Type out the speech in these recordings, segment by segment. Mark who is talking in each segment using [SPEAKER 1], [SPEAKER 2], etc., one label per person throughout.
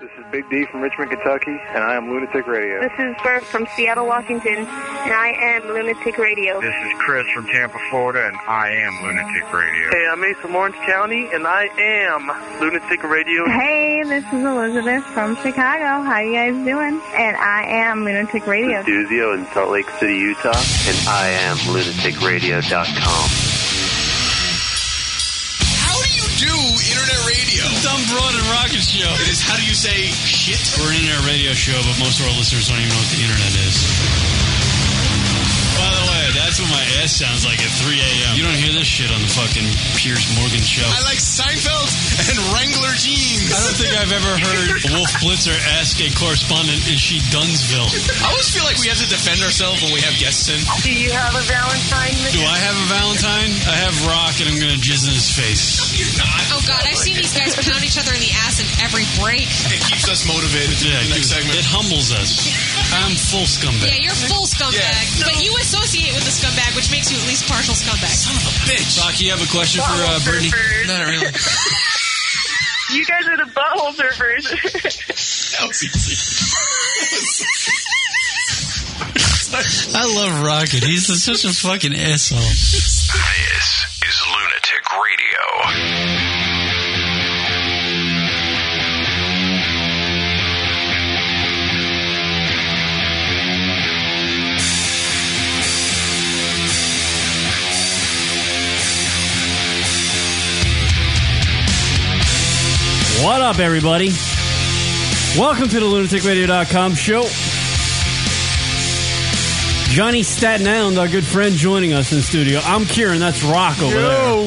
[SPEAKER 1] This is Big D from Richmond, Kentucky, and I am Lunatic Radio.
[SPEAKER 2] This is Bert from Seattle, Washington, and I am Lunatic Radio.
[SPEAKER 3] This is Chris from Tampa, Florida, and I am Lunatic Radio.
[SPEAKER 4] Hey, I'm Ace from Orange County, and I am Lunatic Radio.
[SPEAKER 5] Hey, this is Elizabeth from Chicago. How you guys doing? And I am Lunatic Radio.
[SPEAKER 6] Duzio in Salt Lake City, Utah, and I am lunaticradio.com.
[SPEAKER 7] How do you do internet radio?
[SPEAKER 8] Dumb Broad and Rocket Show.
[SPEAKER 7] It is how do you say shit?
[SPEAKER 8] We're an internet radio show, but most of our listeners don't even know what the internet is. By the way, that's what my ass sounds like at 3 a.m. You don't hear this shit on the fucking Piers Morgan show.
[SPEAKER 7] I like Seinfeld and Wrangler jeans.
[SPEAKER 8] I don't think I've ever heard Wolf Blitzer ask a correspondent, is she Dunsville?
[SPEAKER 7] I always feel like we have to defend ourselves when we have guests in.
[SPEAKER 2] Do you have a Valentine?
[SPEAKER 8] Do I have a Valentine? I have Rock and I'm going to jizz in his face.
[SPEAKER 7] You're not.
[SPEAKER 9] Oh God, I've seen these guys pound each other in the ass in every break.
[SPEAKER 7] It keeps us motivated to do
[SPEAKER 8] Yeah,
[SPEAKER 7] the
[SPEAKER 8] it,
[SPEAKER 7] next
[SPEAKER 8] gives-
[SPEAKER 7] segment.
[SPEAKER 8] it humbles us. I'm full
[SPEAKER 9] Yeah,
[SPEAKER 8] scumbag.
[SPEAKER 9] you're full scumbag,
[SPEAKER 7] Yeah.
[SPEAKER 9] but you associate with the scumbag, which makes you at least partial scumbag.
[SPEAKER 7] Son of a bitch.
[SPEAKER 8] Rocky, you have a question for uh, Brittany?
[SPEAKER 2] surfers.
[SPEAKER 7] Not really. That
[SPEAKER 2] You guys are the butthole surfers.
[SPEAKER 7] was easy.
[SPEAKER 8] I love Rocket. He's such a fucking asshole.
[SPEAKER 10] This is Lunatic Radio.
[SPEAKER 11] What up, everybody? Welcome to the lunaticradio.com show. Johnny Staten Island, our good friend, joining us in studio. I'm Kieran, that's Rock over there.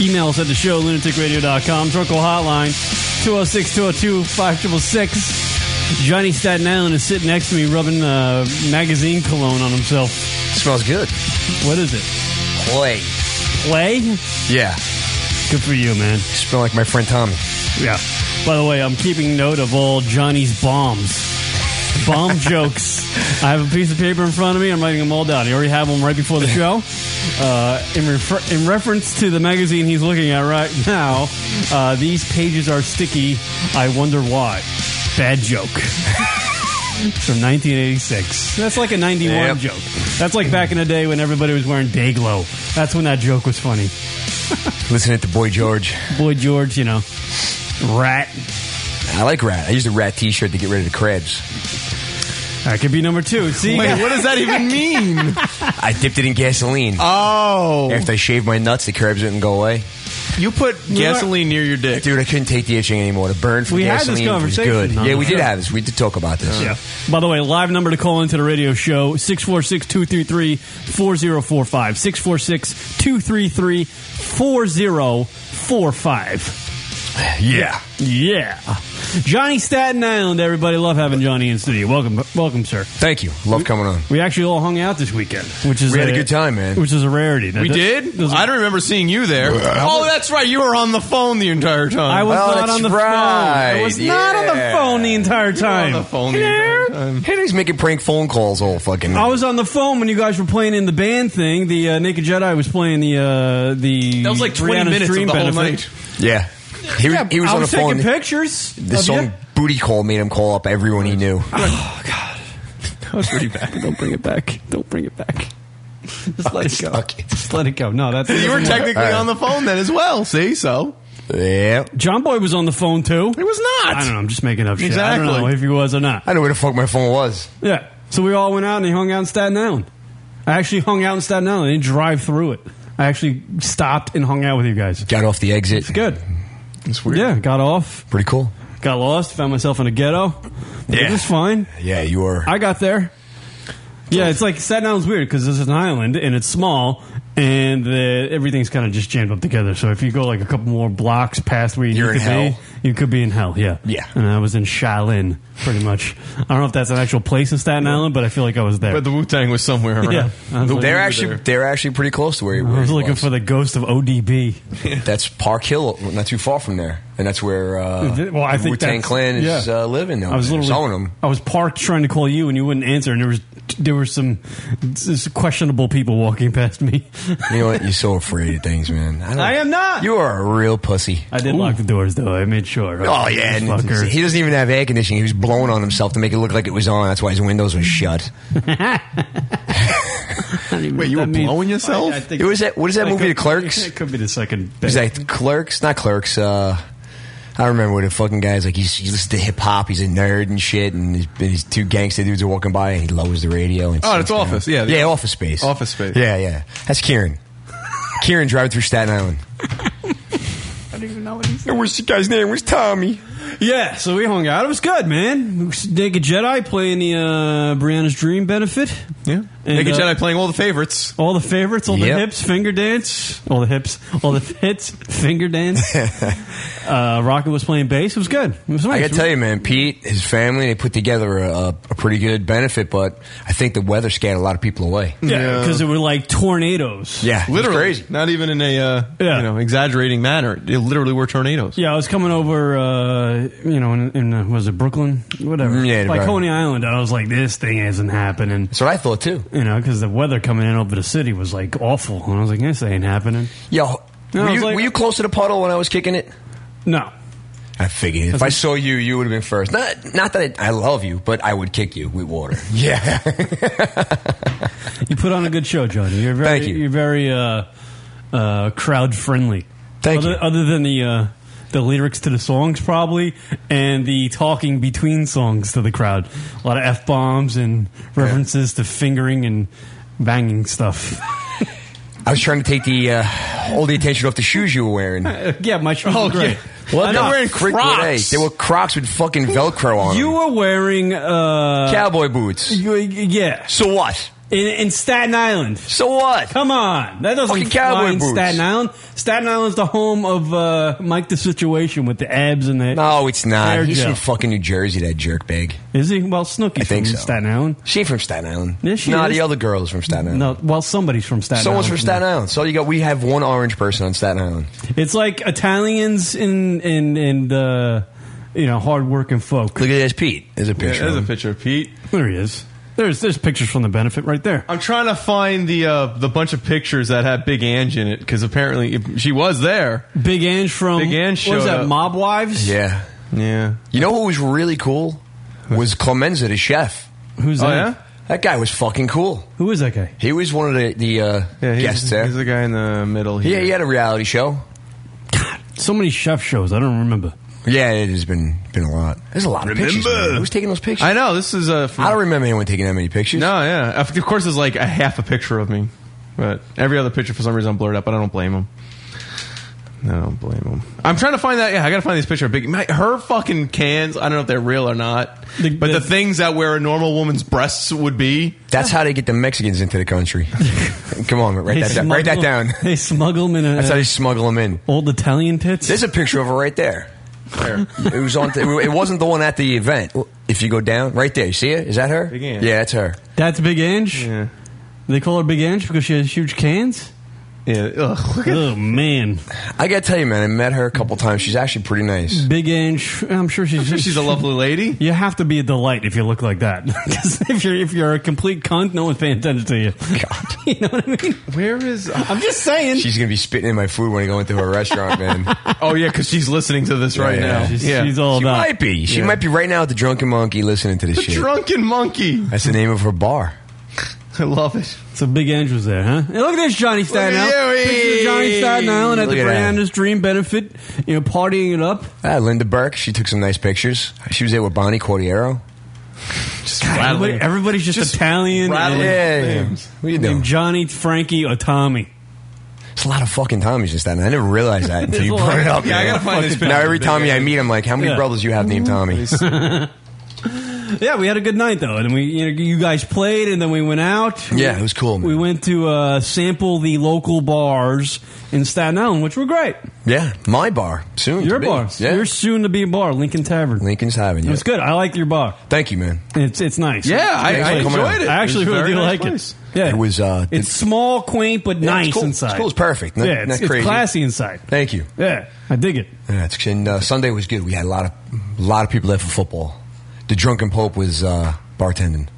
[SPEAKER 11] Email us at the show, lunaticradio.com, Drunkle Hotline, 206 202 5666. Johnny Staten Island is sitting next to me rubbing uh, magazine cologne on himself.
[SPEAKER 12] Smells good.
[SPEAKER 11] What is it?
[SPEAKER 12] Play.
[SPEAKER 11] Play?
[SPEAKER 12] Yeah.
[SPEAKER 11] Good for you, man.
[SPEAKER 12] Smell like my friend Tommy.
[SPEAKER 11] Yeah. By the way, I'm keeping note of all Johnny's bombs. Bomb jokes. I have a piece of paper in front of me. I'm writing them all down. He already had one right before the show. Uh, in, refer- in reference to the magazine he's looking at right now, uh, these pages are sticky. I wonder why. Bad joke. From 1986. That's like a 91
[SPEAKER 12] Yep.
[SPEAKER 11] joke. That's like back in the day when everybody was wearing day glow. That's when that joke was funny.
[SPEAKER 12] Listening to Boy George.
[SPEAKER 11] Boy George, you know, rat.
[SPEAKER 12] I like rat. I used a rat T-shirt to get rid of the crabs.
[SPEAKER 11] That could be number two. See,
[SPEAKER 12] does that even mean? I dipped it in gasoline.
[SPEAKER 13] Oh,
[SPEAKER 12] After I shaved my nuts, the crabs didn't go away.
[SPEAKER 13] you put gasoline near your dick.
[SPEAKER 12] Dude, I couldn't take the itching anymore. The burn from
[SPEAKER 11] We had this
[SPEAKER 12] gasoline
[SPEAKER 11] conversation
[SPEAKER 12] was good.
[SPEAKER 11] on
[SPEAKER 12] yeah,
[SPEAKER 11] the
[SPEAKER 12] we did
[SPEAKER 11] show.
[SPEAKER 12] have this. We did talk about this.
[SPEAKER 11] Yeah. By the way, live number to call into the radio show 646 233 4045. 646 233 4045.
[SPEAKER 12] Yeah.
[SPEAKER 11] Yeah. Johnny Staten Island, everybody. Love having Johnny in studio. Welcome, welcome, sir.
[SPEAKER 12] Thank you. Love coming on.
[SPEAKER 11] We actually all hung out this weekend, which is
[SPEAKER 12] We had a good time, man.
[SPEAKER 11] Which is a rarity. That-
[SPEAKER 13] We
[SPEAKER 11] that-
[SPEAKER 13] did.
[SPEAKER 11] doesn't-
[SPEAKER 13] I don't remember seeing you there. Oh, that's right. You were on the phone the entire time.
[SPEAKER 11] I was
[SPEAKER 12] Oh,
[SPEAKER 11] not on
[SPEAKER 12] that's
[SPEAKER 11] the phone. I
[SPEAKER 12] right.
[SPEAKER 11] was not on the
[SPEAKER 12] Yeah.
[SPEAKER 11] phone the entire time.
[SPEAKER 13] on the phone the
[SPEAKER 11] Hello?
[SPEAKER 13] entire time.
[SPEAKER 12] Hey, he's making prank phone calls all fucking.
[SPEAKER 11] I was on the phone when you guys were playing in the band thing. The uh, Naked Jedi was playing the uh, the
[SPEAKER 13] That was like twenty
[SPEAKER 11] Rihanna
[SPEAKER 13] minutes
[SPEAKER 11] Stream
[SPEAKER 13] of the whole
[SPEAKER 11] benefit.
[SPEAKER 13] night.
[SPEAKER 12] yeah. He,
[SPEAKER 11] Yeah,
[SPEAKER 12] he was
[SPEAKER 11] I
[SPEAKER 12] on
[SPEAKER 11] was
[SPEAKER 12] the phone.
[SPEAKER 11] taking pictures.
[SPEAKER 12] The
[SPEAKER 11] of
[SPEAKER 12] song
[SPEAKER 11] you.
[SPEAKER 12] "Booty Call" made him call up everyone he knew.
[SPEAKER 11] Oh,
[SPEAKER 13] That was pretty bad.
[SPEAKER 11] Don't bring it back. Don't bring it back. Just let it go.
[SPEAKER 12] Okay.
[SPEAKER 11] Just let it go. No, that's
[SPEAKER 13] You were technically
[SPEAKER 12] All right.
[SPEAKER 13] on the phone then as well. See, so
[SPEAKER 12] Yeah.
[SPEAKER 11] John Boy was on the phone too.
[SPEAKER 13] it was not.
[SPEAKER 11] I don't know. I'm just making up shit. I don't know
[SPEAKER 13] Exactly.
[SPEAKER 11] if he was or not.
[SPEAKER 12] I know where the fuck my phone was.
[SPEAKER 11] Yeah. So we all went out and he hung out in Staten Island. I actually hung out in Staten Island. I didn't drive through it. I actually stopped and hung out with you guys.
[SPEAKER 12] Got off the exit.
[SPEAKER 11] It's good.
[SPEAKER 13] It's weird.
[SPEAKER 11] Yeah. Got off.
[SPEAKER 12] Pretty cool.
[SPEAKER 11] Got lost. Found myself in a ghetto.
[SPEAKER 12] Yeah.
[SPEAKER 11] It was fine.
[SPEAKER 12] Yeah, you were.
[SPEAKER 11] I got there. Yeah, it's like Staten Island's weird because this is an island and it's small and the, everything's kind of just jammed up together. So if you go like a couple more blocks past where you
[SPEAKER 12] You're
[SPEAKER 11] need
[SPEAKER 12] in
[SPEAKER 11] to
[SPEAKER 12] hell.
[SPEAKER 11] be, you could be in hell. Yeah,
[SPEAKER 12] Yeah.
[SPEAKER 11] And I was in Shaolin, pretty much. I don't know if that's an actual place in Staten Island, but I feel like I was there.
[SPEAKER 13] But the Wu Tang was somewhere around.
[SPEAKER 11] Yeah. I was,
[SPEAKER 13] The-
[SPEAKER 11] like-
[SPEAKER 12] they're
[SPEAKER 13] were
[SPEAKER 12] actually
[SPEAKER 13] there.
[SPEAKER 12] they're actually pretty close to where you were.
[SPEAKER 11] I was looking for the ghost of ODB.
[SPEAKER 12] That's Park Hill, not too far from there, and that's where uh,
[SPEAKER 11] Well, I think
[SPEAKER 12] Wu Tang
[SPEAKER 11] that's-
[SPEAKER 12] Clan is
[SPEAKER 11] yeah.
[SPEAKER 12] uh, living.
[SPEAKER 11] I was
[SPEAKER 12] over there.
[SPEAKER 11] literally
[SPEAKER 12] selling them.
[SPEAKER 11] I was parked trying to call you and you wouldn't answer, and there was t- there were some s- questionable people walking past me.
[SPEAKER 12] You know what? You're so afraid of things, man. I, don't-
[SPEAKER 11] I am not.
[SPEAKER 12] You are a real pussy.
[SPEAKER 11] I did lock the doors though. I made sure.
[SPEAKER 12] Oh yeah, and
[SPEAKER 11] Fucker.
[SPEAKER 12] he doesn't even have air conditioning. He was blowing on himself to make it look like it was on. That's why his windows were shut.
[SPEAKER 11] Wait,
[SPEAKER 12] you were blowing yourself? It was that- what is that movie, The Clerks?
[SPEAKER 11] It could be the second.
[SPEAKER 12] It was like Clerks, not Clerks. Uh, I remember where the fucking guy's like he's, he listens to hip hop. He's a nerd and shit. And his, and his two gangster dudes are walking by, and he lowers the radio. And
[SPEAKER 13] Oh, it's
[SPEAKER 12] sits down.
[SPEAKER 13] Office. Yeah, the-
[SPEAKER 12] yeah, Office Space.
[SPEAKER 13] Office Space.
[SPEAKER 12] Yeah, yeah. That's Kieran. Kieran driving through Staten Island.
[SPEAKER 11] I don't even know what he said.
[SPEAKER 12] What's the guy's name? Was Tommy?
[SPEAKER 11] Yeah, so we hung out. It was good, man. We was Naked Jedi playing the uh, Brianna's Dream benefit. Yeah,
[SPEAKER 13] Naked Jedi playing all the favorites.
[SPEAKER 11] All the favorites, all
[SPEAKER 13] Yep.
[SPEAKER 11] the hips, finger dance, all the hips, all the hits, finger dance. uh, Rocket was playing bass. It was good. It was nice.
[SPEAKER 12] I gotta tell you, man, Pete, his family, they put together a, a, a pretty good benefit, but I think the weather scared a lot of people away.
[SPEAKER 11] yeah, because it were like tornadoes.
[SPEAKER 12] Yeah,
[SPEAKER 13] literally, not even in a uh, you know exaggerating manner. It literally were tornadoes.
[SPEAKER 11] Yeah, I was coming over, uh, you know, in, in uh, was it Brooklyn, whatever,
[SPEAKER 13] Mm, yeah,
[SPEAKER 11] by
[SPEAKER 13] right.
[SPEAKER 11] Coney Island. I was like, this thing isn't happening. That's
[SPEAKER 12] what I thought too.
[SPEAKER 11] You know, because the weather coming in over the city was like awful, and I was like, this ain't happening.
[SPEAKER 12] Yo,
[SPEAKER 11] No,
[SPEAKER 12] were
[SPEAKER 11] I was
[SPEAKER 12] you,
[SPEAKER 11] like- uh,
[SPEAKER 12] were you close to the puddle when I was kicking it?
[SPEAKER 11] No.
[SPEAKER 12] I figured if I saw you, you would have been first. Not, not that I, I love you, but I would kick you with water. Yeah.
[SPEAKER 11] You put on a good show, Johnny. You're very,
[SPEAKER 12] Thank you.
[SPEAKER 11] are very uh, uh, crowd friendly.
[SPEAKER 12] Thank
[SPEAKER 11] other, you. Other than the uh, the lyrics to the songs, probably, and the talking between songs to the crowd, a lot of f bombs and references to fingering and banging stuff.
[SPEAKER 12] I was trying to take the uh, all the attention off the shoes you were wearing.
[SPEAKER 11] yeah, my shoes
[SPEAKER 12] Oh,
[SPEAKER 11] were Oh, great.
[SPEAKER 12] Well,
[SPEAKER 11] I
[SPEAKER 12] they
[SPEAKER 11] know.
[SPEAKER 12] were wearing Crocs. They were Crocs with fucking Velcro on
[SPEAKER 11] You were wearing uh,
[SPEAKER 12] them. Cowboy boots.
[SPEAKER 11] You- yeah.
[SPEAKER 12] So what?
[SPEAKER 11] In, in Staten Island.
[SPEAKER 12] So what?
[SPEAKER 11] Come on, that doesn't
[SPEAKER 12] Fucking
[SPEAKER 11] fly
[SPEAKER 12] cowboy
[SPEAKER 11] in
[SPEAKER 12] boots.
[SPEAKER 11] Staten Island. Staten Island's the home of uh, Mike the Situation with the abs and the.
[SPEAKER 12] No, it's not.
[SPEAKER 11] hair
[SPEAKER 12] He's
[SPEAKER 11] gel.
[SPEAKER 12] from fucking New Jersey, that jerkbag.
[SPEAKER 11] Is he? Well, Snooky
[SPEAKER 12] I think
[SPEAKER 11] from
[SPEAKER 12] so.
[SPEAKER 11] Staten Island.
[SPEAKER 12] She from Staten Island.
[SPEAKER 11] Yeah, she
[SPEAKER 12] no,
[SPEAKER 11] is.
[SPEAKER 12] the other girl is from Staten Island.
[SPEAKER 11] No, well, somebody's from Staten
[SPEAKER 12] Someone's from
[SPEAKER 11] Island.
[SPEAKER 12] Staten Island. So you got we have one orange person on Staten Island.
[SPEAKER 11] It's like Italians and and and uh, you know hardworking folk.
[SPEAKER 12] Look at this, Pete. There's a
[SPEAKER 13] picture there's of a him.
[SPEAKER 11] picture of Pete. There he is. There's there's pictures from the benefit right there.
[SPEAKER 13] I'm trying to find the uh, the bunch of pictures that had Big Ange in it because apparently if- she was there.
[SPEAKER 11] Big Ange from
[SPEAKER 13] Big Ange
[SPEAKER 11] what is
[SPEAKER 13] showed
[SPEAKER 11] that?
[SPEAKER 13] up.
[SPEAKER 11] Mob Wives.
[SPEAKER 12] Yeah.
[SPEAKER 13] Yeah.
[SPEAKER 12] You know who was really cool? Was Clemenza, the chef.
[SPEAKER 11] Who's Oh, that? yeah?
[SPEAKER 12] That guy was fucking cool.
[SPEAKER 11] Who is that guy?
[SPEAKER 12] He was one of the, the uh,
[SPEAKER 13] he's-
[SPEAKER 12] guests there.
[SPEAKER 13] he's the guy in the middle here.
[SPEAKER 12] Yeah, he had a reality show.
[SPEAKER 11] So many chef shows. I don't remember.
[SPEAKER 12] Yeah, it has been been a lot. There's a lot of pictures.
[SPEAKER 13] Remember.
[SPEAKER 12] man. Who's taking those pictures?
[SPEAKER 13] I know this is uh, from,
[SPEAKER 12] I don't remember anyone taking that many pictures.
[SPEAKER 13] No, yeah. Of of course, it's like a half a picture of me, but every other picture for some reason I'm blurred up. But I don't blame him. I don't blame him. I'm trying to find that. Yeah, I gotta find this picture. of Big my, her fucking cans. I don't know if they're real or not, but the, things that where a normal woman's breasts would be.
[SPEAKER 12] That's how they get the Mexicans into the country. Come on, write
[SPEAKER 11] They
[SPEAKER 12] that down. Write that
[SPEAKER 11] smuggle-
[SPEAKER 12] down.
[SPEAKER 11] They smuggle them in a.
[SPEAKER 12] That's how they smuggle them in.
[SPEAKER 11] Old Italian tits.
[SPEAKER 12] There's a picture of her right there. it was on. it wasn't the one at the event. If you go down, right there, you see it. Is that her?
[SPEAKER 11] Big Ange.
[SPEAKER 12] Yeah, that's her.
[SPEAKER 11] That's Big Ange. Yeah. They call her Big Ange because she has huge cans.
[SPEAKER 13] Yeah.
[SPEAKER 11] Oh man,
[SPEAKER 12] I gotta tell you, man, I met her a couple times. She's actually pretty nice.
[SPEAKER 11] Big Ange. I'm sure she's
[SPEAKER 13] sure she's a lovely lady.
[SPEAKER 11] You have to be a delight if you look like that. 'Cause if you're if you're a complete cunt, no one's paying attention to you. you know what I mean?
[SPEAKER 13] Where is? I'm
[SPEAKER 11] just saying.
[SPEAKER 12] She's gonna be spitting in my food when I go into her restaurant, man.
[SPEAKER 13] Oh yeah, because she's listening to this right
[SPEAKER 12] Yeah,
[SPEAKER 13] now.
[SPEAKER 12] yeah.
[SPEAKER 13] She's,
[SPEAKER 12] She might be. She might be right now at the Drunken Monkey listening to this
[SPEAKER 13] The
[SPEAKER 12] shit.
[SPEAKER 13] drunken monkey.
[SPEAKER 12] That's the name of her bar.
[SPEAKER 13] I love it.
[SPEAKER 11] So Big Ange was there, huh? Hey, look at this Johnny Staten
[SPEAKER 13] at
[SPEAKER 11] Island.
[SPEAKER 13] you,
[SPEAKER 11] Picture of Johnny
[SPEAKER 13] hey.
[SPEAKER 11] Staten Island at
[SPEAKER 12] Look
[SPEAKER 11] the
[SPEAKER 12] at that.
[SPEAKER 11] Brianna's Dream Benefit, you know, partying it up.
[SPEAKER 12] Ah, Linda Burke. She took some nice pictures. She was there with Bonnie Cordiero.
[SPEAKER 11] Just everybody, everybody's just, Italian.
[SPEAKER 12] rattling
[SPEAKER 11] and-
[SPEAKER 12] Yeah, yeah, yeah. What are you doing?
[SPEAKER 11] named Johnny, Frankie, or Tommy.
[SPEAKER 12] It's a lot of fucking Tommies in Staten Island. I didn't realize that until
[SPEAKER 11] There's
[SPEAKER 12] you
[SPEAKER 11] a lot
[SPEAKER 12] brought it
[SPEAKER 11] of-
[SPEAKER 12] up.
[SPEAKER 11] Yeah, I
[SPEAKER 12] man.
[SPEAKER 11] gotta find this
[SPEAKER 12] Now
[SPEAKER 11] picture.
[SPEAKER 12] every Tommy I meet, I'm like, how many
[SPEAKER 11] Yeah.
[SPEAKER 12] brothers you have named Tommy?
[SPEAKER 11] yeah, we had a good night though, and we you, know, you guys played, and then we went out.
[SPEAKER 12] Yeah, it was cool. Oh, Man.
[SPEAKER 11] We went to uh, sample the local bars in Staten Island, which were great.
[SPEAKER 12] Yeah, my bar soon.
[SPEAKER 11] Your
[SPEAKER 12] to be.
[SPEAKER 11] bar,
[SPEAKER 12] Yeah.
[SPEAKER 11] your soon to be bar, Lincoln Tavern.
[SPEAKER 12] Lincoln's Tavern.
[SPEAKER 11] It was good. I like your bar.
[SPEAKER 12] Thank you, man.
[SPEAKER 11] It's it's nice.
[SPEAKER 12] Yeah, I- Thanks for I coming enjoyed out. it.
[SPEAKER 11] I actually
[SPEAKER 12] It was a
[SPEAKER 11] really do
[SPEAKER 12] very nice
[SPEAKER 11] like
[SPEAKER 12] place.
[SPEAKER 11] it. Yeah,
[SPEAKER 12] It was, uh,
[SPEAKER 11] it's small, quaint, but
[SPEAKER 12] Yeah, it's
[SPEAKER 11] nice
[SPEAKER 12] cool.
[SPEAKER 11] inside.
[SPEAKER 12] It's cool. It's perfect. Not-
[SPEAKER 11] yeah, it's,
[SPEAKER 12] not
[SPEAKER 11] it's
[SPEAKER 12] crazy.
[SPEAKER 11] classy inside.
[SPEAKER 12] Thank you.
[SPEAKER 11] Yeah, I dig it.
[SPEAKER 12] Yeah, it's, and uh, Sunday was good. We had a lot of a lot of people there for football. The drunken Pope was uh, bartending.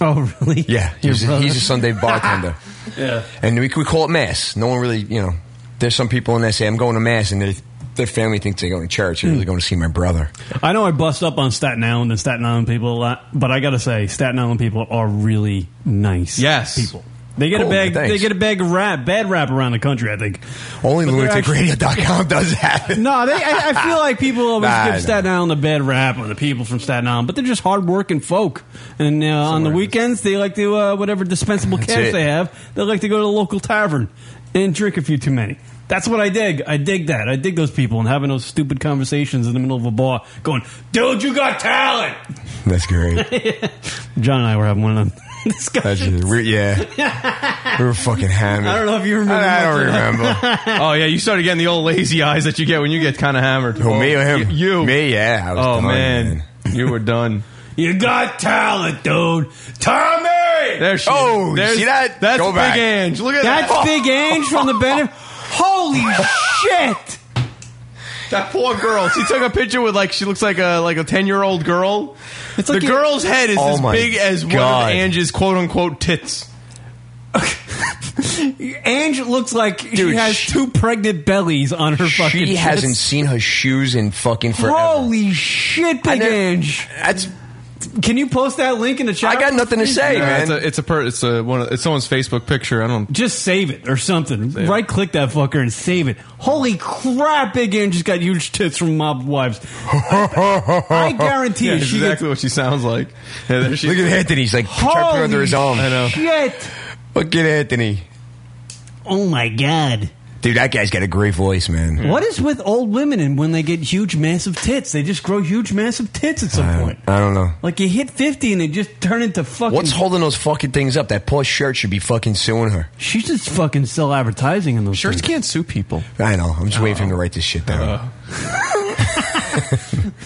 [SPEAKER 11] Oh, really?
[SPEAKER 12] Yeah,
[SPEAKER 11] Your
[SPEAKER 12] he's a,
[SPEAKER 11] brother?
[SPEAKER 12] he's a Sunday bartender,
[SPEAKER 11] Yeah.
[SPEAKER 12] and we we call it mass. No one really, you know, there's some people in there say I'm going to mass, and their their family thinks they're going to church.
[SPEAKER 11] Hmm.
[SPEAKER 12] They're really going to see my brother.
[SPEAKER 11] I know I bust up on Staten Island and Staten Island people a lot, but I got to say, Staten Island people are really nice. Yes, people. They get
[SPEAKER 12] Cool,
[SPEAKER 11] a bag.
[SPEAKER 12] thanks.
[SPEAKER 11] They get a bag of rap, bad rap around the country. I think
[SPEAKER 12] only
[SPEAKER 11] lunaticradio.com
[SPEAKER 12] lunaticradio.com does that.
[SPEAKER 11] No, they, I, I feel like people always
[SPEAKER 12] Nah, I
[SPEAKER 11] give Staten Island a bad rap, or the people from Staten Island, but they're just hardworking folk. And uh, on the weekends, they like to uh, whatever dispensable cash
[SPEAKER 12] it.
[SPEAKER 11] they have, they like to go to the local tavern and drink a few too many. That's what I dig. I dig that. I dig those people and having those stupid conversations in the middle of a bar, going, "Dude, you got talent."
[SPEAKER 12] That's great.
[SPEAKER 11] John and I were having one of them.
[SPEAKER 12] That's just, we're, yeah, we were fucking hammered.
[SPEAKER 11] I don't know if you remember.
[SPEAKER 12] I, I don't
[SPEAKER 11] much of that.
[SPEAKER 12] remember.
[SPEAKER 13] oh yeah, you started getting the old lazy eyes that you get when you get kind of hammered.
[SPEAKER 12] Who, me or him?
[SPEAKER 13] Y- You,
[SPEAKER 12] me, yeah. I was
[SPEAKER 13] oh
[SPEAKER 12] done,
[SPEAKER 13] man. you were done.
[SPEAKER 11] You got talent, dude. Tommy.
[SPEAKER 13] There she
[SPEAKER 11] Oh,
[SPEAKER 13] is. There's-
[SPEAKER 11] see that?
[SPEAKER 13] That's
[SPEAKER 11] Go
[SPEAKER 13] Big
[SPEAKER 11] back.
[SPEAKER 13] Ange. Look at
[SPEAKER 11] That's
[SPEAKER 13] that.
[SPEAKER 11] Big Ange from the benefit. Holy shit!
[SPEAKER 13] That poor girl. She took a picture with like she looks like a like a ten year old girl.
[SPEAKER 11] It's
[SPEAKER 13] the
[SPEAKER 11] like a-
[SPEAKER 13] girl's head is
[SPEAKER 12] Oh
[SPEAKER 13] as
[SPEAKER 12] my
[SPEAKER 13] big as one
[SPEAKER 12] God.
[SPEAKER 13] of Ange's quote unquote tits.
[SPEAKER 11] Ange looks like
[SPEAKER 12] Dude,
[SPEAKER 11] she has two pregnant bellies on her fucking.
[SPEAKER 12] She
[SPEAKER 11] chest.
[SPEAKER 12] hasn't seen her shoes in fucking forever.
[SPEAKER 11] Holy shit, Big Ange!
[SPEAKER 12] That's.
[SPEAKER 11] Can you post that link in the chat?
[SPEAKER 12] I got nothing to say,
[SPEAKER 13] Nah,
[SPEAKER 12] man.
[SPEAKER 13] It's a it's a, per, it's a one of, it's someone's Facebook picture. I don't.
[SPEAKER 11] Just save it or something. Right click that fucker and save it. Holy crap, Big Ange has got huge tits from Mob Wives. I, I guarantee
[SPEAKER 13] Yeah,
[SPEAKER 11] you, she
[SPEAKER 13] exactly what she sounds like. Yeah, there she
[SPEAKER 12] Look at Anthony's like trying to put her under his arm.
[SPEAKER 13] I know.
[SPEAKER 11] gets shit.
[SPEAKER 12] Look at Anthony,
[SPEAKER 11] Oh my god. Hmm.
[SPEAKER 12] dude. That guy's got a great voice, man.
[SPEAKER 11] What is with old women and when they get huge, massive tits? They just grow huge, massive tits at some point.
[SPEAKER 12] I don't know.
[SPEAKER 11] Like you hit fifty and they just turn into fucking.
[SPEAKER 12] What's holding those fucking things up? That poor shirt should be fucking suing her.
[SPEAKER 11] She just fucking sell advertising in those shirts.
[SPEAKER 13] can't sue people.
[SPEAKER 12] I know. I'm just waiting for him to write this shit down.
[SPEAKER 13] Uh.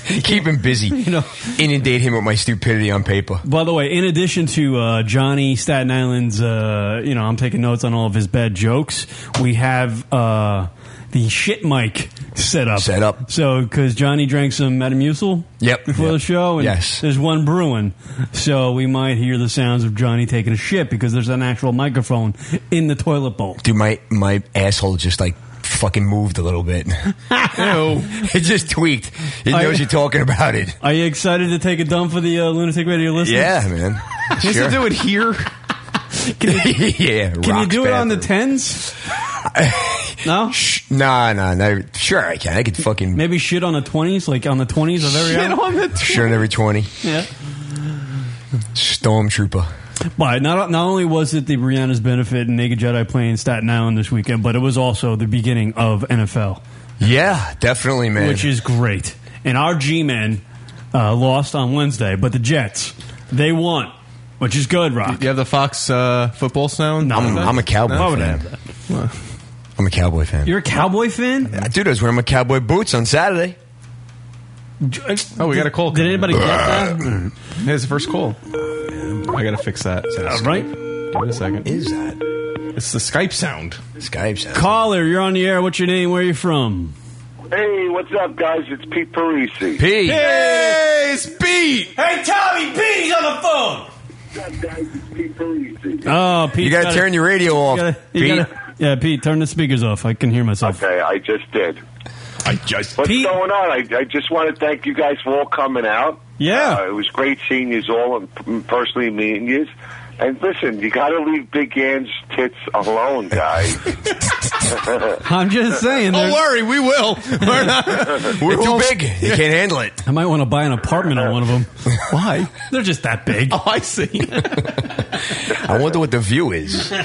[SPEAKER 12] Keep him busy. You
[SPEAKER 11] know,
[SPEAKER 12] inundate him with my stupidity on paper.
[SPEAKER 11] By the way, in addition to uh, Johnny Staten Island's, uh, you know, I'm taking notes on all of his bad jokes. We have uh, the shit mic set up.
[SPEAKER 12] Set up.
[SPEAKER 11] So, because Johnny drank some Metamucil.
[SPEAKER 12] Yep.
[SPEAKER 11] Before
[SPEAKER 12] Yep.
[SPEAKER 11] the show, and
[SPEAKER 12] Yes.
[SPEAKER 11] there's one brewing, so we might hear the sounds of Johnny taking a shit because there's an actual microphone in the toilet bowl.
[SPEAKER 12] Dude, my my asshole just like fucking moved a little bit. it just tweaked. It
[SPEAKER 11] I-
[SPEAKER 12] knows you're talking about it.
[SPEAKER 11] Are you excited to take a dump for the uh, Lunatic Radio listeners?
[SPEAKER 12] Yeah, man.
[SPEAKER 13] He has to do it here.
[SPEAKER 12] yeah.
[SPEAKER 11] Can you do it on the tens? no.
[SPEAKER 12] Nah, nah, nah. Sure, I can. I could fucking
[SPEAKER 11] Maybe shit on the twenties, like on the twenties of every
[SPEAKER 13] Shit
[SPEAKER 11] hour.
[SPEAKER 13] on the
[SPEAKER 12] sure on every twenty.
[SPEAKER 11] Yeah.
[SPEAKER 12] Stormtrooper.
[SPEAKER 11] But not not only was it the Rihanna's benefit and Naked Jedi playing Staten Island this weekend, but it was also the beginning of NFL,
[SPEAKER 12] Yeah, definitely, man.
[SPEAKER 11] which is great. And our G-men uh, lost on Wednesday, but the Jets they won, which is good. Rock.
[SPEAKER 13] You have the Fox uh, football sound.
[SPEAKER 12] I'm, I'm a cowboy.
[SPEAKER 11] Why would I
[SPEAKER 12] fan.
[SPEAKER 11] have that?
[SPEAKER 12] I'm a cowboy fan.
[SPEAKER 11] You're a Cowboy fan?
[SPEAKER 12] Dude, I was wearing my cowboy boots on Saturday.
[SPEAKER 13] Oh, we got a call.
[SPEAKER 11] Did anybody get that?
[SPEAKER 13] Here's the first call. I gotta fix that.
[SPEAKER 11] Uh, right?
[SPEAKER 13] Give it a second.
[SPEAKER 12] Is that
[SPEAKER 13] It's the Skype sound.
[SPEAKER 12] Skype sound?
[SPEAKER 11] Caller, you're on the air. What's your name? Where are you from?
[SPEAKER 14] Hey, what's up, guys? It's Pete Parisi.
[SPEAKER 12] Pete.
[SPEAKER 13] Hey, it's Pete.
[SPEAKER 11] Hey, Tommy B's on the phone.
[SPEAKER 14] What's up, guys? It's Pete Parisi.
[SPEAKER 11] Oh, Pete,
[SPEAKER 12] You gotta turn your radio off, Pete.
[SPEAKER 11] yeah, Pete, turn the speakers off. I can hear myself.
[SPEAKER 14] Okay, I just did.
[SPEAKER 13] I just.
[SPEAKER 14] What's
[SPEAKER 11] Pete-
[SPEAKER 14] going on? I, I just want to thank you guys for all coming out.
[SPEAKER 11] Yeah.
[SPEAKER 14] Uh, it was great seeing you all and personally meeting you. And listen, you got to leave Big An's tits alone, guys.
[SPEAKER 11] I'm just saying.
[SPEAKER 13] Don't
[SPEAKER 11] there's-
[SPEAKER 13] worry, we will. We're not.
[SPEAKER 12] We're too big. You can't handle it.
[SPEAKER 11] I might want to buy an apartment on one of them.
[SPEAKER 13] Why?
[SPEAKER 11] They're just that big.
[SPEAKER 13] Oh, I see.
[SPEAKER 12] I wonder what the view is.
[SPEAKER 14] and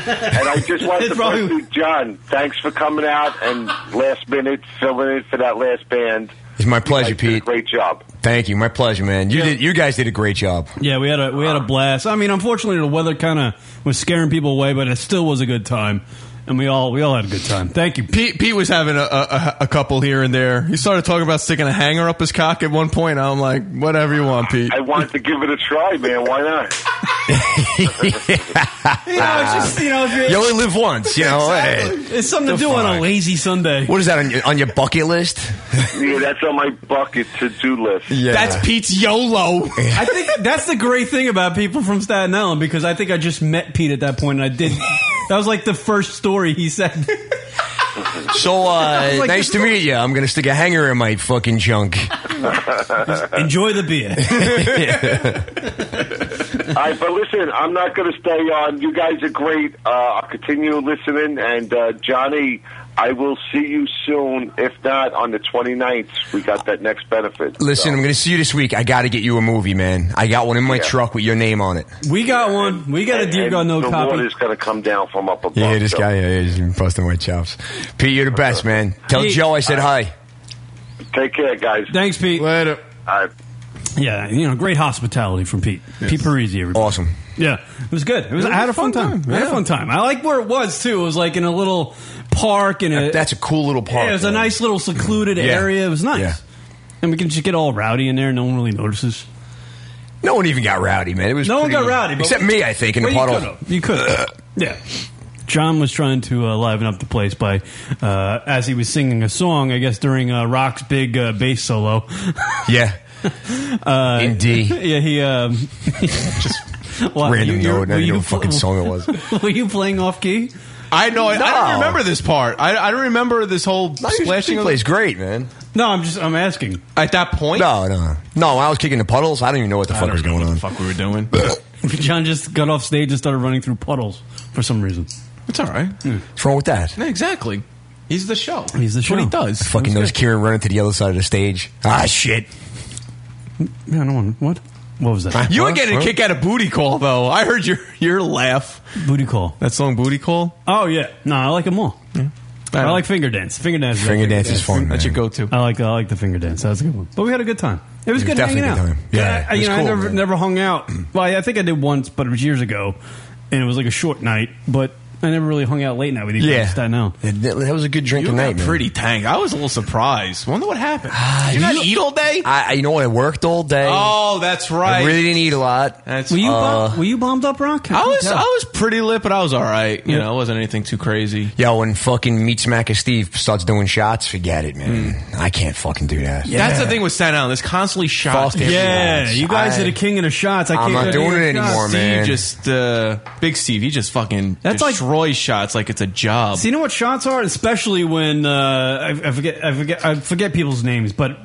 [SPEAKER 14] I just want to
[SPEAKER 11] It's probably-
[SPEAKER 14] thank you, John. Thanks for coming out and last minute filling in for that last band.
[SPEAKER 12] It's my
[SPEAKER 14] You
[SPEAKER 12] pleasure,
[SPEAKER 14] guys did a
[SPEAKER 12] Pete.
[SPEAKER 14] Great job.
[SPEAKER 12] Thank you. My pleasure, man. You did. You guys did a great job.
[SPEAKER 11] Yeah, we had a we had a blast. I mean, unfortunately, the weather kind of was scaring people away, but it still was a good time. and we all we all had a good time. Thank you.
[SPEAKER 13] Pete, Pete was having a, a, a couple here and there. He started talking about sticking a hanger up his cock at one point. I'm like, whatever you want, Pete.
[SPEAKER 14] I wanted to give it a try, man. Why not?
[SPEAKER 11] You know, it's just you know, if
[SPEAKER 12] You only live once, you know.
[SPEAKER 11] Exactly.
[SPEAKER 12] hey.
[SPEAKER 11] It's something to do on a lazy Sunday.
[SPEAKER 12] What is that on your, on your bucket list?
[SPEAKER 14] Yeah, that's on my bucket to do list.
[SPEAKER 12] Yeah.
[SPEAKER 11] That's Pete's YOLO. I think that's the great thing about people from Staten Island because I think I just met Pete at that point and I did. That was like the first story he said.
[SPEAKER 12] So uh,
[SPEAKER 11] Like,
[SPEAKER 12] nice to meet you. I'm gonna stick a hanger in my fucking junk.
[SPEAKER 11] Enjoy the beer.
[SPEAKER 14] All right, but listen, I'm not going to stay on. You guys are great. Uh, I'll continue listening. And, uh, Johnny, I will see you soon. If not, on the 29th, we got that next benefit.
[SPEAKER 12] Listen, I'm gonna see you this week. I gotta get you a movie, man. I got one in my
[SPEAKER 14] Yeah.
[SPEAKER 12] truck with your name on it.
[SPEAKER 11] We got one. We got a dear God no
[SPEAKER 14] the
[SPEAKER 11] copy.
[SPEAKER 14] water's going to come down from up above.
[SPEAKER 12] Yeah, this
[SPEAKER 14] so-
[SPEAKER 12] guy, yeah, he's been busting my chops. Pete, you're the best, man. Tell
[SPEAKER 11] Pete.
[SPEAKER 12] Joe I said hi.
[SPEAKER 14] Take care, guys.
[SPEAKER 11] Thanks, Pete.
[SPEAKER 13] Later.
[SPEAKER 14] All right.
[SPEAKER 11] Yeah, you know, great hospitality from Pete. Pete Parisi, everybody.
[SPEAKER 12] Awesome.
[SPEAKER 11] Yeah, it was good. It was. I had a fun time. I had a fun time. I like where it was too. It was like in a little park and a,
[SPEAKER 12] That's a cool little park.
[SPEAKER 11] Yeah, it was a
[SPEAKER 12] man.
[SPEAKER 11] nice little secluded
[SPEAKER 12] Yeah.
[SPEAKER 11] area. It was nice.
[SPEAKER 12] Yeah.
[SPEAKER 11] And we can just get all rowdy in there. No one really notices.
[SPEAKER 12] No one even got rowdy, man. It was
[SPEAKER 11] No one
[SPEAKER 12] pretty-
[SPEAKER 11] got rowdy, but-
[SPEAKER 12] except me, I think, in the
[SPEAKER 11] Well, you
[SPEAKER 12] puddle. Uh.
[SPEAKER 11] could've. You could. yeah. John was trying to uh, liven up the place by, uh, as he was singing a song, I guess, during uh, Rock's big uh, bass solo.
[SPEAKER 12] Yeah.
[SPEAKER 11] Uh,
[SPEAKER 12] In D.
[SPEAKER 11] Yeah, he. Um, just. Well,
[SPEAKER 12] Random
[SPEAKER 11] you- you're-
[SPEAKER 12] note. I
[SPEAKER 11] were
[SPEAKER 12] didn't
[SPEAKER 11] you
[SPEAKER 12] know what fucking
[SPEAKER 11] pl-
[SPEAKER 12] song it was.
[SPEAKER 11] Were you playing off key?
[SPEAKER 13] I know. I, I
[SPEAKER 11] No.
[SPEAKER 13] don't remember this part. I, I don't remember this whole splashing. of-
[SPEAKER 12] plays great, man.
[SPEAKER 11] No, I'm just. I'm asking.
[SPEAKER 13] At that point,
[SPEAKER 12] No, no, no. When I was kicking the puddles, I don't even know what the
[SPEAKER 13] I
[SPEAKER 12] fuck
[SPEAKER 13] don't
[SPEAKER 12] was
[SPEAKER 13] know
[SPEAKER 12] going
[SPEAKER 13] what
[SPEAKER 12] on.
[SPEAKER 13] the fuck we were doing.
[SPEAKER 11] John just got off stage and started running through puddles for some reason. Hmm.
[SPEAKER 13] It's all right.
[SPEAKER 12] What's wrong with that?
[SPEAKER 13] No, exactly. He's the show.
[SPEAKER 11] He's the
[SPEAKER 13] That's What he
[SPEAKER 11] show.
[SPEAKER 13] does.
[SPEAKER 12] I fucking knows Kieran running to the other side of the stage. Ah, shit.
[SPEAKER 11] Yeah, no one. What? What was that?
[SPEAKER 13] You were
[SPEAKER 11] Huh?
[SPEAKER 13] getting a
[SPEAKER 11] Huh?
[SPEAKER 13] kick out of booty call though. I heard your your laugh.
[SPEAKER 11] Booty call.
[SPEAKER 13] That song, booty call.
[SPEAKER 11] Oh yeah. No, I like them all. I,
[SPEAKER 13] I
[SPEAKER 11] like finger dance. Finger dance. is-
[SPEAKER 12] Finger dance is fun.
[SPEAKER 13] That's
[SPEAKER 12] man.
[SPEAKER 13] your go-to.
[SPEAKER 11] I like. I like the finger dance. That was a good one. But we had a good time. It was
[SPEAKER 12] It was
[SPEAKER 11] good
[SPEAKER 12] definitely
[SPEAKER 11] hanging
[SPEAKER 12] a
[SPEAKER 11] out.
[SPEAKER 12] good time. Yeah,
[SPEAKER 11] I,
[SPEAKER 12] it
[SPEAKER 11] you
[SPEAKER 12] was
[SPEAKER 11] know, I
[SPEAKER 12] cool,
[SPEAKER 11] never
[SPEAKER 12] man.
[SPEAKER 11] never hung out. Well, I, I think I did once, but it was years ago, and it was like a short night. But I never really hung out late night with you.
[SPEAKER 12] Yeah.
[SPEAKER 11] guys. I know.
[SPEAKER 12] Yeah, That that was a good
[SPEAKER 13] You
[SPEAKER 12] drinking
[SPEAKER 13] got
[SPEAKER 12] night, man. Ah,
[SPEAKER 13] pretty tanked. I was a little surprised. Wonder what happened. Did you not
[SPEAKER 12] you-
[SPEAKER 13] eat all day?
[SPEAKER 12] I, I- you know what? I worked all day.
[SPEAKER 13] Oh, that's right.
[SPEAKER 12] I really didn't eat a lot.
[SPEAKER 13] That's
[SPEAKER 11] Were you
[SPEAKER 12] Uh,
[SPEAKER 11] bum- were you bombed up, Rock?
[SPEAKER 13] I
[SPEAKER 11] couldn't
[SPEAKER 13] was
[SPEAKER 11] tell.
[SPEAKER 13] I was pretty lit, but I was all right. You know, it wasn't anything too crazy.
[SPEAKER 12] Yo, when fucking Meat Smacker Steve starts doing shots, forget it, man. I can't fucking do that.
[SPEAKER 13] Hmm. That's the thing with Staten Island. There's constantly shots.
[SPEAKER 12] Fucking
[SPEAKER 11] Yeah,
[SPEAKER 12] shots.
[SPEAKER 11] you guys
[SPEAKER 12] I-
[SPEAKER 11] are the king of the shots. I
[SPEAKER 12] I'm
[SPEAKER 11] can't
[SPEAKER 12] not
[SPEAKER 11] get
[SPEAKER 12] doing
[SPEAKER 11] any
[SPEAKER 12] it
[SPEAKER 11] shots.
[SPEAKER 12] anymore,
[SPEAKER 13] Steve
[SPEAKER 12] man.
[SPEAKER 13] just uh, big Steve. He just fucking
[SPEAKER 11] That's like-
[SPEAKER 13] destroys shots like it's a job.
[SPEAKER 11] So you know what shots are, especially when uh, I, I forget I forget I forget people's names, but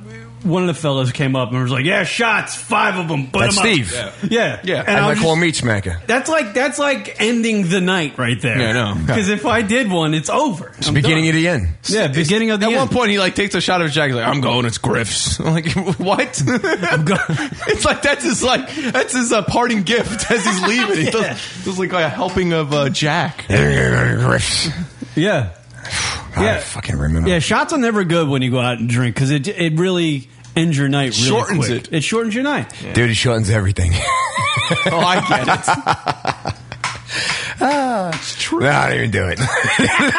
[SPEAKER 11] one of the fellas came up and was like, "Yeah, shots, five of them." Put
[SPEAKER 12] That's
[SPEAKER 11] 'em up."
[SPEAKER 12] Steve.
[SPEAKER 11] Yeah,
[SPEAKER 12] Yeah.
[SPEAKER 11] yeah.
[SPEAKER 13] Yeah.
[SPEAKER 11] And
[SPEAKER 12] I
[SPEAKER 11] I
[SPEAKER 12] might
[SPEAKER 11] was
[SPEAKER 12] call
[SPEAKER 11] just-
[SPEAKER 12] him Meat Smacker.
[SPEAKER 11] that's like that's like ending the night right there.
[SPEAKER 13] Yeah, I know.
[SPEAKER 11] Because if I did one, it's over.
[SPEAKER 12] It's the beginning of the end.
[SPEAKER 11] yeah, beginning of the
[SPEAKER 13] At
[SPEAKER 11] end.
[SPEAKER 13] one point, he like takes a shot of his jacket. He's like, "I'm going. It's Griff's." I'm like, "What?" it's like that's his like that's his uh, parting gift as he's leaving. He
[SPEAKER 11] Yeah.
[SPEAKER 13] does, does like a helping of uh, Jack.
[SPEAKER 12] Griffs.
[SPEAKER 11] yeah, Yeah.
[SPEAKER 12] I fucking remember.
[SPEAKER 11] yeah. Shots are never good when you go out and drink because it it really ends your night. Really
[SPEAKER 13] Shortens
[SPEAKER 11] quick.
[SPEAKER 13] it.
[SPEAKER 11] It shortens your night.
[SPEAKER 12] Dude, it shortens everything.
[SPEAKER 13] Oh, I get it.
[SPEAKER 12] no, I don't even do it.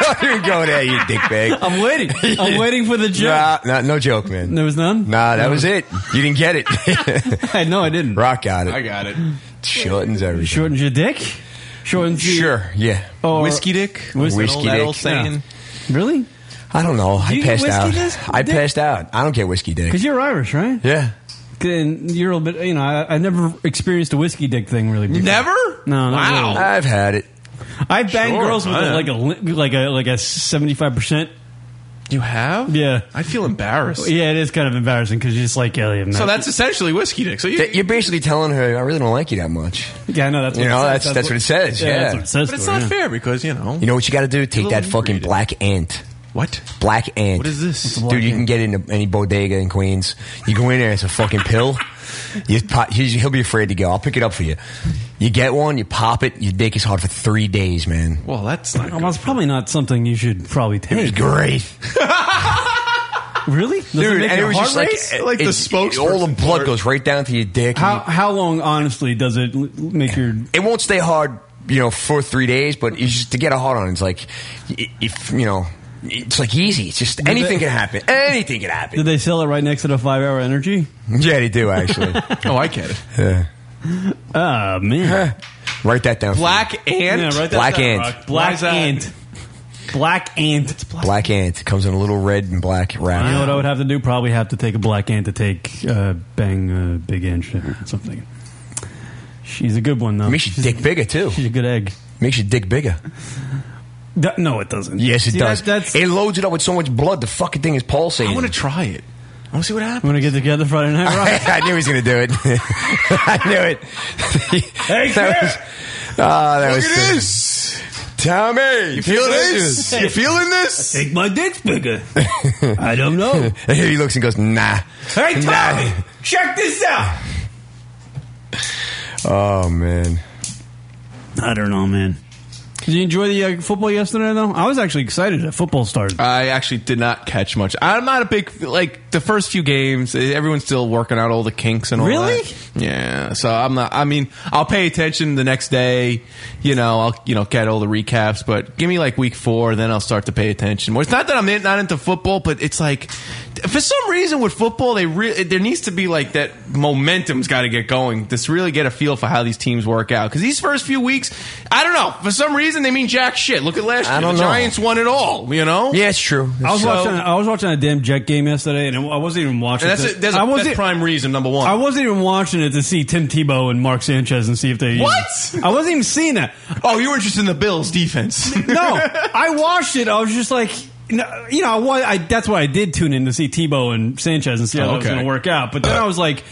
[SPEAKER 12] don't even go there, you dickbag.
[SPEAKER 11] I'm waiting. I'm waiting for the joke.
[SPEAKER 12] Nah, nah, no joke, man.
[SPEAKER 11] There was none.
[SPEAKER 12] Nah, that was it. You didn't get it.
[SPEAKER 11] I no, I didn't.
[SPEAKER 12] Rock got it.
[SPEAKER 13] I got it.
[SPEAKER 12] Shortens everything.
[SPEAKER 11] Shortens your dick. Shortens your-
[SPEAKER 12] Sure, yeah.
[SPEAKER 11] Or-
[SPEAKER 13] whiskey dick.
[SPEAKER 11] Whis-
[SPEAKER 13] That old-
[SPEAKER 12] Whiskey
[SPEAKER 13] that
[SPEAKER 12] dick.
[SPEAKER 13] old saying.
[SPEAKER 11] Really?
[SPEAKER 12] I don't know. I
[SPEAKER 11] you get
[SPEAKER 12] passed
[SPEAKER 11] whiskey
[SPEAKER 12] out.
[SPEAKER 11] this-
[SPEAKER 12] I
[SPEAKER 11] dick?
[SPEAKER 12] passed out. I don't get whiskey dick.
[SPEAKER 11] Because you're Irish, right?
[SPEAKER 12] Yeah.
[SPEAKER 11] And you're a little bit. You know, I, I never experienced a whiskey dick thing really. before.
[SPEAKER 13] Never?
[SPEAKER 11] No, not
[SPEAKER 13] Wow.
[SPEAKER 11] really.
[SPEAKER 12] I've had it.
[SPEAKER 11] I banged
[SPEAKER 13] Sure,
[SPEAKER 11] girls with
[SPEAKER 13] I
[SPEAKER 11] a,
[SPEAKER 13] am.
[SPEAKER 11] like a li- like a like a seventy five percent.
[SPEAKER 13] You have?
[SPEAKER 11] Yeah.
[SPEAKER 13] I feel embarrassed.
[SPEAKER 11] Yeah, it is kind of embarrassing because you're just like Elliot.
[SPEAKER 13] So that's essentially whiskey dick. So you,
[SPEAKER 12] That- You're basically telling her, I really don't like you that much.
[SPEAKER 11] yeah, I know that's
[SPEAKER 12] You
[SPEAKER 11] what
[SPEAKER 12] know,
[SPEAKER 11] it
[SPEAKER 12] that's
[SPEAKER 11] says.
[SPEAKER 12] that's what it says.
[SPEAKER 11] yeah,
[SPEAKER 12] Yeah.
[SPEAKER 11] that's what it says.
[SPEAKER 13] but it's
[SPEAKER 11] to her,
[SPEAKER 13] not
[SPEAKER 11] yeah.
[SPEAKER 13] fair because you know
[SPEAKER 12] You know what you got to do? Take that
[SPEAKER 13] little
[SPEAKER 12] fucking
[SPEAKER 13] weird.
[SPEAKER 12] black ant.
[SPEAKER 13] what?
[SPEAKER 12] Black ant.
[SPEAKER 13] What is this? What's a
[SPEAKER 11] black
[SPEAKER 12] Dude, you can
[SPEAKER 11] ant?
[SPEAKER 12] get into any bodega in Queens. You go in there, it's a fucking pill. You pop, he's, he'll be afraid to go. I'll pick it up for you. You get one, you pop it, your dick is hard for three days, man.
[SPEAKER 13] Well, that's not.
[SPEAKER 11] Well,
[SPEAKER 13] Good.
[SPEAKER 11] that's probably not something you should probably
[SPEAKER 12] It was
[SPEAKER 11] take.
[SPEAKER 12] great.
[SPEAKER 11] Really? Does it
[SPEAKER 12] Dude,
[SPEAKER 11] make
[SPEAKER 12] and it
[SPEAKER 11] your
[SPEAKER 12] was
[SPEAKER 11] heart
[SPEAKER 12] just like,
[SPEAKER 11] race?
[SPEAKER 12] it-
[SPEAKER 13] Like the
[SPEAKER 12] it's-
[SPEAKER 13] spokesperson
[SPEAKER 12] All the
[SPEAKER 13] for
[SPEAKER 12] blood
[SPEAKER 13] it.
[SPEAKER 12] goes right down to your dick.
[SPEAKER 11] how how long honestly does it l- make your
[SPEAKER 12] It won't stay hard you know, for three days, but it's just to get a hard on, it's like, i- if, you know, it's like easy. It's just anything can happen. Anything can happen.
[SPEAKER 11] Did they sell it right next to the five hour energy?
[SPEAKER 12] Yeah, they do, actually.
[SPEAKER 13] oh, I get it.
[SPEAKER 12] Yeah.
[SPEAKER 11] Oh, man.
[SPEAKER 12] Write that down.
[SPEAKER 13] Black ant.
[SPEAKER 11] Yeah, write that
[SPEAKER 12] Black
[SPEAKER 11] down,
[SPEAKER 12] ant.
[SPEAKER 11] Rock. Black ant. Black ant. It's black.
[SPEAKER 12] Black ant. It comes in a little red and black wrap.
[SPEAKER 11] You know what I would have to do? Probably have to take a black ant to take uh, bang uh, big ant shit or something. She's a good one though.
[SPEAKER 12] Hmm. Makes you dick bigger too.
[SPEAKER 11] She's a good egg.
[SPEAKER 12] Makes you dick bigger.
[SPEAKER 11] no, it doesn't.
[SPEAKER 12] Yes, it
[SPEAKER 11] See,
[SPEAKER 12] does.
[SPEAKER 11] that-
[SPEAKER 12] it loads it up with so much blood, the fucking thing is pulsating.
[SPEAKER 13] I want to try it. I want to see what happens.
[SPEAKER 11] Want to get together Friday night?
[SPEAKER 12] I knew he was going to do it. I knew it. hey, that was, Ah, that
[SPEAKER 11] Look
[SPEAKER 12] was
[SPEAKER 11] at
[SPEAKER 12] sick. Tommy,
[SPEAKER 11] You feel this? You feeling
[SPEAKER 13] this?
[SPEAKER 11] Take my dick bigger. I don't know.
[SPEAKER 12] he looks and goes, nah.
[SPEAKER 11] Hey,
[SPEAKER 12] Nah.
[SPEAKER 11] check this out.
[SPEAKER 12] Oh man,
[SPEAKER 11] I don't know, man. Did you enjoy the uh, football yesterday though? I was actually excited that football started.
[SPEAKER 13] I actually did not catch much. I'm not a big like the first few games. eh, Everyone's still working out all the kinks and all
[SPEAKER 11] Really?
[SPEAKER 13] that. Yeah. So I'm not. I mean, I'll pay attention the next day. You know, I'll you know get all the recaps. But give me like week four, then I'll start to pay attention more. It's not that I'm in- not into football, but it's like for some reason with football, they really there needs to be like that momentum's got to get going. Just really get a feel for how these teams work out because these first few weeks, I don't know. For some reason, they mean jack shit. Look at last
[SPEAKER 12] I
[SPEAKER 13] year,
[SPEAKER 12] don't
[SPEAKER 13] the
[SPEAKER 12] know.
[SPEAKER 13] Giants won it all. You know.
[SPEAKER 12] Yeah, it's true.
[SPEAKER 11] I was
[SPEAKER 13] So-
[SPEAKER 11] watching. I was watching a damn Jet game yesterday, and I wasn't even watching.
[SPEAKER 13] And that's,
[SPEAKER 11] it.
[SPEAKER 13] a, that's, a,
[SPEAKER 11] I
[SPEAKER 13] that's
[SPEAKER 11] wasn't.
[SPEAKER 13] prime reason number one.
[SPEAKER 11] I wasn't even watching it to see Tim Tebow and Mark Sanchez and see if they.
[SPEAKER 13] What?
[SPEAKER 11] I wasn't even seeing that.
[SPEAKER 13] Oh, you were interested in the Bills defense.
[SPEAKER 11] no, I watched it. I was just like, no, you know, I, wa- I that's why I did tune in to see Tebow and Sanchez and see how
[SPEAKER 13] Oh,
[SPEAKER 11] that was
[SPEAKER 13] okay.
[SPEAKER 11] going to work out. But then I was like,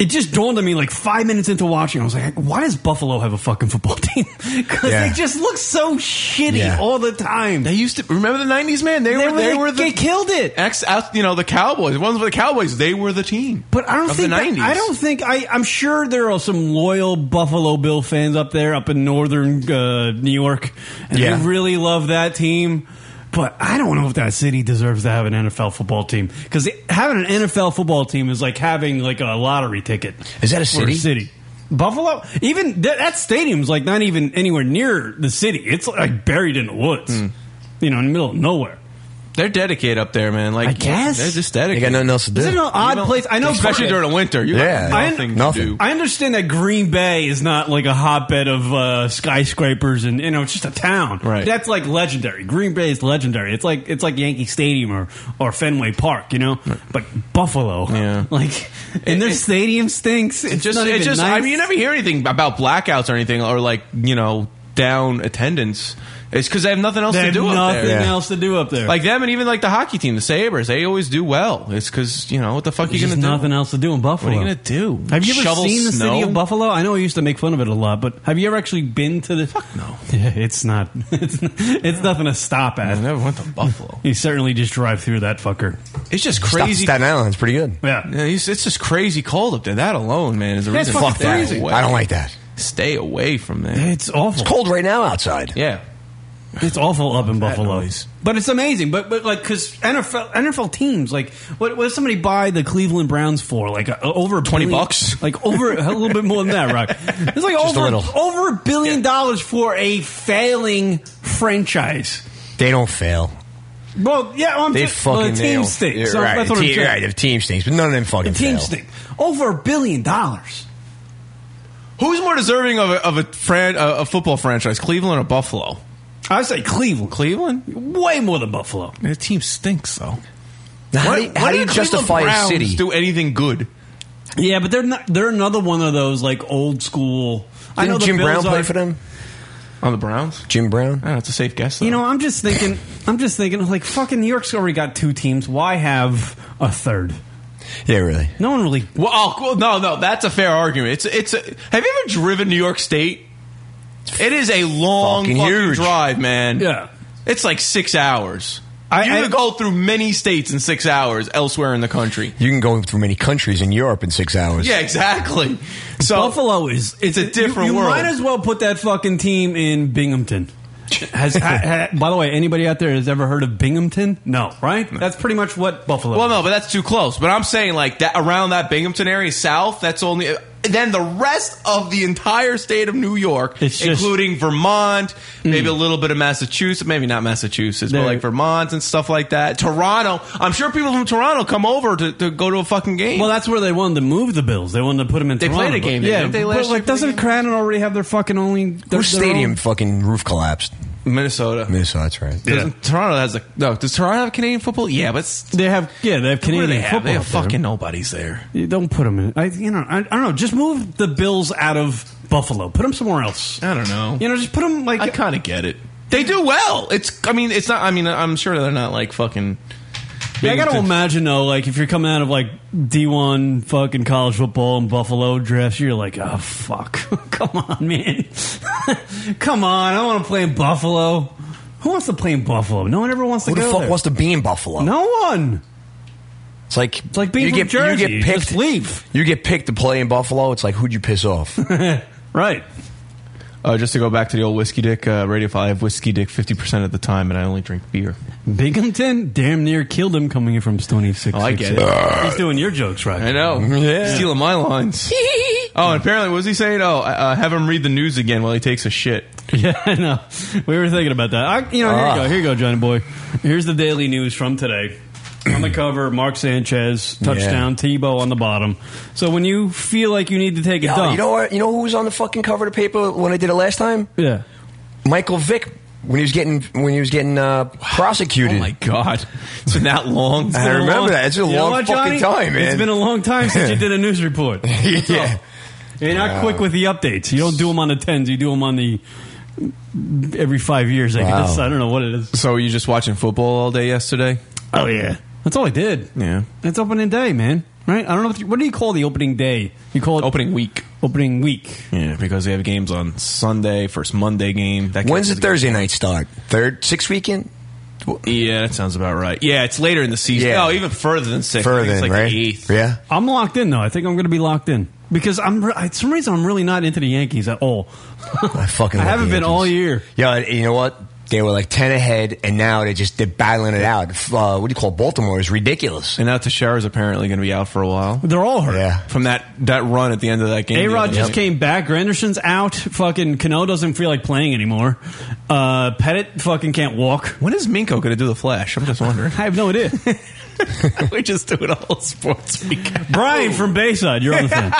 [SPEAKER 11] it just dawned on me like five minutes into watching. I was like, why does Buffalo have a fucking football team? Because
[SPEAKER 13] Yeah.
[SPEAKER 11] they just look so shitty
[SPEAKER 13] Yeah.
[SPEAKER 11] all the time. They
[SPEAKER 13] used to remember the nineties, man. They,
[SPEAKER 11] were they, were the, they killed it.
[SPEAKER 13] Ex, out- you know, the Cowboys. The ones with the Cowboys, they were the team.
[SPEAKER 11] But I don't
[SPEAKER 13] of
[SPEAKER 11] think
[SPEAKER 13] the
[SPEAKER 11] that-
[SPEAKER 13] nineties.
[SPEAKER 11] I don't think I. I'm sure there are some loyal Buffalo Bill fans up there, up in northern uh, New York, and
[SPEAKER 13] Yeah.
[SPEAKER 11] they really love that team. But I don't know if that city deserves to have an NFL football team because having an NFL football team is like having like a lottery ticket.
[SPEAKER 12] Is that a
[SPEAKER 11] for
[SPEAKER 12] city?
[SPEAKER 11] city. Buffalo, even that, that stadium's like not even anywhere near the city. It's like buried in the woods, you know, in the middle of nowhere.
[SPEAKER 13] Hmm. They're dedicated up there, man. Like,
[SPEAKER 11] I guess.
[SPEAKER 13] they're just dedicated.
[SPEAKER 12] They got nothing else to do.
[SPEAKER 11] Is it an odd
[SPEAKER 13] You know,
[SPEAKER 11] place? I know,
[SPEAKER 13] especially
[SPEAKER 11] Green-
[SPEAKER 13] during the winter. You have
[SPEAKER 11] I-
[SPEAKER 13] nothing to do.
[SPEAKER 11] I understand that Green Bay is not like a hotbed of uh, skyscrapers, and you know, it's just a town. Right. That's like legendary. Green Bay is legendary. It's like it's like Yankee Stadium or or Fenway Park, you know. But Buffalo, yeah. Like, and their stadium stinks. It's
[SPEAKER 13] It just,
[SPEAKER 11] not
[SPEAKER 13] it
[SPEAKER 11] even
[SPEAKER 13] just. I
[SPEAKER 11] nice.
[SPEAKER 13] mean, you never hear anything about blackouts or anything, or like you know, down attendance. It's because they have nothing else
[SPEAKER 11] They
[SPEAKER 13] to
[SPEAKER 11] have
[SPEAKER 13] do up there.
[SPEAKER 11] nothing else to do up there.
[SPEAKER 13] Like them, and even like the hockey team, the Sabers, they always do well. It's because you know what the fuck
[SPEAKER 11] There's
[SPEAKER 13] you gonna
[SPEAKER 11] just
[SPEAKER 13] do?
[SPEAKER 11] nothing else to do in Buffalo.
[SPEAKER 13] What are you gonna do?
[SPEAKER 11] Have you ever
[SPEAKER 13] Shovel
[SPEAKER 11] seen the
[SPEAKER 13] snow?
[SPEAKER 11] city of Buffalo? I know I used to make fun of it a lot, but have you ever actually been to the? Fuck no. Yeah, it's not. It's, not, it's nothing to stop at. I
[SPEAKER 13] never went to Buffalo.
[SPEAKER 11] you certainly just drive through that fucker.
[SPEAKER 13] It's just
[SPEAKER 11] Stop-
[SPEAKER 13] crazy.
[SPEAKER 11] Staten
[SPEAKER 12] Island's pretty good.
[SPEAKER 11] Yeah,
[SPEAKER 13] it's, it's just crazy cold up there. That alone, man, is a
[SPEAKER 12] Yeah, it's
[SPEAKER 13] reason.
[SPEAKER 12] fucking
[SPEAKER 13] to stay
[SPEAKER 12] freezing.
[SPEAKER 13] away.
[SPEAKER 12] I don't like that.
[SPEAKER 13] Stay away from there.
[SPEAKER 11] It's awful.
[SPEAKER 12] It's cold right now outside.
[SPEAKER 13] Yeah.
[SPEAKER 11] It's awful up in Buffalo. But it's amazing. But but like because NFL NFL teams like what what does somebody buy the Cleveland Browns for like a, over twenty
[SPEAKER 13] bucks?
[SPEAKER 11] Like over a little bit more than that, right? It's like
[SPEAKER 12] Just a
[SPEAKER 11] over
[SPEAKER 12] little.
[SPEAKER 11] over a billion dollars for a failing franchise.
[SPEAKER 12] They don't fail.
[SPEAKER 11] Well, yeah, well, I'm
[SPEAKER 12] they
[SPEAKER 11] just,
[SPEAKER 12] fucking
[SPEAKER 11] well, the team
[SPEAKER 12] nail.
[SPEAKER 11] stinks.
[SPEAKER 12] Yeah,
[SPEAKER 11] so
[SPEAKER 12] right.
[SPEAKER 11] That's what
[SPEAKER 12] team,
[SPEAKER 11] I'm saying.
[SPEAKER 12] right, the team stinks, but none of them fucking
[SPEAKER 11] The team
[SPEAKER 12] fail.
[SPEAKER 11] stink. Over a billion dollars.
[SPEAKER 13] Who's more deserving of a, of a, fran- uh, a, a football franchise, Cleveland or Buffalo?
[SPEAKER 11] I say Cleveland.
[SPEAKER 13] Cleveland,
[SPEAKER 11] way more than Buffalo.
[SPEAKER 13] The team stinks though.
[SPEAKER 12] How
[SPEAKER 13] Why-
[SPEAKER 12] do you,
[SPEAKER 13] why
[SPEAKER 12] how do
[SPEAKER 13] do
[SPEAKER 12] you
[SPEAKER 13] the Cleveland
[SPEAKER 12] justify a
[SPEAKER 13] Browns
[SPEAKER 12] city?
[SPEAKER 13] do anything good?
[SPEAKER 11] Yeah, but they're not. They're another one of those like old school. I
[SPEAKER 12] Didn't
[SPEAKER 11] know the
[SPEAKER 12] Jim Brown
[SPEAKER 11] Bills
[SPEAKER 12] play
[SPEAKER 11] are-
[SPEAKER 12] for them?
[SPEAKER 13] On the Browns?
[SPEAKER 12] Jim Brown?
[SPEAKER 13] I don't know. It's a safe guess. Though.
[SPEAKER 11] You know, I'm just thinking. I'm just thinking. Like fucking New York's already got two teams. Why have a third?
[SPEAKER 12] Yeah, really.
[SPEAKER 11] No one really.
[SPEAKER 13] Well, oh, cool. no, no, that's a fair argument. It's it's. A, have you ever driven New York State? It is a long
[SPEAKER 12] Fucking
[SPEAKER 13] fucking,
[SPEAKER 12] huge.
[SPEAKER 13] drive, man.
[SPEAKER 11] Yeah,
[SPEAKER 13] it's like six hours.
[SPEAKER 11] I,
[SPEAKER 13] you could go through many states in six hours elsewhere in the country.
[SPEAKER 12] You can go through many countries in Europe in six hours.
[SPEAKER 13] Yeah, exactly. So
[SPEAKER 11] Buffalo is
[SPEAKER 13] it's a different
[SPEAKER 11] you, you
[SPEAKER 13] world.
[SPEAKER 11] might as well put that fucking team in Binghamton. Has ha, ha, by the way, anybody out there has ever heard of Binghamton? No, right? That's pretty much what Buffalo.
[SPEAKER 13] well, no, but that's too close. But I'm saying like that around that Binghamton area, south. That's only. then the rest of the entire state of New York,
[SPEAKER 11] just- Hmm.
[SPEAKER 13] including Vermont, maybe a little bit of Massachusetts, maybe not Massachusetts, but like Vermont and stuff like that. Toronto, I'm sure people from Toronto come over to, to go to a fucking game.
[SPEAKER 11] Well, that's where they wanted to move the Bills. They wanted to put them in.
[SPEAKER 13] They
[SPEAKER 11] Toronto,
[SPEAKER 13] played a
[SPEAKER 11] but-
[SPEAKER 13] game,
[SPEAKER 11] Yeah,
[SPEAKER 13] didn't they, last
[SPEAKER 11] but like,
[SPEAKER 13] year?
[SPEAKER 11] doesn't Cranon already have their fucking only their,
[SPEAKER 12] Whose
[SPEAKER 11] their
[SPEAKER 12] stadium
[SPEAKER 11] own-
[SPEAKER 12] fucking roof collapsed?
[SPEAKER 13] Minnesota.
[SPEAKER 12] Minnesota, that's right.
[SPEAKER 13] Doesn't- Toronto has a no. Does Toronto have Canadian football? Yeah, but it's-
[SPEAKER 11] They have yeah, they have
[SPEAKER 13] What do
[SPEAKER 11] Canadian
[SPEAKER 13] they have?
[SPEAKER 11] football.
[SPEAKER 13] They have
[SPEAKER 11] dude.
[SPEAKER 13] fucking nobodies there.
[SPEAKER 11] You don't put them in. I, you know, I, I don't know. Just move the Bills out of Buffalo. Put them somewhere else.
[SPEAKER 13] I don't know.
[SPEAKER 11] You know, just put them like
[SPEAKER 13] I kind of get it. They do well. It's. I mean, it's not. I mean, I'm sure they're not like fucking.
[SPEAKER 11] Yeah, I gotta
[SPEAKER 13] Binghamton.
[SPEAKER 11] imagine though, like if you're coming out of like D1 fucking college football and Buffalo drafts, you're like, oh fuck, come on, man, come on, I don't want to play in Buffalo. Who wants to play in Buffalo? No one ever wants to
[SPEAKER 12] Who the
[SPEAKER 11] go
[SPEAKER 12] fuck
[SPEAKER 11] there.
[SPEAKER 12] wants to be in Buffalo?
[SPEAKER 11] No one.
[SPEAKER 12] It's like it's
[SPEAKER 11] like being
[SPEAKER 12] you
[SPEAKER 11] from
[SPEAKER 12] get,
[SPEAKER 11] Jersey.
[SPEAKER 12] You get picked.
[SPEAKER 11] Just leave.
[SPEAKER 12] You get picked to play in Buffalo. It's like who'd you piss off?
[SPEAKER 11] right.
[SPEAKER 13] Uh, just to go back to the old whiskey dick uh, radio file, I have whiskey dick fifty percent of the time, and I only drink beer.
[SPEAKER 11] Binghamton damn near killed him coming in from Stony Six.
[SPEAKER 13] Oh, I get it.
[SPEAKER 11] He's doing your jokes right.
[SPEAKER 13] I know.
[SPEAKER 11] Yeah.
[SPEAKER 13] Stealing my lines. oh, and apparently, what was he saying? Oh, uh, have him read the news again while he takes a shit.
[SPEAKER 11] Yeah, I know. We were thinking about that. I, you know, here you
[SPEAKER 13] Ah.
[SPEAKER 11] go. Here you go, Johnny boy. Here's the daily news from today. On the cover, Mark Sanchez touchdown, Tebow on the bottom. So when you feel like you need to take a
[SPEAKER 12] Yo,
[SPEAKER 11] dump,
[SPEAKER 12] you know what? You know who was on the fucking cover of the paper when I did it last time?
[SPEAKER 11] Yeah,
[SPEAKER 12] Michael Vick when he was getting when he was getting uh, prosecuted. Oh my
[SPEAKER 13] god, it's been that long.
[SPEAKER 12] I remember that. It's been a
[SPEAKER 11] You know
[SPEAKER 12] long
[SPEAKER 11] what,
[SPEAKER 12] fucking
[SPEAKER 11] Johnny?
[SPEAKER 12] time, man.
[SPEAKER 11] It's been a long time since you did a news report.
[SPEAKER 12] yeah.
[SPEAKER 11] You're not
[SPEAKER 12] Wow.
[SPEAKER 11] quick with the updates. You don't do them on the tens. You do them on the every five years. I
[SPEAKER 13] Wow.
[SPEAKER 11] guess I don't know what it is.
[SPEAKER 13] So were you just watching football all day yesterday?
[SPEAKER 11] Oh yeah, that's all I did.
[SPEAKER 13] Yeah,
[SPEAKER 11] It's opening day, man. Right? I don't know. What, you- what do you call the opening day? You call it
[SPEAKER 13] opening week.
[SPEAKER 11] Opening week.
[SPEAKER 13] yeah, because they have games on Sunday, first Monday game. That
[SPEAKER 12] When's
[SPEAKER 13] counts
[SPEAKER 12] the
[SPEAKER 13] as a
[SPEAKER 12] Thursday night start? Third, sixth weekend?
[SPEAKER 13] game. Yeah, that sounds about right. Yeah, it's later in the season.
[SPEAKER 11] Yeah.
[SPEAKER 13] Oh, even further than six. I
[SPEAKER 12] Further
[SPEAKER 13] think it's
[SPEAKER 12] than
[SPEAKER 13] like
[SPEAKER 12] right?
[SPEAKER 13] the eighth.
[SPEAKER 12] Yeah.
[SPEAKER 11] I'm locked in though. I think I'm going to be locked in because I'm re- I, some reason I'm really not into the Yankees at all.
[SPEAKER 12] I fucking.
[SPEAKER 11] I
[SPEAKER 12] love
[SPEAKER 11] haven't
[SPEAKER 12] the
[SPEAKER 11] been all year.
[SPEAKER 12] Yeah, and you know what? They were like ten ahead, and now they just they're battling it out. Uh, what do you call it? Baltimore? Is ridiculous.
[SPEAKER 13] And now Teixeira's apparently going to be out for a while.
[SPEAKER 11] They're all hurt.
[SPEAKER 12] Yeah.
[SPEAKER 13] From that, that run at the end of that game.
[SPEAKER 11] A
[SPEAKER 13] the
[SPEAKER 11] Rod
[SPEAKER 13] other
[SPEAKER 11] just
[SPEAKER 13] night.
[SPEAKER 11] came back. Granderson's out. Fucking Cano doesn't feel like playing anymore. Uh, Pettit fucking can't walk.
[SPEAKER 13] When is Minko going to do the flash? I'm just wondering.
[SPEAKER 11] I have no idea.
[SPEAKER 13] We're just doing all sports week.
[SPEAKER 11] Brian from Bayside, you're on the phone.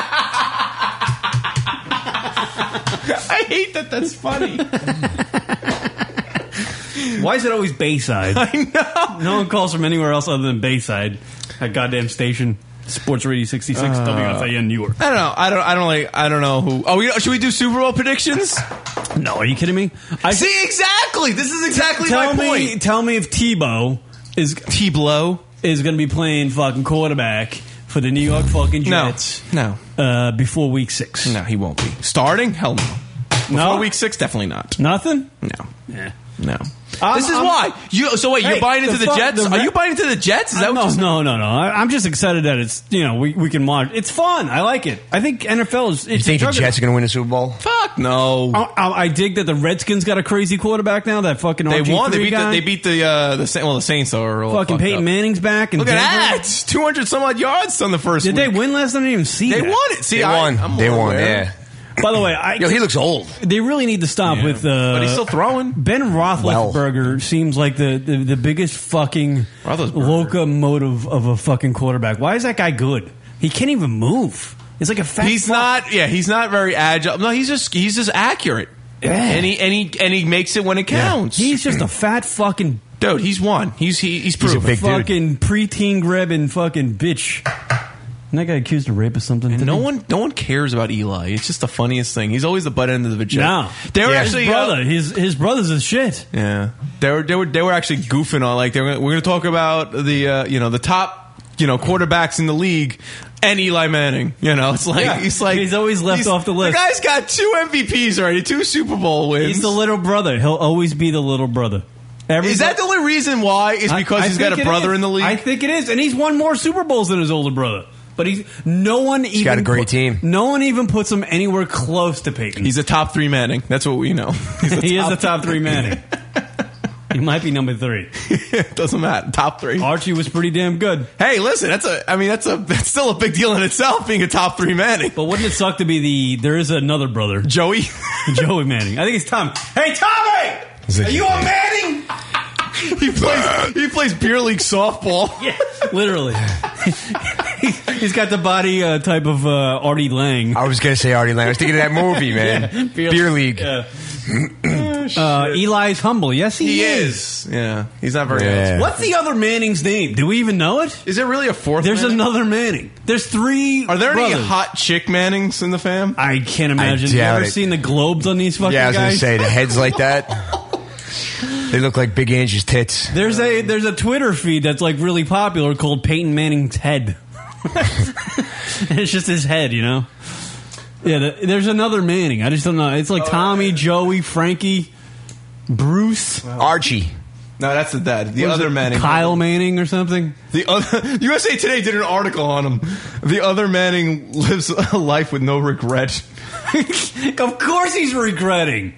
[SPEAKER 13] I hate that that's funny.
[SPEAKER 11] Why is it always Bayside?
[SPEAKER 13] I
[SPEAKER 11] know. No one calls from anywhere else other than Bayside. That goddamn station, Sports Radio 66,
[SPEAKER 13] Uh,
[SPEAKER 11] WFAN, New York.
[SPEAKER 13] I don't know. I don't. I don't like. I don't know who. Oh, we, should we do Super Bowl predictions?
[SPEAKER 11] No, are you kidding me? I
[SPEAKER 13] see exactly. This is exactly
[SPEAKER 11] tell
[SPEAKER 13] my
[SPEAKER 11] me,
[SPEAKER 13] point.
[SPEAKER 11] Tell me if Tebow is
[SPEAKER 13] Tebow
[SPEAKER 11] is going to be playing fucking quarterback for the New York fucking
[SPEAKER 13] No.
[SPEAKER 11] Jets.
[SPEAKER 13] No.
[SPEAKER 11] Uh, before week six.
[SPEAKER 13] No, he won't be starting. Hell no. Before
[SPEAKER 11] No?
[SPEAKER 13] week six, definitely not.
[SPEAKER 11] Nothing.
[SPEAKER 13] No.
[SPEAKER 11] Yeah.
[SPEAKER 13] No.
[SPEAKER 11] I'm-
[SPEAKER 13] this is
[SPEAKER 11] I'm-
[SPEAKER 13] why you. So wait,
[SPEAKER 11] Hey,
[SPEAKER 13] you're buying into
[SPEAKER 11] the
[SPEAKER 13] the,
[SPEAKER 11] fuck-
[SPEAKER 13] Jets?
[SPEAKER 11] the
[SPEAKER 13] Are
[SPEAKER 11] Ra-
[SPEAKER 13] you buying into the Jets? Is that
[SPEAKER 11] no,
[SPEAKER 13] what you
[SPEAKER 11] no, no, no. I, I'm just excited that it's you know we, we can watch. It's fun. I like it. I think NFL is. It's
[SPEAKER 12] You think the Jets are going to win the Super Bowl?
[SPEAKER 13] Fuck no.
[SPEAKER 11] I, I, I dig that the Redskins got a crazy quarterback now. That fucking
[SPEAKER 13] They
[SPEAKER 11] RG3
[SPEAKER 13] won. They beat. The,
[SPEAKER 11] guy.
[SPEAKER 13] they beat the uh, the Sa- well the Saints are all
[SPEAKER 11] fucking
[SPEAKER 13] fucked
[SPEAKER 11] Peyton
[SPEAKER 13] up.
[SPEAKER 11] Manning's back. And
[SPEAKER 13] Look at that! Two hundred some odd yards on the first.
[SPEAKER 11] Did
[SPEAKER 13] week.
[SPEAKER 11] they win last night? I didn't even see.
[SPEAKER 13] They
[SPEAKER 11] that.
[SPEAKER 13] won it. See, I- I'm aware.
[SPEAKER 11] By the way, I,
[SPEAKER 12] Yo, he looks old.
[SPEAKER 11] They really need to stop with. Uh,
[SPEAKER 13] But he's still throwing.
[SPEAKER 11] Ben Roethlisberger seems like the, the, the biggest fucking locomotive of a fucking quarterback. Why is that guy good? He can't even move. He's like a fat.
[SPEAKER 13] He's
[SPEAKER 11] fuck.
[SPEAKER 13] not. Yeah, he's not very agile. No, he's just he's just accurate.
[SPEAKER 11] Yeah.
[SPEAKER 13] And he and he and he makes it when it counts.
[SPEAKER 11] He's just a fat fucking
[SPEAKER 13] dude. He's one. He's he, he's proven.
[SPEAKER 11] fucking preteen grabbing fucking bitch. And that guy accused of rape or something. didn't
[SPEAKER 13] No
[SPEAKER 11] he?
[SPEAKER 13] one, no one cares about Eli. It's just the funniest thing. He's always the butt end of the vagina.
[SPEAKER 11] No,
[SPEAKER 13] they were
[SPEAKER 11] Yeah.
[SPEAKER 13] actually
[SPEAKER 11] his brother.
[SPEAKER 13] uh,
[SPEAKER 11] his his brother's a shit.
[SPEAKER 13] yeah, they were they were they were actually goofing on like they were. Gonna, we're going to talk about the uh, you know the top you know quarterbacks in the league and Eli Manning. You know, it's like
[SPEAKER 11] Yeah.
[SPEAKER 13] he's like
[SPEAKER 11] He's always left off the list.
[SPEAKER 13] The guy's got two MVPs already, two Super Bowl wins.
[SPEAKER 11] He's the little brother. He'll always be the little brother. Every-
[SPEAKER 13] is that the only reason why? Is
[SPEAKER 11] I-
[SPEAKER 13] because
[SPEAKER 11] I
[SPEAKER 13] he's got
[SPEAKER 11] think
[SPEAKER 13] a
[SPEAKER 11] it
[SPEAKER 13] brother
[SPEAKER 11] is.
[SPEAKER 13] in the league?
[SPEAKER 11] I think it is, and he's won more Super Bowls than his older brother. But he's no one even
[SPEAKER 13] got a great
[SPEAKER 11] put-
[SPEAKER 13] team.
[SPEAKER 11] No one even puts him anywhere close to Peyton.
[SPEAKER 13] He's a top three Manning. That's what we know. He's a
[SPEAKER 11] he is
[SPEAKER 13] top-
[SPEAKER 11] the top three Manning. You might be number three.
[SPEAKER 13] Doesn't matter. Top three.
[SPEAKER 11] Archie was pretty damn good.
[SPEAKER 13] Hey, listen, that's a. I mean, that's a. That's still a big deal in itself being a top three Manning.
[SPEAKER 11] But wouldn't it suck to be the? There is another brother,
[SPEAKER 13] Joey,
[SPEAKER 11] Joey Manning. I think it's Tom. Hey,
[SPEAKER 13] Is
[SPEAKER 11] Tommy,
[SPEAKER 13] it-
[SPEAKER 11] are you on Manning?
[SPEAKER 13] He plays. he plays beer league softball.
[SPEAKER 11] yeah, literally. He's got the body uh, type of uh, Artie Lang.
[SPEAKER 12] I was gonna say Artie Lang. I was thinking of that movie, man.
[SPEAKER 11] Yeah,
[SPEAKER 12] Beer, League.
[SPEAKER 11] Yeah. uh, Eli's humble. Yes, he,
[SPEAKER 13] He is. Yeah, he's not very. handsome.
[SPEAKER 11] What's the other Manning's name? Do we even know it?
[SPEAKER 13] Is there really a fourth?
[SPEAKER 11] There's another Manning. There's three.
[SPEAKER 13] Are there any
[SPEAKER 11] brothers.
[SPEAKER 13] hot chick Mannings in the fam?
[SPEAKER 11] I can't Imagine. You
[SPEAKER 12] doubt
[SPEAKER 11] ever
[SPEAKER 12] it.
[SPEAKER 11] seen the globes on these fucking
[SPEAKER 12] yeah, I was gonna
[SPEAKER 11] guys?
[SPEAKER 12] say the heads like that. They look like Big Angie's tits.
[SPEAKER 11] There's a there's a Twitter feed that's like really popular called Peyton Manning's head. And it's just his head, you know. Yeah, th- there's another Manning. I just don't know. It's like
[SPEAKER 13] Oh,
[SPEAKER 11] Tommy, Joey, Frankie, Bruce,
[SPEAKER 12] Archie.
[SPEAKER 13] No, that's the dad. The
[SPEAKER 11] What is
[SPEAKER 13] other
[SPEAKER 11] it?
[SPEAKER 13] Manning.
[SPEAKER 11] Kyle Manning or something.
[SPEAKER 13] The other USA Today did an article on him. The other Manning lives a life with no regret.
[SPEAKER 11] of course, he's regretting.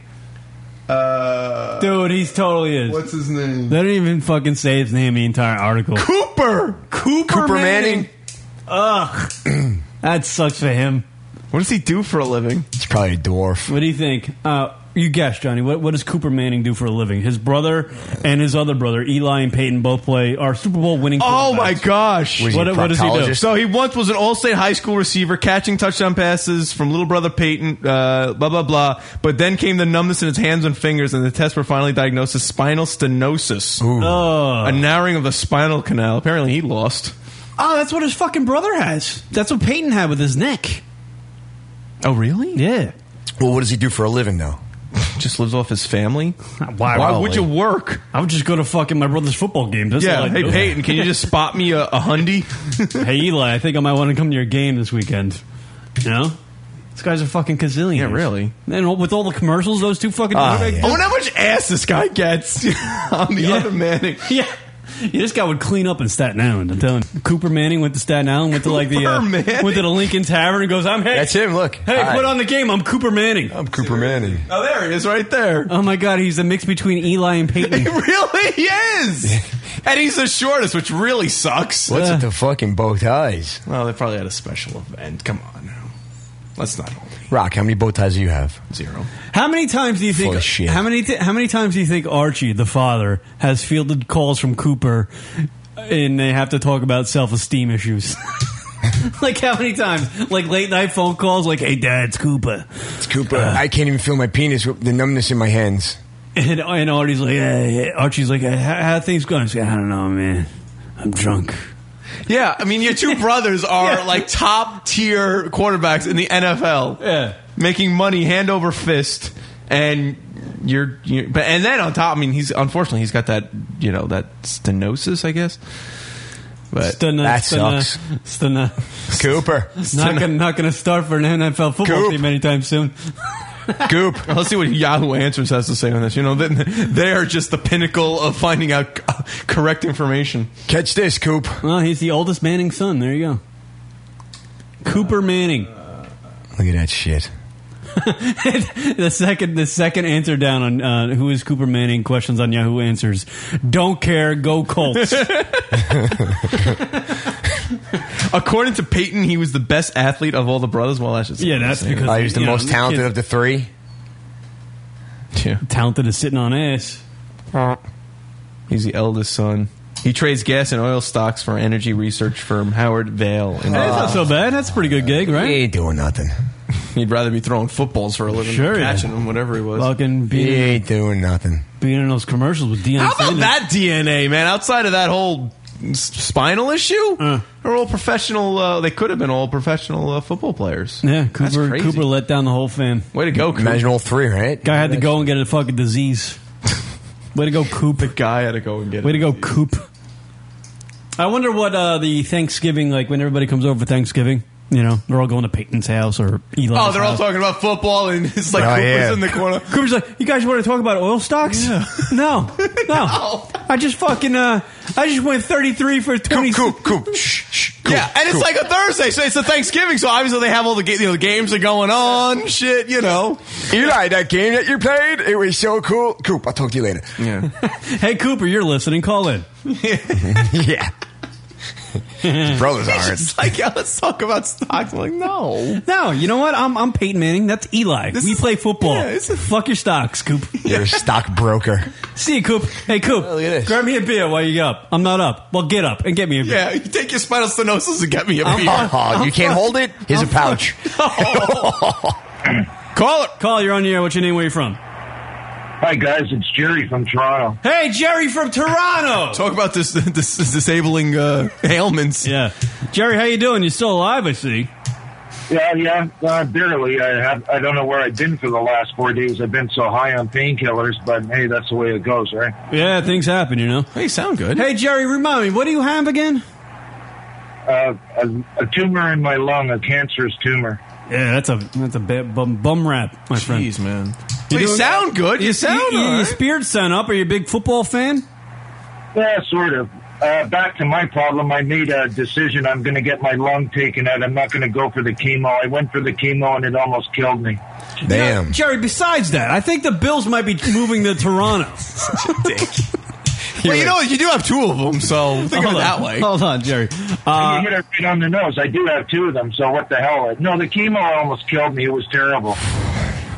[SPEAKER 13] Uh,
[SPEAKER 11] Dude, he's totally is.
[SPEAKER 13] What's his name?
[SPEAKER 11] They don't even fucking say his name in the entire article.
[SPEAKER 13] Cooper. Cooper,
[SPEAKER 11] Cooper
[SPEAKER 13] Manning.
[SPEAKER 11] Ugh, that sucks for him.
[SPEAKER 13] What does he do for a living?
[SPEAKER 12] He's probably a dwarf.
[SPEAKER 11] What do you think? Uh, you guess, Johnny. What, what does Cooper Manning do for a living? His brother and his other brother, Eli and Peyton, both play our Super Bowl winning.
[SPEAKER 13] Oh my
[SPEAKER 11] quarterbacks.
[SPEAKER 13] gosh!
[SPEAKER 11] Was he What- a what does he do? proctologist?
[SPEAKER 13] So he once was an All-State high school receiver, catching touchdown passes from little brother Peyton. Uh, blah blah blah. But then came the numbness in his hands and fingers, and the tests were finally diagnosed as spinal stenosis,
[SPEAKER 11] Oh.
[SPEAKER 13] a narrowing of the spinal canal. Apparently, he lost.
[SPEAKER 11] Oh, that's what his fucking brother has. That's what Peyton had with his neck.
[SPEAKER 13] Oh, really?
[SPEAKER 11] Yeah.
[SPEAKER 12] Well, what does he do for a living, though?
[SPEAKER 13] Just lives off his family.
[SPEAKER 11] Why,
[SPEAKER 13] would you work?
[SPEAKER 11] I would just go to fucking my brother's football games. That's
[SPEAKER 13] yeah.
[SPEAKER 11] all I
[SPEAKER 13] Hey,
[SPEAKER 11] do.
[SPEAKER 13] Peyton, can you just spot me a, a hundy?
[SPEAKER 11] hey, Eli, I think I might want to come to your game this weekend. You know? These guys are fucking gazillion. Yeah,
[SPEAKER 13] really.
[SPEAKER 11] And with all the commercials, those two fucking.
[SPEAKER 13] Ah,
[SPEAKER 11] quarterbacks
[SPEAKER 13] yeah.
[SPEAKER 11] do.
[SPEAKER 13] I wonder how much ass this guy gets on the other Manning.
[SPEAKER 11] Yeah. Yeah, this guy would clean up in Staten Island. I'm telling you. Cooper Manning went to Staten Island, went to like the uh,
[SPEAKER 13] Cooper Manning?
[SPEAKER 11] went to the Lincoln Tavern, and goes, "I'm hey,
[SPEAKER 12] That's him. Look.
[SPEAKER 11] hey,
[SPEAKER 12] Hi.
[SPEAKER 11] put on the game. I'm Cooper Manning."
[SPEAKER 12] I'm Cooper Manning.
[SPEAKER 13] Oh, there he is, right there.
[SPEAKER 11] Oh my God, he's a mix between Eli and Peyton.
[SPEAKER 13] It really is. and he's the shortest, which really sucks.
[SPEAKER 12] What's with the fucking bow ties?
[SPEAKER 13] Well, they probably had a special event. Come on now. Let's not hold it.
[SPEAKER 12] Rock, how many bow ties do you have?
[SPEAKER 13] Zero.
[SPEAKER 11] How many times do you think?
[SPEAKER 12] Full of shit.
[SPEAKER 11] How many? T- how many times do you think Archie, the father, has fielded calls from Cooper, and they have to talk about self-esteem issues? like how many times? Like late night phone calls, like, "Hey, Dad, it's Cooper,"
[SPEAKER 12] It's Cooper. Uh, I can't even feel my penis. with The numbness in my hands.
[SPEAKER 11] and, and Artie's like, "Yeah, yeah." Archie's like, "How, how are things going?" He's like, "I don't know, man. I'm drunk."
[SPEAKER 13] Yeah, I mean, your two brothers are like top tier quarterbacks in the NFL.
[SPEAKER 11] Yeah.
[SPEAKER 13] Making money hand over fist. And you're, you but, and then on top, I mean, he's, unfortunately, he's got that, you know, that stenosis, I guess. But
[SPEAKER 11] Stunna,
[SPEAKER 12] that
[SPEAKER 11] stunna,
[SPEAKER 12] sucks.
[SPEAKER 11] Stunna.
[SPEAKER 12] Cooper.
[SPEAKER 11] Not gonna, not gonna start for an NFL football
[SPEAKER 12] Coop.
[SPEAKER 11] team anytime soon.
[SPEAKER 12] Goop.
[SPEAKER 13] Let's see what Yahoo Answers has to say on this. You know, they- they are just the pinnacle of finding out c- correct information.
[SPEAKER 12] Catch this, Coop.
[SPEAKER 11] Well, he's the oldest Manning son. There you go. Cooper Manning.
[SPEAKER 12] Look at that shit.
[SPEAKER 11] the second the second answer down on uh, who is Cooper Manning questions on Yahoo Answers. Don't care, go Colts.
[SPEAKER 13] According to Peyton, he was the best athlete of all the brothers. Well, that's just
[SPEAKER 11] Yeah, that's because-
[SPEAKER 12] I was the
[SPEAKER 11] You know,
[SPEAKER 12] most
[SPEAKER 11] this
[SPEAKER 12] talented
[SPEAKER 11] kid-
[SPEAKER 12] of the three.
[SPEAKER 13] Yeah.
[SPEAKER 11] Talented is sitting on ass.
[SPEAKER 13] he's the eldest son. He trades gas and oil stocks for energy research firm Howard Vale. And
[SPEAKER 11] That's not so bad. That's a pretty good gig,
[SPEAKER 12] He
[SPEAKER 11] right?
[SPEAKER 12] ain't doing nothing.
[SPEAKER 13] he'd rather be throwing footballs for a living,
[SPEAKER 11] Sure,
[SPEAKER 13] than
[SPEAKER 11] yeah.
[SPEAKER 13] catching them, whatever he was.
[SPEAKER 11] Fucking
[SPEAKER 12] He
[SPEAKER 11] being,
[SPEAKER 12] ain't doing nothing.
[SPEAKER 11] being in those commercials with Deion
[SPEAKER 13] How about
[SPEAKER 11] Sanders.
[SPEAKER 13] that DNA, man? Outside of that whole s- spinal issue,
[SPEAKER 11] Uh.
[SPEAKER 13] they're all professional. Uh, they could have been all professional uh, football players.
[SPEAKER 11] Yeah,
[SPEAKER 13] That's
[SPEAKER 11] Cooper
[SPEAKER 13] crazy.
[SPEAKER 11] Cooper let down the whole fan.
[SPEAKER 13] Way to go, Coop.
[SPEAKER 12] Imagine all three, right?
[SPEAKER 11] Guy had to go and get a fucking disease. Way to go, Coop.
[SPEAKER 13] guy had to go and get
[SPEAKER 11] Way to go, Coop. I wonder what uh, the Thanksgiving, like when everybody comes over for Thanksgiving, you know, they're all going to Peyton's house or Eli's
[SPEAKER 13] Oh, they're all
[SPEAKER 11] house.
[SPEAKER 13] talking about football, and it's like
[SPEAKER 12] Oh,
[SPEAKER 13] Cooper's
[SPEAKER 12] yeah.
[SPEAKER 13] in the corner.
[SPEAKER 11] Cooper's like, you guys want to talk about oil stocks? No, no. I just fucking, uh, I just went 33 for 20.
[SPEAKER 12] Coop, Coop, Coop. Shh, shh.
[SPEAKER 13] yeah, and it's like a Thursday, so it's a Thanksgiving. So obviously they have all the ga- you know the games are going on, shit. You know,
[SPEAKER 12] you like that game that you played? It was so cool. Coop, I'll talk to you later.
[SPEAKER 13] Yeah.
[SPEAKER 11] hey, Cooper, you're listening. Call in.
[SPEAKER 12] yeah. Brothers
[SPEAKER 13] It's
[SPEAKER 12] aren't.
[SPEAKER 13] just like, yeah, let's talk about stocks. I'm like, no.
[SPEAKER 11] No, you know what? I'm, I'm Peyton Manning. That's Eli. we play football. Fuck your stocks, Coop.
[SPEAKER 12] You're a stockbroker.
[SPEAKER 11] See you, Coop. Hey, Coop.
[SPEAKER 13] Oh,
[SPEAKER 11] Grab me a beer while you up. I'm not up. Well, get up and get me a beer.
[SPEAKER 13] Yeah, you take your spinal stenosis and get me a
[SPEAKER 11] I'm
[SPEAKER 13] beer.
[SPEAKER 11] fucked. I'm
[SPEAKER 12] Oh, you can't
[SPEAKER 11] fucked.
[SPEAKER 12] hold it? Here's
[SPEAKER 11] I'm
[SPEAKER 12] a pouch.
[SPEAKER 11] Call it. Call. You're on the air. What's your name? Where you from?
[SPEAKER 15] Hi guys, it's Jerry from Toronto.
[SPEAKER 11] Hey, Jerry from Toronto.
[SPEAKER 13] Talk about this, this disabling uh, ailments.
[SPEAKER 11] Yeah, Jerry, how you doing? You still alive? I see.
[SPEAKER 15] Yeah, yeah, uh, barely. I have. I don't know where I've been for the last four days. I've been so high on painkillers, but hey, that's the way it goes, right?
[SPEAKER 11] Yeah, things happen, you know.
[SPEAKER 13] Hey, sound good.
[SPEAKER 11] Hey, Jerry, remind me. What do you have again?
[SPEAKER 15] Uh, a, a tumor in my lung, a cancerous tumor.
[SPEAKER 11] Yeah, that's a that's a bad bum, bum rap, my friend. Jeez,
[SPEAKER 13] man.
[SPEAKER 15] Well, you sound good. You sound
[SPEAKER 11] You,
[SPEAKER 15] all
[SPEAKER 11] your
[SPEAKER 15] right.
[SPEAKER 11] spirits sound up. Are you a big football fan?
[SPEAKER 15] Yeah, sort of. Uh, back to my problem. I made a decision. I'm going to get my lung taken out. I'm not going to go for the chemo. I went for the chemo and it almost killed me.
[SPEAKER 11] Damn, Jerry. Besides that, I think the Bills might be moving to Toronto.
[SPEAKER 13] Well, you know what? You do have two of them, so think of it
[SPEAKER 11] Hold
[SPEAKER 13] that
[SPEAKER 11] on.
[SPEAKER 13] way.
[SPEAKER 11] Hold on, Jerry. Uh,
[SPEAKER 15] you hit it right on the nose. I do have two of them, so what the hell? No, the chemo almost killed me. It was terrible.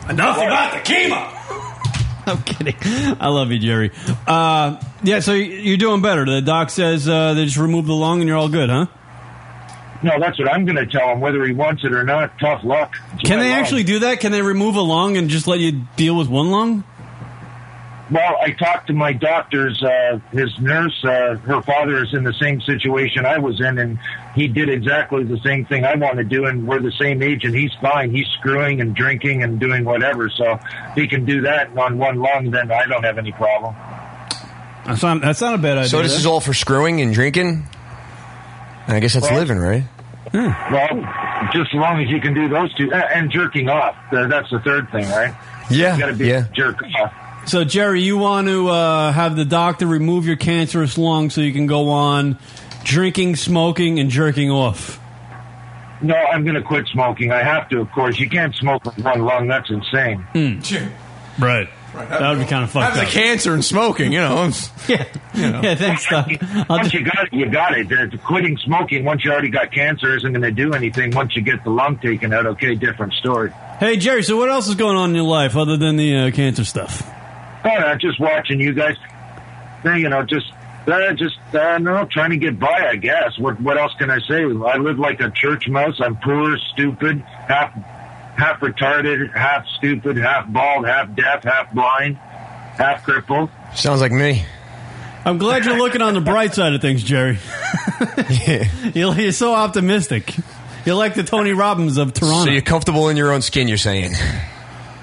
[SPEAKER 11] Enough about the chemo. I'm kidding. I love you, Jerry. Uh, yeah, so you- you're doing better. The doc says uh, they just removed the lung and you're all good, huh?
[SPEAKER 15] No, that's what I'm going to tell him, whether he wants it or not. Tough luck. It's
[SPEAKER 11] Can
[SPEAKER 15] my
[SPEAKER 11] they
[SPEAKER 15] lung.
[SPEAKER 11] actually do that? Can they remove a lung and just let you deal with one lung?
[SPEAKER 15] Well, I talked to my doctors. Uh, his nurse, uh, her father is in the same situation I was in, and he did exactly the same thing I want to do, and we're the same age, and he's fine. He's screwing and drinking and doing whatever, so if he can do that on one lung, then I don't have any problem.
[SPEAKER 11] That's not, that's not a bad idea.
[SPEAKER 12] So this is all for screwing and drinking? I guess that's living, right? Hmm.
[SPEAKER 15] Well, just as long as you can do those two, uh, and jerking off. Uh, that's the third thing, right?
[SPEAKER 12] Yeah.
[SPEAKER 15] You got to be
[SPEAKER 12] yeah.
[SPEAKER 15] a jerk off.
[SPEAKER 11] So, Jerry, you want to uh, have the doctor remove your cancerous lung so you can go on drinking, smoking, and jerking off.
[SPEAKER 15] No, I'm going to quit smoking. I have to, of course. You can't smoke with one lung. That's insane.
[SPEAKER 11] Right. That would be kind of fucked
[SPEAKER 13] Have the
[SPEAKER 11] up.
[SPEAKER 13] cancer and smoking, you know.
[SPEAKER 11] yeah. Yeah, thanks, Doc.
[SPEAKER 15] Once you got it, you got it. Uh, Quitting smoking once you already got cancer isn't going to do anything. Once you get the lung taken out, okay, different story.
[SPEAKER 11] Hey, Jerry, so what else is going on in your life other than the uh, cancer stuff?
[SPEAKER 15] Oh, no, just watching you guys. Hey, You know, just uh, just uh, no, trying to get by. I guess. What what else can I say? I live like a church mouse. I'm poor, stupid, half half retarded, half stupid, half bald, half deaf, half blind, half crippled.
[SPEAKER 12] Sounds like me.
[SPEAKER 11] I'm glad you're looking on the bright side of things, Jerry. you're, you're so optimistic. You're like the Tony Robbins of Toronto.
[SPEAKER 12] So you're comfortable in your own skin, you're saying?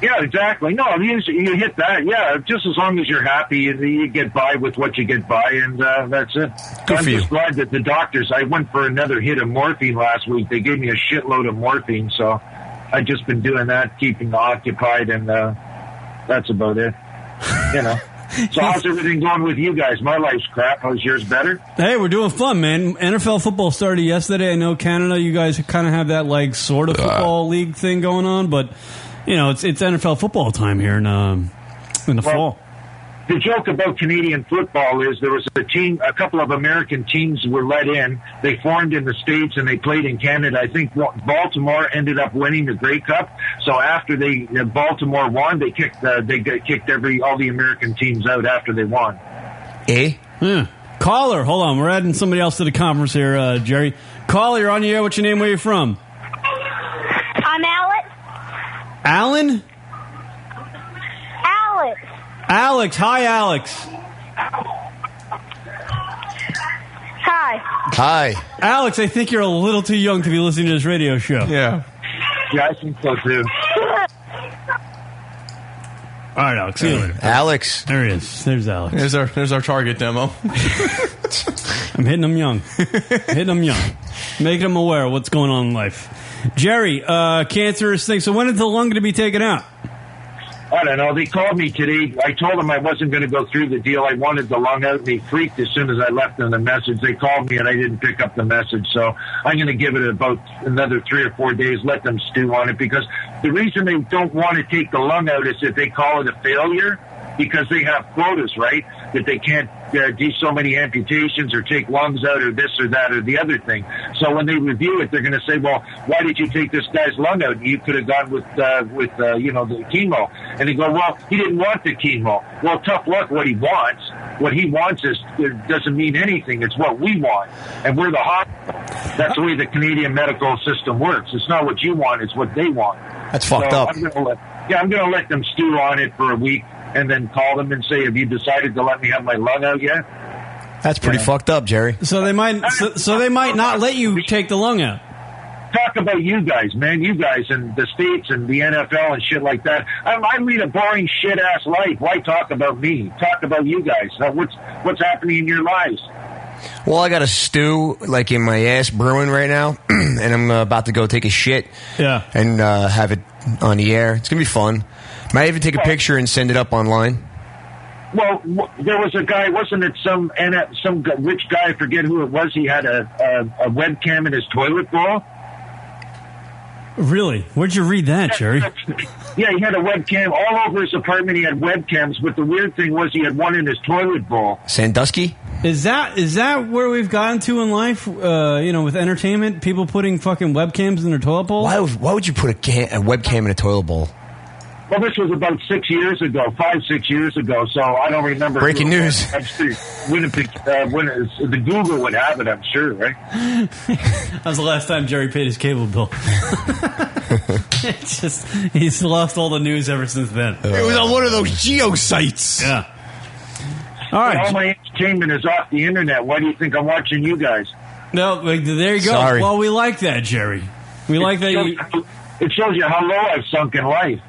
[SPEAKER 15] Yeah, exactly. No, you, you hit that. Yeah, just as long as you're happy, you, you get by with what you get by, and uh, that's it. I'm
[SPEAKER 12] for you.
[SPEAKER 15] just glad that the doctors. I went for another hit of morphine last week. They gave me a shitload of morphine, so I've just been doing that, keeping occupied, and uh, that's about it. You know. So how's everything going with you guys? My life's crap. How's yours better?
[SPEAKER 11] Hey, we're doing fun, man. NFL football started yesterday. I know Canada, you guys kind of have that like
[SPEAKER 12] Uh.
[SPEAKER 11] sort of football league thing going on, but you know it's it's NFL football time here in um, in the fall.
[SPEAKER 15] the joke about Canadian football is there was a team, a couple of American teams were let in. They formed in the States and they played in Canada. I think Wa- Baltimore ended up winning the Grey Cup. So after they, uh, Baltimore won, they kicked, uh, they got- kicked every, all the American teams out after they won.
[SPEAKER 12] Eh?
[SPEAKER 11] Yeah. Hmm. Caller, hold on, we're adding somebody else to the conference here, uh, Jerry. Caller, you're on the air. What's your name? Where you from?
[SPEAKER 16] I'm Alex.
[SPEAKER 11] Alan.
[SPEAKER 16] Alex.
[SPEAKER 11] Alex, hi, Alex.
[SPEAKER 16] Hi.
[SPEAKER 12] Hi.
[SPEAKER 11] Alex, I think you're a little too young to be listening to this radio show.
[SPEAKER 13] Yeah.
[SPEAKER 15] Yeah, I think so too.
[SPEAKER 11] All right, Alex. See you later.
[SPEAKER 12] Alex.
[SPEAKER 11] There he is. There's Alex.
[SPEAKER 13] There's our there's our target demo.
[SPEAKER 11] I'm hitting them young. hitting them young. Making them aware of what's going on in life. Jerry, uh, cancerous thing. So when is the lung going to be taken out?
[SPEAKER 15] Uh, I don't know. They called me today. I told them I wasn't going to go through the deal. I wanted the lung out. They freaked as soon as I left them the message. They called me and I didn't pick up the message. So I'm going to give it about another three or four days. Let them stew on it because the reason they don't want to take the lung out is if they call it a failure because they have quotas, right? That they can't uh, do so many amputations or take lungs out or this or that or the other thing. So when they review it, they're going to say, "Well, why did you take this guy's lung out? You could have gone with uh, with uh, you know the chemo." And they go, "Well, he didn't want the chemo." Well, tough luck. What he wants, what he wants is it doesn't mean anything. It's what we want, and we're the hospital. That's the way the Canadian medical system works. It's not what you want; it's what they want.
[SPEAKER 12] That's fucked
[SPEAKER 15] So
[SPEAKER 12] up.
[SPEAKER 15] I'm gonna let, yeah, I'm going to let them stew on it for a week and then call them and say, "Have you decided to let me have my lung out yet?"
[SPEAKER 12] That's pretty fucked up, Jerry.
[SPEAKER 11] So they might. So, so they might not let you take the lung out.
[SPEAKER 15] Talk about you guys, man. You guys and the states and the NFL and shit like that. I, I lead a boring shit ass life. Why talk about me? Talk about you guys. Uh, what's what's happening in your lives?
[SPEAKER 12] Well, I got a stew like in my ass brewing right now, and I'm uh, about to go take a shit.
[SPEAKER 11] Yeah.
[SPEAKER 12] And uh, have it on the air. It's gonna be fun. Might even take a picture and send it up online.
[SPEAKER 15] Well, w- there was a guy, wasn't it? Some and uh, some g- rich guy, I forget who it was. He had a, a, a webcam in his toilet bowl.
[SPEAKER 11] Really? Where'd you read that, Jerry?
[SPEAKER 15] Yeah, he had a webcam all over his apartment. He had webcams, but the weird thing was he had one in his toilet bowl.
[SPEAKER 12] Sandusky.
[SPEAKER 11] Is that is that where we've gotten to in life? Uh, you know, with entertainment, people putting fucking webcams in their toilet bowl.
[SPEAKER 12] Why? would- Why would you put a, can- a webcam in a toilet bowl?
[SPEAKER 15] Well, this was about six years ago, five, six years ago, so I don't remember.
[SPEAKER 12] Breaking
[SPEAKER 15] who it
[SPEAKER 12] news.
[SPEAKER 15] was. I'm sure Winnipeg, uh, Win- the Google would have it, I'm sure, right?
[SPEAKER 11] That was the last time Jerry paid his cable bill. it's just he's lost all the news ever since then.
[SPEAKER 12] It
[SPEAKER 15] was on one of those
[SPEAKER 11] geo sites. Yeah. All right.
[SPEAKER 15] All my entertainment is off the internet. Why do you think I'm watching you guys?
[SPEAKER 11] No, like, there you go.
[SPEAKER 15] Sorry.
[SPEAKER 11] Well, we like that, Jerry. We like that. You,
[SPEAKER 15] it shows you how low I've sunk in life.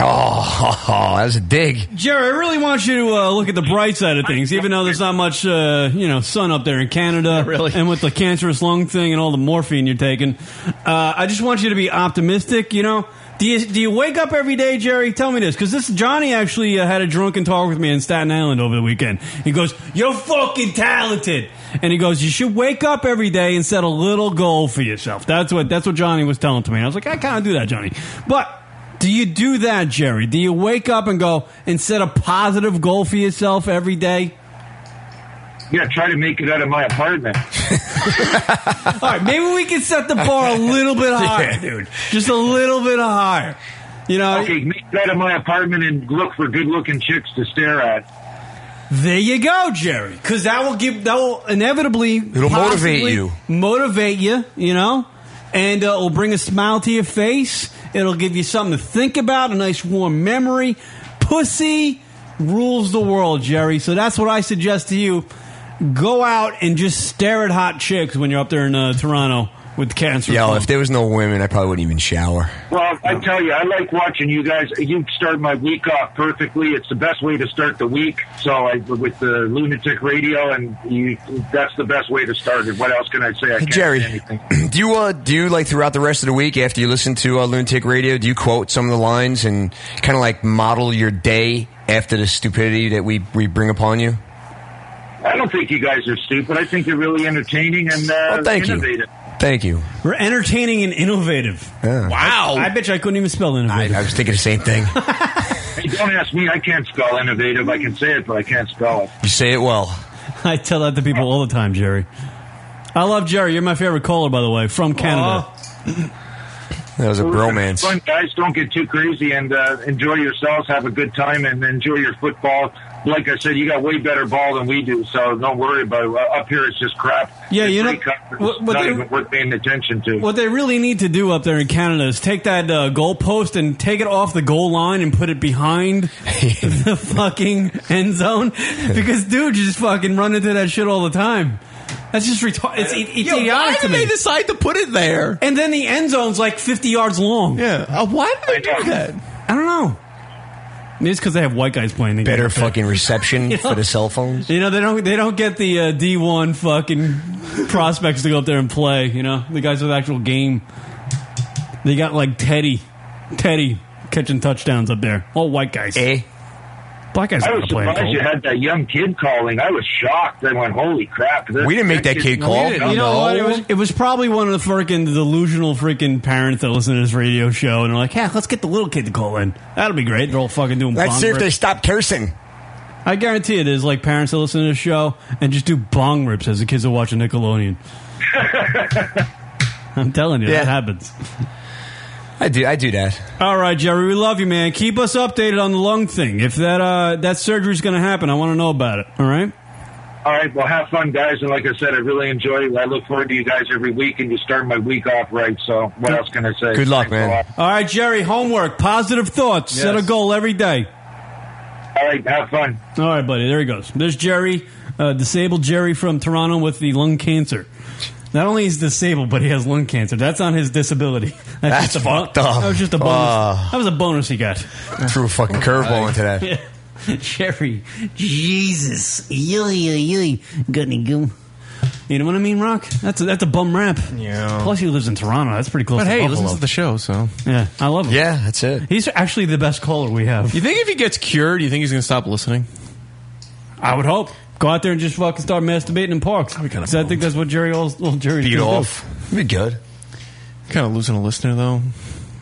[SPEAKER 12] Oh, that was a dig.
[SPEAKER 11] Jerry, I really want you to uh, look at the bright side of things, even though there's not much, uh, you know, sun up there in Canada. Really, and with the cancerous lung thing and all the morphine you're taking, uh, I just want you to be optimistic. You know, do you do you wake up every day, Jerry? Tell me this, because this Johnny actually uh, had a drunken talk with me in Staten Island over the weekend. He goes, "You're fucking talented," and he goes, "You should wake up every day and set a little goal for yourself." That's what that's what Johnny was telling to me. And I was like, "I kind of do that, Johnny," but. Do you do that, Jerry? Do you wake up and go and set a positive goal for yourself every day?
[SPEAKER 15] Yeah, try to make it out of my apartment.
[SPEAKER 11] All right, maybe we can set the bar a little bit higher,
[SPEAKER 15] Yeah.
[SPEAKER 11] dude. Just a little bit higher. You know,
[SPEAKER 15] okay, make it out of my apartment and look for good-looking chicks to stare at.
[SPEAKER 11] There you go, Jerry. Because that will give that will inevitably
[SPEAKER 12] It'll motivate
[SPEAKER 11] possibly
[SPEAKER 12] you.
[SPEAKER 11] motivate you, you know, and uh, it'll bring a smile to your face. It'll give you something to think about, a nice warm memory. Pussy rules the world, Jerry. So that's what I suggest to you. Go out and just stare at hot chicks when you're up there in uh, Toronto with cancer.
[SPEAKER 12] Yo,
[SPEAKER 11] lung.
[SPEAKER 12] if there was no women, I probably wouldn't even shower.
[SPEAKER 15] Well, I tell you, I like watching you guys. You start my week off perfectly. It's the best way to start the week. So I, with the lunatic radio, and you, that's the best way to start it. What else can I say? I can't
[SPEAKER 12] Jerry,
[SPEAKER 15] say anything.
[SPEAKER 12] do you uh, do you like throughout the rest of the week after you listen to uh, Lunatic Radio? Do you quote some of the lines and kind of like model your day after the stupidity that we, we bring upon you?
[SPEAKER 15] I don't think you guys are stupid. I think you're really entertaining and uh,
[SPEAKER 12] Well, Oh, thank you.
[SPEAKER 15] innovative.
[SPEAKER 12] Thank you.
[SPEAKER 11] We're entertaining and innovative.
[SPEAKER 12] Wow.
[SPEAKER 11] I bet you I couldn't even spell innovative.
[SPEAKER 12] I, was thinking the same thing.
[SPEAKER 15] Hey, don't ask me. I can't spell innovative. I can say it, but I can't spell it.
[SPEAKER 12] You say it well.
[SPEAKER 11] I tell that to people all the time, Jerry. I love Jerry. You're my favorite caller, by the way, from Canada.
[SPEAKER 12] That was a bromance.
[SPEAKER 15] Fun, guys. Don't get too crazy and uh, enjoy yourselves. Have a good time and enjoy your football. Like I said, you got way better ball than we do, so don't worry about it. Uh, up here, it's just crap.
[SPEAKER 11] Yeah,
[SPEAKER 15] It's
[SPEAKER 11] you know-
[SPEAKER 15] pretty cut. It's
[SPEAKER 11] what- what
[SPEAKER 15] not
[SPEAKER 11] they-
[SPEAKER 15] even worth paying attention to.
[SPEAKER 11] What they really need to do up there in Canada is take that uh, goal post and take it off the goal line and put it behind the fucking end zone because dude, you just fucking run into that shit all the time. That's just retarded. It's, e-, it's
[SPEAKER 13] Yo, why
[SPEAKER 11] idiotic to
[SPEAKER 13] did
[SPEAKER 11] me.
[SPEAKER 13] they decide to put it there?
[SPEAKER 11] And then the end zone's like 50 yards long.
[SPEAKER 13] Yeah. Uh, why did they do that?
[SPEAKER 11] I don't know. Maybe it's because they have white guys playing. the
[SPEAKER 12] Better
[SPEAKER 11] game.
[SPEAKER 12] fucking reception for the cell phones.
[SPEAKER 11] You know they don't they don't get the uh, D one fucking prospects to go up there and play. You know the guys with actual game. They got like Teddy, Teddy catching touchdowns up there. All white guys. Eh? Black guys
[SPEAKER 15] I
[SPEAKER 11] aren't
[SPEAKER 15] was
[SPEAKER 11] gonna play in
[SPEAKER 15] surprised
[SPEAKER 11] cold.
[SPEAKER 15] you had that young kid calling. I was shocked. I went, "Holy crap!" this-
[SPEAKER 12] We didn't make that
[SPEAKER 15] kid's-
[SPEAKER 12] kid call.
[SPEAKER 11] You know what? It was, it was probably one of the freaking delusional freaking parents that listen to this radio show and are like, yeah, let's get the little kid to call in. That'll be great. They're all fucking doing
[SPEAKER 12] Let's
[SPEAKER 11] bong
[SPEAKER 12] see if they
[SPEAKER 11] rips.
[SPEAKER 12] stop cursing.
[SPEAKER 11] I guarantee it is like parents that listen to this show and just do bong rips as the kids are watching Nickelodeon. I'm telling you,
[SPEAKER 12] Yeah.
[SPEAKER 11] that happens.
[SPEAKER 12] I do. I do that.
[SPEAKER 11] All right, Jerry, we love you, man. Keep us updated on the lung thing. If that uh, that surgery's going to happen, I want to know about it. All right.
[SPEAKER 15] All right, well, have fun, guys. And like I said, I really enjoy it. I look forward to you guys every week, and you start my week off right. So, what else can I say?
[SPEAKER 11] Good luck,
[SPEAKER 15] Thanks a
[SPEAKER 11] man.
[SPEAKER 15] lot.
[SPEAKER 11] All right, Jerry, homework, positive thoughts, set a
[SPEAKER 15] Yes.
[SPEAKER 11] goal every day.
[SPEAKER 15] All right, have fun.
[SPEAKER 11] All right, buddy, there he goes. There's Jerry, uh, disabled Jerry from Toronto with the lung cancer. Not only is disabled, but he has lung cancer. That's on his disability.
[SPEAKER 12] That's
[SPEAKER 11] just a bon-
[SPEAKER 12] fucked up.
[SPEAKER 11] That was just a bonus.
[SPEAKER 12] Ah.
[SPEAKER 11] that was a bonus he got.
[SPEAKER 12] Threw a fucking curveball into that.
[SPEAKER 11] Yeah. Jerry, Jesus, yui yui, gonna go. You know what I mean, Rock? That's a, that's a bum rap. Yeah. Plus, he lives in Toronto. That's pretty close.
[SPEAKER 13] But
[SPEAKER 11] to
[SPEAKER 13] hey, he
[SPEAKER 11] Buffalo.
[SPEAKER 13] listens to the show, so
[SPEAKER 11] yeah, I love him.
[SPEAKER 12] Yeah, that's it.
[SPEAKER 11] He's actually the best caller we have.
[SPEAKER 13] You think if he gets cured, you think he's going to stop listening?
[SPEAKER 11] I would hope. Go out there and just fucking start masturbating in parks. Because I think that's what Jerry all well, Jerry
[SPEAKER 13] Beat
[SPEAKER 11] does do.
[SPEAKER 13] off.
[SPEAKER 12] Be good.
[SPEAKER 13] Kind of losing a listener though.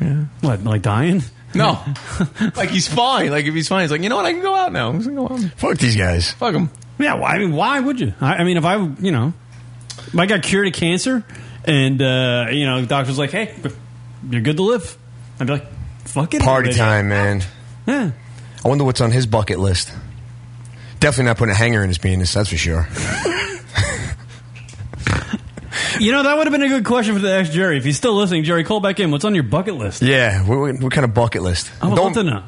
[SPEAKER 13] Yeah.
[SPEAKER 11] What? Like dying?
[SPEAKER 13] No. like he's fine. Like if he's fine, he's like, you know what? I can go out now. I'm just gonna go out.
[SPEAKER 12] Fuck these guys.
[SPEAKER 13] Fuck them.
[SPEAKER 11] Yeah. Why? I mean, why would you? I, I mean, if I, you know, if I got cured of cancer, and uh, you know, the doctor's like, "Hey, you're good to live," I'd be like, "Fuck it,
[SPEAKER 12] Party
[SPEAKER 11] already."
[SPEAKER 12] time, man.
[SPEAKER 11] Yeah.
[SPEAKER 12] I wonder what's on his bucket list. Definitely not putting a hanger in his penis. That's for sure.
[SPEAKER 11] You know, that would have been a good question for the next Jerry. If he's still listening, Jerry, call back in. What's on your bucket list?
[SPEAKER 12] Yeah. What, what, what kind of bucket list?
[SPEAKER 11] I would
[SPEAKER 12] Don't-
[SPEAKER 11] love to know.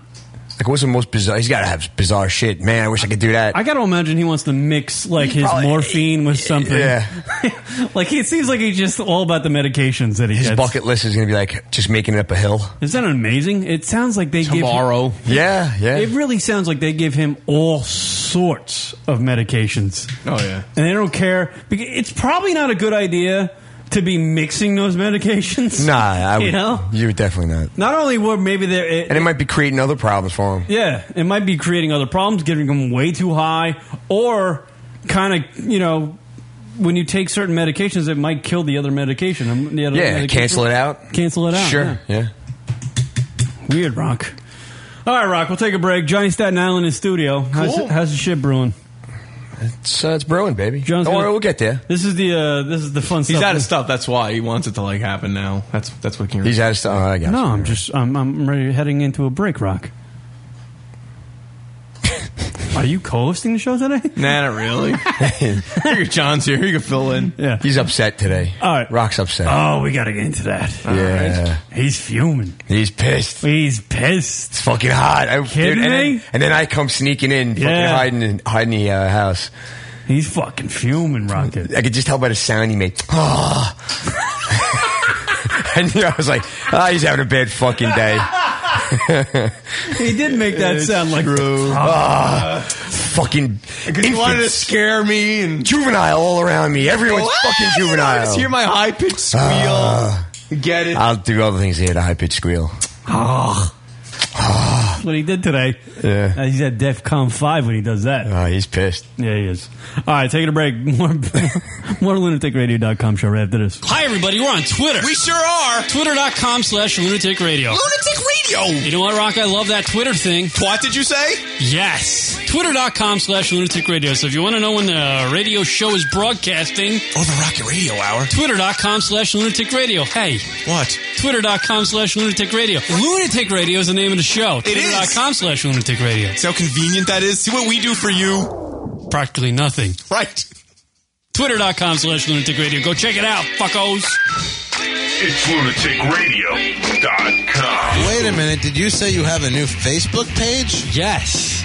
[SPEAKER 12] Like, what's the most bizarre? He's got to have bizarre shit. Man, I wish I could do that.
[SPEAKER 11] I gotta imagine he wants to mix like his
[SPEAKER 12] probably-
[SPEAKER 11] morphine with something.
[SPEAKER 12] Yeah.
[SPEAKER 11] like it seems like he's just all about the medications that he
[SPEAKER 12] His
[SPEAKER 11] gets.
[SPEAKER 12] bucket list is going to be like just making it up a hill.
[SPEAKER 11] Isn't that amazing? It sounds like they
[SPEAKER 12] Tomorrow.
[SPEAKER 11] give
[SPEAKER 12] Yeah, yeah.
[SPEAKER 11] It really sounds like they give him all sorts of medications.
[SPEAKER 13] Oh yeah.
[SPEAKER 11] and they don't care. Beca- It's probably not a good idea to be mixing those medications.
[SPEAKER 12] Nah, I would.
[SPEAKER 11] you know.
[SPEAKER 12] you would definitely not.
[SPEAKER 11] Not only were maybe there, it,
[SPEAKER 12] And it might be creating other problems for him.
[SPEAKER 11] yeah, it might be creating other problems, giving them way too high, or kind of you know. When you take certain medications, it might kill the other medication. um, The other
[SPEAKER 12] Yeah,
[SPEAKER 11] medication.
[SPEAKER 12] cancel it out.
[SPEAKER 11] Cancel it out. yeah.
[SPEAKER 12] Sure. Yeah.
[SPEAKER 11] Weird, Rock. All right, Rock. We'll take a break. Johnny Staten Island in studio. How's,
[SPEAKER 12] Cool.
[SPEAKER 11] how's the shit brewing?
[SPEAKER 12] It's, uh, it's brewing, baby.
[SPEAKER 11] John's
[SPEAKER 12] Don't
[SPEAKER 11] gonna-
[SPEAKER 12] worry, we'll get there.
[SPEAKER 11] This is the uh, this is the fun
[SPEAKER 13] He's
[SPEAKER 11] stuff.
[SPEAKER 13] out of stuff. That's why he wants it to like happen now. That's that's what can.
[SPEAKER 12] He's out of stuff. Oh, I got
[SPEAKER 11] no,
[SPEAKER 12] you.
[SPEAKER 11] I'm just I'm I'm ready, heading into a break, Rock. Are you co-hosting the show today?
[SPEAKER 13] Nah, not really. Here, John's here. You can fill in.
[SPEAKER 11] Yeah.
[SPEAKER 12] He's upset today.
[SPEAKER 11] All right.
[SPEAKER 12] Rock's upset.
[SPEAKER 11] Oh, we got to get into that.
[SPEAKER 12] yeah.
[SPEAKER 11] He's fuming.
[SPEAKER 12] He's pissed.
[SPEAKER 11] He's pissed.
[SPEAKER 12] It's fucking hot. I,
[SPEAKER 11] Kidding
[SPEAKER 12] and,
[SPEAKER 11] me?
[SPEAKER 12] Then, and then I come sneaking in, fucking
[SPEAKER 11] Yeah.
[SPEAKER 12] hiding in, hiding in the uh, house.
[SPEAKER 11] He's fucking fuming, Rocket.
[SPEAKER 12] I could just tell by the sound he made. Ah. and I was like, ah, he's having a bad fucking day.
[SPEAKER 11] He did make that sound like
[SPEAKER 12] Ah, fucking
[SPEAKER 13] Because he wanted to
[SPEAKER 12] infants.
[SPEAKER 13] scare me and
[SPEAKER 12] juvenile all around me. Everyone's
[SPEAKER 13] Ah,
[SPEAKER 12] fucking
[SPEAKER 13] you know, I
[SPEAKER 12] juvenile.
[SPEAKER 13] just hear my high pitched squeal.
[SPEAKER 12] Ah.
[SPEAKER 13] Get it?
[SPEAKER 12] I'll do other things here to high pitched squeal.
[SPEAKER 11] oh. what he did today.
[SPEAKER 12] Yeah.
[SPEAKER 11] Uh, he's at DEFCON five when he does that.
[SPEAKER 12] Oh, he's pissed.
[SPEAKER 11] Yeah, he is. All right, taking a break. More, more lunaticradio.com show right after this. Hi, everybody. We're on Twitter.
[SPEAKER 8] We sure are.
[SPEAKER 11] Twitter.com slash lunatic radio.
[SPEAKER 8] Lunatic Radio.
[SPEAKER 11] You know what, Rock? I love that Twitter thing.
[SPEAKER 13] What did you say?
[SPEAKER 11] Yes. Twitter.com slash lunatic radio. So if you want to know when the radio show is broadcasting,
[SPEAKER 13] Oh, the Rocket Radio Hour.
[SPEAKER 11] Twitter.com slash lunatic radio. Hey,
[SPEAKER 13] What?
[SPEAKER 11] Twitter.com slash lunatic radio. Lunatic radio is the name of the show.
[SPEAKER 13] It is.
[SPEAKER 11] Twitter.com slash lunatic radio.
[SPEAKER 13] See how convenient that is? See what we do for you?
[SPEAKER 11] Practically nothing.
[SPEAKER 13] Right.
[SPEAKER 11] Twitter.com slash lunatic radio. Go check it out, fuckos.
[SPEAKER 10] It's lunaticradio.com.
[SPEAKER 17] Wait a minute. Did you say you have a new Facebook page?
[SPEAKER 11] Yes.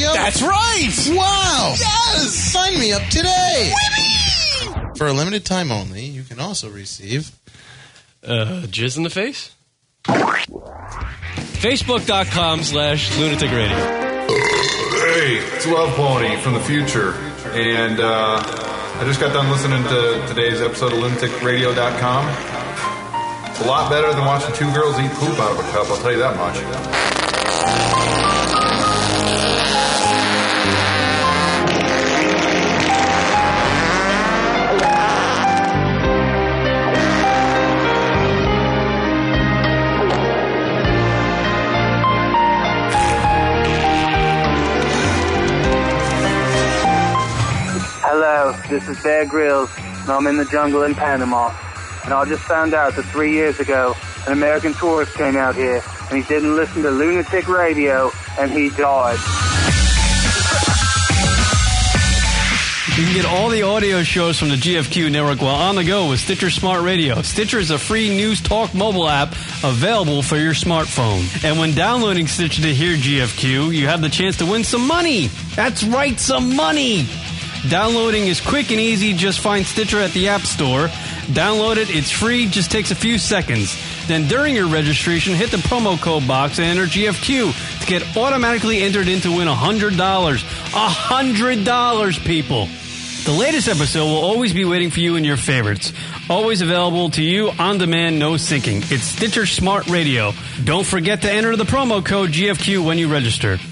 [SPEAKER 11] That's right.
[SPEAKER 9] Wow. Yes. Sign me up today. For a limited time only, you can also receive.
[SPEAKER 11] Uh, jizz in the face? Facebook.com slash lunatic radio.
[SPEAKER 15] Hey, it's Love Pony from the future, and uh, I just got done listening to today's episode of LunaticRadio.com. It's a lot better than watching two girls eat poop out of a cup. I'll tell you that much.
[SPEAKER 18] Hello, this is Bear Grylls, and I'm in the jungle in Panama. And I just found out that three years ago, an American tourist came out here, and he didn't listen to lunatic radio, and he died.
[SPEAKER 11] You can get all the audio shows from the GFQ network while on the go with Stitcher Smart Radio. Stitcher is a free news talk mobile app available for your smartphone. And when downloading Stitcher to hear GFQ, you have the chance to win some money. That's right, some money. Downloading is quick and easy. Just find Stitcher at the App Store. Download it, it's free, just takes a few seconds. Then during your registration, hit the promo code box and enter GFQ to get automatically entered in to win $100. $100, people. The latest episode will always be waiting for you in your favorites. Always available to you on demand, no syncing. It's Stitcher Smart Radio. Don't forget to enter the promo code GFQ when you register.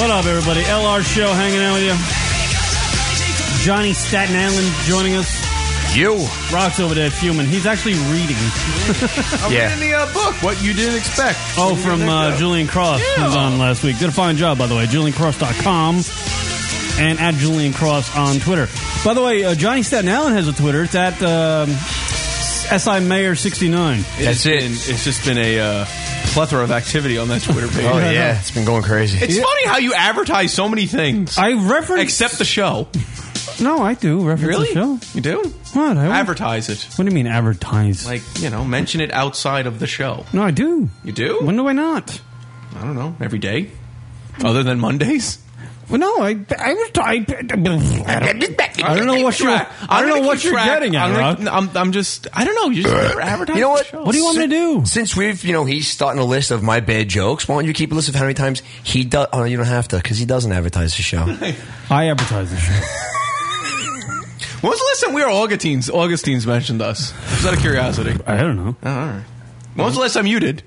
[SPEAKER 19] What up, everybody? LR Show hanging out with you. Johnny Staten Island joining us.
[SPEAKER 20] You.
[SPEAKER 19] Rock's over there fuming. He's actually reading.
[SPEAKER 13] I'm
[SPEAKER 19] yeah.
[SPEAKER 13] reading the uh, book. What you didn't expect.
[SPEAKER 19] Oh, from uh, Julian Cross. who was on last week. Did a fine job, by the way. JulianCross.com and at Julian Cross on Twitter. By the way, uh, Johnny Staten Island has a Twitter. It's at um, SI Mayor 69.
[SPEAKER 13] That's it. Been, it's just been a uh, plethora of activity on that Twitter page.
[SPEAKER 19] Oh, Yeah, I yeah. know.
[SPEAKER 13] it's been going crazy. It's
[SPEAKER 19] Yeah.
[SPEAKER 13] funny how you advertise so many things.
[SPEAKER 19] I reference
[SPEAKER 13] except the show.
[SPEAKER 19] No, I do reference
[SPEAKER 13] Really?
[SPEAKER 19] the show.
[SPEAKER 13] You do?
[SPEAKER 19] What? I
[SPEAKER 13] advertise it.
[SPEAKER 19] What do you mean advertise?
[SPEAKER 13] Like you know, mention it outside of the show.
[SPEAKER 19] no, I do.
[SPEAKER 13] You do?
[SPEAKER 19] When do I not?
[SPEAKER 13] I don't know. Every day, other than Mondays.
[SPEAKER 19] Well, no, I I was I, I don't know what you're I don't know what you're getting at.
[SPEAKER 13] I'm,
[SPEAKER 19] Rock.
[SPEAKER 13] gonna- I'm, I'm just I don't know. You just never advertise.
[SPEAKER 12] You know
[SPEAKER 13] the
[SPEAKER 12] what?
[SPEAKER 13] show.
[SPEAKER 12] do? Since we've, you know, he's starting a list of my bad jokes. Why don't you keep a list of how many times he does? Oh, you don't have to because he doesn't advertise the show.
[SPEAKER 19] I advertise the show.
[SPEAKER 13] When was the last time we were Augustines? Augustines mentioned us. Just out of curiosity. Oh,
[SPEAKER 19] I don't know.
[SPEAKER 13] all right. When was the last time you did?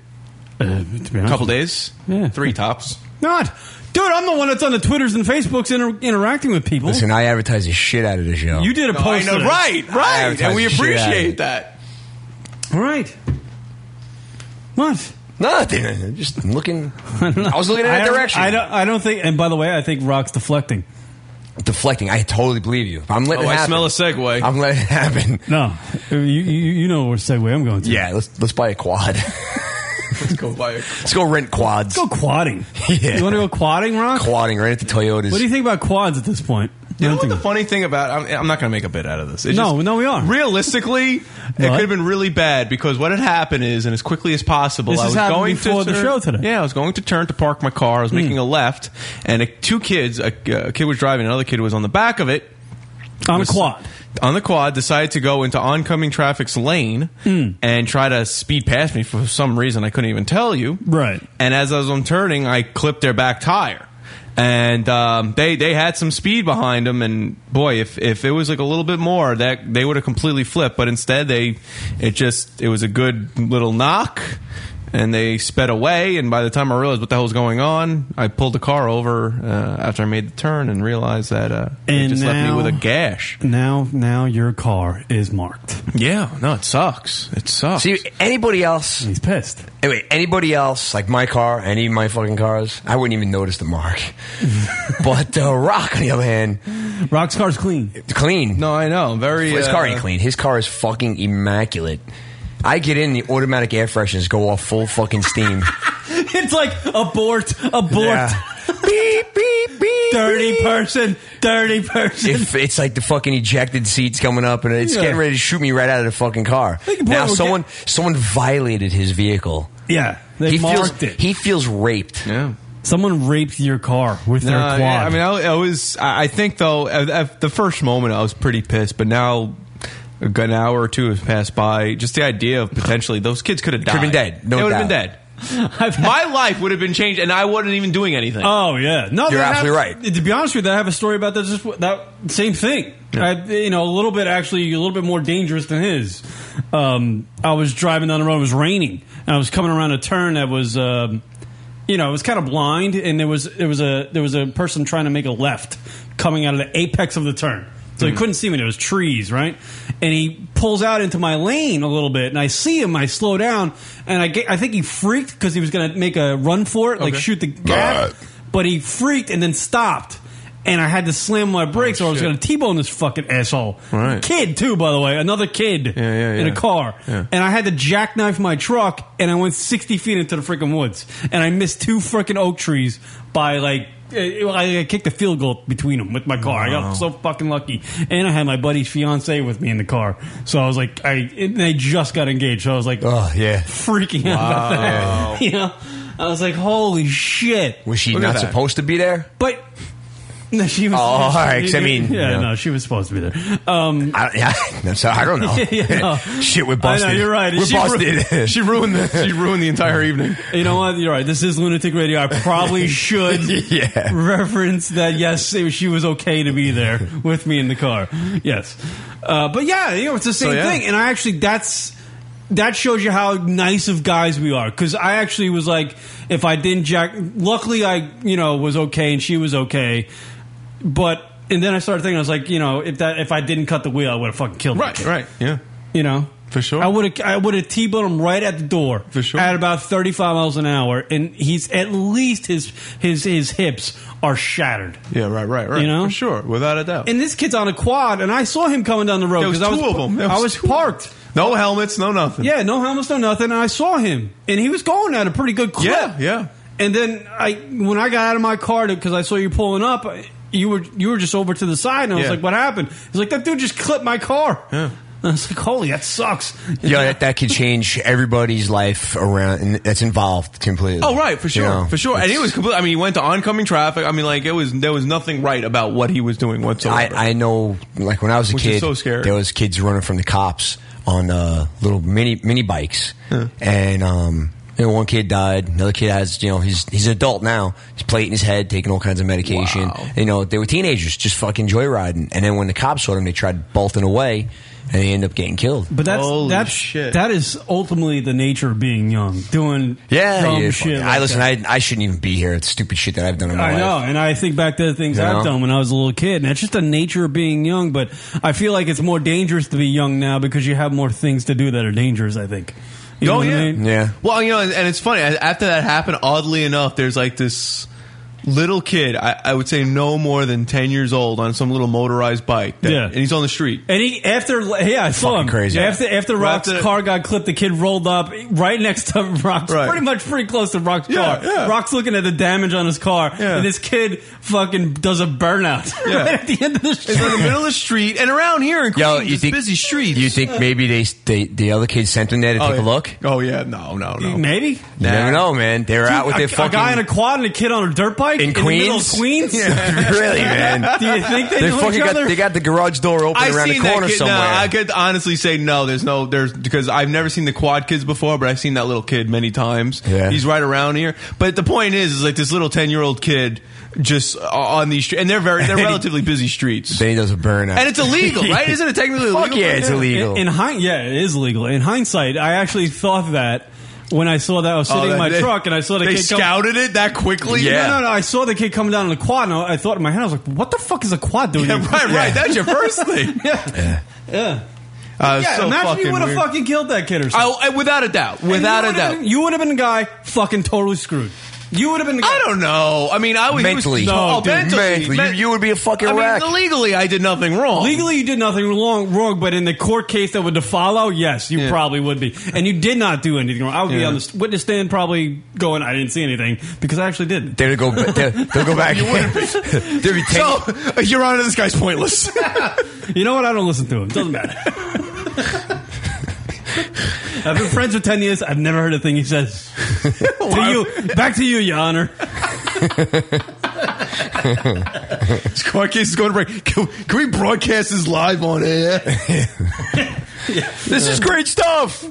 [SPEAKER 19] Uh, a
[SPEAKER 13] couple days.
[SPEAKER 19] Yeah.
[SPEAKER 13] Three tops.
[SPEAKER 19] Not, dude. I'm the one that's on the Twitters and Facebooks inter- interacting with people.
[SPEAKER 12] Listen, I advertise the shit out of the show.
[SPEAKER 19] You did a
[SPEAKER 13] No, I
[SPEAKER 19] post,
[SPEAKER 13] know.
[SPEAKER 19] today.
[SPEAKER 13] Right,
[SPEAKER 12] I
[SPEAKER 13] right.
[SPEAKER 12] advertise
[SPEAKER 13] And we
[SPEAKER 12] the shit out of it.
[SPEAKER 13] appreciate that.
[SPEAKER 19] All right. What?
[SPEAKER 12] Nothing. Ah, Just looking. I, was looking in
[SPEAKER 19] I
[SPEAKER 12] that
[SPEAKER 19] don't-
[SPEAKER 12] direction.
[SPEAKER 19] I don't. I don't think. And by the way, I think Rock's deflecting.
[SPEAKER 12] Deflecting. I totally believe you. I'm letting
[SPEAKER 19] Oh,
[SPEAKER 12] it
[SPEAKER 19] I
[SPEAKER 12] happen.
[SPEAKER 19] smell
[SPEAKER 13] a segue.
[SPEAKER 12] I'm letting it happen.
[SPEAKER 19] No, you you, you know what segue I'm going to.
[SPEAKER 12] Yeah, let's let's buy a quad.
[SPEAKER 13] let's go buy a.
[SPEAKER 12] Let's go rent quads.
[SPEAKER 19] Let's go quadding.
[SPEAKER 12] Yeah.
[SPEAKER 19] You want to go quadding, Rock?
[SPEAKER 12] Quadding right at the Toyotas.
[SPEAKER 19] What do you think about quads at this point?
[SPEAKER 13] You know what the funny thing about I'm, I'm not going to make a bit out of this.
[SPEAKER 19] No, no, we are.
[SPEAKER 13] Realistically, it could
[SPEAKER 19] What?
[SPEAKER 13] have been really bad because what had happened is, and as quickly as possible,
[SPEAKER 19] This
[SPEAKER 13] I
[SPEAKER 19] has
[SPEAKER 13] was
[SPEAKER 19] happened
[SPEAKER 13] going
[SPEAKER 19] before
[SPEAKER 13] to
[SPEAKER 19] the
[SPEAKER 13] turn-
[SPEAKER 19] show today.
[SPEAKER 13] Yeah, I was going to turn to park my car. I was making a left, and a, two kids, a, a kid was driving, another kid was on the back of it.
[SPEAKER 11] On a quad.
[SPEAKER 13] On the quad, decided to go into oncoming traffic's lane
[SPEAKER 19] Hmm.
[SPEAKER 13] and try to speed past me for some reason I couldn't even tell you.
[SPEAKER 11] Right.
[SPEAKER 13] And as I was on turning, I clipped their back tire. And um, they they had some speed behind them, and boy, if, if it was like a little bit more, that they would have completely flipped. But instead, they it just it was a good little knock, and they sped away. And by the time I realized what the hell was going on, I pulled the car over uh, after I made the turn and realized that uh, it
[SPEAKER 11] And
[SPEAKER 13] just left me
[SPEAKER 11] now-
[SPEAKER 13] with a gash.
[SPEAKER 11] Now, now your car is marked.
[SPEAKER 13] Yeah, no, it sucks. It sucks.
[SPEAKER 12] See, anybody else?
[SPEAKER 11] He's pissed.
[SPEAKER 12] Anyway, anybody else like my car, any of my fucking cars, I wouldn't even notice the mark. but uh, Rock, on the other hand,
[SPEAKER 11] Rock's car's clean.
[SPEAKER 12] Clean.
[SPEAKER 13] No, I know. Very.
[SPEAKER 12] His
[SPEAKER 13] uh,
[SPEAKER 12] car ain't clean. His car is fucking immaculate. I get in, the automatic air fresheners go off full fucking steam.
[SPEAKER 11] it's like abort, abort.
[SPEAKER 12] Yeah.
[SPEAKER 11] beep, beep, beep. Dirty person, dirty person.
[SPEAKER 12] If it's like the fucking ejected seats coming up, and it's
[SPEAKER 11] Yeah.
[SPEAKER 12] getting ready to shoot me right out of the fucking car.
[SPEAKER 11] They can probably
[SPEAKER 12] Now
[SPEAKER 11] get-
[SPEAKER 12] someone someone violated his vehicle.
[SPEAKER 11] Yeah, they
[SPEAKER 12] he
[SPEAKER 11] marked
[SPEAKER 12] feels,
[SPEAKER 11] it.
[SPEAKER 12] He feels raped.
[SPEAKER 13] Yeah.
[SPEAKER 11] Someone raped your car with their
[SPEAKER 13] No,
[SPEAKER 11] quad.
[SPEAKER 13] yeah, I mean, I, I was. I I think though, at, at the first moment, I was pretty pissed, but now. a good- An hour or two has passed by. Just the idea of potentially those kids could have died.
[SPEAKER 12] Could've been dead, no
[SPEAKER 13] they would have been
[SPEAKER 12] doubt.
[SPEAKER 13] dead. My life would have been changed, and I wasn't even doing anything.
[SPEAKER 11] Oh yeah, no,
[SPEAKER 13] You're
[SPEAKER 11] that
[SPEAKER 13] absolutely
[SPEAKER 11] happened- To be honest with you, I have a story about that. Just that same thing. I, you know, a little bit actually, a little bit more dangerous than his. Um, I was driving down the road. It was raining, and I was coming around a turn that was, um, you know, it was kind of blind, and there was there was a there was a person trying to make a left coming out of the apex of the turn. So
[SPEAKER 13] Hmm.
[SPEAKER 11] he couldn't see me. There was trees, right? And he pulls out into my lane a little bit, and I see him. I slow down, and I get, I think he freaked because he was going to make a run for it, like
[SPEAKER 21] Okay.
[SPEAKER 11] shoot the gap. But he freaked and then stopped, and I had to slam my brakes, or I was going to t-bone this fucking asshole.
[SPEAKER 13] Right.
[SPEAKER 11] Kid too, by the way, another kid in
[SPEAKER 13] yeah.
[SPEAKER 11] a car,
[SPEAKER 13] Yeah.
[SPEAKER 11] and I had to jackknife my truck, and I went sixty feet into the freaking woods, and I missed two freaking oak trees by like. eh, I I kicked a field goal between them with my car. I
[SPEAKER 21] Wow.
[SPEAKER 11] got so fucking lucky, and I had my buddy's fiance with me in the car. So I was like, I and they just got engaged. So I was like,
[SPEAKER 12] oh yeah,
[SPEAKER 11] freaking out about
[SPEAKER 12] Wow.
[SPEAKER 11] that. You know, I was like, holy shit.
[SPEAKER 12] Was she not supposed to be there?
[SPEAKER 11] But no, she was.
[SPEAKER 12] Oh, all right, 'cause I mean,
[SPEAKER 11] yeah,
[SPEAKER 12] you know.
[SPEAKER 11] no, she was supposed to be there. Um,
[SPEAKER 12] I, so I don't know. Shit, we're busted.
[SPEAKER 11] I know, you're right.
[SPEAKER 12] We're
[SPEAKER 11] She
[SPEAKER 12] busted.
[SPEAKER 13] she ruined the she ruined the entire evening.
[SPEAKER 11] You know what? You're right. This is lunatic radio. I probably should
[SPEAKER 12] yeah.
[SPEAKER 11] reference that. Yes, it- she was okay to be there with me in the car. Yes, uh, but yeah, you know, it's the
[SPEAKER 21] So,
[SPEAKER 11] same
[SPEAKER 21] yeah.
[SPEAKER 11] thing. And I actually, that's that shows you how nice of guys we are. Because I actually was like, if I didn't jack, luckily I, you know, was okay and she was okay, but. And then I started thinking, I was like, you know, if that if I didn't cut the wheel, I would have fucking killed. Right,
[SPEAKER 13] right, yeah.
[SPEAKER 11] You know,
[SPEAKER 13] for sure.
[SPEAKER 11] I would have I would have t-boned him right at the door for sure at about thirty five miles an hour, and he's at least his his his hips are shattered.
[SPEAKER 13] Yeah, right, right, right.
[SPEAKER 11] You know?
[SPEAKER 13] for sure, without a doubt.
[SPEAKER 11] And this kid's on a quad, and I saw him coming down the road
[SPEAKER 13] There was
[SPEAKER 11] I was
[SPEAKER 13] two of 'em. There
[SPEAKER 11] I
[SPEAKER 13] was
[SPEAKER 11] was parked.
[SPEAKER 13] No helmets, no nothing.
[SPEAKER 11] Yeah, no helmets, no nothing. And I saw him, and he was going at a pretty good clip.
[SPEAKER 13] Yeah, yeah.
[SPEAKER 11] And then I, when I got out of my car because I saw you pulling up, I- you were you were just over to the side, and I was
[SPEAKER 12] Yeah.
[SPEAKER 11] like, "What happened?" He's like, "That dude just clipped my car." Yeah. I was like, "Holy, that sucks."
[SPEAKER 12] Yeah, that, that could change everybody's life around and that's involved completely.
[SPEAKER 13] Oh right, for
[SPEAKER 12] You
[SPEAKER 13] sure,
[SPEAKER 12] know,
[SPEAKER 13] for sure. And it was complete. I mean, he went to oncoming traffic. I mean, like it was there was nothing right about what he was doing whatsoever.
[SPEAKER 12] I, I know, like when I was a
[SPEAKER 13] Which is
[SPEAKER 12] kid,
[SPEAKER 13] so scary. Oh,
[SPEAKER 12] there was kids running from the cops on uh, little mini mini bikes, and um, you know, one kid died. Another kid has, you know, he's he's an adult now. He's plate in his head, taking all kinds of medication. You know, they were teenagers, just fucking joyriding. And then when the cops saw them, they tried bolting away, and they end up getting killed.
[SPEAKER 11] But that's
[SPEAKER 12] Holy
[SPEAKER 11] that's that is ultimately the nature of being young, doing
[SPEAKER 12] yeah,
[SPEAKER 11] dumb
[SPEAKER 12] yeah,
[SPEAKER 11] shit.
[SPEAKER 12] fucking-
[SPEAKER 11] like
[SPEAKER 12] I listen.
[SPEAKER 11] that.
[SPEAKER 12] I I shouldn't even be here. It's stupid shit that I've done in my
[SPEAKER 11] I
[SPEAKER 12] life.
[SPEAKER 11] know, and I think back to the things
[SPEAKER 12] You know?
[SPEAKER 11] I've done when I was a little kid, and it's just the nature of being young. But I feel like it's more dangerous to be young now because you have more things to do that are dangerous. I think. You know
[SPEAKER 13] oh
[SPEAKER 11] what I
[SPEAKER 13] yeah,
[SPEAKER 11] mean?
[SPEAKER 12] yeah.
[SPEAKER 13] Well, you know, and, and it's funny. a- After that happened, oddly enough, there's like this little kid. I, I would say no more than ten years old on some little motorized bike. that-
[SPEAKER 11] Yeah.
[SPEAKER 13] and he's on the street.
[SPEAKER 11] And he after yeah, I saw him
[SPEAKER 13] crazy.
[SPEAKER 11] after after
[SPEAKER 13] Right
[SPEAKER 11] Rock's
[SPEAKER 13] after-
[SPEAKER 11] car got clipped. The kid rolled up right next to Rock's,
[SPEAKER 13] Right.
[SPEAKER 11] pretty much pretty close to Rock's
[SPEAKER 13] Yeah,
[SPEAKER 11] car.
[SPEAKER 13] yeah.
[SPEAKER 11] Rock's looking at the damage on his car, and this kid fucking does a burnout
[SPEAKER 13] Yeah.
[SPEAKER 11] right at the end of the street.
[SPEAKER 13] It's in the middle of the street, and around here in Queens,
[SPEAKER 12] Yo, you
[SPEAKER 13] it's
[SPEAKER 12] think-
[SPEAKER 13] busy streets.
[SPEAKER 12] You think maybe they, they the other kids sent them there to
[SPEAKER 13] Oh,
[SPEAKER 12] take a
[SPEAKER 13] yeah.
[SPEAKER 12] look?
[SPEAKER 13] Oh yeah, no, no, no.
[SPEAKER 11] Maybe
[SPEAKER 12] You never know, man. They were out with
[SPEAKER 11] a,
[SPEAKER 12] their fucking.
[SPEAKER 11] a guy in a quad and a kid on a dirt Pike
[SPEAKER 12] in
[SPEAKER 11] in the middle of
[SPEAKER 12] Queens.
[SPEAKER 11] Queens?
[SPEAKER 12] really, man.
[SPEAKER 11] Do you think they know each
[SPEAKER 12] fucking got
[SPEAKER 11] other?
[SPEAKER 12] they got the garage door open
[SPEAKER 13] I've
[SPEAKER 12] around the
[SPEAKER 13] seen that
[SPEAKER 12] corner
[SPEAKER 13] kid-
[SPEAKER 12] somewhere?
[SPEAKER 13] No, I could honestly say no. There's no there's because I've never seen the quad kids before, but I've seen that little kid many times.
[SPEAKER 12] Yeah.
[SPEAKER 13] He's right around here. But the point is, is like this little ten year old kid just on these streets, and they're very they're relatively busy streets.
[SPEAKER 12] They does a burnout,
[SPEAKER 13] And it's illegal, right? Isn't it technically
[SPEAKER 11] Fuck
[SPEAKER 13] illegal?
[SPEAKER 11] yeah, In, in hind- yeah, it is illegal. In hindsight, I actually thought that when I saw that I was
[SPEAKER 13] Oh,
[SPEAKER 11] sitting in my
[SPEAKER 13] they-
[SPEAKER 11] truck and I saw the
[SPEAKER 13] they
[SPEAKER 11] kid come-
[SPEAKER 13] scouted it that quickly? Yeah.
[SPEAKER 11] No, no, no. I saw the kid coming down on the quad, and I I thought in my head, I was like, "What the fuck is a quad doing?"
[SPEAKER 13] Yeah,
[SPEAKER 11] here?"
[SPEAKER 13] right, right. That's your first thing.
[SPEAKER 11] yeah. Yeah.
[SPEAKER 13] Uh,
[SPEAKER 11] yeah,
[SPEAKER 13] so
[SPEAKER 11] imagine you
[SPEAKER 13] fucking
[SPEAKER 11] would have
[SPEAKER 13] weird.
[SPEAKER 11] fucking killed that kid or something.
[SPEAKER 13] I- I- without a doubt. Without a doubt.
[SPEAKER 11] you would have been the guy fucking totally screwed. You would have been. The guy.
[SPEAKER 13] I don't know. I mean, I was
[SPEAKER 11] Mentally.
[SPEAKER 13] He was,
[SPEAKER 11] No,
[SPEAKER 13] oh,
[SPEAKER 11] dude,
[SPEAKER 13] mentally.
[SPEAKER 11] mentally.
[SPEAKER 13] Men-
[SPEAKER 11] You- you would be a fucking
[SPEAKER 13] I
[SPEAKER 11] wreck.
[SPEAKER 13] Mean, legally, I did nothing wrong.
[SPEAKER 11] Legally, you did nothing wrong, wrong, but in the court case that would to follow, yes, you probably would be. And you did not do anything wrong. I would be
[SPEAKER 13] Yeah.
[SPEAKER 11] on the st- witness stand probably going, I didn't see anything because I actually did.
[SPEAKER 12] They'd go, they'll, go back.
[SPEAKER 11] you wouldn't be.
[SPEAKER 13] so, Your Honor, this guy's pointless.
[SPEAKER 11] you know what? I don't listen to him. Doesn't matter. I've been friends for 10 years. I've never heard a thing he says. to you, back to you, Your Honor.
[SPEAKER 13] this court case is going to break. Can, can we broadcast this live on air? This is great stuff.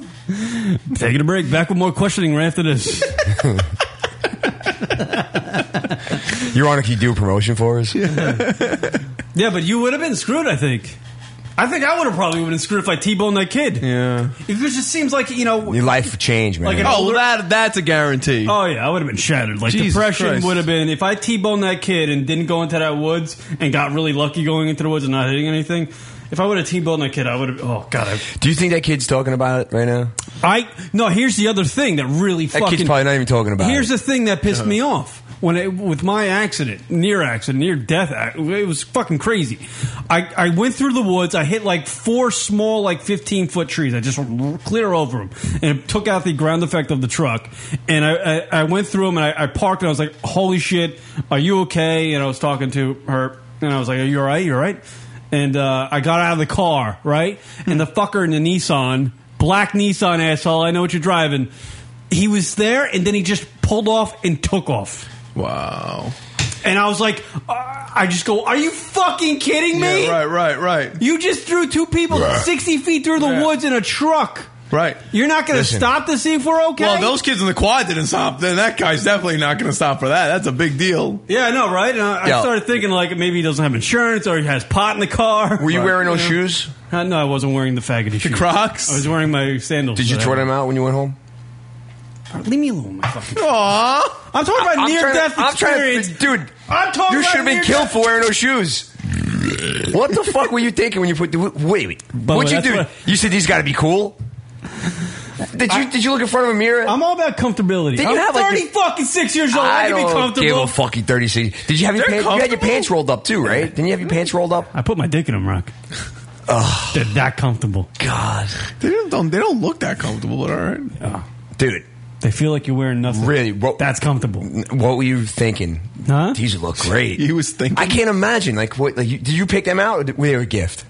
[SPEAKER 11] Taking a break. Back with more questioning right after this.
[SPEAKER 12] Your Honor, can you do a promotion for us?
[SPEAKER 11] Yeah, but you would have been screwed. I think. I think I would have probably been screwed if I t-boned that kid.
[SPEAKER 13] Yeah,
[SPEAKER 11] it just seems like you know.
[SPEAKER 12] Your life would change, man.
[SPEAKER 11] Like an
[SPEAKER 13] Oh,
[SPEAKER 11] older-
[SPEAKER 13] well, that that's a guarantee.
[SPEAKER 11] Oh yeah, I would have been shattered. Like
[SPEAKER 13] Jesus
[SPEAKER 11] depression
[SPEAKER 13] Christ.
[SPEAKER 11] would have been if I t-boned that kid and didn't go into that woods and got really lucky going into the woods and not hitting anything. If I would have t-boned that kid, I would have. Oh god, I,
[SPEAKER 12] do you think that kid's talking about it right now?
[SPEAKER 11] I no. Here's the other thing that really
[SPEAKER 12] That
[SPEAKER 11] fucking.
[SPEAKER 12] kid's probably not even talking about
[SPEAKER 11] here's
[SPEAKER 12] it.
[SPEAKER 11] the thing that pissed
[SPEAKER 12] Uh-huh.
[SPEAKER 11] me off when it, with my accident, near accident, near death. ac- It was fucking crazy. I I went through the woods. I hit like four small, like fifteen foot trees. I just r- clear over them, and it took out the ground effect of the truck. And I I, I went through them, and I, I parked, and I was like, "Holy shit, are you okay?" And I was talking to her, and I was like, "Are you all right? You all right?" And uh, I got out of the car, right? And the fucker in the Nissan, black Nissan asshole, I know what you're driving. He was there, and then he just pulled off and took off.
[SPEAKER 13] Wow.
[SPEAKER 11] And I was like, uh, I just go, are you fucking kidding me?
[SPEAKER 13] Yeah, right, right, right.
[SPEAKER 11] You just threw two people
[SPEAKER 13] Right.
[SPEAKER 11] 60 feet through the
[SPEAKER 13] Yeah.
[SPEAKER 11] woods in a truck.
[SPEAKER 13] Right.
[SPEAKER 11] You're not going to
[SPEAKER 13] Listen.
[SPEAKER 11] stop to see if we're okay?
[SPEAKER 13] Well, those kids in the quad didn't stop. Then that guy's definitely not going to stop for that. That's a big deal.
[SPEAKER 11] yeah, I know, right? And I, I
[SPEAKER 13] Yeah.
[SPEAKER 11] started thinking, like, maybe he doesn't have insurance or he has pot in the car.
[SPEAKER 12] Were you
[SPEAKER 11] Right.
[SPEAKER 12] wearing those
[SPEAKER 11] know?
[SPEAKER 12] shoes?
[SPEAKER 11] Uh, no, I wasn't wearing the faggoty shoes.
[SPEAKER 12] Crocs?
[SPEAKER 11] I was wearing my sandals.
[SPEAKER 12] Did you
[SPEAKER 11] that I
[SPEAKER 12] throw
[SPEAKER 11] had.
[SPEAKER 12] them out when you went home?
[SPEAKER 11] Leave me alone, my fucking.
[SPEAKER 13] Aw.
[SPEAKER 11] I'm talking about
[SPEAKER 12] I'm
[SPEAKER 11] near
[SPEAKER 12] trying to-
[SPEAKER 11] death
[SPEAKER 12] I'm trying to-
[SPEAKER 11] experience,
[SPEAKER 12] dude.
[SPEAKER 11] I'm talking.
[SPEAKER 12] you
[SPEAKER 11] about
[SPEAKER 12] should have been
[SPEAKER 11] near
[SPEAKER 12] killed
[SPEAKER 11] death-
[SPEAKER 12] for wearing those shoes. what the fuck were you thinking when you put? the Wait, wait.
[SPEAKER 11] But
[SPEAKER 12] What'd you
[SPEAKER 11] that's
[SPEAKER 12] do?
[SPEAKER 11] what-
[SPEAKER 12] you said these got to be cool. Did you did you look in front of a mirror?
[SPEAKER 11] I'm all about comfortability.
[SPEAKER 12] Did
[SPEAKER 11] I'm
[SPEAKER 12] you have like
[SPEAKER 11] 30
[SPEAKER 12] the-
[SPEAKER 11] fucking six years old. I,
[SPEAKER 12] I
[SPEAKER 11] can be
[SPEAKER 12] don't give a
[SPEAKER 11] comfortable.
[SPEAKER 12] fucking thirty six. Did you have your
[SPEAKER 11] They're
[SPEAKER 12] pants? You had your
[SPEAKER 11] comfortable.
[SPEAKER 12] pants rolled up too, right? Didn't you have your pants rolled up?
[SPEAKER 11] I put my dick in them, Rock. They're that comfortable.
[SPEAKER 12] God,
[SPEAKER 13] They don't. They don't look that comfortable. But all right,
[SPEAKER 12] dude.
[SPEAKER 11] They feel like you're wearing nothing.
[SPEAKER 12] Really, what,
[SPEAKER 11] that's comfortable.
[SPEAKER 12] What were you thinking?
[SPEAKER 11] Huh?
[SPEAKER 12] These look great.
[SPEAKER 13] He was thinking.
[SPEAKER 12] I can't imagine. Like, what? Like, you, did you pick them out? Or did- were they a gift?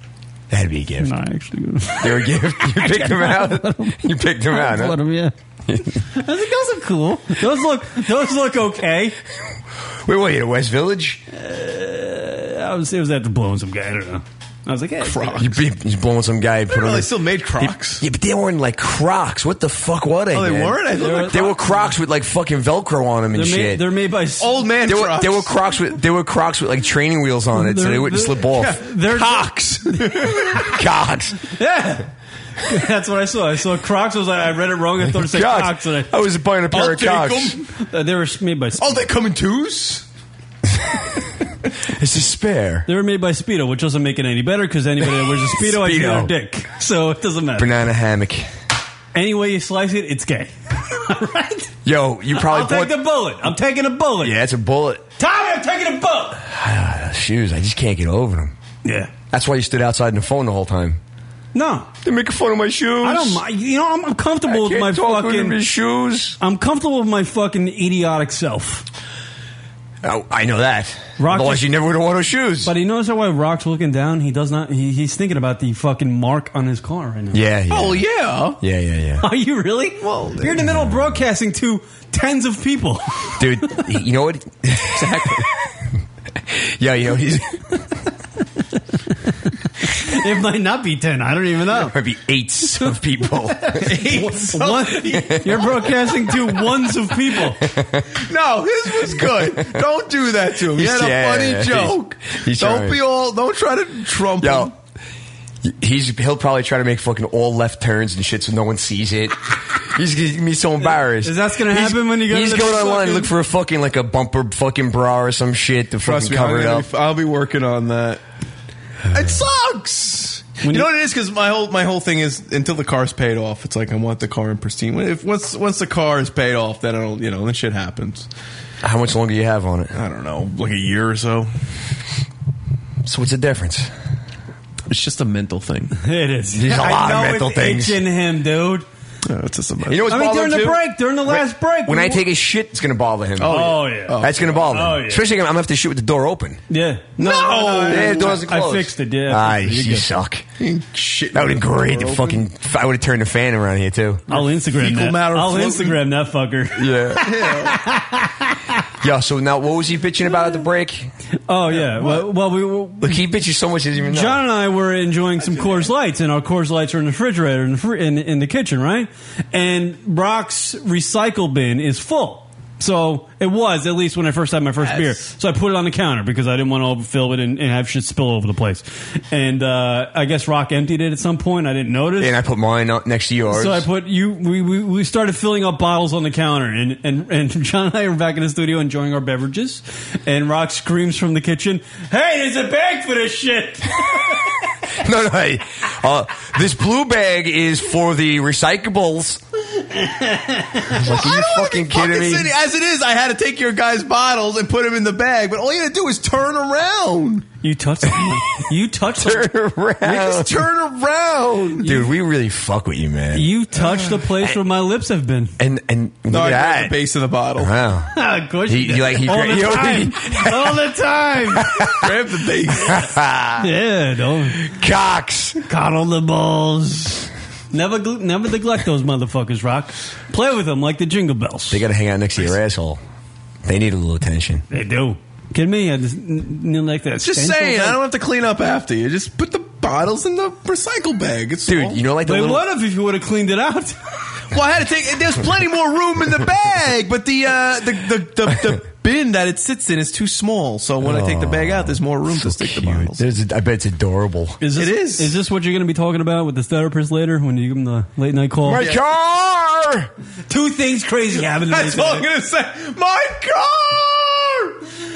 [SPEAKER 12] That had to be a gift.
[SPEAKER 11] I actually,
[SPEAKER 12] they were a gift. You picked them out. You picked them out. huh?
[SPEAKER 11] yeah. I was like, those are cool. Those look, those look okay. Uh,
[SPEAKER 12] Wait, wait, at West Village?
[SPEAKER 11] I was, it was after blowing some guy. I don't know. I was like, hey,
[SPEAKER 12] You be, he's blowing some guy. Put
[SPEAKER 13] Well,
[SPEAKER 12] on
[SPEAKER 13] they
[SPEAKER 12] the-
[SPEAKER 13] still made Crocs.
[SPEAKER 12] yeah, but they weren't like Crocs. What the fuck were they?
[SPEAKER 13] Oh, they
[SPEAKER 12] man?
[SPEAKER 13] weren't? I thought
[SPEAKER 12] they
[SPEAKER 13] they
[SPEAKER 12] were,
[SPEAKER 13] were
[SPEAKER 12] Crocs with like fucking Velcro on them and
[SPEAKER 11] they're made,
[SPEAKER 12] shit.
[SPEAKER 11] they're made by
[SPEAKER 13] Old man
[SPEAKER 12] They were,
[SPEAKER 13] Crocs.
[SPEAKER 12] they were Crocs with they were Crocs with like training wheels on it, so
[SPEAKER 11] They're-
[SPEAKER 12] they wouldn't
[SPEAKER 11] they're-
[SPEAKER 12] slip off.
[SPEAKER 11] Yeah, they're
[SPEAKER 13] Crocs.
[SPEAKER 12] Crocs.
[SPEAKER 11] Yeah. That's what I saw. I saw Crocs. I was like, I read it wrong. I thought it said
[SPEAKER 12] Crocs.
[SPEAKER 11] Crocs. and I,
[SPEAKER 12] I was buying a pair
[SPEAKER 11] I'll
[SPEAKER 12] of
[SPEAKER 11] take
[SPEAKER 12] Crocs.
[SPEAKER 11] 'em. Uh, they were made by.
[SPEAKER 13] Oh, they come in twos.
[SPEAKER 12] It's a spare.
[SPEAKER 11] They were made by Speedo, which doesn't make it any better because anybody that wears a Speedo, I
[SPEAKER 12] Speedo.
[SPEAKER 11] can their dick. So it doesn't matter.
[SPEAKER 12] Banana hammock.
[SPEAKER 11] Any way you slice it, it's gay.
[SPEAKER 12] Yo, you probably
[SPEAKER 11] I'll
[SPEAKER 12] bought
[SPEAKER 11] take the bullet. I'm taking a bullet.
[SPEAKER 12] Yeah, it's a bullet.
[SPEAKER 11] Tommy, I'm taking a bullet.
[SPEAKER 12] Uh, shoes, I just can't get over them.
[SPEAKER 11] Yeah.
[SPEAKER 12] That's why you stood outside in the phone the whole time.
[SPEAKER 11] No.
[SPEAKER 12] They're making fun of my shoes.
[SPEAKER 11] I don't mind. You know, I'm, I'm comfortable with
[SPEAKER 12] can't
[SPEAKER 11] my
[SPEAKER 12] talk under
[SPEAKER 11] fucking
[SPEAKER 12] my shoes.
[SPEAKER 11] I'm comfortable with my fucking idiotic self.
[SPEAKER 12] Oh, I know that.
[SPEAKER 11] Rock
[SPEAKER 12] Otherwise, you never would have worn those shoes.
[SPEAKER 11] But he knows that why Rock's looking down. He does not. He, he's thinking about the fucking mark on his car right now.
[SPEAKER 12] Yeah, yeah.
[SPEAKER 11] Oh
[SPEAKER 13] yeah.
[SPEAKER 12] Yeah, yeah, yeah.
[SPEAKER 11] Are you really? Well, you're in the middle of broadcasting to tens of people.
[SPEAKER 12] Dude, you know what? Exactly. yeah, you know, he's.
[SPEAKER 11] it might not be ten. I don't even know. It
[SPEAKER 12] might be eights of people.
[SPEAKER 11] eights. One, you're broadcasting to ones of people.
[SPEAKER 13] No, his was good. Don't do that to him. He
[SPEAKER 12] He's-
[SPEAKER 13] had a
[SPEAKER 12] yeah,
[SPEAKER 13] funny
[SPEAKER 12] yeah, yeah.
[SPEAKER 13] joke.
[SPEAKER 12] He's- he's
[SPEAKER 13] don't
[SPEAKER 12] trying.
[SPEAKER 13] be all. Don't try to trump
[SPEAKER 12] Yo,
[SPEAKER 13] him.
[SPEAKER 12] he's he'll probably try to make fucking all left turns and shit so no one sees it. He's gonna be so embarrassed.
[SPEAKER 11] Is that gonna
[SPEAKER 12] He's-
[SPEAKER 11] happen when you go to
[SPEAKER 12] He's
[SPEAKER 11] the
[SPEAKER 12] going online
[SPEAKER 11] fucking-
[SPEAKER 12] and look for a fucking like a bumper fucking bra or some shit to
[SPEAKER 13] Trust
[SPEAKER 12] fucking
[SPEAKER 13] me,
[SPEAKER 12] cover
[SPEAKER 13] I'm
[SPEAKER 12] it
[SPEAKER 13] gonna
[SPEAKER 12] up.
[SPEAKER 13] be- I'll be working on that. It sucks. you, know what it is? Because my whole my whole thing is until the car's paid off, it's like I want the car in pristine. If once once the car is paid off, then I don't. You know, then shit happens.
[SPEAKER 12] How much longer you have on it?
[SPEAKER 13] I don't know, like a year or so.
[SPEAKER 12] So what's the difference?
[SPEAKER 13] It's just a mental thing.
[SPEAKER 11] It is.
[SPEAKER 12] There's a
[SPEAKER 11] I
[SPEAKER 12] lot
[SPEAKER 11] know
[SPEAKER 12] of mental
[SPEAKER 11] it's
[SPEAKER 12] things.
[SPEAKER 11] itching him, dude.
[SPEAKER 13] it's just a
[SPEAKER 12] You know what's
[SPEAKER 11] I mean,
[SPEAKER 12] bothering
[SPEAKER 11] during the
[SPEAKER 12] too?
[SPEAKER 11] break, during the last
[SPEAKER 12] when,
[SPEAKER 11] break,
[SPEAKER 12] When
[SPEAKER 11] we-
[SPEAKER 12] I take a shit, it's gonna bother him.
[SPEAKER 11] Oh, yeah. Oh, yeah.
[SPEAKER 12] that's gonna bother him.
[SPEAKER 11] Oh, yeah.
[SPEAKER 12] Especially, if I'm gonna have to shoot with the door open.
[SPEAKER 11] Yeah. No.
[SPEAKER 12] yeah, the door doesn't
[SPEAKER 11] I
[SPEAKER 12] close.
[SPEAKER 11] fixed it. Yeah.
[SPEAKER 12] Ah,
[SPEAKER 11] You're
[SPEAKER 12] you
[SPEAKER 11] good.
[SPEAKER 12] suck.
[SPEAKER 13] Shit,
[SPEAKER 12] That would have been great. The
[SPEAKER 11] Door
[SPEAKER 12] fucking, I would have turned the fan around here too.
[SPEAKER 11] I'll Instagram
[SPEAKER 12] Fecal
[SPEAKER 11] that.
[SPEAKER 12] matter
[SPEAKER 11] I'll
[SPEAKER 12] floating.
[SPEAKER 11] Instagram that fucker.
[SPEAKER 12] Yeah. yeah. So now, what was he bitching about at the break?
[SPEAKER 11] Oh yeah. Well, well we
[SPEAKER 12] Look, he bitches so much he doesn't even know.
[SPEAKER 11] John and I were enjoying some Coors Lights, and our Coors Lights are in the refrigerator in the, fr- in, in the kitchen, right? And Brock's recycle bin is full. So it was, at least when I first had my first beer. So I put it on the counter because I didn't want to overfill it and, and have shit spill over the place. And uh, I guess Rock emptied it at some point. I didn't notice.
[SPEAKER 12] and I put mine up next to yours.
[SPEAKER 11] So I put you. We, we, we started filling up bottles on the counter, and, and and John and I are back in the studio enjoying our beverages. And Rock screams from the kitchen, "Hey, there's a bag for this shit!"
[SPEAKER 12] no, no. hey, uh, this blue bag is for the recyclables. I was like, are you fucking kidding me?
[SPEAKER 13] City, as it is, I had to take your guys' bottles and put them in the bag, but all you had to do was turn around.
[SPEAKER 11] You touched me. You touched turn
[SPEAKER 12] around.
[SPEAKER 13] Just turn around,
[SPEAKER 12] Dude, we really fuck with you, man.
[SPEAKER 11] You touched the place where my lips have been.
[SPEAKER 12] And and look
[SPEAKER 11] No,
[SPEAKER 12] at
[SPEAKER 11] I grabbed the
[SPEAKER 12] that.
[SPEAKER 13] base of the bottle.
[SPEAKER 12] Wow.
[SPEAKER 11] of course
[SPEAKER 12] He- he like- he
[SPEAKER 11] all,
[SPEAKER 12] dra-
[SPEAKER 11] the
[SPEAKER 12] he already-
[SPEAKER 11] time. all the time.
[SPEAKER 13] Grab the base.
[SPEAKER 11] Yeah, don't.
[SPEAKER 12] Cocks.
[SPEAKER 11] Coddle the balls. Never, gl- never neglect those motherfuckers, Rock. Play with them like the Jingle Bells.
[SPEAKER 12] They got to hang out next to your asshole. They need a little attention.
[SPEAKER 11] They do. Kidding me? I just n- n- like that.
[SPEAKER 13] Just
[SPEAKER 11] stench all
[SPEAKER 13] saying,
[SPEAKER 11] day.
[SPEAKER 13] I don't have to clean up after you. Just put the bottles in the recycle bag. It's
[SPEAKER 12] Dude,
[SPEAKER 13] all.
[SPEAKER 12] you know, like the
[SPEAKER 11] They
[SPEAKER 12] little.
[SPEAKER 11] would have if you would have cleaned it out.
[SPEAKER 13] Well, I had to take. There's plenty more room in the bag, but the uh, the, the the the bin that it sits in is too small. So when I take the bag out, there's more room to stick the bottles.
[SPEAKER 12] There's a, I bet it's adorable.
[SPEAKER 11] Is this, it is. Is this what you're going to be talking about with this therapist later when you give him the late night call?
[SPEAKER 12] My car.
[SPEAKER 11] Two things crazy happened. to me
[SPEAKER 13] That's all I'm
[SPEAKER 11] today.
[SPEAKER 13] gonna say. My car.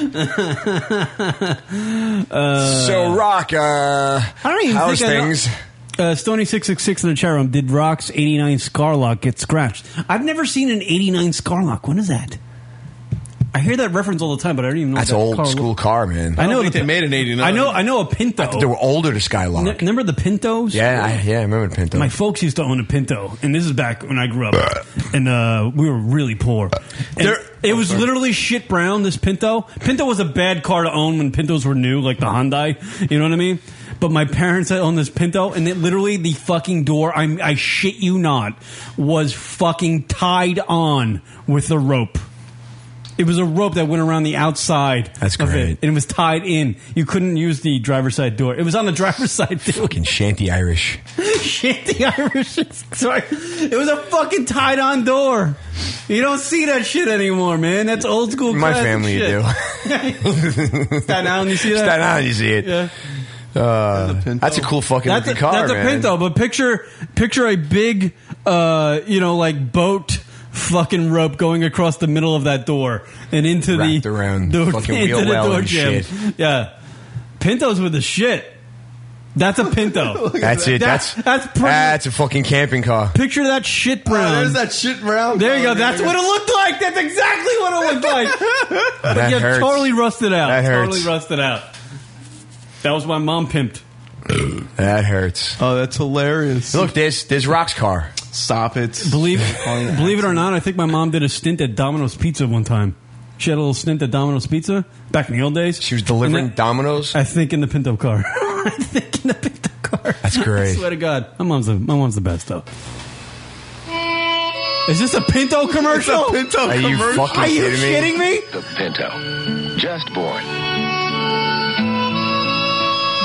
[SPEAKER 12] so rock. Uh, I
[SPEAKER 11] don't even
[SPEAKER 12] how's
[SPEAKER 11] think I know-
[SPEAKER 12] things?
[SPEAKER 11] Uh, Stony six six six in the chat room. Did Rock's eighty nine Scarlock get scratched? I've never seen an eighty nine Scarlock. When is that? I hear that reference all the time, but I don't even know.
[SPEAKER 12] That's
[SPEAKER 11] what
[SPEAKER 12] an
[SPEAKER 11] that
[SPEAKER 12] old
[SPEAKER 11] car look-
[SPEAKER 12] school car, man.
[SPEAKER 11] I know the,
[SPEAKER 13] They made an '89.
[SPEAKER 11] I know. I know a Pinto.
[SPEAKER 12] They were older to Skylock.
[SPEAKER 11] N- remember the Pintos?
[SPEAKER 12] yeah, I, yeah, I remember the Pinto.
[SPEAKER 11] My folks used to own a Pinto, and this is back when I grew up, and uh, we were really poor. And it was literally shit brown. This Pinto, Pinto was a bad car to own when Pintos were new, like the Hyundai. You know what I mean? But my parents had owned this Pinto, and it literally the fucking door. I'm, I shit you not, was fucking tied on with a rope. It was a rope that went around the outside.
[SPEAKER 12] That's
[SPEAKER 11] of it,
[SPEAKER 12] great.
[SPEAKER 11] and it was tied in. You couldn't use the driver's side door. It was on the driver's side. Dude.
[SPEAKER 12] fucking shanty Irish.
[SPEAKER 11] Shanty Irish. Sorry. It was a fucking tied on door. You don't see that shit anymore, man. That's old school.
[SPEAKER 12] My
[SPEAKER 11] classic
[SPEAKER 12] family,
[SPEAKER 11] shit.
[SPEAKER 12] you do.
[SPEAKER 11] Staten Island, you see that?
[SPEAKER 12] Staten Island, you see it.
[SPEAKER 11] Yeah.
[SPEAKER 12] Uh, that's a cool fucking
[SPEAKER 11] That's a,
[SPEAKER 12] looking car,
[SPEAKER 11] that's a
[SPEAKER 12] man.
[SPEAKER 11] Pinto, but picture picture a big, uh, you know, like boat fucking rope going across the middle of that door and into
[SPEAKER 12] Wrapped
[SPEAKER 11] the
[SPEAKER 12] around fucking wheel well and shit.
[SPEAKER 11] Yeah, Pintos with the shit. That's a Pinto.
[SPEAKER 12] That's it. That's
[SPEAKER 11] that's pretty-
[SPEAKER 12] that's a fucking camping car.
[SPEAKER 11] Picture that Oh, shit brown.
[SPEAKER 13] Oh, there's that shit brown.
[SPEAKER 11] There you go.
[SPEAKER 13] color.
[SPEAKER 11] That's what it looked like. That's exactly what it looked like. But
[SPEAKER 12] That
[SPEAKER 11] you
[SPEAKER 12] hurts.
[SPEAKER 11] totally rusted out.
[SPEAKER 12] That hurts.
[SPEAKER 11] Totally rusted out. That was my mom pimped.
[SPEAKER 12] That hurts.
[SPEAKER 13] Oh, that's hilarious.
[SPEAKER 12] Look, there's there's Rock's car.
[SPEAKER 13] Stop it.
[SPEAKER 11] Believe believe it or not, I think my mom did a stint at Domino's Pizza one time. She had a little stint at Domino's Pizza back in the old days. She was
[SPEAKER 12] delivering Domino's.
[SPEAKER 11] I think in the Pinto car. That's
[SPEAKER 12] great.
[SPEAKER 11] I swear to God, my mom's the my mom's the best though. Is this a Pinto commercial?
[SPEAKER 1] It's a Pinto
[SPEAKER 11] Are you
[SPEAKER 1] commercial.
[SPEAKER 11] fucking Are you kidding me?
[SPEAKER 1] The Pinto. Just born.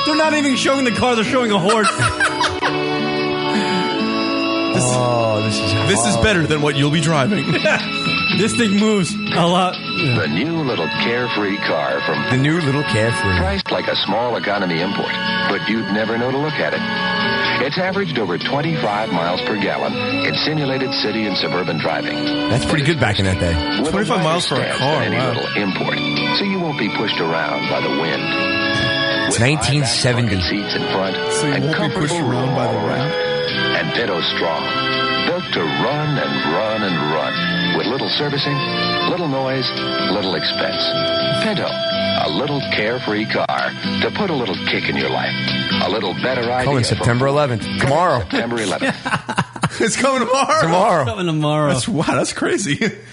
[SPEAKER 11] They're not even showing the car; they're showing a horse.
[SPEAKER 12] oh, this is
[SPEAKER 13] this is better than what you'll be driving.
[SPEAKER 11] this thing moves a lot.
[SPEAKER 1] The new little carefree car from
[SPEAKER 12] the new little carefree,
[SPEAKER 1] priced like a small economy import, but you'd never know to look at it. It's averaged over 25 miles per gallon in simulated city and suburban driving.
[SPEAKER 12] That's pretty good back in that day.
[SPEAKER 1] With a
[SPEAKER 12] 25
[SPEAKER 1] wider
[SPEAKER 12] miles for a
[SPEAKER 1] stance
[SPEAKER 12] car,
[SPEAKER 1] than Any
[SPEAKER 12] Oh, wow.
[SPEAKER 1] little import, so you won't be pushed around by the wind.
[SPEAKER 12] It's 1970.
[SPEAKER 1] Seats in front and comfortable room all around. And Pinto strong, built to run and run and run with little servicing, little noise, little expense. Pinto, a little carefree car to put a little kick in your life, a little better idea.
[SPEAKER 12] Coming
[SPEAKER 1] for-
[SPEAKER 12] September 11th. Tomorrow.
[SPEAKER 1] September 11th.
[SPEAKER 13] it's coming tomorrow.
[SPEAKER 12] Tomorrow. It's
[SPEAKER 11] coming tomorrow.
[SPEAKER 13] That's, wow, that's crazy.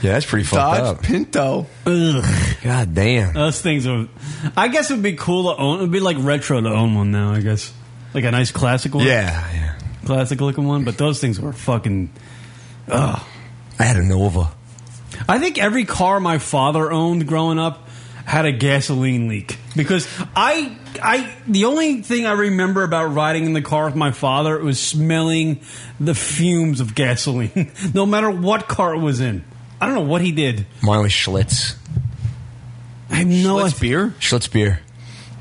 [SPEAKER 12] Yeah, that's pretty fucked
[SPEAKER 13] Dodge
[SPEAKER 12] up.
[SPEAKER 13] Pinto.
[SPEAKER 11] Ugh.
[SPEAKER 12] God damn.
[SPEAKER 11] Those things are. I guess it'd be cool to own. It'd be like retro to own one now. I guess like a nice classic one.
[SPEAKER 12] Yeah,
[SPEAKER 11] classic looking one. But those things were fucking. Ugh.
[SPEAKER 12] I had a Nova.
[SPEAKER 11] I think every car my father owned growing up had a gasoline leak because I I the only thing I remember about riding in the car with my father was smelling the fumes of gasoline no matter what car it was in. I don't know what he did.
[SPEAKER 12] Mine was Schlitz.
[SPEAKER 11] I have no
[SPEAKER 12] Schlitz beer? Schlitz beer.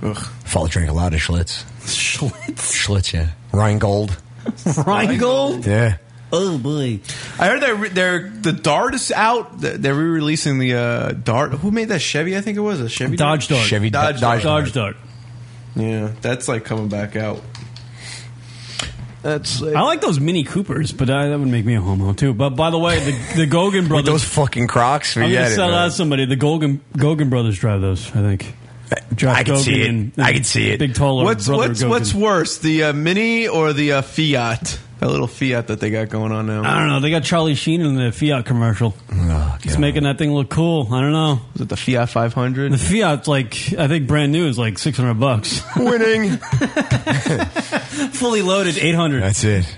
[SPEAKER 12] Ugh. Father drank a lot of Schlitz.
[SPEAKER 11] Schlitz?
[SPEAKER 12] Schlitz, yeah. Rheingold.
[SPEAKER 11] Rheingold?
[SPEAKER 12] Yeah.
[SPEAKER 11] Oh boy!
[SPEAKER 13] I heard they're they're the Dart is out. They're they're re-releasing the uh, Dart. Who made that Chevy? I think it was a Chevy
[SPEAKER 11] Dodge Dart.
[SPEAKER 13] Chevy Dodge
[SPEAKER 11] Dodge
[SPEAKER 13] Dart.
[SPEAKER 11] Dodge Dart.
[SPEAKER 13] Yeah, that's like coming back out. That's
[SPEAKER 11] I like those Mini Coopers, but I, that would make me a homo too. But by the way, the, the Gogan brothers,
[SPEAKER 12] those fucking Crocs,
[SPEAKER 11] I'm
[SPEAKER 12] forget
[SPEAKER 11] gonna
[SPEAKER 12] it,
[SPEAKER 11] sell
[SPEAKER 12] man.
[SPEAKER 11] out somebody. The Gogan Gogan brothers drive those, I think. Josh
[SPEAKER 13] I can
[SPEAKER 11] Gogan
[SPEAKER 13] see it.
[SPEAKER 11] And,
[SPEAKER 13] I can see
[SPEAKER 11] it. Big taller
[SPEAKER 13] What's
[SPEAKER 11] brother
[SPEAKER 13] what's
[SPEAKER 11] Gogan.
[SPEAKER 13] what's worse, the uh, Mini or the uh, Fiat? That little Fiat that they got going on now.
[SPEAKER 11] I don't know. They got Charlie Sheen in the Fiat commercial.
[SPEAKER 12] Oh,
[SPEAKER 11] It's making that thing look cool. I don't know.
[SPEAKER 13] Is it the Fiat 500?
[SPEAKER 11] The Fiat's like I think brand new is like 600 bucks.
[SPEAKER 12] Winning.
[SPEAKER 11] Fully loaded 800.
[SPEAKER 12] That's it.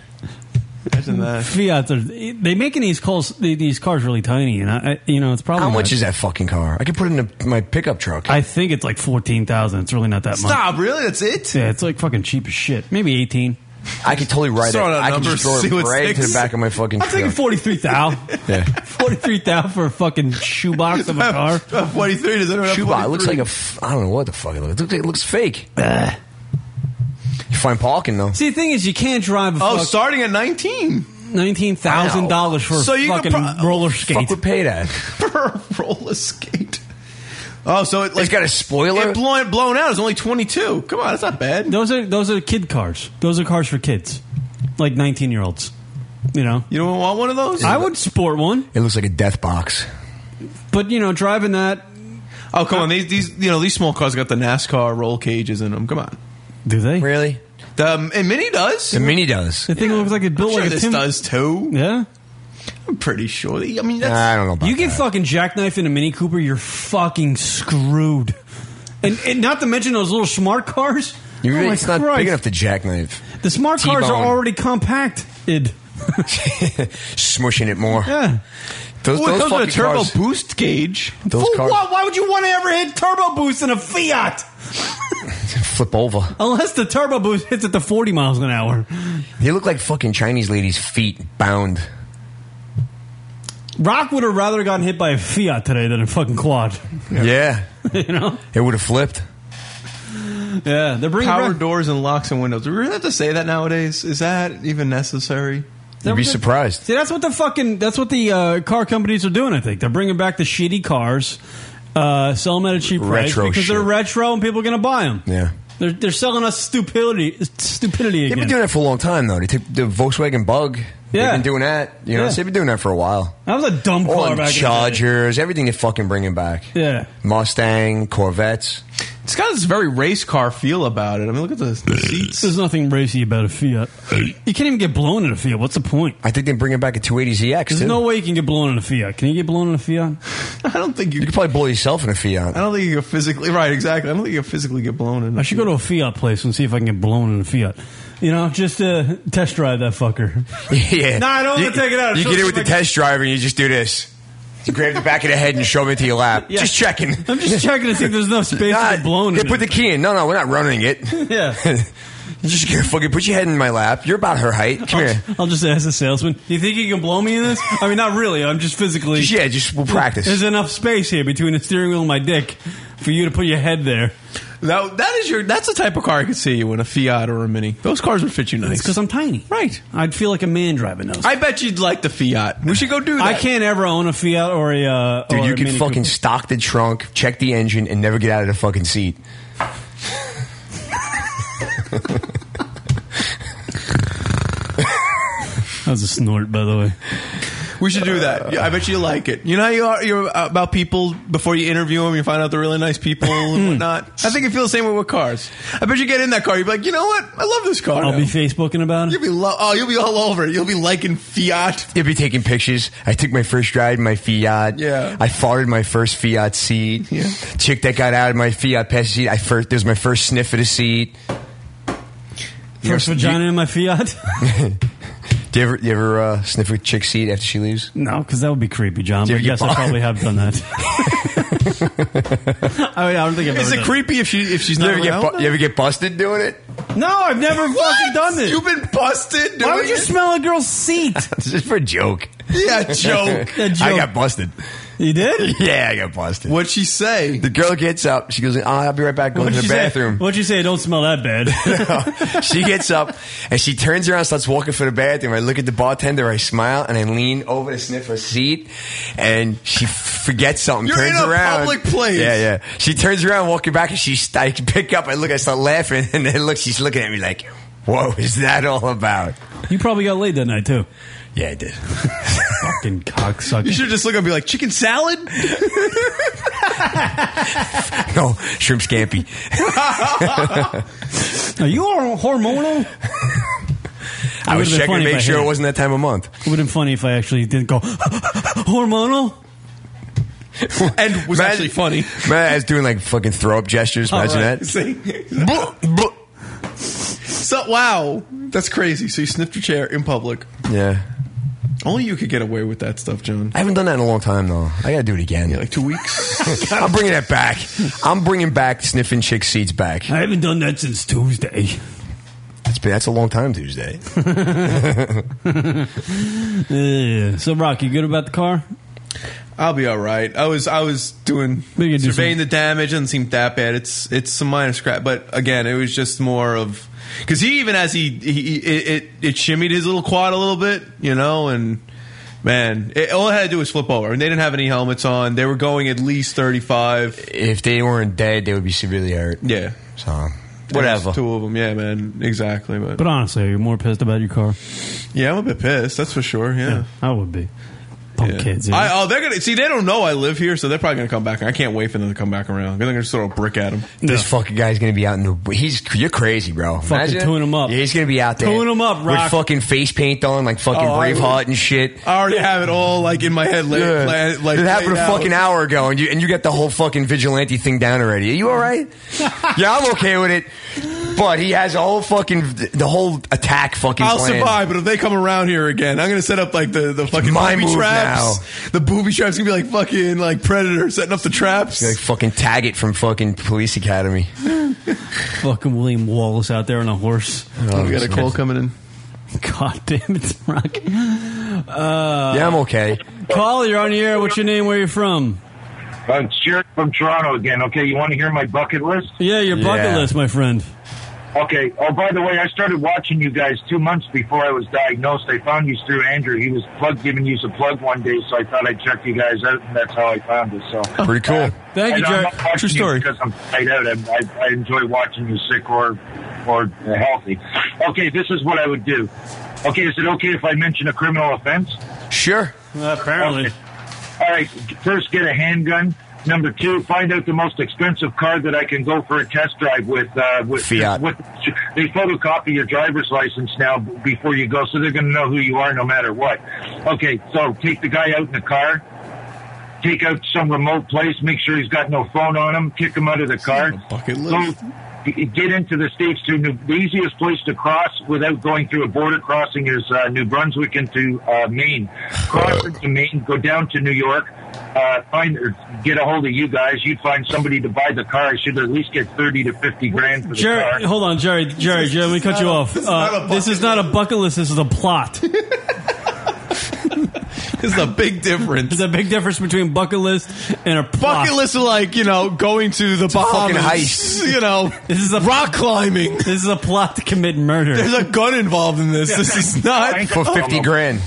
[SPEAKER 13] Imagine that.
[SPEAKER 11] Fiats are they making these calls these cars really tiny and I, I you know it's probably
[SPEAKER 12] How much
[SPEAKER 11] not-
[SPEAKER 12] is that fucking car? I could put it in a, my pickup truck.
[SPEAKER 11] I think it's like 14,000. It's really not that much.
[SPEAKER 13] Stop, really? That's it?
[SPEAKER 11] Yeah, it's like fucking cheap as shit. Maybe 18.
[SPEAKER 12] I could totally write it.
[SPEAKER 11] Throw out
[SPEAKER 12] I could
[SPEAKER 11] numbers,
[SPEAKER 12] just throw
[SPEAKER 11] see
[SPEAKER 12] it
[SPEAKER 11] what
[SPEAKER 12] right into
[SPEAKER 11] sticks.
[SPEAKER 12] the back of my fucking
[SPEAKER 11] I'm taking
[SPEAKER 12] truck.
[SPEAKER 11] 43 thou.
[SPEAKER 12] Yeah.
[SPEAKER 11] 43 thou for a fucking shoebox of a car.
[SPEAKER 13] 43 does anyone have
[SPEAKER 12] Shoebox. It looks like a. F- I don't know what the fuck it looks. It looks, it looks fake. You find parking though.
[SPEAKER 11] See, the thing is, you can't drive a
[SPEAKER 13] Oh,
[SPEAKER 11] fuck-
[SPEAKER 13] starting at 19.
[SPEAKER 11] $19,000 for a
[SPEAKER 13] So you could
[SPEAKER 11] fucking
[SPEAKER 13] pro-
[SPEAKER 11] roller skate.
[SPEAKER 13] fuck
[SPEAKER 12] would pay that?
[SPEAKER 13] for a roller skate. Oh, so it, like,
[SPEAKER 12] it's got a spoiler.
[SPEAKER 13] It blown blown out is only twenty two. Come on, that's not bad.
[SPEAKER 11] Those are those are kid cars. Those are cars for kids, like 19 year olds. You know,
[SPEAKER 13] you don't want one of those.
[SPEAKER 11] I would sport one,
[SPEAKER 12] It looks like a death box.
[SPEAKER 11] but you know, driving that.
[SPEAKER 13] Oh come on, these these you know these small cars got the NASCAR roll cages in them. Come on,
[SPEAKER 11] do they
[SPEAKER 12] really?
[SPEAKER 13] The um, and Mini does.
[SPEAKER 12] The Mini does.
[SPEAKER 11] The thing looks like it built
[SPEAKER 13] sure
[SPEAKER 11] like a
[SPEAKER 13] this
[SPEAKER 11] Tim-
[SPEAKER 13] does too.
[SPEAKER 11] Yeah,
[SPEAKER 13] I'm pretty sure. I mean, that's,
[SPEAKER 12] I don't know.
[SPEAKER 11] you get fucking jackknife in a Mini Cooper, you're fucking screwed. And, and not to mention those little smart cars.
[SPEAKER 12] You really,
[SPEAKER 11] oh my
[SPEAKER 12] it's not
[SPEAKER 11] Christ.
[SPEAKER 12] big enough to jackknife.
[SPEAKER 11] The smart cars are
[SPEAKER 12] T-bone.
[SPEAKER 11] already compacted.
[SPEAKER 12] Smushing it more.
[SPEAKER 11] Yeah.
[SPEAKER 12] Those,
[SPEAKER 11] Ooh, it
[SPEAKER 12] those
[SPEAKER 11] comes with a
[SPEAKER 12] fucking
[SPEAKER 11] turbo
[SPEAKER 12] cars-
[SPEAKER 13] boost gauge.
[SPEAKER 12] Those
[SPEAKER 11] For
[SPEAKER 12] cars
[SPEAKER 11] what? Why would you want to ever hit turbo boost in a Fiat?
[SPEAKER 12] flip over.
[SPEAKER 11] Unless the turbo boost hits at the 40 miles an hour.
[SPEAKER 12] They look like fucking Chinese ladies' feet bound.
[SPEAKER 11] Rock would have rather gotten hit by a Fiat today than a fucking quad.
[SPEAKER 12] Yeah,
[SPEAKER 11] you know,
[SPEAKER 12] it would have flipped.
[SPEAKER 11] Yeah, they're bringing
[SPEAKER 13] power
[SPEAKER 11] back-
[SPEAKER 13] doors and locks and windows. Do we really have to say that nowadays? Is that even necessary?
[SPEAKER 11] You'd be
[SPEAKER 12] surprised.
[SPEAKER 11] See, that's what the fucking that's what the uh, car companies are doing. I think they're bringing back the shitty cars, uh, sell them at a cheap
[SPEAKER 12] Retro
[SPEAKER 11] price because they're
[SPEAKER 12] shit.
[SPEAKER 11] retro and people are going to buy them.
[SPEAKER 12] Yeah.
[SPEAKER 11] They're, they're selling us stupidity stupidity
[SPEAKER 12] They've
[SPEAKER 11] again.
[SPEAKER 12] been doing that for a long time though. They took the Volkswagen Bug.
[SPEAKER 11] Yeah.
[SPEAKER 12] they've been doing that. You know,
[SPEAKER 11] Yeah.
[SPEAKER 12] so they've been doing that for a while.
[SPEAKER 11] that was a dumb
[SPEAKER 12] All
[SPEAKER 11] car
[SPEAKER 12] them
[SPEAKER 11] back in the day.
[SPEAKER 12] Chargers, everything they're fucking bringing back.
[SPEAKER 11] Yeah.
[SPEAKER 12] Mustang, Corvettes.
[SPEAKER 13] It's got this very race car feel about it. I mean, look at this.
[SPEAKER 11] There's nothing racy about a Fiat. You can't even get blown in a Fiat. What's the point?
[SPEAKER 12] I think they bring it back at 280ZX.
[SPEAKER 11] There's
[SPEAKER 12] too.
[SPEAKER 11] no way you can get blown in a Fiat. Can you get blown in a Fiat?
[SPEAKER 13] I don't think you.
[SPEAKER 12] You could probably blow yourself in a Fiat.
[SPEAKER 13] I don't think you can physically. Right, exactly. I don't think you can physically get blown in.
[SPEAKER 11] I should go to a Fiat place and see if I can get blown in a Fiat. You know, just uh, test drive that fucker.
[SPEAKER 12] yeah.
[SPEAKER 13] No, I don't wanna
[SPEAKER 12] You-
[SPEAKER 13] take it out.
[SPEAKER 12] You
[SPEAKER 13] Show
[SPEAKER 12] get
[SPEAKER 13] me
[SPEAKER 12] it with
[SPEAKER 13] my-
[SPEAKER 12] the test driver and you just do this. You grab the back of the head and shove it into your lap.
[SPEAKER 11] Yeah.
[SPEAKER 12] Just checking.
[SPEAKER 11] I'm just checking to see if there's enough space to get blown
[SPEAKER 12] Yeah,
[SPEAKER 11] in.
[SPEAKER 12] put the key in. No, no, we're not running it.
[SPEAKER 11] Yeah.
[SPEAKER 12] You just get- fucking put your head in my lap. You're about her height. Come here.
[SPEAKER 11] I'll just ask the salesman. Do you think you can blow me in this? I mean, not really. I'm just physically.
[SPEAKER 12] yeah, just we'll practice.
[SPEAKER 11] There's enough space here between the steering wheel and my dick for you to put your head there.
[SPEAKER 13] Now that is your. That's the type of car I could see you in a Fiat or a Mini. Those cars would fit you nice.
[SPEAKER 11] because I'm tiny. Right. I'd feel like a man driving those.
[SPEAKER 13] I bet you'd like the Fiat. We should go do that.
[SPEAKER 11] I can't ever own a Fiat or a. Uh,
[SPEAKER 12] Dude,
[SPEAKER 11] or
[SPEAKER 12] you
[SPEAKER 11] a
[SPEAKER 12] could
[SPEAKER 11] Mini
[SPEAKER 12] fucking
[SPEAKER 11] Cooper.
[SPEAKER 12] stock the trunk, check the engine, and never get out of the fucking seat.
[SPEAKER 11] That was a snort, by the way.
[SPEAKER 13] We should do that. Yeah, I bet you like it. You know how you are you're about people before you interview them, you find out they're really nice people
[SPEAKER 11] Hmm.
[SPEAKER 13] and whatnot. I think you feel the same way with cars. I bet you get in that car, you'd be like, you know what? I love this car.
[SPEAKER 11] I'll
[SPEAKER 13] now."
[SPEAKER 11] be Facebooking about it.
[SPEAKER 13] You'll be lo- oh, you'll be all over it. You'll be liking Fiat.
[SPEAKER 12] You'd be taking pictures. I took my first ride in my Fiat.
[SPEAKER 13] Yeah.
[SPEAKER 12] I farted my first Fiat seat. Yeah. Chick that got out of my Fiat passenger seat. I first there's my first sniff of the seat. You
[SPEAKER 11] First
[SPEAKER 12] ever-
[SPEAKER 11] vagina in my Fiat?
[SPEAKER 12] You, do you ever, you ever uh, sniff a chick's seat after she leaves?
[SPEAKER 11] No, because that would be creepy, John.
[SPEAKER 12] Do you
[SPEAKER 11] But yes,
[SPEAKER 12] get
[SPEAKER 11] I
[SPEAKER 12] bothered?
[SPEAKER 11] probably have done that. I, mean, I don't think I've
[SPEAKER 13] Is
[SPEAKER 11] ever
[SPEAKER 13] it
[SPEAKER 11] done
[SPEAKER 13] creepy if she if she's
[SPEAKER 12] You
[SPEAKER 13] not
[SPEAKER 12] ever, get
[SPEAKER 13] around?
[SPEAKER 12] bu- you ever get busted doing it?
[SPEAKER 11] No, I've never fucking done this.
[SPEAKER 13] You've been busted. Doing
[SPEAKER 11] Why would you
[SPEAKER 13] it?
[SPEAKER 11] smell a girl's seat?
[SPEAKER 12] It's just for a joke.
[SPEAKER 13] Yeah, joke.
[SPEAKER 11] A joke.
[SPEAKER 12] I got busted.
[SPEAKER 11] You did?
[SPEAKER 12] Yeah, I got busted.
[SPEAKER 13] What'd she say?
[SPEAKER 12] The girl gets up. She goes, "Ah, I'll be right back. Going
[SPEAKER 11] What'd
[SPEAKER 12] to the
[SPEAKER 11] you say?
[SPEAKER 12] bathroom.
[SPEAKER 11] What'd you say? Don't smell that bad.
[SPEAKER 12] she gets up and she turns around, starts walking for the bathroom. I look at the bartender, I smile, and I lean over to sniff her seat. And she f- forgets something.
[SPEAKER 13] You're
[SPEAKER 12] turns
[SPEAKER 13] in a
[SPEAKER 12] around.
[SPEAKER 13] public place.
[SPEAKER 12] Yeah, yeah. She turns around, walking back, and she st- I pick up. I look, I start laughing, and then look, she's looking at me like, "What is that all about?"
[SPEAKER 11] you probably got laid that night too.
[SPEAKER 12] Yeah, I did.
[SPEAKER 11] Fucking
[SPEAKER 13] You
[SPEAKER 11] cocksucker.
[SPEAKER 13] should just look up and be like, chicken salad?
[SPEAKER 12] no shrimp scampi.
[SPEAKER 11] Are you all hormonal? It
[SPEAKER 12] I
[SPEAKER 11] would've
[SPEAKER 12] was
[SPEAKER 11] been funny
[SPEAKER 12] checking to
[SPEAKER 11] if I
[SPEAKER 12] make
[SPEAKER 11] hit
[SPEAKER 12] sure
[SPEAKER 11] it.
[SPEAKER 12] it wasn't that time of month.
[SPEAKER 11] would have been funny if I actually didn't go hormonal.
[SPEAKER 13] and was
[SPEAKER 12] Imagine-
[SPEAKER 13] actually funny.
[SPEAKER 12] Man, I was doing like fucking throw up gestures.
[SPEAKER 13] All
[SPEAKER 12] Imagine
[SPEAKER 13] right.
[SPEAKER 12] that.
[SPEAKER 13] See?
[SPEAKER 12] Buh, buh.
[SPEAKER 13] So wow, that's crazy. So you sniffed your chair in public.
[SPEAKER 12] Yeah.
[SPEAKER 13] Only you could get away with that stuff, John.
[SPEAKER 12] I haven't done that in a long time though. I gotta do it again.
[SPEAKER 13] Like two weeks.
[SPEAKER 12] I'm bringing that back. I'm bringing back sniffing chick seats back.
[SPEAKER 11] I haven't done that since Tuesday.
[SPEAKER 12] That's been that's a long time Tuesday.
[SPEAKER 11] Yeah. So, Rock, you good about the car?
[SPEAKER 13] I'll be all right. I was I was doing
[SPEAKER 11] We could do
[SPEAKER 13] surveying
[SPEAKER 11] some-
[SPEAKER 13] the damage. Doesn't seem that bad. It's it's some minor scrap, but again, it was just more of because he even as he, he, he- it, it it shimmied his little quad a little bit, you know, and man, it, all I had to do was flip over, and they didn't have any helmets on. They were going at least thirty five.
[SPEAKER 12] if they weren't dead, they would be severely hurt.
[SPEAKER 13] Yeah,
[SPEAKER 12] So
[SPEAKER 13] There's
[SPEAKER 12] whatever.
[SPEAKER 13] Two of them, yeah, man, exactly. But,
[SPEAKER 11] But honestly, are you more pissed about your car?
[SPEAKER 13] yeah, I'm a bit pissed. That's for sure. Yeah.
[SPEAKER 11] I would be. Punk
[SPEAKER 13] Yeah.
[SPEAKER 11] kids.
[SPEAKER 13] I, oh, they're gonna see. They don't know I live here, so they're probably gonna come back. I can't wait for them to come back around. They're gonna just throw a brick at them.
[SPEAKER 12] This fucking guy's gonna be out in the. He's you're crazy, bro.
[SPEAKER 11] Fucking
[SPEAKER 12] Imagine-
[SPEAKER 11] tune him up.
[SPEAKER 12] Yeah, he's gonna be out there.
[SPEAKER 11] Tune him up, Rock.
[SPEAKER 12] With fucking face paint on, like fucking
[SPEAKER 13] Oh, I
[SPEAKER 12] Braveheart
[SPEAKER 13] would-
[SPEAKER 12] and shit.
[SPEAKER 13] I already have it all like in my head. Like,
[SPEAKER 12] Yeah.
[SPEAKER 13] like, like
[SPEAKER 12] it happened a
[SPEAKER 13] laid out.
[SPEAKER 12] fucking hour ago, and you and you got the whole fucking vigilante thing down already. Are you all right? yeah, I'm okay with it. But he has a whole fucking the whole attack fucking.
[SPEAKER 13] I'll
[SPEAKER 12] plan.
[SPEAKER 13] survive, but if they come around here again, I'm gonna set up like the, the fucking
[SPEAKER 12] my
[SPEAKER 13] booby
[SPEAKER 12] move
[SPEAKER 13] traps. The booby traps gonna be like fucking like predator setting up the traps.
[SPEAKER 12] Like fucking tag it from fucking police academy.
[SPEAKER 11] Fucking William Wallace out there on a horse.
[SPEAKER 13] Oh, we got a call coming in.
[SPEAKER 11] God damn it, Rock.
[SPEAKER 12] yeah, I'm okay.
[SPEAKER 11] Call, you're on the air. What's your name? Where you from?
[SPEAKER 15] Uh, it's Jared from Toronto again. Okay, you want to hear my bucket list?
[SPEAKER 11] Yeah, your bucket
[SPEAKER 12] Yeah.
[SPEAKER 11] list, my friend.
[SPEAKER 15] Okay. Oh, by the way, I started watching you guys two months before I was diagnosed. I found you through Andrew. He was plug giving you some plug one day, so I thought I'd check you guys out, and that's how I found you. So
[SPEAKER 12] Pretty cool.
[SPEAKER 11] Thank you,
[SPEAKER 15] And I'm
[SPEAKER 11] Jared.
[SPEAKER 15] not watching
[SPEAKER 11] True
[SPEAKER 15] you
[SPEAKER 11] story.
[SPEAKER 15] Because I'm tied out. I'm, I, I enjoy watching you sick or or uh, healthy. Okay, this is what I would do. Okay, is it okay if I mention a criminal offense?
[SPEAKER 12] Sure.
[SPEAKER 11] apparently.
[SPEAKER 15] All right, first get a handgun. Number two, find out the most expensive car that I can go for a test drive with. Uh, with
[SPEAKER 12] Fiat.
[SPEAKER 15] With, they photocopy your driver's license now b- before you go, so they're going to know who you are no matter what. Okay, so take the guy out in the car, take out some remote place, make sure he's got no phone on him, kick him out of the car.
[SPEAKER 3] bucket
[SPEAKER 15] Go-
[SPEAKER 3] list.
[SPEAKER 15] g- get into the states through New, the easiest place to cross without going through a border crossing is uh, New Brunswick into uh, Maine. Cross into Maine, go down to New York, uh, find or get a hold of you guys. You'd find somebody to buy the car. I should at least get thirty to fifty grand for the car.
[SPEAKER 11] Jerry, hold on, Jerry, Jerry, Jerry. Let me cut you off. Uh, This is not a bucket list. This is a plot.
[SPEAKER 13] This is a big difference.
[SPEAKER 11] There's a big difference between bucket list and a plot.
[SPEAKER 13] Bucket list of like you know going to the Bahamas, You know,
[SPEAKER 11] this is a
[SPEAKER 13] rock climbing.
[SPEAKER 11] This is a plot to commit murder.
[SPEAKER 13] There's a gun involved in this. This is not Oh.
[SPEAKER 11] For 50
[SPEAKER 12] grand.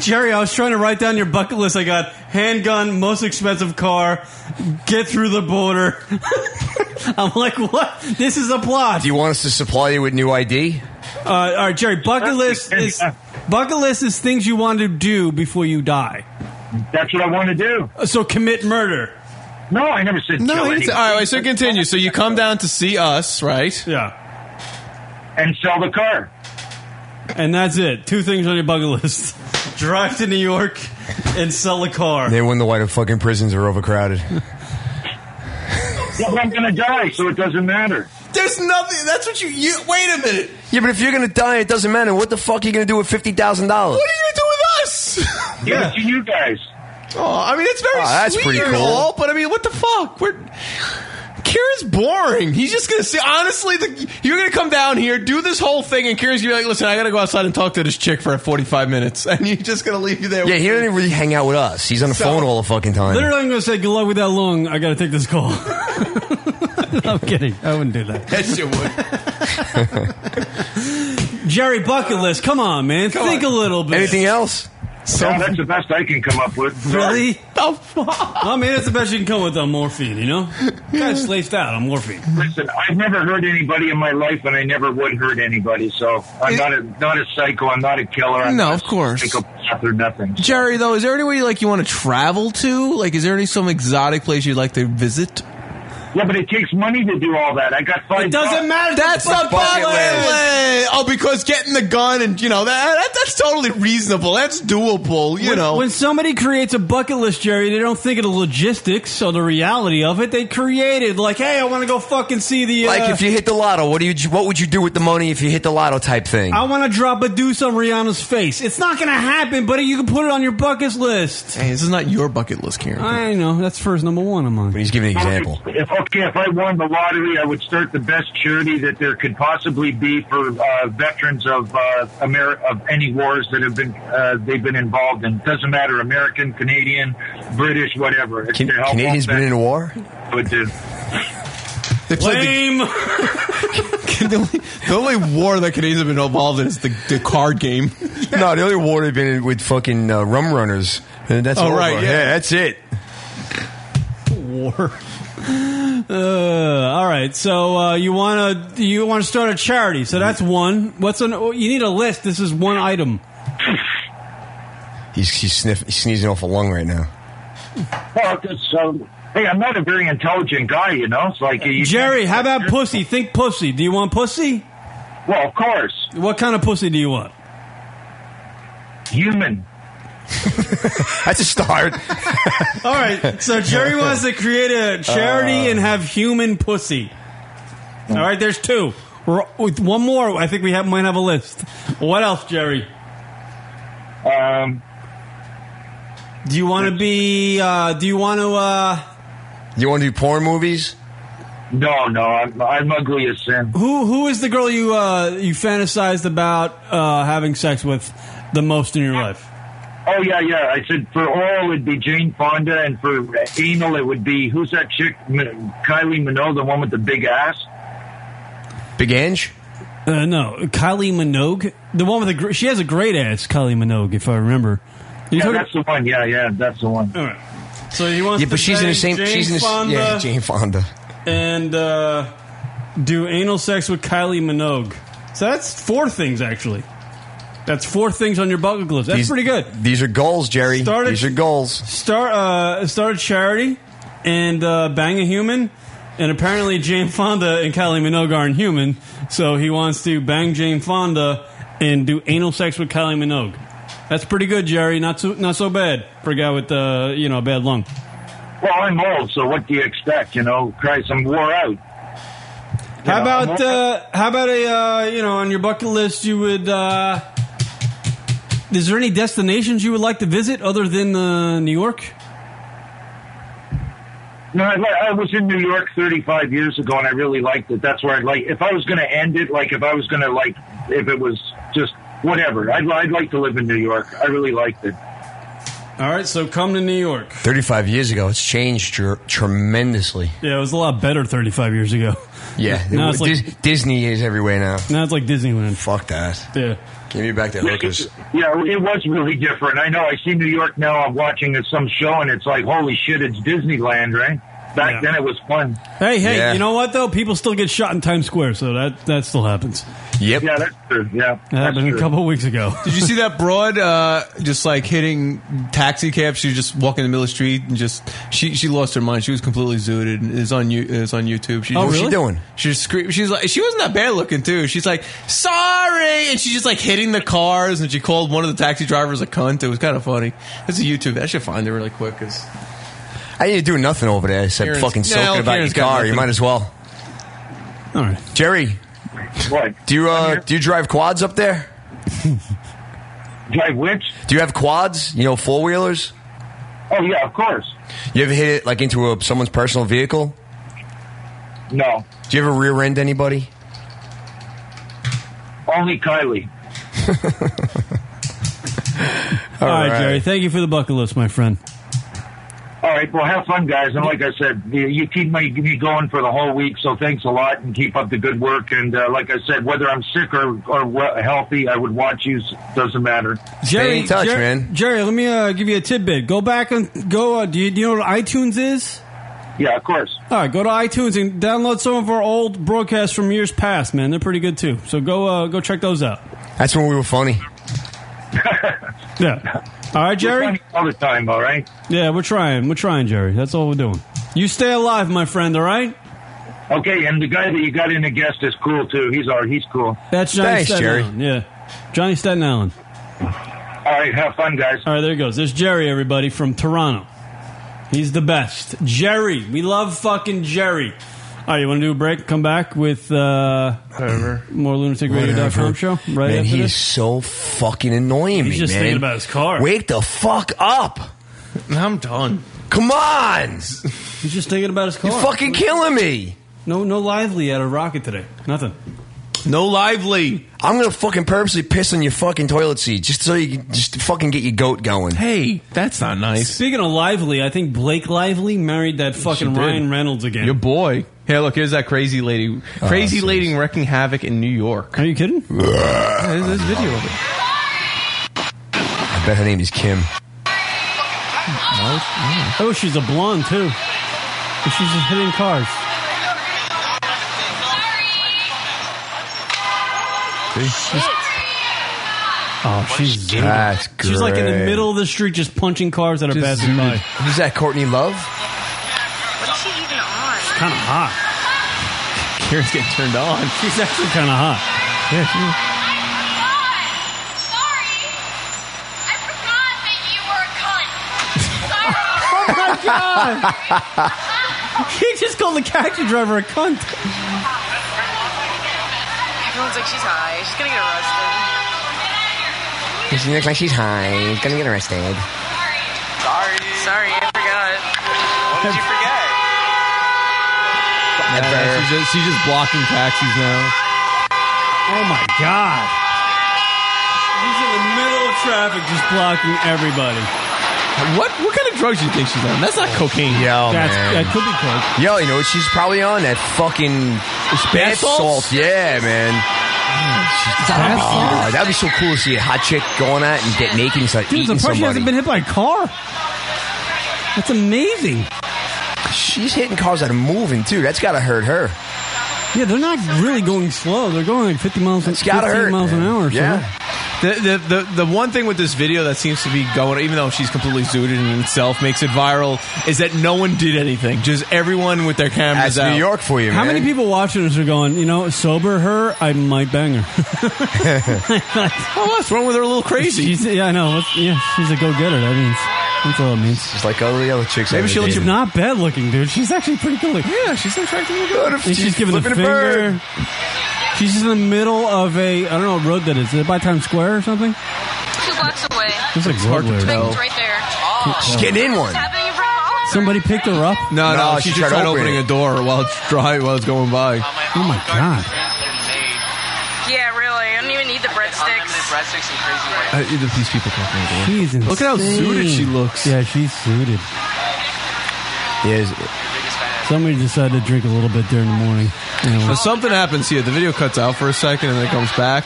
[SPEAKER 11] Jerry, I was trying to write down your bucket list. I got handgun, most expensive car, get through the border. I'm like, what? This is a plot.
[SPEAKER 12] Do you want us to supply you with new ID?
[SPEAKER 11] Uh, all right, Jerry. Bucket list is bucket list is things you want to do before you die.
[SPEAKER 15] That's what I want to do.
[SPEAKER 11] So commit murder.
[SPEAKER 15] No, I never said
[SPEAKER 13] No, he didn't say- all right. wait, So continue. So you come down to see us, right?
[SPEAKER 11] Yeah.
[SPEAKER 15] And sell the car.
[SPEAKER 11] And that's it. Two things on your bucket list: drive to New York and sell a car.
[SPEAKER 12] They wonder why the fucking prisons are overcrowded.
[SPEAKER 15] Well, I'm going to die, so it doesn't matter.
[SPEAKER 13] There's nothing. That's what you. you wait a minute.
[SPEAKER 12] Yeah, but if you're gonna die, it doesn't matter. What the fuck are you gonna do with fifty thousand
[SPEAKER 11] Oh.
[SPEAKER 12] dollars?
[SPEAKER 13] What are you gonna do with us?
[SPEAKER 15] Give it to you guys.
[SPEAKER 13] Oh, I mean, it's very
[SPEAKER 12] Oh, that's
[SPEAKER 13] sweet
[SPEAKER 12] pretty
[SPEAKER 13] and
[SPEAKER 12] cool.
[SPEAKER 13] all, but I mean, what the fuck? We're Kira's boring. He's just gonna say honestly. The, you're gonna come down here, do this whole thing, and Kira's gonna be like, "Listen, I gotta go outside and talk to this chick for 45 minutes," and you're just gonna leave you there.
[SPEAKER 12] Yeah, he doesn't even really hang out with us. He's on the
[SPEAKER 13] So-
[SPEAKER 12] phone all the fucking time.
[SPEAKER 11] Literally, I'm going to say good luck with that lung. I got to take this call. I'm kidding. I wouldn't do that.
[SPEAKER 13] Yes, you would.
[SPEAKER 11] Jerry bucket list. Come on, man. Think a little bit.
[SPEAKER 12] Anything else?
[SPEAKER 11] So-
[SPEAKER 15] Yeah, that's the best I can come up with.
[SPEAKER 11] Really? The fuck? I mean, that's the best you can come with on morphine. You know, guy's laced out on morphine.
[SPEAKER 15] Listen, I've never hurt anybody in my life, and I never would hurt anybody. So I'm not a not a psycho. I'm not a killer. I'm
[SPEAKER 13] No,
[SPEAKER 15] not
[SPEAKER 13] of course.
[SPEAKER 15] a psychopath or nothing.
[SPEAKER 13] Jerry, though, is there any way like you want to travel to? Like, is there any some exotic place you'd like to visit?
[SPEAKER 15] Yeah, but it takes money to do all that. I got five. bucks.
[SPEAKER 13] That's not bucket list. Oh, because getting the gun and you know that, that that's totally reasonable. That's doable. You
[SPEAKER 11] when,
[SPEAKER 13] know,
[SPEAKER 11] when somebody creates a bucket list, Jerry, they don't think of the logistics or the reality of it. They created like, hey, I want to go fucking see the. Uh,
[SPEAKER 12] Like if you hit the lotto, what do you? What would you do with the money if you hit the lotto type thing?
[SPEAKER 11] I want to drop a deuce on Rihanna's face. It's not going to happen, but you can put it on your bucket list.
[SPEAKER 13] Hey, this is not your bucket list, Karen.
[SPEAKER 11] I know. That's first number one I'm on.
[SPEAKER 12] He's giving an example.
[SPEAKER 15] If, okay, if I won the lottery, I would start the best charity that there could possibly be for uh, veterans of uh, Ameri- of any wars that have been uh, they've been involved in. Doesn't matter, American, Canadian, British, whatever. It's
[SPEAKER 12] Can,
[SPEAKER 15] to help
[SPEAKER 12] Canadians
[SPEAKER 15] all
[SPEAKER 12] been in
[SPEAKER 15] vets-
[SPEAKER 12] a war?
[SPEAKER 15] would do.
[SPEAKER 13] They played the, the, only, the only war that Canadians have been involved in is the, the card game.
[SPEAKER 12] No, the only war they've been in with fucking uh, rum runners. And that's
[SPEAKER 13] Oh,
[SPEAKER 12] over.
[SPEAKER 13] right, yeah.
[SPEAKER 12] that's it.
[SPEAKER 11] War. Uh, all right, so uh, you want to you want to start a charity? So that's one. What's an? oh, You need a list. This is one item.
[SPEAKER 12] He's, he's, sniff, he's sneezing off a lung right now.
[SPEAKER 15] Well, it's, um, hey, I'm not a very intelligent guy, you know. It's like uh, you,
[SPEAKER 11] Jerry, how about pussy? Think pussy. Do you want pussy?
[SPEAKER 15] Well, of course.
[SPEAKER 11] What kind of pussy do you want?
[SPEAKER 15] Human.
[SPEAKER 12] That's a start.
[SPEAKER 11] All right, so Jerry wants to create a charity
[SPEAKER 12] Uh. Mm.
[SPEAKER 11] and have human pussy. All right, there's two. We're with one more. I think we have might have a list. What else, Jerry?
[SPEAKER 15] Um,
[SPEAKER 11] do you want to be? Uh, do you want to? Uh,
[SPEAKER 12] You want to do porn movies?
[SPEAKER 15] No, no, I'm, I'm ugly as sin.
[SPEAKER 11] Who who is the girl you uh, you fantasized about uh, having sex with the most in your life?
[SPEAKER 15] Oh yeah, yeah. I said for oral it'd be Jane Fonda, and for anal it would be who's that chick? M- Kylie Minogue, the one with the big ass.
[SPEAKER 12] Big Ange?
[SPEAKER 11] Uh, no, Kylie Minogue, the one with the gr- she has a great ass, Kylie Minogue, if I remember. You
[SPEAKER 15] Yeah,
[SPEAKER 11] heard-
[SPEAKER 15] that's the one. Yeah, yeah, that's the one.
[SPEAKER 11] All right. So you want?
[SPEAKER 12] yeah, but she's in the same.
[SPEAKER 11] Jane
[SPEAKER 12] she's in the, s-
[SPEAKER 11] Fonda
[SPEAKER 12] Yeah, Jane Fonda.
[SPEAKER 11] and uh, do anal sex with Kylie Minogue. So that's four things actually. That's four things on your bucket list. That's
[SPEAKER 12] These-
[SPEAKER 11] pretty good.
[SPEAKER 12] These are goals, Jerry.
[SPEAKER 11] Started-
[SPEAKER 12] These are goals.
[SPEAKER 11] Start uh, start a charity and uh, bang a human. And apparently, Jane Fonda and Kylie Minogue aren't human, so he wants to bang Jane Fonda and do anal sex with Kylie Minogue. That's pretty good, Jerry. Not so not so bad for a guy with uh, you know a bad lung.
[SPEAKER 15] Well, I'm old, so what do you expect? You know, Christ, I'm wore
[SPEAKER 11] How
[SPEAKER 15] out. You know, I'm
[SPEAKER 11] about
[SPEAKER 15] wore-
[SPEAKER 11] uh, how about a uh, you know on your bucket list you would? Uh, is there any destinations you would like to visit other than uh, New York?
[SPEAKER 15] No, I, li- I was in New York 35 years ago, and I really liked it. That's where I'd like. If I was going to end it, like if I was going to like, if it was just whatever, I'd, I'd like to live in New York. I really liked it.
[SPEAKER 11] All right, so come to New York.
[SPEAKER 12] 35 years ago, it's changed tr- tremendously.
[SPEAKER 11] Yeah, it was a lot better 35 years ago.
[SPEAKER 12] Yeah.
[SPEAKER 11] now it's like
[SPEAKER 12] Dis- Disney is everywhere now.
[SPEAKER 11] Now it's like Disneyland.
[SPEAKER 12] Fuck that.
[SPEAKER 11] Yeah.
[SPEAKER 12] Give me back the hookers.
[SPEAKER 15] Yeah, it was really different. I know. I see New York now. I'm watching it- some show, and it's like, holy shit, it's Disneyland, right? Back then, it was fun.
[SPEAKER 11] Hey, hey, you know what though? People still get shot in Times Square, so that that still happens.
[SPEAKER 12] Yep.
[SPEAKER 15] Yeah, that's true. Yeah,
[SPEAKER 11] That happened a couple weeks ago.
[SPEAKER 13] Did you see that broad uh, just like hitting taxi cab? She was just walking in the middle of the street and just she she lost her mind. She was completely zooted. and It's on you. It's on YouTube. She,
[SPEAKER 12] Oh, What was she really? doing?
[SPEAKER 13] She was screaming. She's like she wasn't that bad looking too. She's like sorry, and she's just like hitting the cars. And she called one of the taxi drivers a cunt. It was kind of funny. That's a YouTube. I should find it really quick. Cause
[SPEAKER 12] I ain't doing nothing over there except
[SPEAKER 13] Karen's-
[SPEAKER 12] fucking soaking
[SPEAKER 13] No,
[SPEAKER 12] about
[SPEAKER 13] Karen's
[SPEAKER 12] your
[SPEAKER 13] got
[SPEAKER 12] car. You
[SPEAKER 13] nothing.
[SPEAKER 12] might as well.
[SPEAKER 11] All right.
[SPEAKER 12] Jerry.
[SPEAKER 15] What?
[SPEAKER 12] Do you, uh, do you drive quads up there?
[SPEAKER 15] drive which?
[SPEAKER 12] Do you have quads? You know, four wheelers?
[SPEAKER 15] Oh, yeah, of course.
[SPEAKER 12] You ever hit it like into a, someone's personal vehicle?
[SPEAKER 15] No,
[SPEAKER 12] Do you ever rear end anybody?
[SPEAKER 15] only Kylie.
[SPEAKER 11] All right,
[SPEAKER 15] right.
[SPEAKER 11] Jerry. Thank you for the bucket list, my friend.
[SPEAKER 15] All right. Well, have fun, guys. And like I said, you- you keep my, me going for the whole week. So thanks a lot, and keep up the good work. And uh, like I said, whether I'm sick or or we- healthy, I would watch you. s- Doesn't matter.
[SPEAKER 11] Jer- Jerry, let me uh, give you a tidbit. Go back and go. Uh, do, you, do you know what iTunes is?
[SPEAKER 15] Yeah, of course.
[SPEAKER 11] All right, go to iTunes and download some of our old broadcasts from years past, man. They're pretty good too. So go uh, go check those out.
[SPEAKER 12] That's when we were funny.
[SPEAKER 11] Yeah. All right, Jerry.
[SPEAKER 15] all the time. All right.
[SPEAKER 11] Yeah, we're trying. We're trying, Jerry. That's all we're doing. You stay alive, my friend. All right.
[SPEAKER 15] Okay, and the guy that you got in a guest is cool too. He's all he's cool.
[SPEAKER 11] That's Johnny Staten Island. Yeah, Johnny Staten Island.
[SPEAKER 15] All right, have fun, guys.
[SPEAKER 11] All right, there he goes. There's Jerry, everybody from Toronto. He's the best, Jerry. We love fucking Jerry. All right, you want to do a break? Come back with uh, more lunaticradio.com
[SPEAKER 12] Whatever.
[SPEAKER 11] show right
[SPEAKER 12] man,
[SPEAKER 11] after
[SPEAKER 12] he
[SPEAKER 11] this.
[SPEAKER 12] is so fucking annoying
[SPEAKER 11] He's
[SPEAKER 12] me,
[SPEAKER 11] just
[SPEAKER 12] man.
[SPEAKER 11] thinking about his car.
[SPEAKER 12] Wake the fuck up.
[SPEAKER 13] I'm done.
[SPEAKER 12] Come on.
[SPEAKER 11] He's just thinking about his car.
[SPEAKER 12] You're fucking killing me.
[SPEAKER 11] No, no lively out of Rocket today. Nothing.
[SPEAKER 13] No lively.
[SPEAKER 12] I'm gonna fucking purposely piss on your fucking toilet seat just so you can just fucking get your goat going.
[SPEAKER 13] Hey, that's not nice.
[SPEAKER 11] Speaking of lively, I think Blake Lively married that fucking
[SPEAKER 13] did.
[SPEAKER 11] Ryan Reynolds again.
[SPEAKER 13] Your boy. Hey, look, here's that crazy lady.
[SPEAKER 12] Oh,
[SPEAKER 13] Crazy
[SPEAKER 11] serious.
[SPEAKER 13] lady wrecking havoc in New York.
[SPEAKER 11] Are you kidding?
[SPEAKER 13] yeah, there's, there's video of it.
[SPEAKER 12] I bet her name is Kim.
[SPEAKER 11] Oh, she's a blonde too. And she's just hitting cars. Oh, she's
[SPEAKER 12] That's great.
[SPEAKER 11] She's like in the middle of the street, just punching cars that are
[SPEAKER 12] Just
[SPEAKER 11] passing by.
[SPEAKER 12] zooted. Who's that? Courtney Love?
[SPEAKER 2] What's she even on?
[SPEAKER 11] Kind of hot.
[SPEAKER 13] Karen's getting turned on.
[SPEAKER 11] She's actually kind of hot.
[SPEAKER 13] Yeah, she-
[SPEAKER 11] Oh my god! he just called the taxi driver a cunt.
[SPEAKER 3] Everyone's like, she's high. She's gonna get arrested.
[SPEAKER 12] She looks like she's high. She's gonna get arrested.
[SPEAKER 3] Sorry. Sorry, I forgot. What did you forget?
[SPEAKER 13] Yeah, she's, just, she's just blocking taxis now.
[SPEAKER 11] Oh my god! He's in the middle of traffic, just blocking everybody.
[SPEAKER 13] What what kind of drugs do you think she's on? That's not cocaine.
[SPEAKER 12] Yo,
[SPEAKER 11] That's,
[SPEAKER 12] man.
[SPEAKER 11] that could be coke.
[SPEAKER 12] Yo, you know what she's probably on? That fucking bath
[SPEAKER 11] salts?
[SPEAKER 12] salt. Yeah, man. Oh, that'd be so cool to see a hot chick going out and get naked and start
[SPEAKER 11] Dude,
[SPEAKER 12] eating
[SPEAKER 11] the person
[SPEAKER 12] somebody.
[SPEAKER 11] hasn't been hit by a car. That's amazing.
[SPEAKER 12] She's hitting cars that are moving too. That's gotta hurt her.
[SPEAKER 11] Yeah, they're not really going slow. They're going like 50 miles,
[SPEAKER 12] It's gotta
[SPEAKER 11] 15
[SPEAKER 12] hurt.
[SPEAKER 11] miles
[SPEAKER 12] man.
[SPEAKER 11] an hour. Or
[SPEAKER 12] Yeah.
[SPEAKER 11] something.
[SPEAKER 13] The, the, the, the one thing with this video that seems to be going, even though she's completely zooted in itself, makes it viral, is that no one did anything. Just everyone with their cameras out.
[SPEAKER 11] How many people watching this are going? You know, sober her, I might bang her.
[SPEAKER 13] what's Oh, wrong with her? A little crazy.
[SPEAKER 11] She's, yeah, I know. What's- Yeah, she's a go-getter. That means that's all it means.
[SPEAKER 12] She's like
[SPEAKER 13] oh,
[SPEAKER 12] all the other chicks.
[SPEAKER 11] Maybe
[SPEAKER 12] I've
[SPEAKER 11] she
[SPEAKER 12] ever
[SPEAKER 11] looks
[SPEAKER 12] dated.
[SPEAKER 11] not bad looking, dude. She's actually pretty good looking.
[SPEAKER 13] Yeah, she's attractive. Good.
[SPEAKER 11] And she's, giving the
[SPEAKER 13] flipping a
[SPEAKER 11] finger. She's just in the middle of a I don't know what road that is. Is it by Times Square or something?
[SPEAKER 4] Two blocks away.
[SPEAKER 11] Looks like Broadway.
[SPEAKER 4] It's right- it's right there.
[SPEAKER 3] Oh.
[SPEAKER 11] She's getting in one.
[SPEAKER 4] What's happening in front of all of us?
[SPEAKER 11] Somebody picked her up.
[SPEAKER 13] No, no, she, just tried opening a door while it's dry, while it's going by.
[SPEAKER 11] Oh my god!
[SPEAKER 4] Yeah, really. I don't even need the breadsticks. breadsticks and crazy
[SPEAKER 13] Uh, these people can't
[SPEAKER 11] She is insane.
[SPEAKER 13] Look at how suited she looks.
[SPEAKER 11] Yeah, she's suited.
[SPEAKER 12] Yes.
[SPEAKER 11] Somebody decided to drink a little bit during the morning. You know,
[SPEAKER 13] But something happens here. The video cuts out for a second and then it comes back.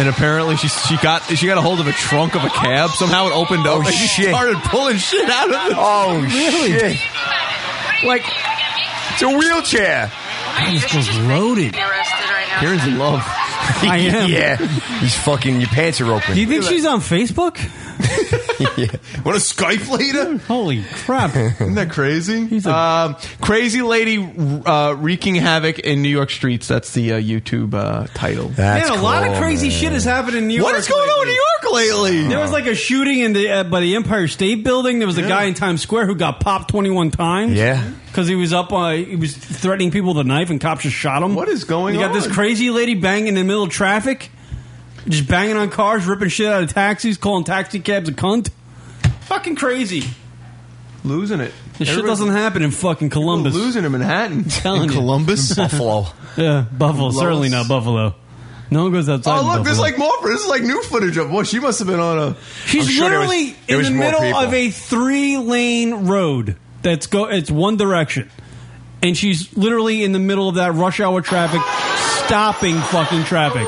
[SPEAKER 13] And apparently she she got she got a hold of a trunk of a cab. Somehow it opened up.
[SPEAKER 12] Oh,
[SPEAKER 13] and She
[SPEAKER 12] shit.
[SPEAKER 13] started pulling shit out of it.
[SPEAKER 12] Oh shit!
[SPEAKER 13] Like
[SPEAKER 12] it's a wheelchair.
[SPEAKER 11] This was loaded.
[SPEAKER 12] Karen's in love.
[SPEAKER 11] I am.
[SPEAKER 12] yeah, he's fucking. Your pants are open.
[SPEAKER 11] Do you think she's on Facebook?
[SPEAKER 12] yeah.
[SPEAKER 13] What a Skype later?
[SPEAKER 11] Holy crap!
[SPEAKER 13] Isn't that crazy? um, crazy lady uh, wreaking havoc in New York streets. That's the uh, YouTube uh, title.
[SPEAKER 11] man, a lot of crazy shit has happened in New York.
[SPEAKER 13] What is going on in New York lately?
[SPEAKER 11] There was like a shooting in the uh, by the Empire State Building. There was a guy in Times Square who got popped twenty one times.
[SPEAKER 12] Yeah.
[SPEAKER 11] because he was up, uh, he was threatening people with a knife, and cops just shot him. What
[SPEAKER 13] is going
[SPEAKER 11] You got this
[SPEAKER 13] on?
[SPEAKER 11] crazy lady banging in the middle of traffic, just banging on cars, ripping shit out of taxis, calling taxi cabs a cunt. Fucking crazy.
[SPEAKER 13] Losing it.
[SPEAKER 11] This shit
[SPEAKER 13] Everybody-
[SPEAKER 11] doesn't happen in fucking Columbus.
[SPEAKER 13] People losing in Manhattan.
[SPEAKER 11] telling
[SPEAKER 13] In
[SPEAKER 11] you.
[SPEAKER 13] Columbus? Buffalo.
[SPEAKER 11] yeah, Buffalo.
[SPEAKER 13] Columbus.
[SPEAKER 11] Certainly not Buffalo. No one goes outside.
[SPEAKER 13] Oh
[SPEAKER 11] of
[SPEAKER 13] look, there's
[SPEAKER 11] Buffalo.
[SPEAKER 13] like more. This is like new footage of. Boy, she must have been on a.
[SPEAKER 11] She's literally in the middle of a three lane road that's go it's one direction. And she's literally in the middle of that rush hour traffic, stopping fucking traffic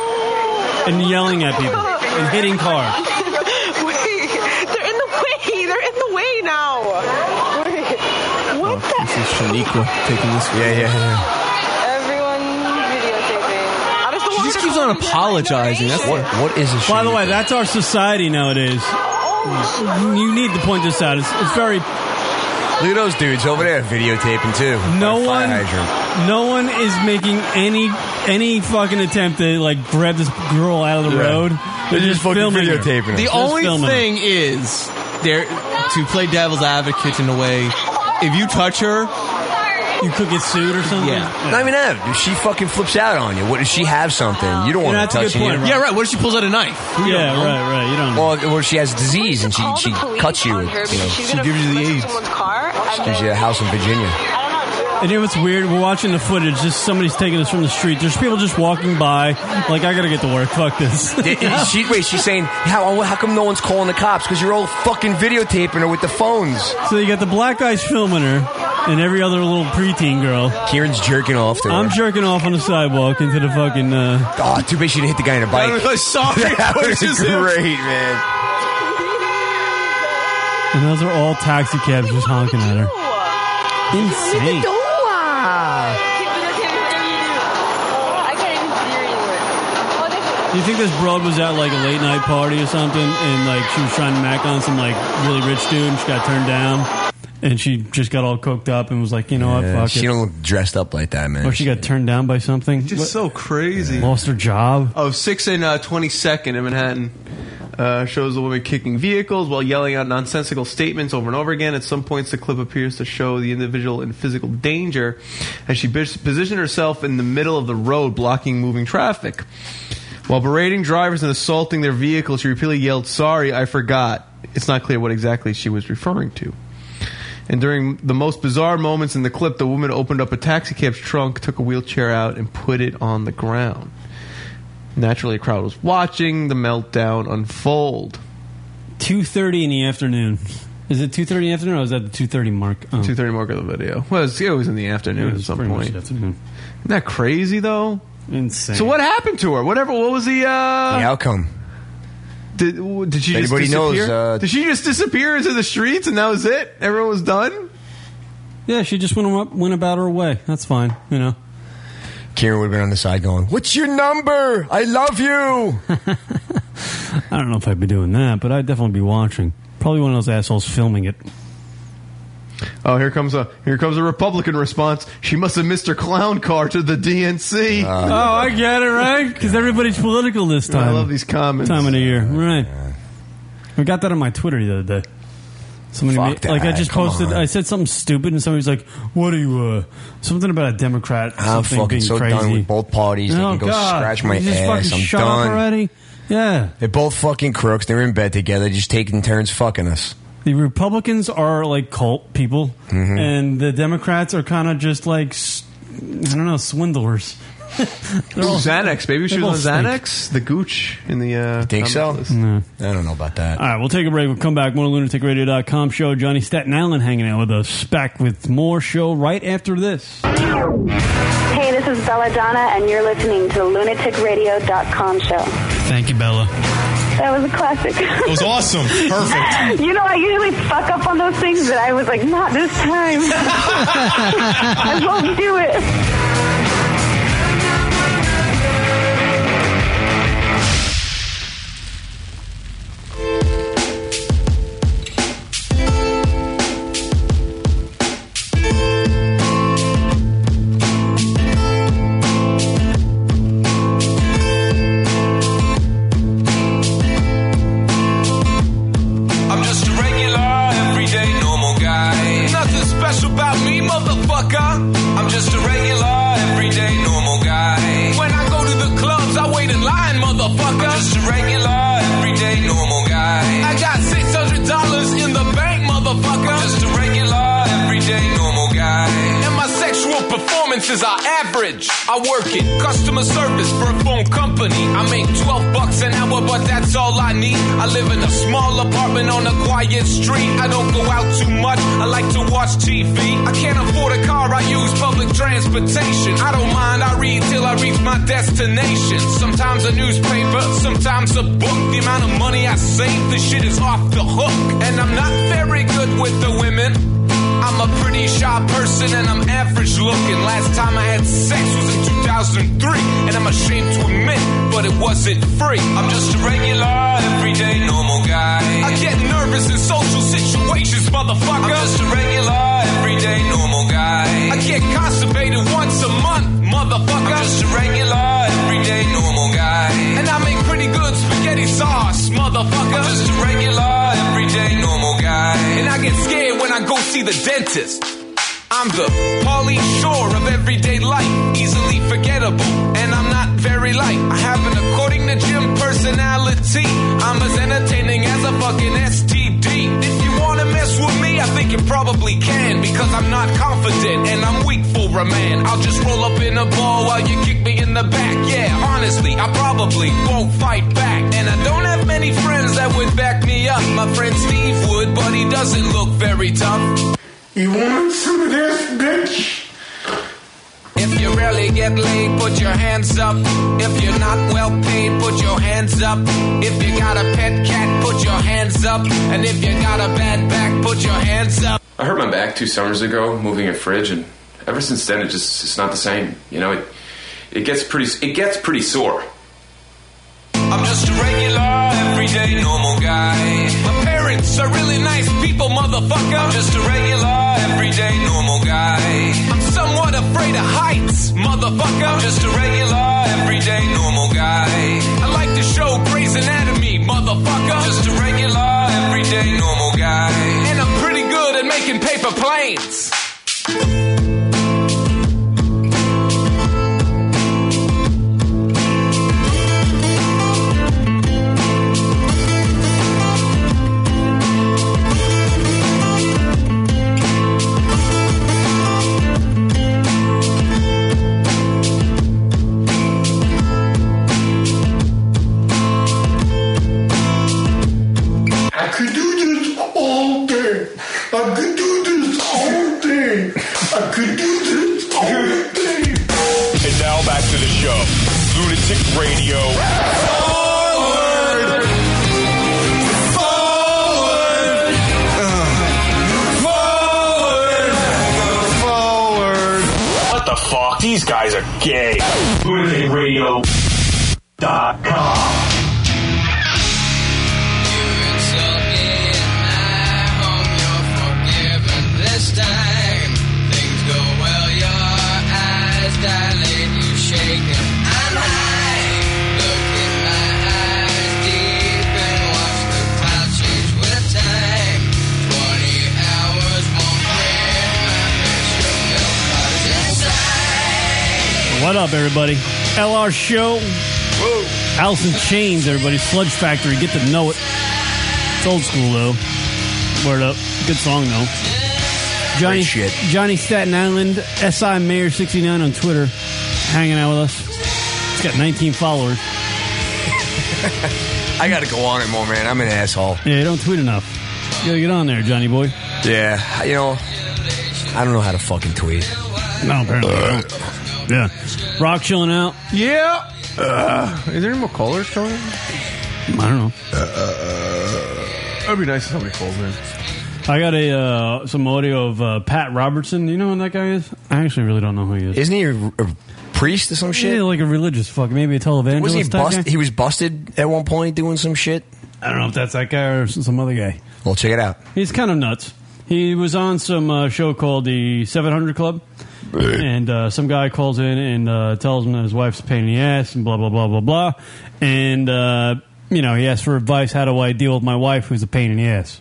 [SPEAKER 11] and yelling at people and hitting cars.
[SPEAKER 5] Wait, they're in the way. They're in the way now. Wait, what the?
[SPEAKER 13] This is Shaniqua taking this. Yeah, yeah, yeah.
[SPEAKER 5] Everyone videotaping. I just don't
[SPEAKER 13] She
[SPEAKER 5] want
[SPEAKER 13] just keeps on apologizing. That's what. What is it?
[SPEAKER 11] By the way, that's our society nowadays. You need to point this out. It's, it's very
[SPEAKER 12] Look at those dudes over there videotaping too.
[SPEAKER 11] no
[SPEAKER 12] Fire
[SPEAKER 11] one
[SPEAKER 12] hydrant.
[SPEAKER 11] no one is making any any fucking attempt to like grab this girl out of the
[SPEAKER 13] Yeah.
[SPEAKER 11] road.
[SPEAKER 13] They're just fucking
[SPEAKER 11] filming her.
[SPEAKER 13] videotaping her. The
[SPEAKER 11] Just
[SPEAKER 13] only
[SPEAKER 11] filming her.
[SPEAKER 13] thing is there to play devil's advocate in a way. If you touch her,
[SPEAKER 11] you could get sued or something.
[SPEAKER 13] Yeah,
[SPEAKER 12] Not even that. If She fucking flips out on you. What does she have something? You don't
[SPEAKER 13] Yeah,
[SPEAKER 12] want
[SPEAKER 13] that's a
[SPEAKER 12] to
[SPEAKER 13] good
[SPEAKER 12] touch you.
[SPEAKER 13] point, Rob. Yeah, right. What if she pulls out a knife? We don't Yeah, know. right,
[SPEAKER 11] right. You don't.
[SPEAKER 12] Well, or she has a disease and she she cuts you.
[SPEAKER 5] on
[SPEAKER 12] and,
[SPEAKER 5] her
[SPEAKER 12] you know,
[SPEAKER 5] because she's gonna mess with someone's car.
[SPEAKER 12] She
[SPEAKER 5] And
[SPEAKER 12] gives you a house in Virginia.
[SPEAKER 11] And you know what's weird? We're watching the footage. Just somebody's taking us from the street. There's people just walking by. Like I gotta get to work. Fuck this.
[SPEAKER 12] Did- is she, wait, she's saying how how come no one's calling the cops? Because you're all fucking videotaping her with the phones.
[SPEAKER 11] so you got the black guys filming her, and every other little preteen girl.
[SPEAKER 12] Kieran's jerking off to her.
[SPEAKER 11] I'm jerking off on the sidewalk into the fucking. Uh,
[SPEAKER 12] oh, too bad she didn't hit the guy in a bike.
[SPEAKER 13] Sorry,
[SPEAKER 12] that was
[SPEAKER 13] pushes him.
[SPEAKER 12] great, man.
[SPEAKER 11] And those are all taxi cabs just honking at her. Insane. You think this broad was at like a late night party or something, and like she was trying to mac on some like really rich dude, and she got turned down, and she just got all cooked up and was like, you know
[SPEAKER 12] Yeah,
[SPEAKER 11] what, fuck
[SPEAKER 12] she
[SPEAKER 11] it.
[SPEAKER 12] don't look dressed up like that, man.
[SPEAKER 11] Or she got turned down by something.
[SPEAKER 13] Just
[SPEAKER 11] What-
[SPEAKER 13] so crazy.
[SPEAKER 11] Lost her job.
[SPEAKER 13] Oh, six and uh, twenty second in Manhattan uh, shows the woman kicking vehicles while yelling out nonsensical statements over and over again. At some points, the clip appears to show the individual in physical danger as she pos- positioned herself in the middle of the road, blocking moving traffic. While berating drivers and assaulting their vehicles, she repeatedly yelled, "Sorry, I forgot." It's not clear what exactly she was referring to. And during the most bizarre moments in the clip, the woman opened up a taxicab's trunk, took a wheelchair out, and put it on the ground. Naturally, a crowd was watching the meltdown unfold.
[SPEAKER 11] Two thirty in the afternoon. Is it two thirty in the afternoon? or Is that the two thirty mark? Oh.
[SPEAKER 13] Two thirty mark of the video. Well, it was, it was in the afternoon
[SPEAKER 11] Yeah, it
[SPEAKER 13] at
[SPEAKER 11] was
[SPEAKER 13] some
[SPEAKER 11] pretty much
[SPEAKER 13] point.
[SPEAKER 11] the afternoon.
[SPEAKER 13] Isn't that crazy though?
[SPEAKER 11] Insane.
[SPEAKER 13] So what happened to her? Whatever. What was the uh,
[SPEAKER 12] The outcome.
[SPEAKER 13] Did, w- did she
[SPEAKER 12] If
[SPEAKER 13] just
[SPEAKER 12] anybody knows,
[SPEAKER 13] disappear?
[SPEAKER 12] uh,
[SPEAKER 13] did she just disappear into the streets and that was it? Everyone was done.
[SPEAKER 11] Yeah, she just went up, went about her way. That's fine. You know.
[SPEAKER 12] Kieran would have been on the side going, "What's your number? I love you."
[SPEAKER 11] I don't know if I'd be doing that, but I'd definitely be watching. Probably one of those assholes filming it.
[SPEAKER 13] Oh, here comes a here comes a Republican response. She must have missed her clown car to the DNC.
[SPEAKER 11] oh, I get it, right? Because everybody's political this time.
[SPEAKER 13] I love these comments.
[SPEAKER 11] Time of the year, right? I got that on my Twitter the other day. Somebody
[SPEAKER 13] Fuck
[SPEAKER 11] made, like I
[SPEAKER 13] that,
[SPEAKER 11] just
[SPEAKER 13] come
[SPEAKER 11] posted.
[SPEAKER 13] on.
[SPEAKER 11] I said something stupid, and somebody's like, "What are you? Uh, something about a Democrat?
[SPEAKER 12] I'm
[SPEAKER 11] something
[SPEAKER 12] fucking
[SPEAKER 11] being
[SPEAKER 12] so
[SPEAKER 11] crazy."
[SPEAKER 12] done with both parties.
[SPEAKER 11] Oh,
[SPEAKER 12] they can go
[SPEAKER 11] God.
[SPEAKER 12] scratch my
[SPEAKER 11] You just
[SPEAKER 12] ass.
[SPEAKER 11] fucking
[SPEAKER 12] I'm
[SPEAKER 11] shut up
[SPEAKER 12] done
[SPEAKER 11] already. Yeah,
[SPEAKER 12] they're both fucking crooks. They're in bed together, just taking turns fucking us.
[SPEAKER 11] The Republicans are like cult people,
[SPEAKER 13] Mm-hmm.
[SPEAKER 12] Mhm.
[SPEAKER 11] and the Democrats are kind of just like s- I don't know swindlers. They're all-
[SPEAKER 13] Xanax, baby. She
[SPEAKER 11] they
[SPEAKER 13] was
[SPEAKER 11] both
[SPEAKER 13] on
[SPEAKER 11] stink.
[SPEAKER 13] Xanax. The Gooch in the. Uh,
[SPEAKER 11] think so?
[SPEAKER 13] comments list.
[SPEAKER 12] I don't know about that.
[SPEAKER 11] All right, we'll take a break. We'll come back. More lunaticradio.com show. Johnny Staten Island hanging out with us. Back with more show right after this.
[SPEAKER 16] Hey, this is Belladonna, and you're listening to the lunaticradio.com show.
[SPEAKER 11] Thank you, Bella.
[SPEAKER 16] That was a classic. It
[SPEAKER 11] was awesome. Perfect.
[SPEAKER 16] you know, I usually fuck up on those things, but I was like, not this time. I won't do it.
[SPEAKER 6] I'm just a regular, everyday, normal guy. Nothing special about me, motherfucker. I'm just a regular, everyday, normal guy. When I go to the clubs, I wait in line, motherfucker. I'm just a regular, everyday, normal guy. I got $600 in the bank, motherfucker. I'm just a regular, everyday, normal guy. And my sexual performances are average. I work in customer service for a phone company. I make 12 bucks an hour, but that's all I need. I live in a small apartment on a quiet street. I don't go out too much. I like to watch TV. I can't afford a car. I use public transportation. I don't mind. I read till I reach my destination. Sometimes a newspaper, sometimes a book. The amount of money I save, this shit is off the hook. And I'm not very good with the women. I'm a pretty shy person and I'm average looking. Last time I had sex was in 2003, and I'm ashamed to admit, but it wasn't free. I'm just a regular, everyday, normal guy. I get nervous in social situations, motherfucker. I'm just a regular, everyday, normal guy. I get constipated once a month, motherfucker. I'm just a regular, everyday, normal guy. And I make pretty good spaghetti sauce, motherfucker. I'm just a regular, everyday, normal guy. And I get scared when I go see the dentist. I'm the Pauly Shore of everyday life, easily forgettable, and I'm not very light. I have an according to Jim personality. I'm as entertaining as a fucking STD. If you wanna mess with me, I think you probably can, because I'm not confident and I'm weak for a man. I'll just roll up in a ball while you kick me in the back. Yeah, honestly, I probably won't fight back, and I don't have many friends that would back me up. My friend Steve would, but he doesn't look very tough. You want some of this, bitch? If you really get laid, put your hands up. If you're not well paid, put your hands up. If you got a pet cat, put your hands up. And if you got a bad back, put your hands up.
[SPEAKER 7] I hurt my back two summers ago moving a fridge, and ever since then it just it's not the same. You know, it it gets pretty it gets pretty sore.
[SPEAKER 6] I'm just a regular, everyday, normal guy. My parents are really nice people, motherfucker. I'm just a regular, everyday, normal guy. I'm somewhat afraid of heights, motherfucker. I'm just a regular, everyday, normal guy. I like to show Grey's Anatomy, motherfucker. I'm just a regular, everyday, normal guy. And I'm pretty good at making paper planes.
[SPEAKER 9] I could do this all day. I could do this all day. I could do this all day.
[SPEAKER 22] And now back to the show. Lunatic Radio. Forward! Forward! Forward! Forward! What the fuck? These guys are gay. Lunatic Radio. Dot com.
[SPEAKER 11] What up, everybody? LR Show. Whoa. Alice in Chains, everybody. Sludge Factory. Get to know it. It's old school, though. Word up. Good song, though. Johnny,
[SPEAKER 12] shit.
[SPEAKER 11] Johnny Staten Island, SI Mayor 69 on Twitter, hanging out with us. He's got 19 followers.
[SPEAKER 12] I got to go on it more, man. I'm an asshole.
[SPEAKER 11] Yeah, you don't tweet enough. You gotta get on there, Johnny boy.
[SPEAKER 12] Yeah, you know, I don't know how to fucking tweet.
[SPEAKER 11] No, apparently. you don't. Yeah. Rock chilling out.
[SPEAKER 13] Yeah. Uh, is there any more callers coming? in?
[SPEAKER 11] I don't know.
[SPEAKER 13] That'd be nice if somebody calls in.
[SPEAKER 11] I got a uh, some audio of uh, Pat Robertson. You know who that guy is? I actually really don't know who he is.
[SPEAKER 12] Isn't he a, a priest or some shit?
[SPEAKER 11] Yeah, like a religious fuck, maybe a televangelist.
[SPEAKER 12] Wasn't he
[SPEAKER 11] type guy?
[SPEAKER 12] busted? He was busted at one point doing some shit.
[SPEAKER 11] I don't know if that's that guy or some other guy.
[SPEAKER 12] Well, check it out.
[SPEAKER 11] He's kind of nuts. He was on some uh, show called the 700 Club, and uh, some guy calls in and uh, tells him that his wife's a pain in the ass and blah blah blah blah blah, and uh, you know he asks for advice. How do I deal with my wife who's a pain in the ass?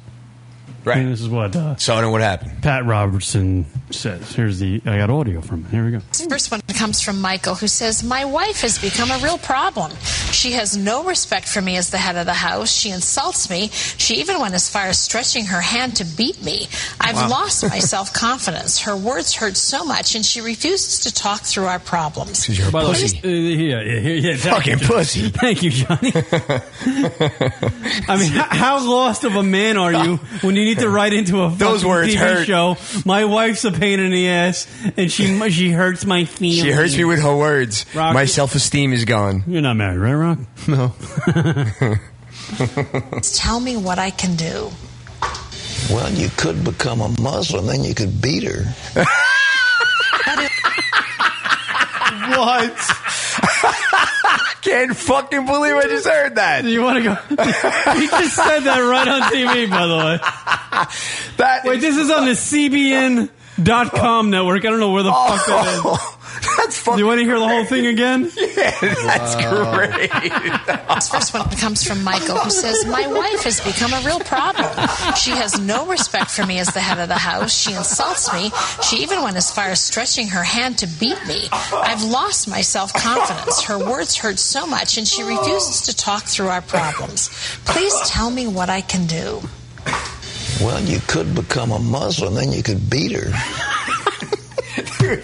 [SPEAKER 12] Right.
[SPEAKER 11] And this is what uh,
[SPEAKER 12] so I know what happened.
[SPEAKER 11] Pat Robertson says. Here's the I got audio from it. Here we go.
[SPEAKER 8] This first one comes from Michael, who says, My wife has become a real problem. She has no respect for me as the head of the house. She insults me. She even went as far as stretching her hand to beat me. I've
[SPEAKER 10] Wow.
[SPEAKER 8] lost my self confidence. Her words hurt so much, and she refuses to talk through our problems.
[SPEAKER 11] By the way, uh, yeah, yeah, yeah, yeah, thank you,
[SPEAKER 8] Fucking
[SPEAKER 11] Johnny.
[SPEAKER 8] pussy.
[SPEAKER 11] Thank you, Johnny. I mean, how, how lost of a man are you when you need to write into a
[SPEAKER 12] Those
[SPEAKER 11] fucking
[SPEAKER 12] words
[SPEAKER 11] TV
[SPEAKER 12] hurt.
[SPEAKER 11] show? My wife's a pain in the ass, and she she hurts my feelings.
[SPEAKER 12] She hurts me with her words.
[SPEAKER 11] Rocky.
[SPEAKER 12] My self esteem is gone.
[SPEAKER 11] You're not married, right, Rock?
[SPEAKER 12] No.
[SPEAKER 8] Tell me what I can do.
[SPEAKER 14] Well, you could become a Muslim, then you could beat her.
[SPEAKER 12] what? Can't fucking believe I just heard that.
[SPEAKER 11] You want to go? he just said that right on TV, by the way. Wait, this is on the CBN.com network. I don't know where the fuck that
[SPEAKER 12] is. Oh, That's fucking
[SPEAKER 11] You want to hear the whole thing again? Yeah,
[SPEAKER 8] that's Wow.
[SPEAKER 12] great.
[SPEAKER 8] This first one comes from Michael, who says, My wife has become a real problem. She has no respect for me as the head of the house. She insults me. She even went as far as stretching her hand to beat me. I've lost my self confidence. Her words hurt so much, and she refuses to talk through our problems. Please tell me what I can do.
[SPEAKER 14] Well, you could become a Muslim, then you could beat her.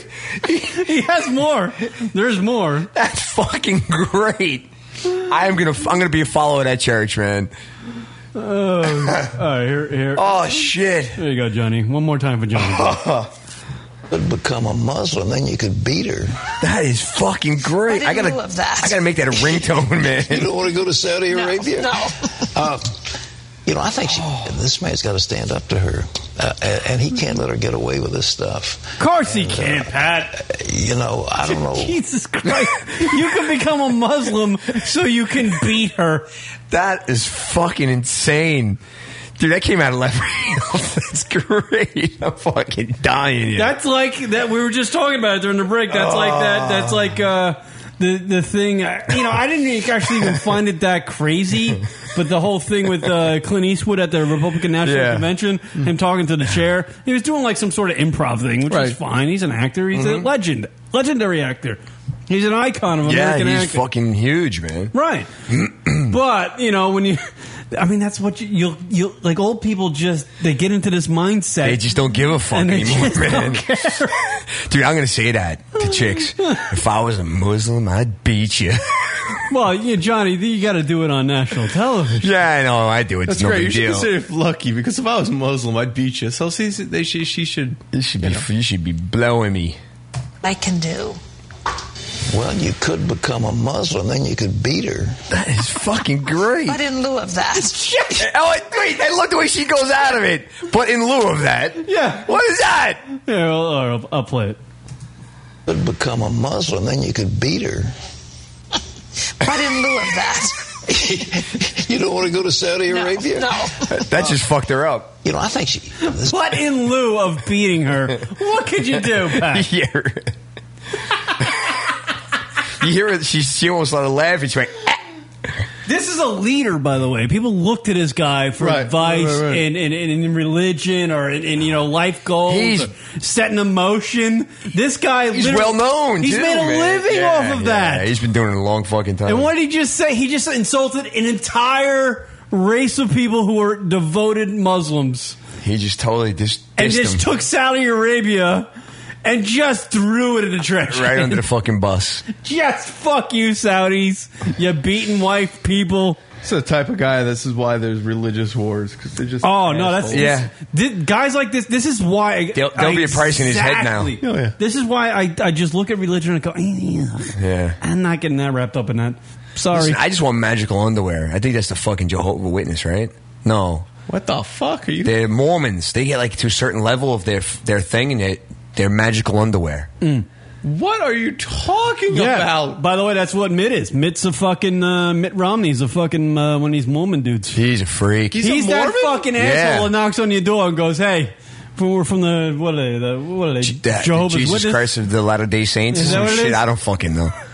[SPEAKER 11] he has more. There's more.
[SPEAKER 12] That's fucking great. I'm gonna I'm gonna be a follower of that church, man.
[SPEAKER 11] Oh, all right, here, here.
[SPEAKER 12] Oh shit!
[SPEAKER 11] There you go, Johnny. One more time for Johnny.
[SPEAKER 14] Could become a Muslim, then you could beat her.
[SPEAKER 12] That is fucking great.
[SPEAKER 14] What
[SPEAKER 12] I
[SPEAKER 14] do you
[SPEAKER 12] gotta
[SPEAKER 14] love that?
[SPEAKER 12] I gotta make that a ringtone, man.
[SPEAKER 14] You don't want to go to Saudi No, Arabia? no. Uh, you know, I think she,
[SPEAKER 12] Oh.
[SPEAKER 14] this man's got to stand up to her, uh, and, and he can't let her get away with this stuff. Of
[SPEAKER 11] course he can't, Pat.
[SPEAKER 14] You know, I don't know.
[SPEAKER 11] Jesus Christ. You can become a Muslim so you can beat her.
[SPEAKER 12] That is fucking insane. Dude, that came out of left field. That's great. I'm fucking dying. here.
[SPEAKER 11] That's like that. We were just talking about it during the break. That's like that. That's like uh, the the thing. uh, You know, I didn't actually even find it that crazy. But the whole thing with uh, Clint Eastwood at the Republican National
[SPEAKER 13] Yeah.
[SPEAKER 11] Convention, him talking to the chair, he was doing like some sort of improv thing, which is
[SPEAKER 13] Right.
[SPEAKER 11] fine. He's an actor. He's
[SPEAKER 12] Mhm.
[SPEAKER 11] a legend, legendary actor. He's an icon of
[SPEAKER 12] yeah,
[SPEAKER 11] American
[SPEAKER 12] he's
[SPEAKER 11] acting.
[SPEAKER 12] fucking huge, man.
[SPEAKER 11] Right. but, you know, when you I mean that's what you, you'll you'll like old people just they get into this mindset.
[SPEAKER 12] They just don't give a fuck
[SPEAKER 11] And they
[SPEAKER 12] anymore,
[SPEAKER 11] just
[SPEAKER 12] man.
[SPEAKER 11] don't care.
[SPEAKER 12] Dude, I'm gonna say that to chicks. if I was a Muslim, I'd beat you.
[SPEAKER 11] well, yeah, Johnny, you got to do it on national television.
[SPEAKER 12] yeah, I know. I do. It's
[SPEAKER 13] That's
[SPEAKER 12] no
[SPEAKER 13] great.
[SPEAKER 12] big
[SPEAKER 13] You should
[SPEAKER 12] deal.
[SPEAKER 13] consider it lucky because if I was Muslim, I'd beat you. So she, they, she, she should.
[SPEAKER 12] You should be. You should be blowing me.
[SPEAKER 8] I can do.
[SPEAKER 14] Well, you could become a Muslim, then you could beat her.
[SPEAKER 12] That is fucking great.
[SPEAKER 8] But in lieu of that,
[SPEAKER 12] Oh, wait, I love the way she goes out of it. But in lieu of that,
[SPEAKER 11] yeah.
[SPEAKER 12] What is that?
[SPEAKER 11] Yeah, well, all right, I'll, I'll play it.
[SPEAKER 14] Could become a Muslim, then you could beat her.
[SPEAKER 8] but in lieu of that,
[SPEAKER 14] You don't want to go to Saudi Arabia?
[SPEAKER 8] no.
[SPEAKER 12] That just fucked her up.
[SPEAKER 14] You know, I think she.
[SPEAKER 11] What in lieu of beating her? What could you do, Pat?
[SPEAKER 12] you hear, you hear her, she, she almost let her laugh, and she went, "Ah."
[SPEAKER 11] This is a leader, by the way. People look to this guy for
[SPEAKER 10] Right,
[SPEAKER 11] advice
[SPEAKER 10] right, right.
[SPEAKER 11] And, and, and in religion or in, in you know life goals,
[SPEAKER 10] He's-
[SPEAKER 11] or setting a motion. This guy,
[SPEAKER 12] He's
[SPEAKER 11] literally-
[SPEAKER 12] well known.
[SPEAKER 11] He's
[SPEAKER 12] too,
[SPEAKER 11] made a
[SPEAKER 12] man.
[SPEAKER 11] living
[SPEAKER 12] Yeah,
[SPEAKER 11] off of
[SPEAKER 12] yeah,
[SPEAKER 11] that.
[SPEAKER 12] He's been doing it a long fucking time.
[SPEAKER 11] And what did he just say? He just insulted an entire race of people who are devoted Muslims.
[SPEAKER 12] He just totally just
[SPEAKER 11] and just took Saudi Arabia and just threw it in the trash.
[SPEAKER 12] right
[SPEAKER 11] can.
[SPEAKER 12] under the fucking bus.
[SPEAKER 11] Just fuck you, Saudis. You beaten wife people.
[SPEAKER 13] It's the type of guy. This is why there's religious wars because they just.
[SPEAKER 11] Oh no, that's
[SPEAKER 13] assholes.
[SPEAKER 11] yeah. guys like this. This is why I,
[SPEAKER 13] There'll- there'll be a price in his head now.
[SPEAKER 11] Exactly.
[SPEAKER 13] Oh, yeah.
[SPEAKER 11] This is why I, I just look at religion and go, "Eh,
[SPEAKER 12] Yeah.
[SPEAKER 11] I'm not getting that wrapped up in that. Sorry,
[SPEAKER 12] Listen, I just want magical underwear. I think that's the fucking Jehovah Witness, right? No.
[SPEAKER 13] What the fuck are you?
[SPEAKER 12] They're Mormons. They get like to a certain level of their their thing, and it their magical underwear.
[SPEAKER 11] Mm.
[SPEAKER 13] What are you talking
[SPEAKER 11] yeah.
[SPEAKER 13] about?
[SPEAKER 11] By the way, that's what Mitt is. Mitt's a fucking uh, Mitt Romney's a fucking uh, one of these Mormon dudes.
[SPEAKER 12] He's a freak.
[SPEAKER 11] He's, that fucking asshole that knocks on your door and goes, "Hey, we're from the what are they? The, what are they?
[SPEAKER 12] That-
[SPEAKER 11] Jehovah's
[SPEAKER 12] Jesus
[SPEAKER 11] Witness.
[SPEAKER 12] Christ of the Latter Day Saints.
[SPEAKER 11] Is that
[SPEAKER 12] Some
[SPEAKER 11] what it
[SPEAKER 12] shit,
[SPEAKER 11] is?
[SPEAKER 12] I don't fucking know.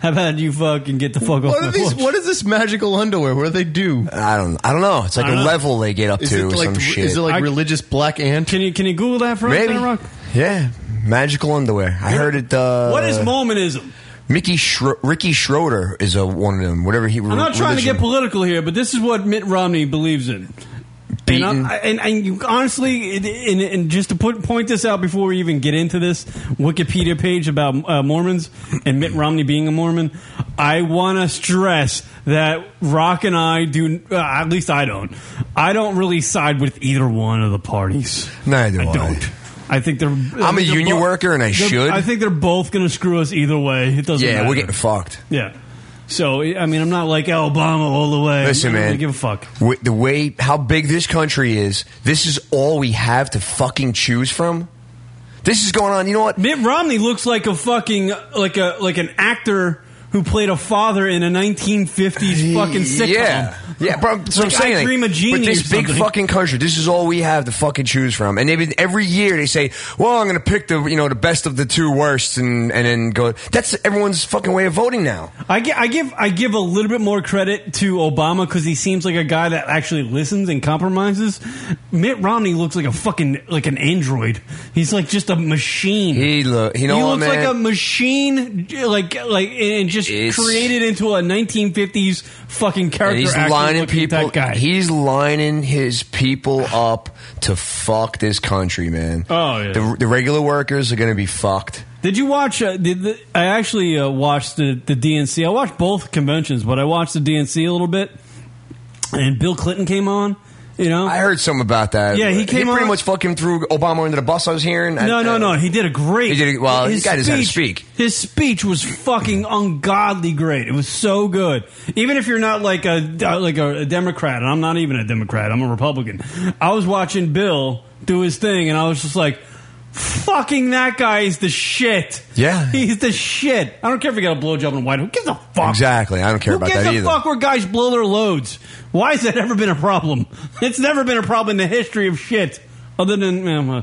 [SPEAKER 11] How about you fucking get the fuck off
[SPEAKER 13] What
[SPEAKER 11] my
[SPEAKER 13] are these?
[SPEAKER 11] porch?
[SPEAKER 13] What is this magical underwear? What do they do?
[SPEAKER 12] I don't. I don't know. It's like
[SPEAKER 13] I
[SPEAKER 12] a
[SPEAKER 13] don't know.
[SPEAKER 12] level they get up
[SPEAKER 13] Is
[SPEAKER 12] to
[SPEAKER 13] it
[SPEAKER 12] or
[SPEAKER 13] like
[SPEAKER 12] some
[SPEAKER 13] re-
[SPEAKER 12] shit.
[SPEAKER 13] is it like I-
[SPEAKER 12] religious
[SPEAKER 13] black ant?
[SPEAKER 11] Can you can you Google that for
[SPEAKER 12] Maybe.
[SPEAKER 11] us, Rock?
[SPEAKER 12] Yeah, magical underwear. I heard it. Uh,
[SPEAKER 11] What is Mormonism?
[SPEAKER 12] Mickey Schro- Ricky Schroeder is a one of them. Whatever he.
[SPEAKER 11] I'm not trying to get political here, but this is what Mitt Romney believes in. And, I- I- and, and you, honestly, and, and, and just to put point this out before we even get into this Wikipedia page about uh, Mormons and Mitt Romney being a Mormon, I want to stress that Rock and I do, uh, at least I don't, I don't really side with either one of the parties.
[SPEAKER 12] Neither
[SPEAKER 11] I
[SPEAKER 12] do I.
[SPEAKER 11] don't. I think they're.
[SPEAKER 12] I'm a union worker and I should.
[SPEAKER 11] I think they're both going to screw us either way. It doesn't.
[SPEAKER 12] Yeah,
[SPEAKER 11] matter.
[SPEAKER 12] we're getting fucked.
[SPEAKER 11] Yeah. So I mean, I'm not like Obama all the way.
[SPEAKER 12] Listen,
[SPEAKER 11] I don't
[SPEAKER 12] man.
[SPEAKER 11] really give a fuck.
[SPEAKER 12] With the way how big this country is, this is all we have to fucking choose from. This is going on. You know what?
[SPEAKER 11] Mitt Romney looks like a fucking like a like an actor who played a father in a 1950s fucking sitcom.
[SPEAKER 12] Yeah, yeah, bro. That's what
[SPEAKER 11] Like,
[SPEAKER 12] I'm saying.
[SPEAKER 11] I dream a
[SPEAKER 12] Like,
[SPEAKER 11] genie.
[SPEAKER 12] But
[SPEAKER 11] or
[SPEAKER 12] this big
[SPEAKER 11] something.
[SPEAKER 12] fucking country, this is all we have to fucking choose from. And every, every year they say, "Well, I'm going to pick the you know the best of the two worst," and and then go. That's everyone's fucking way of voting now.
[SPEAKER 11] I give, I give I give a little bit more credit to Obama because he seems like a guy that actually listens and compromises. Mitt Romney looks like a fucking like an android. He's like just a machine.
[SPEAKER 12] He look. You know
[SPEAKER 11] he
[SPEAKER 12] what,
[SPEAKER 11] looks
[SPEAKER 12] man?
[SPEAKER 11] like a machine, like like and just
[SPEAKER 12] It's-
[SPEAKER 11] created into a 1950s fucking character.
[SPEAKER 12] he's
[SPEAKER 11] actor
[SPEAKER 12] lining
[SPEAKER 11] looking
[SPEAKER 12] people.
[SPEAKER 11] type guy.
[SPEAKER 12] He's lining his people up to fuck this country, man.
[SPEAKER 11] Oh, yeah.
[SPEAKER 12] The, the regular workers are going to be fucked.
[SPEAKER 11] Did you watch? Uh, did the, I actually uh, watched the, the DNC? I watched both conventions, but I watched the DNC a little bit. And Bill Clinton came on. You know,
[SPEAKER 12] I heard something about that.
[SPEAKER 11] Yeah, he came
[SPEAKER 12] He Uh, pretty
[SPEAKER 11] on-
[SPEAKER 12] much fucking threw Obama under the bus. I was hearing. I- uh,
[SPEAKER 11] No, no, no. He did a great.
[SPEAKER 12] He did a- well,
[SPEAKER 11] His
[SPEAKER 12] this guy just had to speak.
[SPEAKER 11] His speech was fucking ungodly great. It was so good. Even if you're not like a uh, like a, Democrat, and I'm not even a Democrat. I'm a Republican. I was watching Bill do his thing, and I was just like. Fucking that guy is the shit.
[SPEAKER 12] Yeah.
[SPEAKER 11] he's the shit. I don't care if he got a blowjob and white. Who gives a fuck?
[SPEAKER 12] Exactly. I don't care
[SPEAKER 11] Who
[SPEAKER 12] about
[SPEAKER 11] gives
[SPEAKER 12] that
[SPEAKER 11] a
[SPEAKER 12] either.
[SPEAKER 11] fuck where guys blow their loads? Why has that ever been a problem? It's never been a problem in the history of shit. Other than, uh,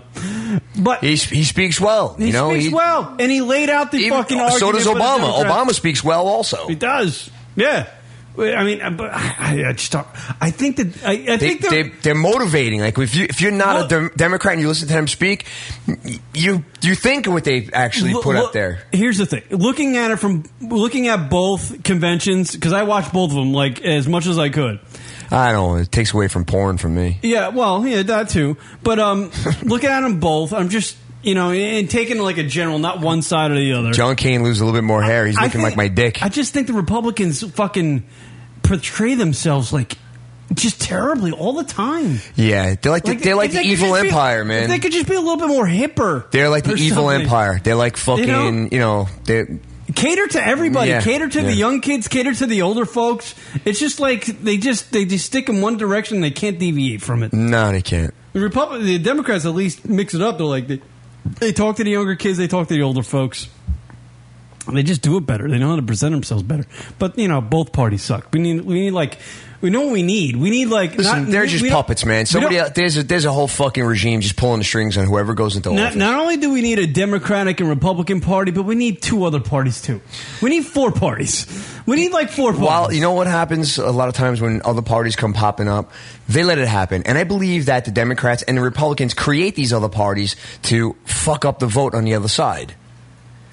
[SPEAKER 11] but
[SPEAKER 12] he he speaks well.
[SPEAKER 11] He
[SPEAKER 12] you know,
[SPEAKER 11] speaks
[SPEAKER 12] he-
[SPEAKER 11] well, and he laid out the
[SPEAKER 12] Even-
[SPEAKER 11] fucking.
[SPEAKER 12] so
[SPEAKER 11] argument
[SPEAKER 12] does
[SPEAKER 11] for the
[SPEAKER 12] Obama.
[SPEAKER 11] Democrats.
[SPEAKER 12] Obama speaks well, also.
[SPEAKER 11] He does. Yeah. I mean, uh, but I, I just don't. I think that I, I
[SPEAKER 12] They,
[SPEAKER 11] think that
[SPEAKER 12] they, they're motivating. Like if you if you're not a dem- Democrat and you listen to them speak, y- you you think what they actually
[SPEAKER 11] Look-
[SPEAKER 12] put
[SPEAKER 11] look-
[SPEAKER 12] up there.
[SPEAKER 11] Here's the thing: looking at it from looking at both conventions, because I watched both of them like as much as I could.
[SPEAKER 12] I don't. know. It takes away from porn from me.
[SPEAKER 11] Yeah, well, yeah, that too. But um, looking at them both, I'm just you know, and taking like a general, not one side or the other.
[SPEAKER 12] John Cain loses a little bit more hair. He's
[SPEAKER 11] I
[SPEAKER 12] looking like
[SPEAKER 11] think-
[SPEAKER 12] my dick.
[SPEAKER 11] I just think the Republicans fucking portray themselves like just terribly all the time.
[SPEAKER 12] Yeah, they're like, the, they're like
[SPEAKER 11] if
[SPEAKER 12] the
[SPEAKER 11] they could
[SPEAKER 12] evil
[SPEAKER 11] just be-
[SPEAKER 12] empire,
[SPEAKER 11] if
[SPEAKER 12] man.
[SPEAKER 11] they could just be a little bit more hipper.
[SPEAKER 12] They're like the
[SPEAKER 11] or
[SPEAKER 12] evil
[SPEAKER 11] something.
[SPEAKER 12] empire. They're like fucking,
[SPEAKER 11] know?
[SPEAKER 12] you know, they're
[SPEAKER 11] Cater to everybody.
[SPEAKER 12] Yeah,
[SPEAKER 11] cater to the
[SPEAKER 12] yeah.
[SPEAKER 11] young kids. Cater to the older folks. It's just like they just they just stick in one direction. They can't deviate from it.
[SPEAKER 12] no, they can't.
[SPEAKER 11] The Republic, the Democrats at least mix it up. They're like they, they talk to the younger kids. They talk to the older folks. They just do it better. They know how to present themselves better. But you know, both parties suck. We need we need like we know what we need. We need like
[SPEAKER 12] Listen,
[SPEAKER 11] not-
[SPEAKER 12] they're
[SPEAKER 11] we-
[SPEAKER 12] just
[SPEAKER 11] we don't-
[SPEAKER 12] puppets,
[SPEAKER 11] we
[SPEAKER 12] man. Somebody
[SPEAKER 11] don't-
[SPEAKER 12] else, there's a there's a whole fucking regime just pulling the strings on whoever goes into
[SPEAKER 11] Not,
[SPEAKER 12] office.
[SPEAKER 11] not only do we need a Democratic and Republican party, but we need two other parties too. We need four parties. We need like four parties.
[SPEAKER 12] Well, you know what happens a lot of times when other parties come popping up, they let it happen, and I believe that the Democrats and the Republicans create these other parties to fuck up the vote on the other side.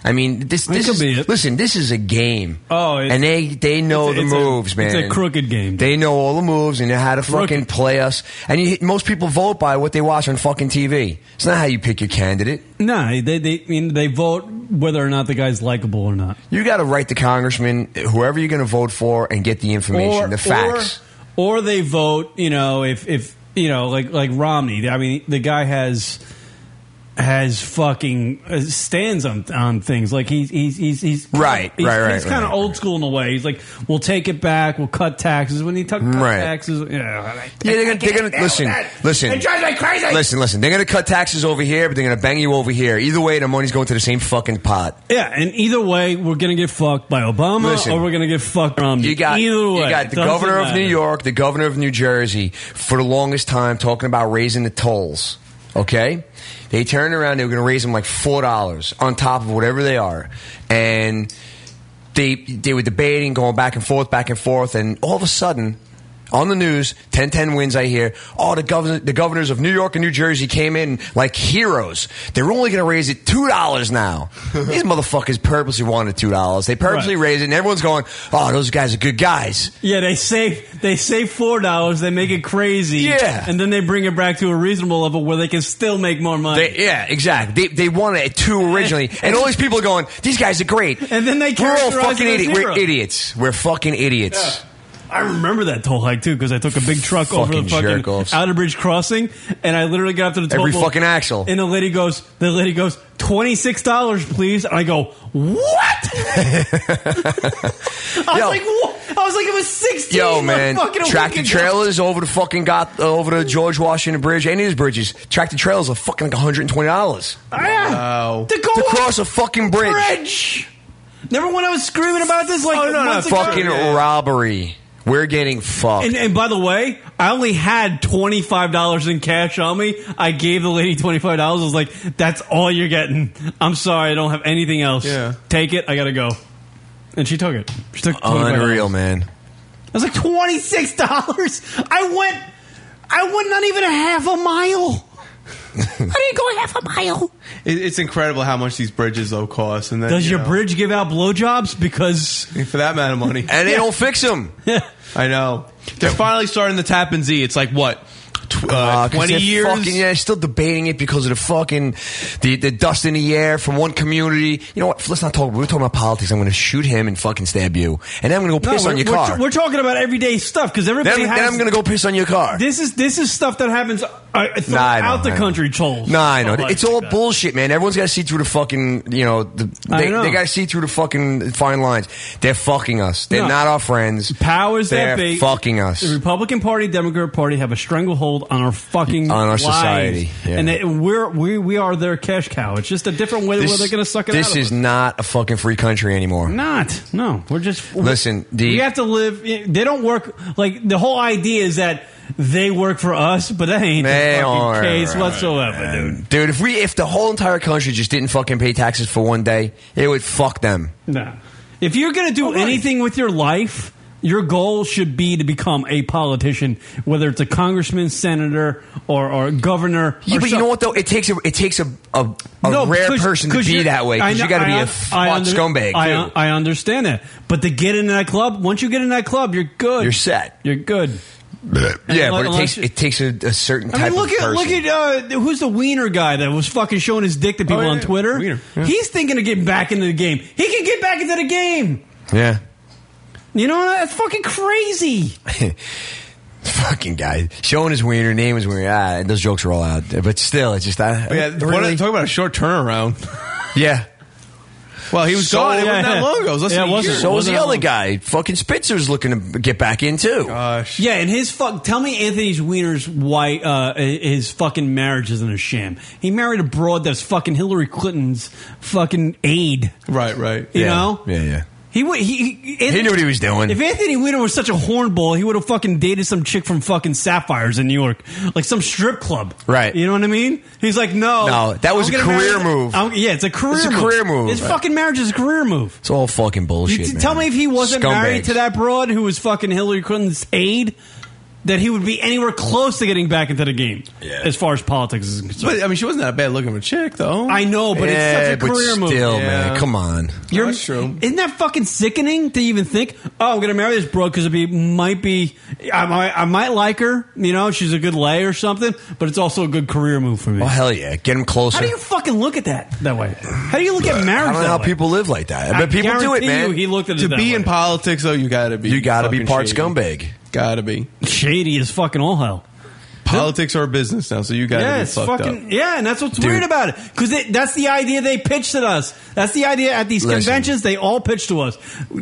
[SPEAKER 12] I mean, this
[SPEAKER 11] That
[SPEAKER 12] this
[SPEAKER 11] could
[SPEAKER 12] is,
[SPEAKER 11] be it.
[SPEAKER 12] listen. This is a game.
[SPEAKER 11] Oh, it's-
[SPEAKER 12] and they they know
[SPEAKER 11] it's a-
[SPEAKER 12] the
[SPEAKER 11] it's a-
[SPEAKER 12] moves, man.
[SPEAKER 11] it's a crooked game.
[SPEAKER 12] They know all the moves and how to fucking
[SPEAKER 11] Crooked.
[SPEAKER 12] play us. And you, most people vote by what they watch on fucking TV. It's not how you pick your candidate.
[SPEAKER 11] No, they they I mean they vote whether or not the guy's likable or not.
[SPEAKER 12] You got to write the congressman, whoever you're going to vote for, and get the information,
[SPEAKER 11] Or-
[SPEAKER 12] the facts.
[SPEAKER 11] Or, or they vote, you know, if if you know, like like Romney. I mean, the guy has has fucking uh, stands on on things. Like he's he's he's, he's
[SPEAKER 12] Right,
[SPEAKER 11] he's,
[SPEAKER 12] right, right,
[SPEAKER 11] He's kind of
[SPEAKER 12] right.
[SPEAKER 11] old school in a way. He's like, we'll take it back. We'll cut taxes when he took cut
[SPEAKER 12] Right.
[SPEAKER 11] taxes. Yeah,
[SPEAKER 12] Yeah, they're gonna, they're gonna listen. Listen, Listen, listen. They're gonna cut taxes over here, but they're gonna bang you over here. Either way, the money's going to the same fucking pot.
[SPEAKER 11] Yeah, and either way, we're gonna get fucked by Obama,
[SPEAKER 12] Listen.
[SPEAKER 11] or we're gonna get fucked by Romney.
[SPEAKER 12] You got
[SPEAKER 11] either way.
[SPEAKER 12] You got the
[SPEAKER 11] Doesn't
[SPEAKER 12] governor of
[SPEAKER 11] matter.
[SPEAKER 12] New York, the governor of New Jersey, for the longest time talking about raising the tolls. Okay, they turned around. They were going to raise them like four dollars on top of whatever they are, and they they were debating, going back and forth, back and forth, and all of a sudden. On the news, 10-10 wins. I hear, oh, the governor, the governors of New York and New Jersey came in like heroes. They're only going to raise it two dollars now. These motherfuckers purposely wanted two dollars. They purposely
[SPEAKER 11] Right.
[SPEAKER 12] raised it, and everyone's going, oh, those guys are good guys.
[SPEAKER 11] Yeah, they save they save four dollars, they make it crazy,
[SPEAKER 12] Yeah.
[SPEAKER 11] and then they bring it back to a reasonable level where they can still make more money.
[SPEAKER 12] They, yeah, exactly. They, they wanted it two originally, and all these people are going, "These guys are great."
[SPEAKER 11] And then they
[SPEAKER 12] we're all
[SPEAKER 11] characterize
[SPEAKER 12] fucking
[SPEAKER 11] it as
[SPEAKER 12] idiots. We're
[SPEAKER 11] heroes.
[SPEAKER 12] idiots. We're fucking idiots.
[SPEAKER 11] I remember that toll hike too because I took a big truck over the
[SPEAKER 12] Fucking
[SPEAKER 11] fucking
[SPEAKER 12] jerk-offs.
[SPEAKER 11] Outer Bridge crossing, and I literally got up to the toll
[SPEAKER 12] Every
[SPEAKER 11] booth,
[SPEAKER 12] fucking axle.
[SPEAKER 11] And the lady goes, the lady goes, twenty six dollars, please. And I go, what? I was
[SPEAKER 12] Yo.
[SPEAKER 11] like, what? I was like, it was sixteen.
[SPEAKER 12] Yo, man,
[SPEAKER 11] fucking a
[SPEAKER 12] tractor
[SPEAKER 11] week ago.
[SPEAKER 12] trailers over the fucking got uh, over the George Washington Bridge, any of these bridges. Tractor trailers are fucking like one hundred and twenty dollars
[SPEAKER 13] Wow.
[SPEAKER 11] Oh, To go
[SPEAKER 12] cross a fucking bridge.
[SPEAKER 11] bridge. Remember when I was screaming about this? Like,
[SPEAKER 13] Oh, no, no,
[SPEAKER 11] months ago?
[SPEAKER 12] Fucking robbery. We're getting fucked.
[SPEAKER 11] And, and by the way, I only had twenty five dollars in cash on me. I gave the lady twenty five dollars. I was like, "That's all you're getting. I'm sorry, I don't have anything else.
[SPEAKER 13] Yeah.
[SPEAKER 11] Take it. I gotta go." And she took it. She
[SPEAKER 12] Oh,
[SPEAKER 11] took $25.
[SPEAKER 12] Unreal, man.
[SPEAKER 11] I was like twenty six dollars. I went. I went not even a half a mile. I didn't go half a mile.
[SPEAKER 13] It, it's incredible how much these bridges though cost. And then,
[SPEAKER 11] Does
[SPEAKER 13] you
[SPEAKER 11] your
[SPEAKER 13] know,
[SPEAKER 11] bridge give out blowjobs? Because
[SPEAKER 13] for that amount of money,
[SPEAKER 12] and they don't fix them.
[SPEAKER 13] I know they're finally starting the tap and Z. It's like what tw- uh,
[SPEAKER 12] Uh, 'cause
[SPEAKER 13] twenty
[SPEAKER 12] they're
[SPEAKER 13] years.
[SPEAKER 12] Fucking, yeah, still debating it because of the fucking the, the dust in the air from one community. You know what? Let's not talk. We're talking about politics. I'm going to shoot him and fucking stab you, and then I'm going to go piss
[SPEAKER 11] No,
[SPEAKER 12] on
[SPEAKER 11] we're-
[SPEAKER 12] your
[SPEAKER 11] we're-
[SPEAKER 12] car.
[SPEAKER 11] We're, talking about everyday stuff because
[SPEAKER 12] then,
[SPEAKER 11] everybody.
[SPEAKER 12] then
[SPEAKER 11] has,
[SPEAKER 12] I'm going to go piss on your car.
[SPEAKER 11] This is this is stuff that happens uh,
[SPEAKER 12] Nah, I know,
[SPEAKER 11] throughout
[SPEAKER 12] I
[SPEAKER 11] the
[SPEAKER 12] know.
[SPEAKER 11] country, trolls.
[SPEAKER 12] Nah, I know.
[SPEAKER 11] Stuff like
[SPEAKER 12] It's all
[SPEAKER 11] that.
[SPEAKER 12] bullshit, man. Everyone's got to see through the fucking, you know, the,
[SPEAKER 11] I
[SPEAKER 12] they,
[SPEAKER 11] know.
[SPEAKER 12] they got to see through the fucking fine lines. They're fucking us. They're
[SPEAKER 11] No.
[SPEAKER 12] not our friends.
[SPEAKER 11] Powers that
[SPEAKER 12] They're
[SPEAKER 11] be
[SPEAKER 12] fucking us.
[SPEAKER 11] The Republican Party, Democrat Party have a stranglehold on our fucking
[SPEAKER 12] On our
[SPEAKER 11] lives.
[SPEAKER 12] society, yeah.
[SPEAKER 11] and they, we're we we are their cash cow. It's just a different way where they're going to suck it
[SPEAKER 12] this
[SPEAKER 11] out. of
[SPEAKER 12] is
[SPEAKER 11] us.
[SPEAKER 12] not a fucking free country anymore.
[SPEAKER 11] not no. We're just
[SPEAKER 12] Listen, the
[SPEAKER 11] we have to live. They don't work like the whole idea is that they work for us, but that ain't the fucking
[SPEAKER 12] are,
[SPEAKER 11] case
[SPEAKER 12] right,
[SPEAKER 11] whatsoever, dude.
[SPEAKER 12] Dude, if we if the whole entire country just didn't fucking pay taxes for one day, it would fuck them.
[SPEAKER 11] No. If you're going to
[SPEAKER 12] Oh,
[SPEAKER 11] do anything with your life, your goal should be to become a politician, whether it's a congressman, senator, or, or governor.
[SPEAKER 12] Yeah,
[SPEAKER 11] or
[SPEAKER 12] but you
[SPEAKER 11] some-
[SPEAKER 12] know what though? It takes a it takes a a, a
[SPEAKER 11] No,
[SPEAKER 12] rare
[SPEAKER 11] because-
[SPEAKER 12] person to
[SPEAKER 11] 'cause
[SPEAKER 12] be
[SPEAKER 11] you're-
[SPEAKER 12] that way
[SPEAKER 11] I
[SPEAKER 12] because you
[SPEAKER 11] know-
[SPEAKER 12] got to be
[SPEAKER 11] I
[SPEAKER 12] a
[SPEAKER 11] un-
[SPEAKER 12] fuck
[SPEAKER 11] I under-
[SPEAKER 12] scumbag
[SPEAKER 11] I,
[SPEAKER 12] too.
[SPEAKER 11] I understand that, but to get in that club, once you get in that club, you're good. You're
[SPEAKER 12] set.
[SPEAKER 11] You're good.
[SPEAKER 12] yeah, but it
[SPEAKER 11] Unless
[SPEAKER 12] takes
[SPEAKER 11] you-
[SPEAKER 12] it takes a, a certain type
[SPEAKER 11] I mean, look
[SPEAKER 12] of
[SPEAKER 11] at
[SPEAKER 12] person.
[SPEAKER 11] look at uh, who's the wiener guy that was fucking showing his dick to people
[SPEAKER 12] Oh, yeah,
[SPEAKER 11] on
[SPEAKER 12] yeah.
[SPEAKER 11] Twitter.
[SPEAKER 12] Wiener, yeah.
[SPEAKER 11] He's thinking of getting back into the game. He can get back into the game.
[SPEAKER 12] yeah,
[SPEAKER 11] You know that's fucking crazy.
[SPEAKER 12] fucking guy showing his wiener, name is wiener. Ah, those jokes are all out, but still, it's just I,
[SPEAKER 13] yeah,
[SPEAKER 12] really?
[SPEAKER 13] talk about a short turnaround.
[SPEAKER 12] yeah.
[SPEAKER 13] Well, he was gone. It wasn't that long ago. It was less than a year.
[SPEAKER 12] So was
[SPEAKER 13] Wasn't
[SPEAKER 12] the
[SPEAKER 13] that
[SPEAKER 12] other
[SPEAKER 13] long.
[SPEAKER 12] guy. Fucking Spitzer's looking to get back in too.
[SPEAKER 11] Yeah, and his fuck. Tell me, Anthony's Wiener's why uh, his fucking marriage isn't a sham. He married a broad that's fucking Hillary Clinton's fucking aide.
[SPEAKER 13] Right, right.
[SPEAKER 11] You
[SPEAKER 12] Yeah.
[SPEAKER 11] know,
[SPEAKER 12] Yeah, yeah.
[SPEAKER 11] he would. He, he,
[SPEAKER 12] He knew what he was doing.
[SPEAKER 11] If Anthony Weiner was such a hornball, he would have fucking dated some chick from fucking Sapphires in New York, like some strip club.
[SPEAKER 12] Right.
[SPEAKER 11] You know what I mean? He's like, no,
[SPEAKER 12] No, that was
[SPEAKER 11] I'm
[SPEAKER 12] a
[SPEAKER 11] gonna
[SPEAKER 12] career
[SPEAKER 11] marry-
[SPEAKER 12] move.
[SPEAKER 11] I'm- yeah, it's a career.
[SPEAKER 12] It's a
[SPEAKER 11] move.
[SPEAKER 12] career move.
[SPEAKER 11] It's
[SPEAKER 12] Right.
[SPEAKER 11] fucking marriage is a career move.
[SPEAKER 12] It's all fucking bullshit.
[SPEAKER 11] You t-
[SPEAKER 12] man.
[SPEAKER 11] tell me if he wasn't
[SPEAKER 12] Scumbags.
[SPEAKER 11] married to that broad who was fucking Hillary Clinton's aide, that he would be anywhere close to getting back into the game as far as politics is concerned.
[SPEAKER 13] But I mean, she wasn't that bad looking of a chick, though.
[SPEAKER 11] I know, but
[SPEAKER 12] Yeah,
[SPEAKER 11] it's such a
[SPEAKER 12] but
[SPEAKER 11] career move.
[SPEAKER 12] still, man, come on.
[SPEAKER 11] You're, That's true. Isn't that fucking sickening to even think? Oh, I'm gonna marry this broad because it be might be I might, I might like her. You know, she's a good lay or something. But it's also a good career move for me.
[SPEAKER 12] Oh hell yeah, get him closer.
[SPEAKER 11] How do you fucking look at that that way? How do you look at marriage?
[SPEAKER 12] I don't know
[SPEAKER 11] that
[SPEAKER 12] how
[SPEAKER 11] way?
[SPEAKER 12] people live like that. But people do it,
[SPEAKER 11] guarantee
[SPEAKER 12] man.
[SPEAKER 11] you he looked at it
[SPEAKER 13] to
[SPEAKER 11] that
[SPEAKER 13] be
[SPEAKER 11] way.
[SPEAKER 13] in politics, though, you got to be.
[SPEAKER 12] You gotta be
[SPEAKER 13] fucking
[SPEAKER 12] part
[SPEAKER 13] shady.
[SPEAKER 12] scumbag.
[SPEAKER 13] Got to be.
[SPEAKER 11] Shady as fucking all hell.
[SPEAKER 13] Politics are a business now, so you got to
[SPEAKER 11] yeah,
[SPEAKER 13] be
[SPEAKER 11] it's
[SPEAKER 13] fucked
[SPEAKER 11] fucking
[SPEAKER 13] up.
[SPEAKER 11] yeah, and that's what's
[SPEAKER 13] Dude.
[SPEAKER 11] weird about it because that's the idea they pitched at us. That's the idea at these
[SPEAKER 13] Listen.
[SPEAKER 11] conventions they all pitch to us.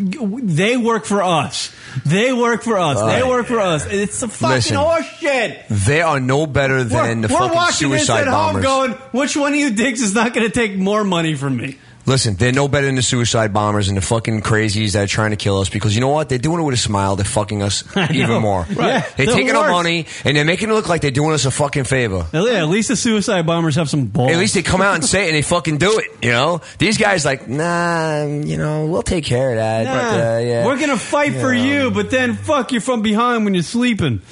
[SPEAKER 11] They work for us. They work for us. they
[SPEAKER 12] Oh,
[SPEAKER 11] work for us. And It's a fucking
[SPEAKER 12] Listen.
[SPEAKER 11] horse shit.
[SPEAKER 12] They are no better
[SPEAKER 11] We're,
[SPEAKER 12] than the
[SPEAKER 11] we're
[SPEAKER 12] fucking
[SPEAKER 11] watching this
[SPEAKER 12] suicide
[SPEAKER 11] at home,
[SPEAKER 12] bombers.
[SPEAKER 11] going, which one of you dicks is not going to take more money from me?
[SPEAKER 12] Listen, they're no better than the suicide bombers and the fucking crazies that are trying to kill us because you know what? They're doing it with a smile. They're fucking us
[SPEAKER 11] I know.
[SPEAKER 12] even more.
[SPEAKER 11] Right.
[SPEAKER 12] They're,
[SPEAKER 11] They're
[SPEAKER 12] taking our
[SPEAKER 11] worse.
[SPEAKER 12] money and they're making it look like they're doing us a fucking favor.
[SPEAKER 11] Now, yeah, at least the suicide bombers have some balls.
[SPEAKER 12] At least they come out and say it and they fucking do it. You know, these guys like, nah, Um, you know, we'll take care of that.
[SPEAKER 11] Nah,
[SPEAKER 12] Uh, yeah.
[SPEAKER 11] We're gonna fight for
[SPEAKER 12] Yeah.
[SPEAKER 11] you, but then fuck you from behind when you're sleeping.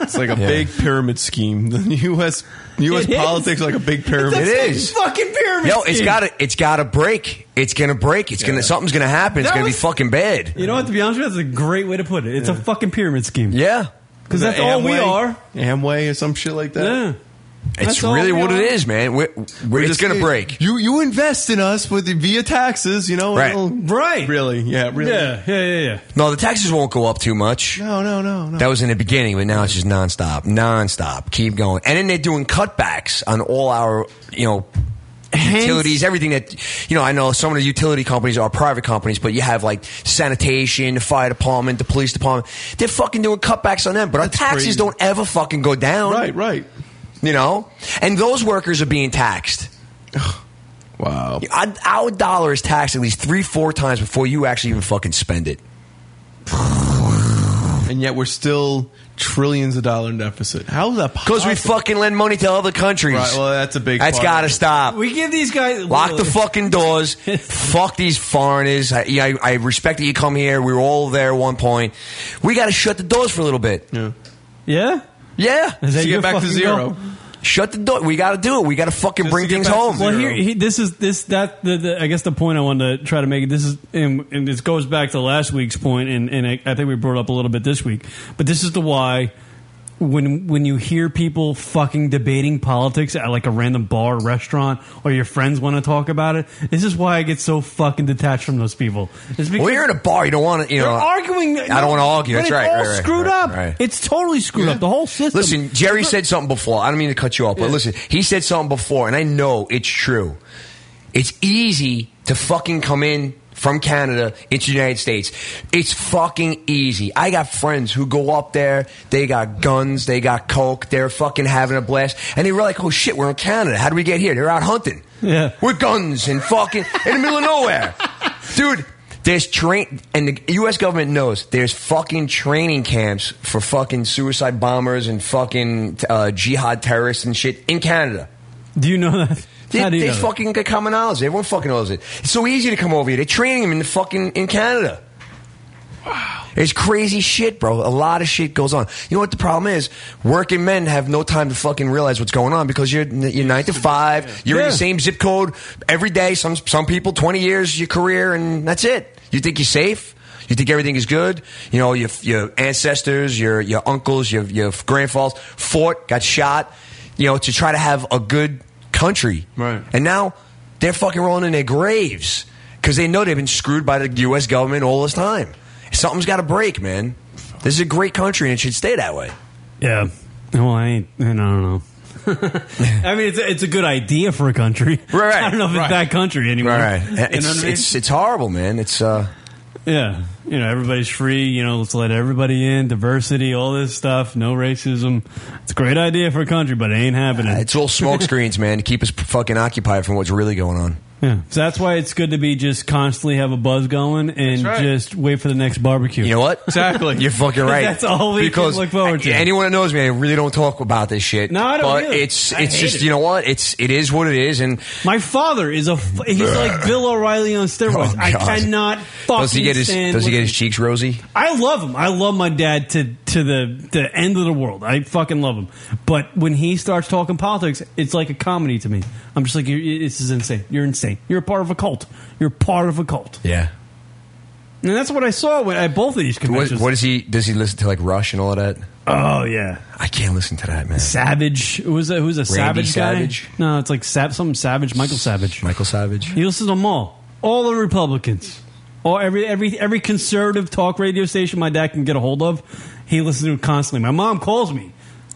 [SPEAKER 13] It's like a big pyramid scheme. The U.S. U.S.
[SPEAKER 11] It is.
[SPEAKER 13] politics is like a big pyramid.
[SPEAKER 12] It is
[SPEAKER 11] fucking pyramid.
[SPEAKER 12] Yo, it's got to, it's got to break. It's gonna break. It's gonna, something's gonna happen. it's
[SPEAKER 11] That
[SPEAKER 12] gonna
[SPEAKER 11] was-
[SPEAKER 12] be fucking bad.
[SPEAKER 11] You know what? To be honest with you, that's a great way to put it. It's a fucking pyramid scheme.
[SPEAKER 12] Yeah,
[SPEAKER 11] because that's all we are.
[SPEAKER 13] Amway or some shit like that.
[SPEAKER 11] Yeah.
[SPEAKER 12] It's
[SPEAKER 13] That's all
[SPEAKER 12] really
[SPEAKER 13] we
[SPEAKER 12] what
[SPEAKER 13] are.
[SPEAKER 12] it is, man. We're, we're, it's
[SPEAKER 13] just-
[SPEAKER 12] gonna break.
[SPEAKER 13] You you invest in us with the, via taxes, you know?
[SPEAKER 12] Right.
[SPEAKER 13] it'll-
[SPEAKER 11] Right.
[SPEAKER 13] Really? Yeah. Really.
[SPEAKER 11] Yeah. Yeah. Yeah. Yeah.
[SPEAKER 12] No, the taxes won't go up too much.
[SPEAKER 13] No. No. No. No.
[SPEAKER 12] That was in the beginning, but now it's just nonstop, nonstop. Keep going, and then they're doing cutbacks on all our, you know, utilities, everything that you know. I know some of the utility companies are private companies, but you have like sanitation, the fire department, the police department. They're fucking doing cutbacks on them, but our taxes
[SPEAKER 13] crazy.
[SPEAKER 12] don't ever fucking go down.
[SPEAKER 13] Right. Right.
[SPEAKER 12] You know, and those workers are being taxed.
[SPEAKER 13] Wow.
[SPEAKER 12] Our, our dollar is taxed at least three, four times before you actually even fucking spend it.
[SPEAKER 13] And yet we're still trillions of dollar in deficit. How is that possible?
[SPEAKER 12] Because we fucking lend money to other countries.
[SPEAKER 13] Right, well, that's a big
[SPEAKER 12] That's
[SPEAKER 13] part of
[SPEAKER 12] got to
[SPEAKER 13] it.
[SPEAKER 12] stop.
[SPEAKER 11] We give these guys
[SPEAKER 12] Lock the fucking doors. Fuck these foreigners. I, yeah, I, I respect that you come here. We were all there at one point. We got to shut the doors for a little bit.
[SPEAKER 13] Yeah.
[SPEAKER 11] Yeah.
[SPEAKER 12] Yeah.
[SPEAKER 11] Is that To get your back to fucking zero. goal?
[SPEAKER 12] Shut the door. We got to do it. We got to fucking bring things home.
[SPEAKER 11] Well, here, he, this is this that the, the, I guess the point I wanted to try to make. This is and, and this goes back to last week's point, and and I, I think we brought up a little bit this week. But this is the why when when you hear people fucking debating politics at like a random bar, or restaurant, or your friends want to talk about it. This is why I get so fucking detached from those people. It's because
[SPEAKER 12] Well, you're in a bar. You don't want to, you
[SPEAKER 11] they're
[SPEAKER 12] know.
[SPEAKER 11] arguing.
[SPEAKER 12] I don't want to argue.
[SPEAKER 11] but
[SPEAKER 12] That's
[SPEAKER 11] it's
[SPEAKER 12] right.
[SPEAKER 11] all
[SPEAKER 12] right, right,
[SPEAKER 11] screwed
[SPEAKER 12] right,
[SPEAKER 11] up.
[SPEAKER 12] right.
[SPEAKER 11] It's totally screwed up. The whole system.
[SPEAKER 12] Listen, Jerry said something before. I don't mean to cut you off, but
[SPEAKER 11] Yeah.
[SPEAKER 12] listen, he said something before, and I know it's true. It's easy to fucking come in from Canada into the United States. It's fucking easy. I got friends who go up there, they got guns, they got coke, they're fucking having a blast, and they were like, oh shit, we're in Canada. How do we get here? They're out hunting.
[SPEAKER 11] Yeah.
[SPEAKER 12] With guns and fucking in the middle of nowhere. Dude, there's train and the US government knows there's fucking training camps for fucking suicide bombers and fucking uh, jihad terrorists and shit in Canada.
[SPEAKER 11] Do you know that?
[SPEAKER 12] They,
[SPEAKER 11] How do you
[SPEAKER 12] they
[SPEAKER 11] know that?
[SPEAKER 12] fucking got common knowledge. Everyone fucking knows it. It's so easy to come over here. They're training them in the fucking in Canada. Wow. It's crazy shit, bro. A lot of shit goes on. You know what the problem is? Working men have no time to fucking realize what's going on because you're you're nine to five. You're in the
[SPEAKER 11] Yeah.
[SPEAKER 12] same zip code every day. Some some people twenty years your career and that's it. You think you're safe. You think everything is good. You know your your ancestors, your your uncles, your your grandfathers fought, got shot. You know to try to have a good country. Right. And now they're fucking rolling in their graves because they know they've been screwed by the U.S. government all this time. Something's got to break, man. This is a great country and it should stay that way.
[SPEAKER 11] Yeah. Well, I ain't. I don't know. I mean, it's a, it's a good idea for a country.
[SPEAKER 12] Right,
[SPEAKER 11] I don't know if
[SPEAKER 12] right.
[SPEAKER 11] it's that country anymore.
[SPEAKER 12] Right, right.
[SPEAKER 11] You know
[SPEAKER 12] It's,
[SPEAKER 11] what I mean?
[SPEAKER 12] it's it's horrible, man. It's uh,
[SPEAKER 11] Yeah, you know, everybody's free. You know, let's let everybody in. Diversity, all this stuff. No racism. It's a great idea for a country, but it ain't happening.
[SPEAKER 12] it's all smoke screens, man, to keep us fucking occupied from what's really going on.
[SPEAKER 11] yeah, so that's why it's good to be just constantly have a buzz going and just wait for the next barbecue.
[SPEAKER 12] You know what? You're fucking right.
[SPEAKER 11] that's all we
[SPEAKER 12] because
[SPEAKER 11] can look forward to.
[SPEAKER 12] Anyone that knows me, I really don't talk about this shit. No,
[SPEAKER 11] I don't
[SPEAKER 12] But
[SPEAKER 11] either.
[SPEAKER 12] it's
[SPEAKER 11] I
[SPEAKER 12] it's
[SPEAKER 11] hate
[SPEAKER 12] just
[SPEAKER 11] it.
[SPEAKER 12] you know what? It's it is what it is, and
[SPEAKER 11] My father is a f- he's like Bill O'Reilly on steroids.
[SPEAKER 12] Oh,
[SPEAKER 11] I
[SPEAKER 12] God.
[SPEAKER 11] cannot fucking
[SPEAKER 12] does he get his
[SPEAKER 11] stand
[SPEAKER 12] does he
[SPEAKER 11] with-
[SPEAKER 12] get his cheeks rosy?
[SPEAKER 11] I love him. I love my dad to to the the end of the world. I fucking love him. But when he starts talking politics, it's like a comedy to me. I'm just like, "You- you- this is insane. You're insane. You're a part of a cult. You're part of a cult.
[SPEAKER 12] Yeah.
[SPEAKER 11] And that's what I saw when, at both of these
[SPEAKER 12] What,
[SPEAKER 11] conventions.
[SPEAKER 12] what is he? Does he listen to like Rush and all that?
[SPEAKER 11] Oh yeah,
[SPEAKER 12] I can't listen to that man.
[SPEAKER 11] Savage. Who's a, who's a
[SPEAKER 12] Randy
[SPEAKER 11] Savage,
[SPEAKER 12] Savage?
[SPEAKER 11] guy? No, it's like Sav, something Savage. Michael Savage.
[SPEAKER 12] Michael Savage.
[SPEAKER 11] He listens to them all. All the Republicans. All every every every conservative talk radio station my dad can get a hold of. He listens to it constantly. My mom calls me.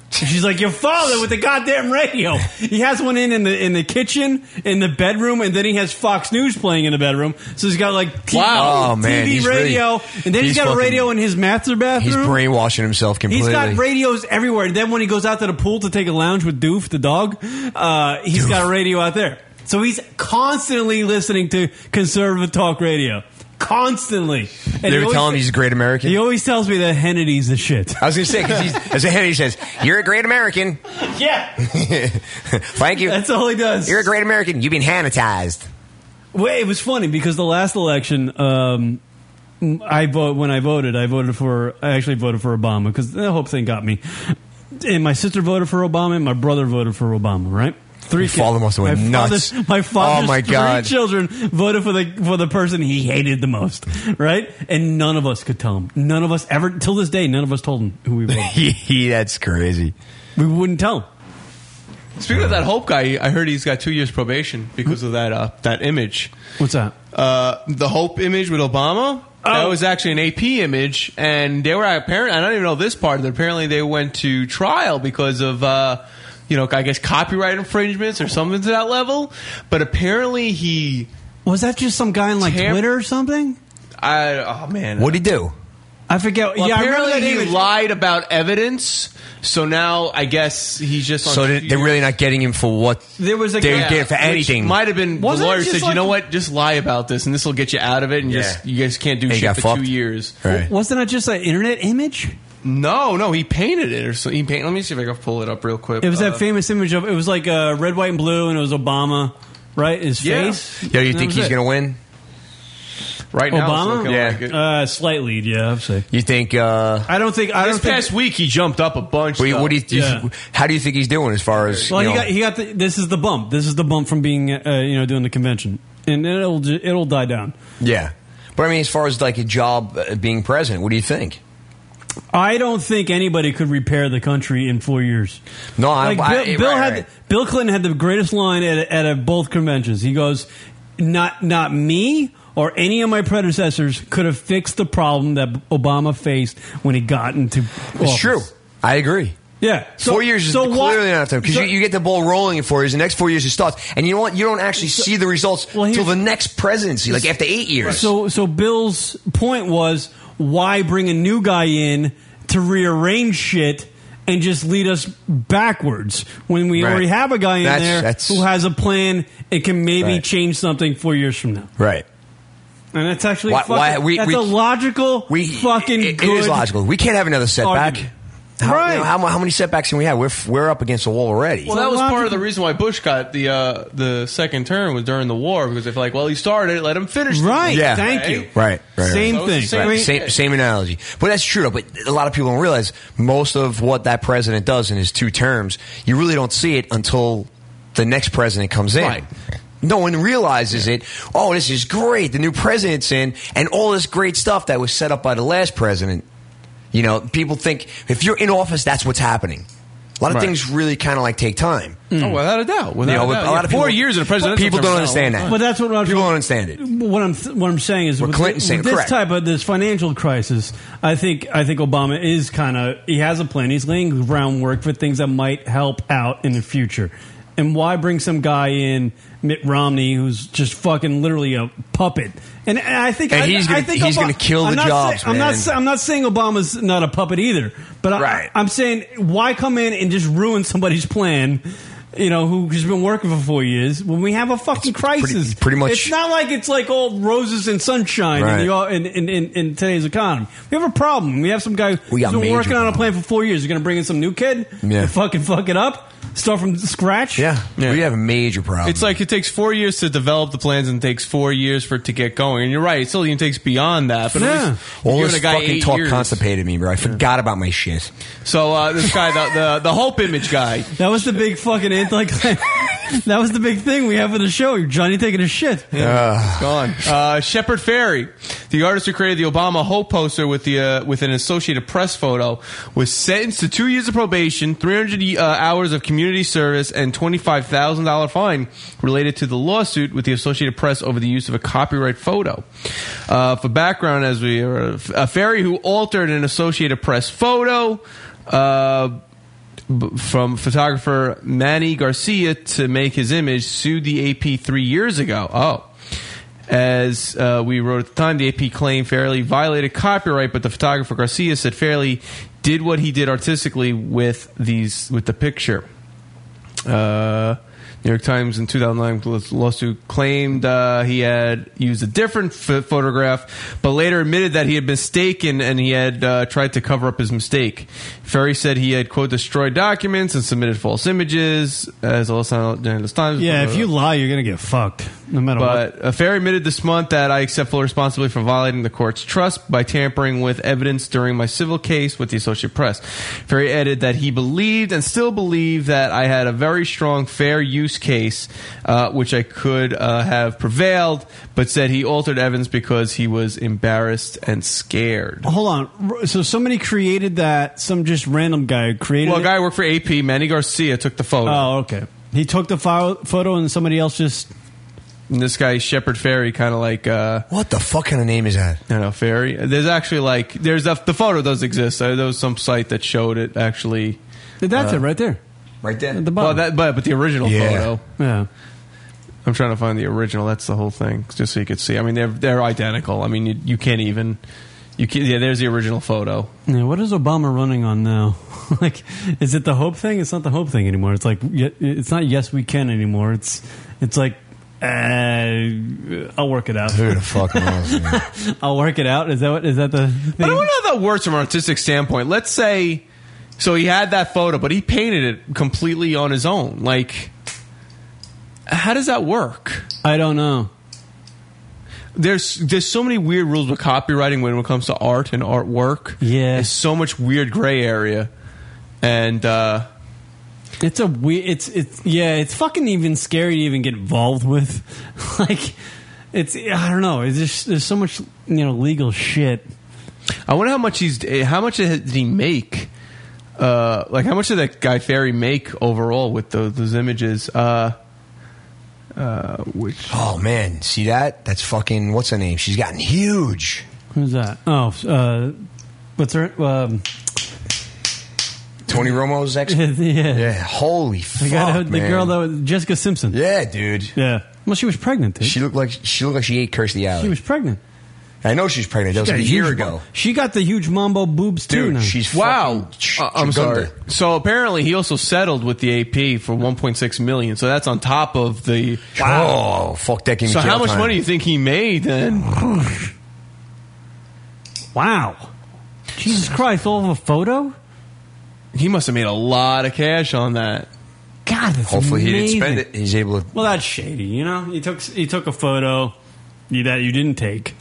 [SPEAKER 11] She's like, "Your father with the goddamn radio. He has one in in the in the kitchen, in the bedroom, and then he has Fox News playing in the bedroom. So he's got like TV,
[SPEAKER 12] Wow. Oh, man,
[SPEAKER 11] TV,
[SPEAKER 12] he's really-
[SPEAKER 11] radio, and then
[SPEAKER 12] he's
[SPEAKER 11] he's got
[SPEAKER 12] fucking-
[SPEAKER 11] a radio in his master bathroom.
[SPEAKER 12] He's brainwashing himself completely.
[SPEAKER 11] He's got radios everywhere. And then when he goes out to the pool to take a lounge with Doof, the dog, uh, he's got a radio out there. So he's constantly listening to conservative talk radio. Constantly. And
[SPEAKER 12] you
[SPEAKER 11] he
[SPEAKER 12] ever
[SPEAKER 11] always
[SPEAKER 12] tell him
[SPEAKER 11] sa-
[SPEAKER 12] he's a great American?
[SPEAKER 11] He always tells me that Hennedy's the shit.
[SPEAKER 12] I was gonna say because as a Henry says, "You're a great American."
[SPEAKER 11] Yeah.
[SPEAKER 12] Thank you.
[SPEAKER 11] That's all he does.
[SPEAKER 12] You're a great American. You've been hanitized.
[SPEAKER 11] Well, it was funny because the last election, um, I vote when I voted, I voted for I actually voted for Obama because the whole thing got me. And my sister voted for Obama, and my brother voted for Obama. Right? Three.
[SPEAKER 12] Your father must have went
[SPEAKER 11] my
[SPEAKER 12] nuts.
[SPEAKER 11] Father's, my father's
[SPEAKER 12] Oh, my God.
[SPEAKER 11] three children voted for the for the person he hated the most. Right? And none of us could tell him. None of us ever till this day. None of us told him who we voted.
[SPEAKER 12] That's crazy.
[SPEAKER 11] we wouldn't tell him.
[SPEAKER 13] Speaking of that Hope guy, I heard he's got two years probation because of that uh, that image.
[SPEAKER 11] What's that?
[SPEAKER 13] Uh, the Hope image with Obama.
[SPEAKER 11] Oh.
[SPEAKER 13] That was actually an AP image, and they were apparent. I don't even know this part. But apparently, they went to trial because of. Uh, you know, I guess copyright infringements or something to that level. But apparently, he
[SPEAKER 11] was that just some guy in like Twitter or something.
[SPEAKER 13] I oh man,
[SPEAKER 12] What'd he do?
[SPEAKER 11] I forget.
[SPEAKER 13] Well,
[SPEAKER 11] yeah, I remember
[SPEAKER 13] apparently
[SPEAKER 11] that
[SPEAKER 13] he
[SPEAKER 11] image.
[SPEAKER 13] lied about evidence. So now I guess he's just on
[SPEAKER 12] So they-
[SPEAKER 13] two
[SPEAKER 12] they're
[SPEAKER 13] years.
[SPEAKER 12] really not getting him for what
[SPEAKER 13] There was a
[SPEAKER 12] they
[SPEAKER 13] guy-
[SPEAKER 12] get for
[SPEAKER 13] which
[SPEAKER 12] anything.
[SPEAKER 13] Might have been the
[SPEAKER 12] Wasn't it
[SPEAKER 13] lawyer
[SPEAKER 12] just
[SPEAKER 13] said, you
[SPEAKER 12] like-
[SPEAKER 13] know what, just lie about this, and this will get you out of it, and
[SPEAKER 12] Yeah.
[SPEAKER 13] just you guys can't do
[SPEAKER 12] And he
[SPEAKER 13] shit
[SPEAKER 12] got
[SPEAKER 13] for
[SPEAKER 12] fucked.
[SPEAKER 13] two years.
[SPEAKER 12] Right.
[SPEAKER 11] Wasn't that just an internet image?
[SPEAKER 13] No, no, he painted it or so. He paint. Let me see if I can pull it up real quick.
[SPEAKER 11] It was
[SPEAKER 13] Uh,
[SPEAKER 11] that famous image of it was like uh, red, white, and blue, and it was Obama, right? His
[SPEAKER 13] Yeah.
[SPEAKER 11] face.
[SPEAKER 13] Yo, you think he's
[SPEAKER 11] going
[SPEAKER 12] to win?
[SPEAKER 13] Right now, it's
[SPEAKER 11] Obama?
[SPEAKER 13] looking Yeah. like it.
[SPEAKER 11] uh, slight lead. Yeah, I'd say.
[SPEAKER 12] You think? Uh,
[SPEAKER 11] I don't think. I
[SPEAKER 13] this
[SPEAKER 11] don't think.
[SPEAKER 13] past week he jumped up a bunch.
[SPEAKER 12] what do you-
[SPEAKER 13] though.
[SPEAKER 12] what do you, do you- How do you think he's doing as far as?
[SPEAKER 11] well,
[SPEAKER 12] you
[SPEAKER 11] he
[SPEAKER 12] know,
[SPEAKER 11] got he got the, this is the bump. This is the bump from being uh, you know doing the convention, and it'll ju- it'll die down.
[SPEAKER 12] yeah, but I mean, as far as like a job uh, being president, what do you think?
[SPEAKER 11] I don't think anybody could repair the country in four years.
[SPEAKER 12] No, I-
[SPEAKER 11] like Bill,
[SPEAKER 12] I- right,
[SPEAKER 11] Bill had
[SPEAKER 12] right.
[SPEAKER 11] Bill Clinton had the greatest line at, at uh both conventions. He goes, "Not not me or any of my predecessors could have fixed the problem that Obama faced when he got into." Office.
[SPEAKER 12] It's true. I agree.
[SPEAKER 11] Yeah, So-
[SPEAKER 12] four years is
[SPEAKER 11] so
[SPEAKER 12] clearly
[SPEAKER 11] why-
[SPEAKER 12] not enough time because
[SPEAKER 11] so-
[SPEAKER 12] you, you get the ball rolling in four years. The next four years it starts, and you know what? You don't actually see the results till the next presidency, like after eight years.
[SPEAKER 11] So, so Bill's point was, why bring a new guy in to rearrange shit and just lead us backwards when we
[SPEAKER 12] Right.
[SPEAKER 11] already have a guy in
[SPEAKER 12] That's-
[SPEAKER 11] there
[SPEAKER 12] that's-
[SPEAKER 11] who has a plan and can maybe
[SPEAKER 12] Right.
[SPEAKER 11] change something four years from now?
[SPEAKER 12] right.
[SPEAKER 11] And that's actually
[SPEAKER 12] Why-
[SPEAKER 11] fucking,
[SPEAKER 12] why- we-
[SPEAKER 11] that's
[SPEAKER 12] we-
[SPEAKER 11] a logical fucking
[SPEAKER 12] It-
[SPEAKER 11] good
[SPEAKER 12] it is logical. We can't have another setback.
[SPEAKER 11] argument.
[SPEAKER 12] How, right. how, mu- how many setbacks can we have? We're f- we're up against the wall already.
[SPEAKER 13] Well, that was part of the reason why Bush got the uh, the second term was during the war because they feel like, well, he started it, let him finish. the war.
[SPEAKER 12] Yeah. Right. right,
[SPEAKER 13] Same thing.
[SPEAKER 12] right. Right.
[SPEAKER 13] I mean-
[SPEAKER 12] same, same analogy. But that's true. though. But a lot of people don't realize most of what that president does in his two terms, you really don't see it until the next president comes in.
[SPEAKER 13] Right.
[SPEAKER 12] No one realizes it. Oh, this is great. The new president's in, and all this great stuff that was set up by the last president. You know, people think if you're in office, that's what's happening. A lot of
[SPEAKER 13] Right.
[SPEAKER 12] things really kind of like take time.
[SPEAKER 13] Oh, without a doubt. Without
[SPEAKER 12] You know,
[SPEAKER 13] a
[SPEAKER 12] with
[SPEAKER 13] doubt.
[SPEAKER 12] a lot of
[SPEAKER 13] Four
[SPEAKER 12] people-
[SPEAKER 13] years in a presidential
[SPEAKER 12] People
[SPEAKER 13] term
[SPEAKER 12] don't
[SPEAKER 13] is not a long
[SPEAKER 12] understand
[SPEAKER 13] time.
[SPEAKER 12] that.
[SPEAKER 11] But that's what I was
[SPEAKER 12] people don't understand it.
[SPEAKER 11] What I'm what I'm saying is,
[SPEAKER 12] What
[SPEAKER 11] with,
[SPEAKER 12] Clinton's saying,
[SPEAKER 11] with this
[SPEAKER 12] correct.
[SPEAKER 11] type of this financial crisis, I think I think Obama is kind of he has a plan. He's laying groundwork for things that might help out in the future. And why bring some guy in Mitt Romney who's just fucking literally a puppet? And, and I think
[SPEAKER 12] And
[SPEAKER 11] I,
[SPEAKER 12] he's
[SPEAKER 11] I
[SPEAKER 12] gonna-
[SPEAKER 11] think
[SPEAKER 12] he's gonna kill the
[SPEAKER 11] I'm not
[SPEAKER 12] jobs,
[SPEAKER 11] I'm not
[SPEAKER 12] man.
[SPEAKER 11] I'm not saying Obama's not a puppet either, but I, I'm saying why come in and just ruin somebody's plan? You know, who's been working for four years when we have a fucking crisis?
[SPEAKER 12] pretty- pretty much-
[SPEAKER 11] it's not like it's like all roses and sunshine in, the,
[SPEAKER 12] Right.
[SPEAKER 11] in, in, in, in today's economy. We have a problem. We have some guy who's
[SPEAKER 12] got
[SPEAKER 11] been
[SPEAKER 12] major
[SPEAKER 11] working on a plan for four years. You're going to bring in some new kid,
[SPEAKER 12] Yeah.
[SPEAKER 11] and fucking fuck it up, start from scratch.
[SPEAKER 12] Yeah, we have a major problem.
[SPEAKER 13] It's like it takes four years to develop the plans and it takes four years for it to get going. And you're right, it still even takes beyond that. But at least you're
[SPEAKER 12] all
[SPEAKER 13] giving
[SPEAKER 12] this
[SPEAKER 13] a guy
[SPEAKER 12] fucking
[SPEAKER 13] eight
[SPEAKER 12] talk
[SPEAKER 13] years.
[SPEAKER 12] constipated me, bro. I forgot about my shit.
[SPEAKER 13] So uh, this guy, the, the the hope image guy,
[SPEAKER 11] That was the big fucking ant- like that was the big thing we have for the show. Johnny taking a shit.
[SPEAKER 13] it's gone. Uh, Shepard Ferry, the artist who created the Obama hope poster with the uh, with an Associated Press photo, was sentenced to two years of probation, 300 uh, hours of community service, and twenty five thousand dollar fine related to the lawsuit with the Associated Press over the use of a copyright photo. Uh, for background, as we uh, a Ferry who altered an Associated Press photo. Uh, b- from photographer Manny Garcia to make his image sued the AP three years ago. Oh. As uh, we wrote at the time, the AP claimed Fairley violated copyright, but the photographer Garcia said Fairley did what he did artistically with these with the picture. Uh, New York Times in 2009 lawsuit claimed uh, he had used a different ph photograph, but later admitted that he had mistaken and he had uh, tried to cover up his mistake. Ferry said he had quote destroyed documents and submitted false images as Los Angeles Times.
[SPEAKER 11] yeah, if you lie, you're going to get fucked no matter what.
[SPEAKER 13] But uh, Fair admitted this month that I accept full responsibility for violating the court's trust by tampering with evidence during my civil case with the Associated Press. Ferry added that he believed and still believed that I had a very strong fair use case, uh, which I could uh, have prevailed, but said he altered evidence because he was embarrassed and scared.
[SPEAKER 11] Hold on. So somebody created that. Some just random guy created.
[SPEAKER 13] Well, a
[SPEAKER 11] it?
[SPEAKER 13] guy who worked for AP, Manny Garcia, took the photo.
[SPEAKER 11] Oh, okay. He took the file, photo, and somebody else just.
[SPEAKER 13] And this guy Shepard Ferry, kind of like uh,
[SPEAKER 12] what the fuck kind of name is that?
[SPEAKER 13] I don't know Ferry. There's actually like there's a, the photo does exist. Uh, There was some site that showed it actually.
[SPEAKER 11] That's
[SPEAKER 13] Uh,
[SPEAKER 11] it right there.
[SPEAKER 12] Right there.
[SPEAKER 11] At the
[SPEAKER 13] Well,
[SPEAKER 11] bottom.
[SPEAKER 13] that but but the original
[SPEAKER 11] Yeah.
[SPEAKER 13] photo.
[SPEAKER 11] Yeah.
[SPEAKER 13] I'm trying to find the original. That's the whole thing, just so you could see. I mean, they're they're identical. I mean, you, you can't even. You can, yeah, there's the original photo.
[SPEAKER 11] Yeah, what is Obama running on now? like, is it the hope thing? It's not the hope thing anymore. It's like ye- it's not yes we can anymore. It's it's like uh, I'll work it out.
[SPEAKER 12] Who the fuck knows?
[SPEAKER 11] I'll work it out. Is that what, is that the? Thing?
[SPEAKER 13] But I don't know how that works from an artistic standpoint. Let's say, so he had that photo, but he painted it completely on his own. Like, how does that work?
[SPEAKER 11] I don't know.
[SPEAKER 13] There's there's so many weird rules with copywriting when it comes to art and artwork. Yeah, there's so much weird gray area, and uh,
[SPEAKER 11] It's a we. It's it's yeah. It's fucking even scary to even get involved with. like, it's I don't know. It's just there's so much you know legal shit.
[SPEAKER 13] I wonder how much he's eh, how much did he make? Uh, like how much did that guy Ferry make overall with those, those images? Uh, uh, which
[SPEAKER 12] oh man, see that? That's fucking what's her name? She's gotten huge.
[SPEAKER 11] Who's that? Oh, uh, what's her? Um,
[SPEAKER 12] Tony Romo's ex.
[SPEAKER 11] yeah.
[SPEAKER 12] Holy fuck,
[SPEAKER 11] The, guy that- the
[SPEAKER 12] man.
[SPEAKER 11] girl that was Jessica Simpson.
[SPEAKER 12] Yeah, dude.
[SPEAKER 11] Yeah. Well, she was pregnant. Dude.
[SPEAKER 12] She looked like she looked like she ate Kirstie Alley.
[SPEAKER 11] She was pregnant.
[SPEAKER 12] I know she's pregnant. That was
[SPEAKER 11] She got
[SPEAKER 12] a year
[SPEAKER 11] huge
[SPEAKER 12] ago.
[SPEAKER 11] bu- She got the huge mambo boobs too.
[SPEAKER 12] Dude,
[SPEAKER 11] now.
[SPEAKER 12] she's
[SPEAKER 13] Wow. Uh, I'm
[SPEAKER 12] Chagunda.
[SPEAKER 13] sorry. So apparently he also settled with the AP for 1.6 million. So that's on top of the
[SPEAKER 12] Wow. Oh, fuck that gave me
[SPEAKER 13] So how
[SPEAKER 12] jail
[SPEAKER 13] much
[SPEAKER 12] time.
[SPEAKER 13] money do you think he made then?
[SPEAKER 11] wow. Jesus Christ! All of a photo.
[SPEAKER 13] He must have made a lot of cash on that.
[SPEAKER 11] God, that's
[SPEAKER 12] Hopefully he didn't
[SPEAKER 11] amazing.
[SPEAKER 12] spend it. He's able to.
[SPEAKER 11] Well, that's shady. You know, you took you took a photo you, that you didn't take,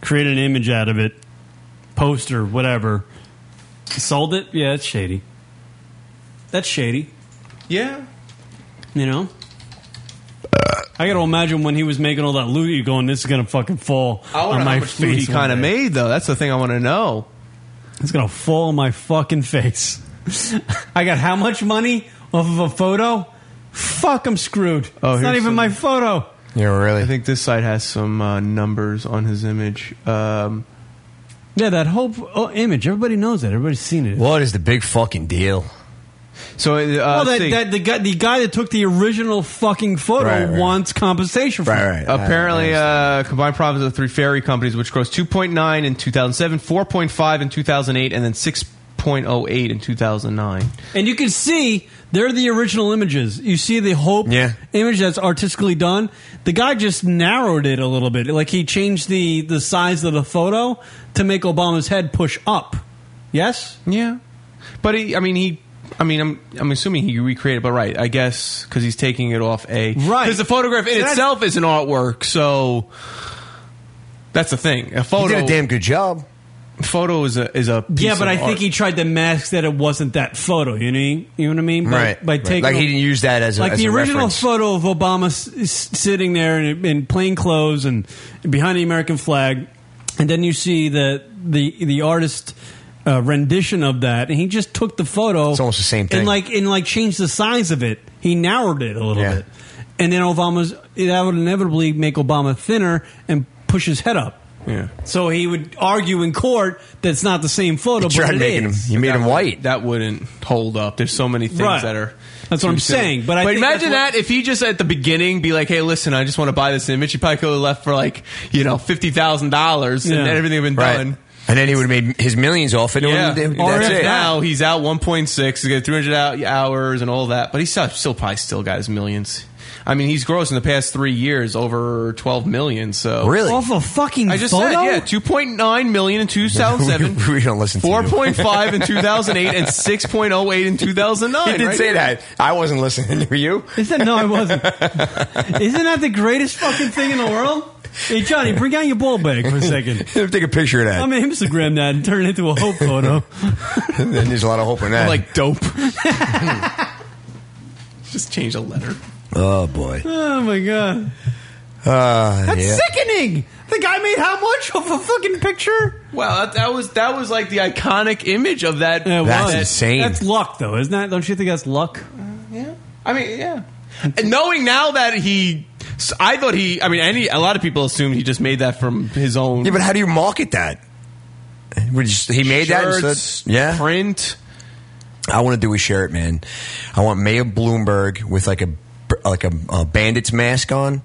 [SPEAKER 11] created an image out of it, poster, whatever, sold it. Yeah, that's shady. That's shady.
[SPEAKER 13] Yeah.
[SPEAKER 11] You know. I gotta imagine when he was making all that loot, you going, "This is gonna fucking fall
[SPEAKER 13] I wonder
[SPEAKER 11] on
[SPEAKER 13] how
[SPEAKER 11] my
[SPEAKER 13] much food
[SPEAKER 11] face."
[SPEAKER 13] he kind of
[SPEAKER 11] one day.
[SPEAKER 13] made though. That's the thing I want to know.
[SPEAKER 11] It's gonna fall on my fucking face. I got how much money off of a photo? Fuck, I'm screwed.
[SPEAKER 13] Oh,
[SPEAKER 11] it's not
[SPEAKER 13] here's
[SPEAKER 11] even
[SPEAKER 13] some-
[SPEAKER 11] my photo.
[SPEAKER 12] Yeah, really.
[SPEAKER 13] I think this site has some uh, numbers on his image. Um,
[SPEAKER 11] yeah, that whole oh, image. Everybody knows that. Everybody's seen it.
[SPEAKER 12] What is the big fucking deal?
[SPEAKER 13] So, uh,
[SPEAKER 11] well, that, that the guy, the guy that took the original fucking photo
[SPEAKER 13] Right, right.
[SPEAKER 11] wants compensation for it.
[SPEAKER 13] Apparently, uh, combined profits of the three ferry companies, which grossed 2.9 in 2007, 4.5 in 2008, and then 6.08 in 2009.
[SPEAKER 11] And you can see they're the original images. You see the hope image that's artistically done. The guy just narrowed it a little bit. Like he changed the the size of the photo to make Obama's head push up. Yes.
[SPEAKER 13] Yeah. But he, I mean, he. I mean, I'm I'm assuming he recreated, but right, I guess because he's taking it off a right because the photograph in
[SPEAKER 12] And I-
[SPEAKER 13] itself is an artwork, so that's the thing. A photo
[SPEAKER 12] did a damn good job.
[SPEAKER 13] Photo is a is a piece
[SPEAKER 11] yeah, but
[SPEAKER 13] of
[SPEAKER 11] I think
[SPEAKER 13] art.
[SPEAKER 11] he tried to mask that it wasn't that photo. You know, you know what I mean? By,
[SPEAKER 12] Right,
[SPEAKER 11] By
[SPEAKER 12] right.
[SPEAKER 11] taking
[SPEAKER 12] Like he didn't use that as a-
[SPEAKER 11] like
[SPEAKER 12] as
[SPEAKER 11] the
[SPEAKER 12] a
[SPEAKER 11] original
[SPEAKER 12] reference.
[SPEAKER 11] photo of Obama s- s- sitting there in, in plain clothes and behind the American flag, and then you see the the the artist. Uh, rendition of that, and he just took the photo. It's almost the same
[SPEAKER 12] thing.
[SPEAKER 11] and like and like changed the size of it. He narrowed it a little bit, and then Obama's that would inevitably make Obama thinner and push his head up.
[SPEAKER 13] Yeah.
[SPEAKER 11] So he would argue in court that it's not the same photo, but it is.
[SPEAKER 13] made him white. That wouldn't hold up. There's so many things
[SPEAKER 11] Right.
[SPEAKER 13] that are.
[SPEAKER 11] That's what
[SPEAKER 13] too
[SPEAKER 11] I'm
[SPEAKER 13] silly.
[SPEAKER 11] saying, but I think
[SPEAKER 13] imagine
[SPEAKER 11] that's what-
[SPEAKER 13] that if he just at the beginning be like, "Hey, listen, I just want to buy this image." He probably could have left for like you know fifty thousand dollars, and
[SPEAKER 12] Yeah.
[SPEAKER 13] everything would have been
[SPEAKER 12] Right.
[SPEAKER 13] done.
[SPEAKER 12] And then he would have made his millions off it. and
[SPEAKER 13] Yeah.
[SPEAKER 12] it would've-
[SPEAKER 13] Or
[SPEAKER 12] that's
[SPEAKER 13] if
[SPEAKER 12] it.
[SPEAKER 13] now he's out 1.6, he's got 300 hou- hours and all that, but he's still, still probably still got his millions. I mean, he's grossed in the past three years over 12 million. So
[SPEAKER 11] off a fucking
[SPEAKER 13] I just
[SPEAKER 11] photo?
[SPEAKER 13] said, yeah, 2.9 million in 2007,
[SPEAKER 12] we, we don't listen. to you.
[SPEAKER 13] 4.5 in 2008, and 6.08 in 2009.
[SPEAKER 12] He did
[SPEAKER 13] right?
[SPEAKER 12] say that. I wasn't listening to you.
[SPEAKER 11] Is that no? I wasn't. Isn't that the greatest fucking thing in the world? Hey Johnny, bring out your ball bag for a second.
[SPEAKER 12] Take a picture of that.
[SPEAKER 11] I'm gonna Instagram that and turn it into a hope photo.
[SPEAKER 12] and there's a lot of hope in that.
[SPEAKER 13] Like dope. Just change a letter.
[SPEAKER 12] Oh boy.
[SPEAKER 11] Oh my god,
[SPEAKER 12] Uh,
[SPEAKER 11] that's
[SPEAKER 12] yeah.
[SPEAKER 11] sickening. The guy made how much off a fucking picture?
[SPEAKER 13] Wow, that, that was that was like the iconic image of that.
[SPEAKER 11] Yeah,
[SPEAKER 13] that-
[SPEAKER 11] well, That's luck, though, isn't that? Don't you think that's luck?
[SPEAKER 13] Yeah. I mean, yeah. And knowing now that he, I thought he. I mean, any a lot of people assumed he just made that from his own.
[SPEAKER 12] Yeah, but how do you market that? Would you- he made that. and
[SPEAKER 13] Shirts,
[SPEAKER 12] said- yeah,
[SPEAKER 13] print.
[SPEAKER 12] I want to do a shirt, man. I want Mayor Bloomberg with like a like a, a bandit's mask on,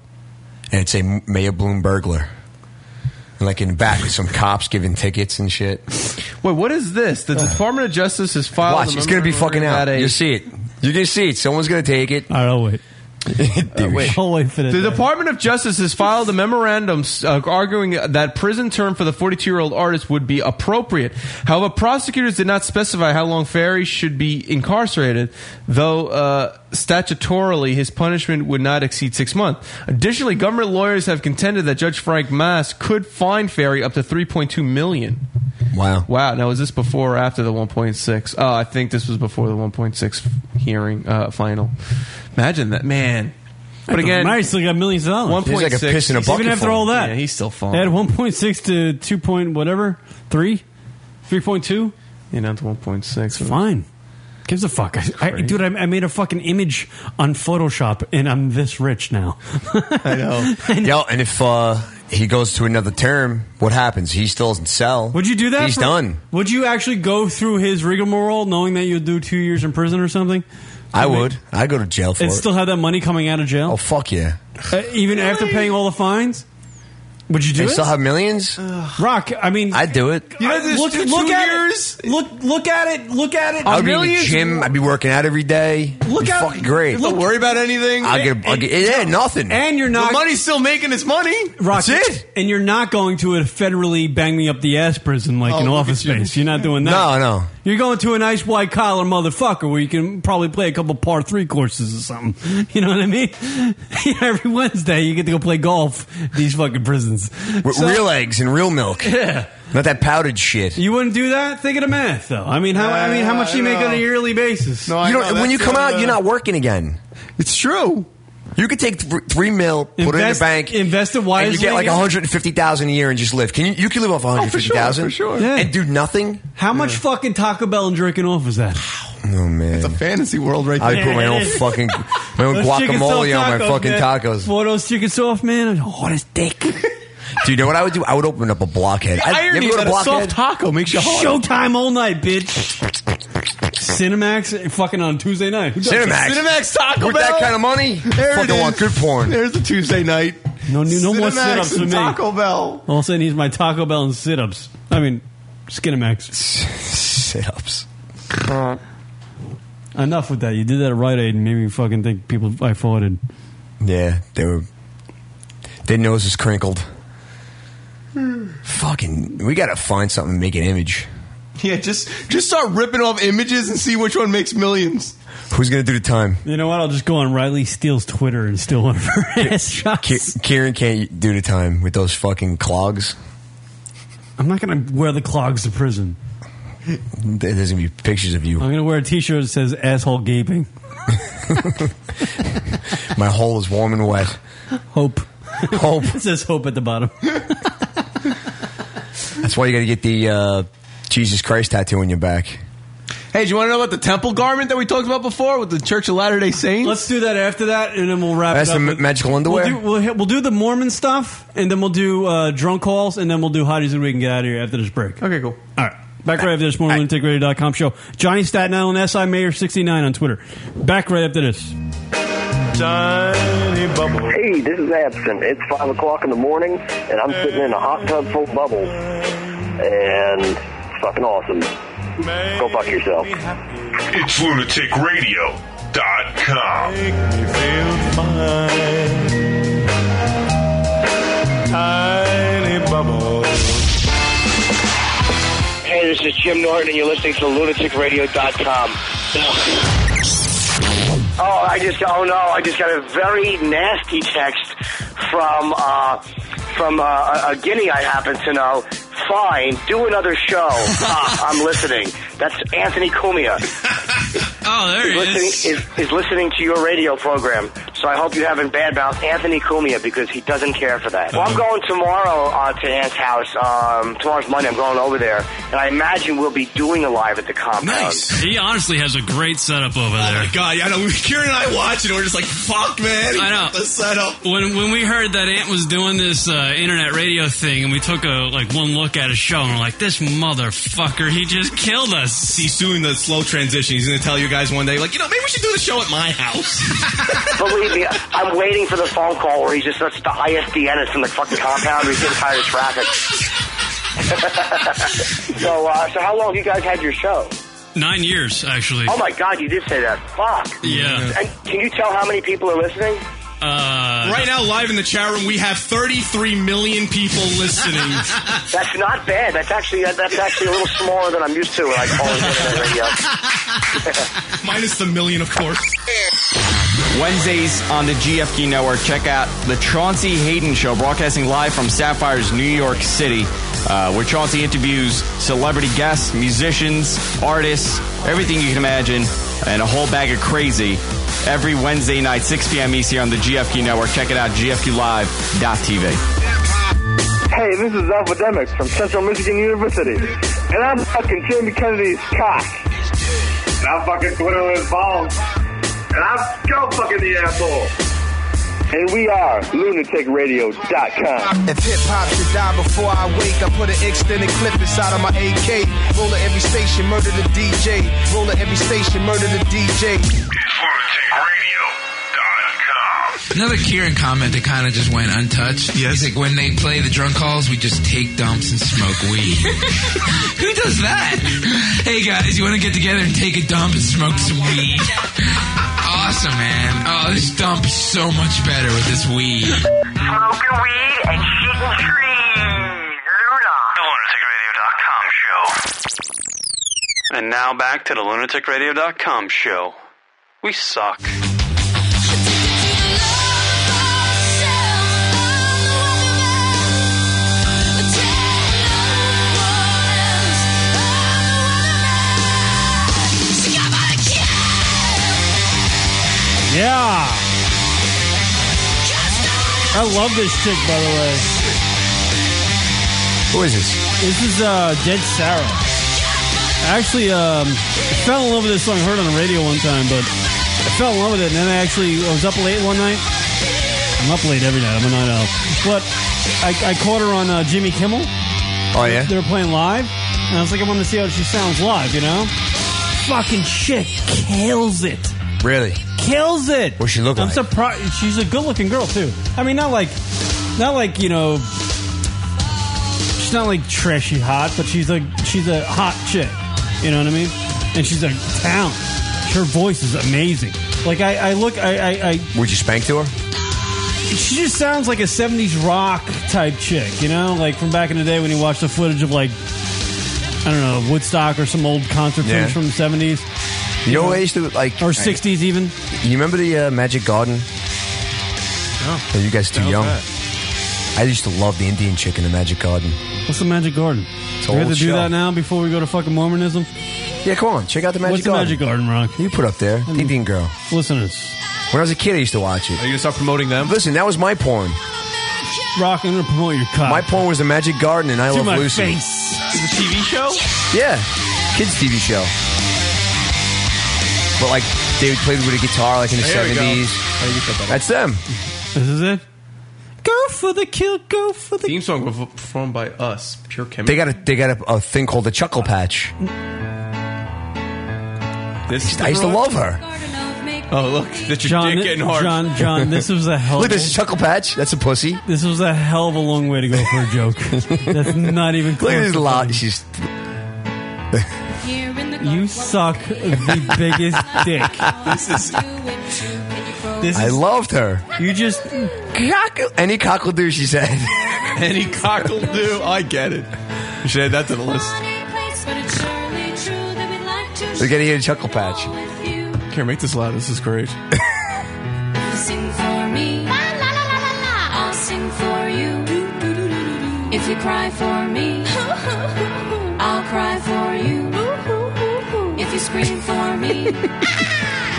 [SPEAKER 12] and it's a Mayor Bloom burglar. And like in the back, with some cops giving tickets and shit.
[SPEAKER 13] Wait, what is this? The Department of Justice has filed.
[SPEAKER 12] Watch,
[SPEAKER 13] a
[SPEAKER 12] it's gonna be
[SPEAKER 13] memorandum
[SPEAKER 12] fucking out.
[SPEAKER 13] that a-
[SPEAKER 12] You see it. You're gonna see it. Someone's gonna take it.
[SPEAKER 11] All right, I'll wait.
[SPEAKER 13] Uh, wait.
[SPEAKER 11] I'll wait for that.
[SPEAKER 13] The Department of Justice has filed a memorandum uh, arguing that prison term for the 42-year-old artist would be appropriate. However, prosecutors did not specify how long Ferry should be incarcerated, though uh, statutorily his punishment would not exceed six months. Additionally, government lawyers have contended that Judge Frank Mass could fine Ferry up to 3.2 million.
[SPEAKER 12] Wow!
[SPEAKER 13] Wow! Now, is this before or after the 1.6? Oh, I think this was before the 1.6 hearing uh, final. Imagine that, man. But again,
[SPEAKER 11] Murray still got millions of dollars.
[SPEAKER 13] One point six.
[SPEAKER 11] Even after all that,
[SPEAKER 13] yeah, he's still
[SPEAKER 11] They had
[SPEAKER 13] falling.
[SPEAKER 11] one point six to two point whatever, three, three point two.
[SPEAKER 13] You know, to one point six.
[SPEAKER 11] Fine. Gives a fuck, I, I, dude. I, I made a fucking image on Photoshop, and I'm this rich now.
[SPEAKER 12] I know. Yo, and if uh, he goes to another term, what happens? He still doesn't sell.
[SPEAKER 11] Would you do that?
[SPEAKER 12] He's
[SPEAKER 11] for-
[SPEAKER 12] done.
[SPEAKER 11] Would you actually go through his rigmarole, knowing that you'll do two years in prison or something?
[SPEAKER 12] I would. I'd go to jail for
[SPEAKER 11] and
[SPEAKER 12] it.
[SPEAKER 11] still have that money coming out of jail. Oh
[SPEAKER 12] fuck yeah!
[SPEAKER 11] even after paying all the fines, would you do
[SPEAKER 12] And
[SPEAKER 11] it?
[SPEAKER 12] still have millions?
[SPEAKER 11] Rock. I mean,
[SPEAKER 12] I'd do it.
[SPEAKER 11] I- look, look at it. Look, look at it. Look at it.
[SPEAKER 12] I would be in the
[SPEAKER 11] Millions-
[SPEAKER 12] gym. I'd be working out every day. Look
[SPEAKER 11] out-
[SPEAKER 12] fucking great.
[SPEAKER 11] look- Don't worry
[SPEAKER 13] about anything.
[SPEAKER 12] I get, I get yeah, nothing.
[SPEAKER 11] And you're not.
[SPEAKER 12] The money-
[SPEAKER 13] He's still making his money.
[SPEAKER 11] Rock, Uh, And you're not going to a federally bang me up the ass prison like
[SPEAKER 13] Oh,
[SPEAKER 11] an
[SPEAKER 13] look
[SPEAKER 11] office
[SPEAKER 13] at you.
[SPEAKER 11] space. You're not doing that.
[SPEAKER 12] No, no.
[SPEAKER 11] You're going to a nice white collar motherfucker where you can probably play a couple par three courses or something. You know what I mean? Every Wednesday you get to go play golf. at These fucking prisons.
[SPEAKER 12] with
[SPEAKER 11] So-
[SPEAKER 12] real eggs and real milk.
[SPEAKER 11] Yeah.
[SPEAKER 12] Not that powdered shit.
[SPEAKER 11] You wouldn't do that? Think of the math, though. I mean, how I mean, how much do
[SPEAKER 12] Uh,
[SPEAKER 11] you make on a yearly basis?
[SPEAKER 12] No, you don't, when you come out, you're not working again. It's true. You could take th- three mil, put it in the
[SPEAKER 11] Invest-
[SPEAKER 12] bank,
[SPEAKER 11] invest it
[SPEAKER 12] and
[SPEAKER 11] wisely,
[SPEAKER 12] you get like
[SPEAKER 11] yeah.
[SPEAKER 12] one hundred and fifty thousand a year and just live. Can Oh, you? You can
[SPEAKER 13] Oh,
[SPEAKER 11] Oh,
[SPEAKER 12] live off one hundred fifty thousand
[SPEAKER 11] Yeah.
[SPEAKER 12] and do nothing.
[SPEAKER 11] How much fucking Taco Bell and jerking off is that?
[SPEAKER 12] Oh man, it's a
[SPEAKER 13] fantasy world right
[SPEAKER 12] I
[SPEAKER 13] there.
[SPEAKER 12] put my
[SPEAKER 13] Yeah, it
[SPEAKER 12] own
[SPEAKER 13] is.
[SPEAKER 12] fucking my own
[SPEAKER 11] Those chicken soft
[SPEAKER 12] guacamole on my
[SPEAKER 11] tacos,
[SPEAKER 12] fucking
[SPEAKER 11] man.
[SPEAKER 12] tacos.
[SPEAKER 11] Four of those chicken soft, man. Oh, this dick.
[SPEAKER 12] Do you know what I would do? I would open up a blockhead.
[SPEAKER 11] The
[SPEAKER 12] I, you
[SPEAKER 11] irony
[SPEAKER 12] ever go to
[SPEAKER 11] that a soft
[SPEAKER 12] blockhead?
[SPEAKER 11] taco makes you hard.
[SPEAKER 21] Showtime
[SPEAKER 11] all night, bitch. Cinemax, fucking on Tuesday night. Who does
[SPEAKER 12] Cinemax.
[SPEAKER 11] that?
[SPEAKER 13] Cinemax Taco
[SPEAKER 12] With that
[SPEAKER 13] Bell?
[SPEAKER 12] kind of money,
[SPEAKER 13] There it
[SPEAKER 12] fucking want
[SPEAKER 13] is.
[SPEAKER 12] good porn.
[SPEAKER 13] There's the Tuesday night.
[SPEAKER 11] No, no more
[SPEAKER 13] Cinemax
[SPEAKER 11] sit-ups
[SPEAKER 13] and
[SPEAKER 11] for me.
[SPEAKER 13] Taco Bell.
[SPEAKER 11] All of a sudden, he's my Taco Bell and sit ups. I mean, Skinemax.
[SPEAKER 12] sit ups.
[SPEAKER 11] Uh, Enough with that. You did that at Rite Aid and made me fucking think people I farted.
[SPEAKER 12] Yeah, they were. Their nose is crinkled. Fucking, we gotta find something to make an image.
[SPEAKER 13] Yeah, just just start ripping off images and see which one makes millions.
[SPEAKER 12] Who's gonna do the time?
[SPEAKER 11] You know what? I'll just go on Riley Steele's Twitter and steal one of her ass shots.
[SPEAKER 12] Ki- Kieran can't do the time with those fucking clogs.
[SPEAKER 11] I'm not going to wear the clogs to prison.
[SPEAKER 12] There's gonna be pictures of you.
[SPEAKER 11] I'm going to wear a t shirt that says asshole gaping.
[SPEAKER 12] My hole is warm and wet.
[SPEAKER 11] Hope.
[SPEAKER 12] Hope.
[SPEAKER 11] it says hope at the bottom.
[SPEAKER 12] That's why you gotta get the uh, Jesus Christ tattoo on your back.
[SPEAKER 13] Hey, do you want to know about the temple garment that we talked about before with the Church of Latter Day Saints?
[SPEAKER 11] Let's do that after that, and then we'll wrap
[SPEAKER 12] That's
[SPEAKER 11] it up.
[SPEAKER 12] the ma-
[SPEAKER 11] with-
[SPEAKER 12] magical underwear?
[SPEAKER 11] We'll do, we'll, hit- we'll do the Mormon stuff, and then we'll do uh, drunk calls, and then we'll do hotties, and we can get out of here after this break.
[SPEAKER 13] Okay, cool.
[SPEAKER 11] All right. Back right after this morning, lunaticradio.com show. Johnny Staten Island, SI Mayor 69 on Twitter. Back right after this.
[SPEAKER 10] Tiny bubble. Hey, this is Absent. It's 5 o'clock in the morning, and I'm sitting in a hot tub full of bubbles. And it's fucking awesome. Go fuck yourself.
[SPEAKER 22] It's lunaticradio.com. Make me feel fine. Tiny bubble.
[SPEAKER 17] Hey, this is Jim Norton, and you're listening to lunaticradio.com. Oh, I just, oh no, I just got a very nasty text from, uh, from uh, a- a Guinea I happen to know. Fine, do another show. Ah, I'm listening. That's Anthony Cumia. oh, there he is. Listening, is. Is listening to your radio program. So I hope you haven't bad mouth Anthony Cumia because he doesn't care for that. Well, I'm going tomorrow uh, to Ant's house. Um, tomorrow's Monday. I'm going over there, and I imagine we'll be doing a live at the compound.
[SPEAKER 23] He honestly has a great setup over there.
[SPEAKER 13] Oh, God, yeah, I know. Kieran and I watch it, and we're just like, fuck, man.
[SPEAKER 23] I know.
[SPEAKER 13] The setup.
[SPEAKER 23] When when we heard that Ant was doing this uh, internet radio thing, and we took a like one look at his show, and we're like, "This motherfucker, he just killed us."
[SPEAKER 13] He's doing the slow transition. He's going to tell you guys one day, like, you know, maybe we should do the show at my house.
[SPEAKER 17] Believe me, I'm waiting for the phone call where he just lets the ISDN in the fucking compound. He's getting tired of traffic. so, uh, so how long have you guys had your show?
[SPEAKER 23] Nine years actually.
[SPEAKER 17] Oh my god, you did say that. Fuck.
[SPEAKER 23] Yeah.
[SPEAKER 17] And can you tell how many people are listening?
[SPEAKER 23] Uh,
[SPEAKER 13] right now, live in the chat room, we have 33 million people listening.
[SPEAKER 17] That's not bad. That's actually that's actually a little smaller than I'm used to when I call it internet radio.
[SPEAKER 13] Minus the million, of course.
[SPEAKER 24] Wednesdays on the GFQ Network. Check out the Chauncey Hayden Show, broadcasting live from Sapphire's New York City, uh, where Chauncey interviews celebrity guests, musicians, artists, everything you can imagine, and a whole bag of crazy. Every Wednesday night, 6 p.m. East here on the GFQ Network. Check it out, GFQLive.tv.
[SPEAKER 17] Hey, this is Alpha Demix from Central Michigan University, and I'm fucking Jamie Kennedy's cock. And I'm fucking twiddling his balls. And I'm still fucking the asshole. And we are lunaticradio.com.
[SPEAKER 25] If hip hop should die before I wake, I put an extended clip inside of my AK. Roll at every station, murder the DJ. Roll at every station, murder the DJ.
[SPEAKER 26] Another Kieran comment that kind of just went untouched. Yes. He's like, when they play the drunk calls, we just take dumps and smoke weed. Who does that? Hey guys, you want to get together and take a dump and smoke some weed? awesome, man. Oh, this dump is so much better with this weed.
[SPEAKER 17] Smoking weed and shitting trees. Luna.
[SPEAKER 27] The lunaticradio.com show. And now back to the lunaticradio.com show. We suck.
[SPEAKER 11] Yeah. I love this chick, by the way.
[SPEAKER 12] Who is this?
[SPEAKER 11] This is uh, Dead Sarah. I actually um, fell in love with this song. I heard it on the radio one time, but I fell in love with it. And then I actually I was up late one night. I'm up late every night. I'm a night owl. But I, I caught her on uh, Jimmy Kimmel.
[SPEAKER 12] Oh, yeah?
[SPEAKER 11] They were playing live. And I was like, I want to see how she sounds live, you know? Fucking shit kills it.
[SPEAKER 12] Really?
[SPEAKER 11] Kills it.
[SPEAKER 12] What's she look
[SPEAKER 11] I'm
[SPEAKER 12] like?
[SPEAKER 11] surprised. She's a good looking girl, too. I mean, not like, not like, you know, she's not like trashy hot, but she's like, she's a hot chick. You know what I mean? And she's a talent. Her voice is amazing. Like, I, I look, I, I, I
[SPEAKER 12] Would you spank to her?
[SPEAKER 11] she just sounds like a 70s rock type chick, you know? Like from back in the day when you watch the footage of like, I don't know, Woodstock or some old concert
[SPEAKER 12] Yeah.
[SPEAKER 11] footage from the 70s.
[SPEAKER 12] You know what I used to like?
[SPEAKER 11] Or 60s even?
[SPEAKER 12] You remember the uh, Magic Garden? Oh, you guys too
[SPEAKER 11] Sounds
[SPEAKER 12] young.
[SPEAKER 11] bad.
[SPEAKER 12] I used to love the Indian chick in the Magic Garden.
[SPEAKER 11] What's the Magic Garden?
[SPEAKER 12] an
[SPEAKER 11] we have to
[SPEAKER 12] old
[SPEAKER 11] do
[SPEAKER 12] show.
[SPEAKER 11] that now before we go to fucking Mormonism?
[SPEAKER 12] Yeah, come on. Check out the Magic
[SPEAKER 11] What's
[SPEAKER 12] Garden.
[SPEAKER 11] the Magic Garden, Rock?
[SPEAKER 12] You put up there, the Indian girl.
[SPEAKER 11] Listeners.
[SPEAKER 12] When I was a kid, I used to watch it. Are you
[SPEAKER 13] gonna start promoting them?
[SPEAKER 12] Listen, that was my porn.
[SPEAKER 11] Rock, I'm gonna promote your cock.
[SPEAKER 12] My porn was the Magic Garden and I
[SPEAKER 11] To
[SPEAKER 12] Love
[SPEAKER 11] my
[SPEAKER 12] Lucy.
[SPEAKER 11] face.
[SPEAKER 13] Is it a TV show?
[SPEAKER 12] Yeah, kids TV show. But like they would play with a guitar like in the
[SPEAKER 11] There we go.
[SPEAKER 12] seventies. That's them.
[SPEAKER 11] This is it. Go for the kill. Go for the
[SPEAKER 13] theme song was performed by us. Pure chemistry.
[SPEAKER 12] They got a they got a, a thing called the Chuckle Patch.
[SPEAKER 13] This
[SPEAKER 12] I used to love her.
[SPEAKER 13] Oh look, that's your
[SPEAKER 11] John,
[SPEAKER 13] dick getting hard.
[SPEAKER 11] John, John, this was a hell.
[SPEAKER 13] Look, this is
[SPEAKER 12] Chuckle Patch. That's a pussy.
[SPEAKER 11] This was a hell of a long way to go for a joke. That's not even.
[SPEAKER 12] Look
[SPEAKER 11] Close
[SPEAKER 12] at this
[SPEAKER 11] to
[SPEAKER 12] lot.
[SPEAKER 11] funny.
[SPEAKER 12] She's
[SPEAKER 11] You suck the biggest dick. This is. This
[SPEAKER 12] I
[SPEAKER 11] is-
[SPEAKER 12] loved her.
[SPEAKER 11] You just
[SPEAKER 12] cockle any cockle do she said.
[SPEAKER 13] Any cockle do. I get it. You should add that to the list.
[SPEAKER 12] We're gonna get a chuckle patch.
[SPEAKER 13] Here, make this loud. This is great.
[SPEAKER 1] Sing for me. La la la la la la. I'll sing for you. If you cry for me, I'll cry for you. If you scream for me,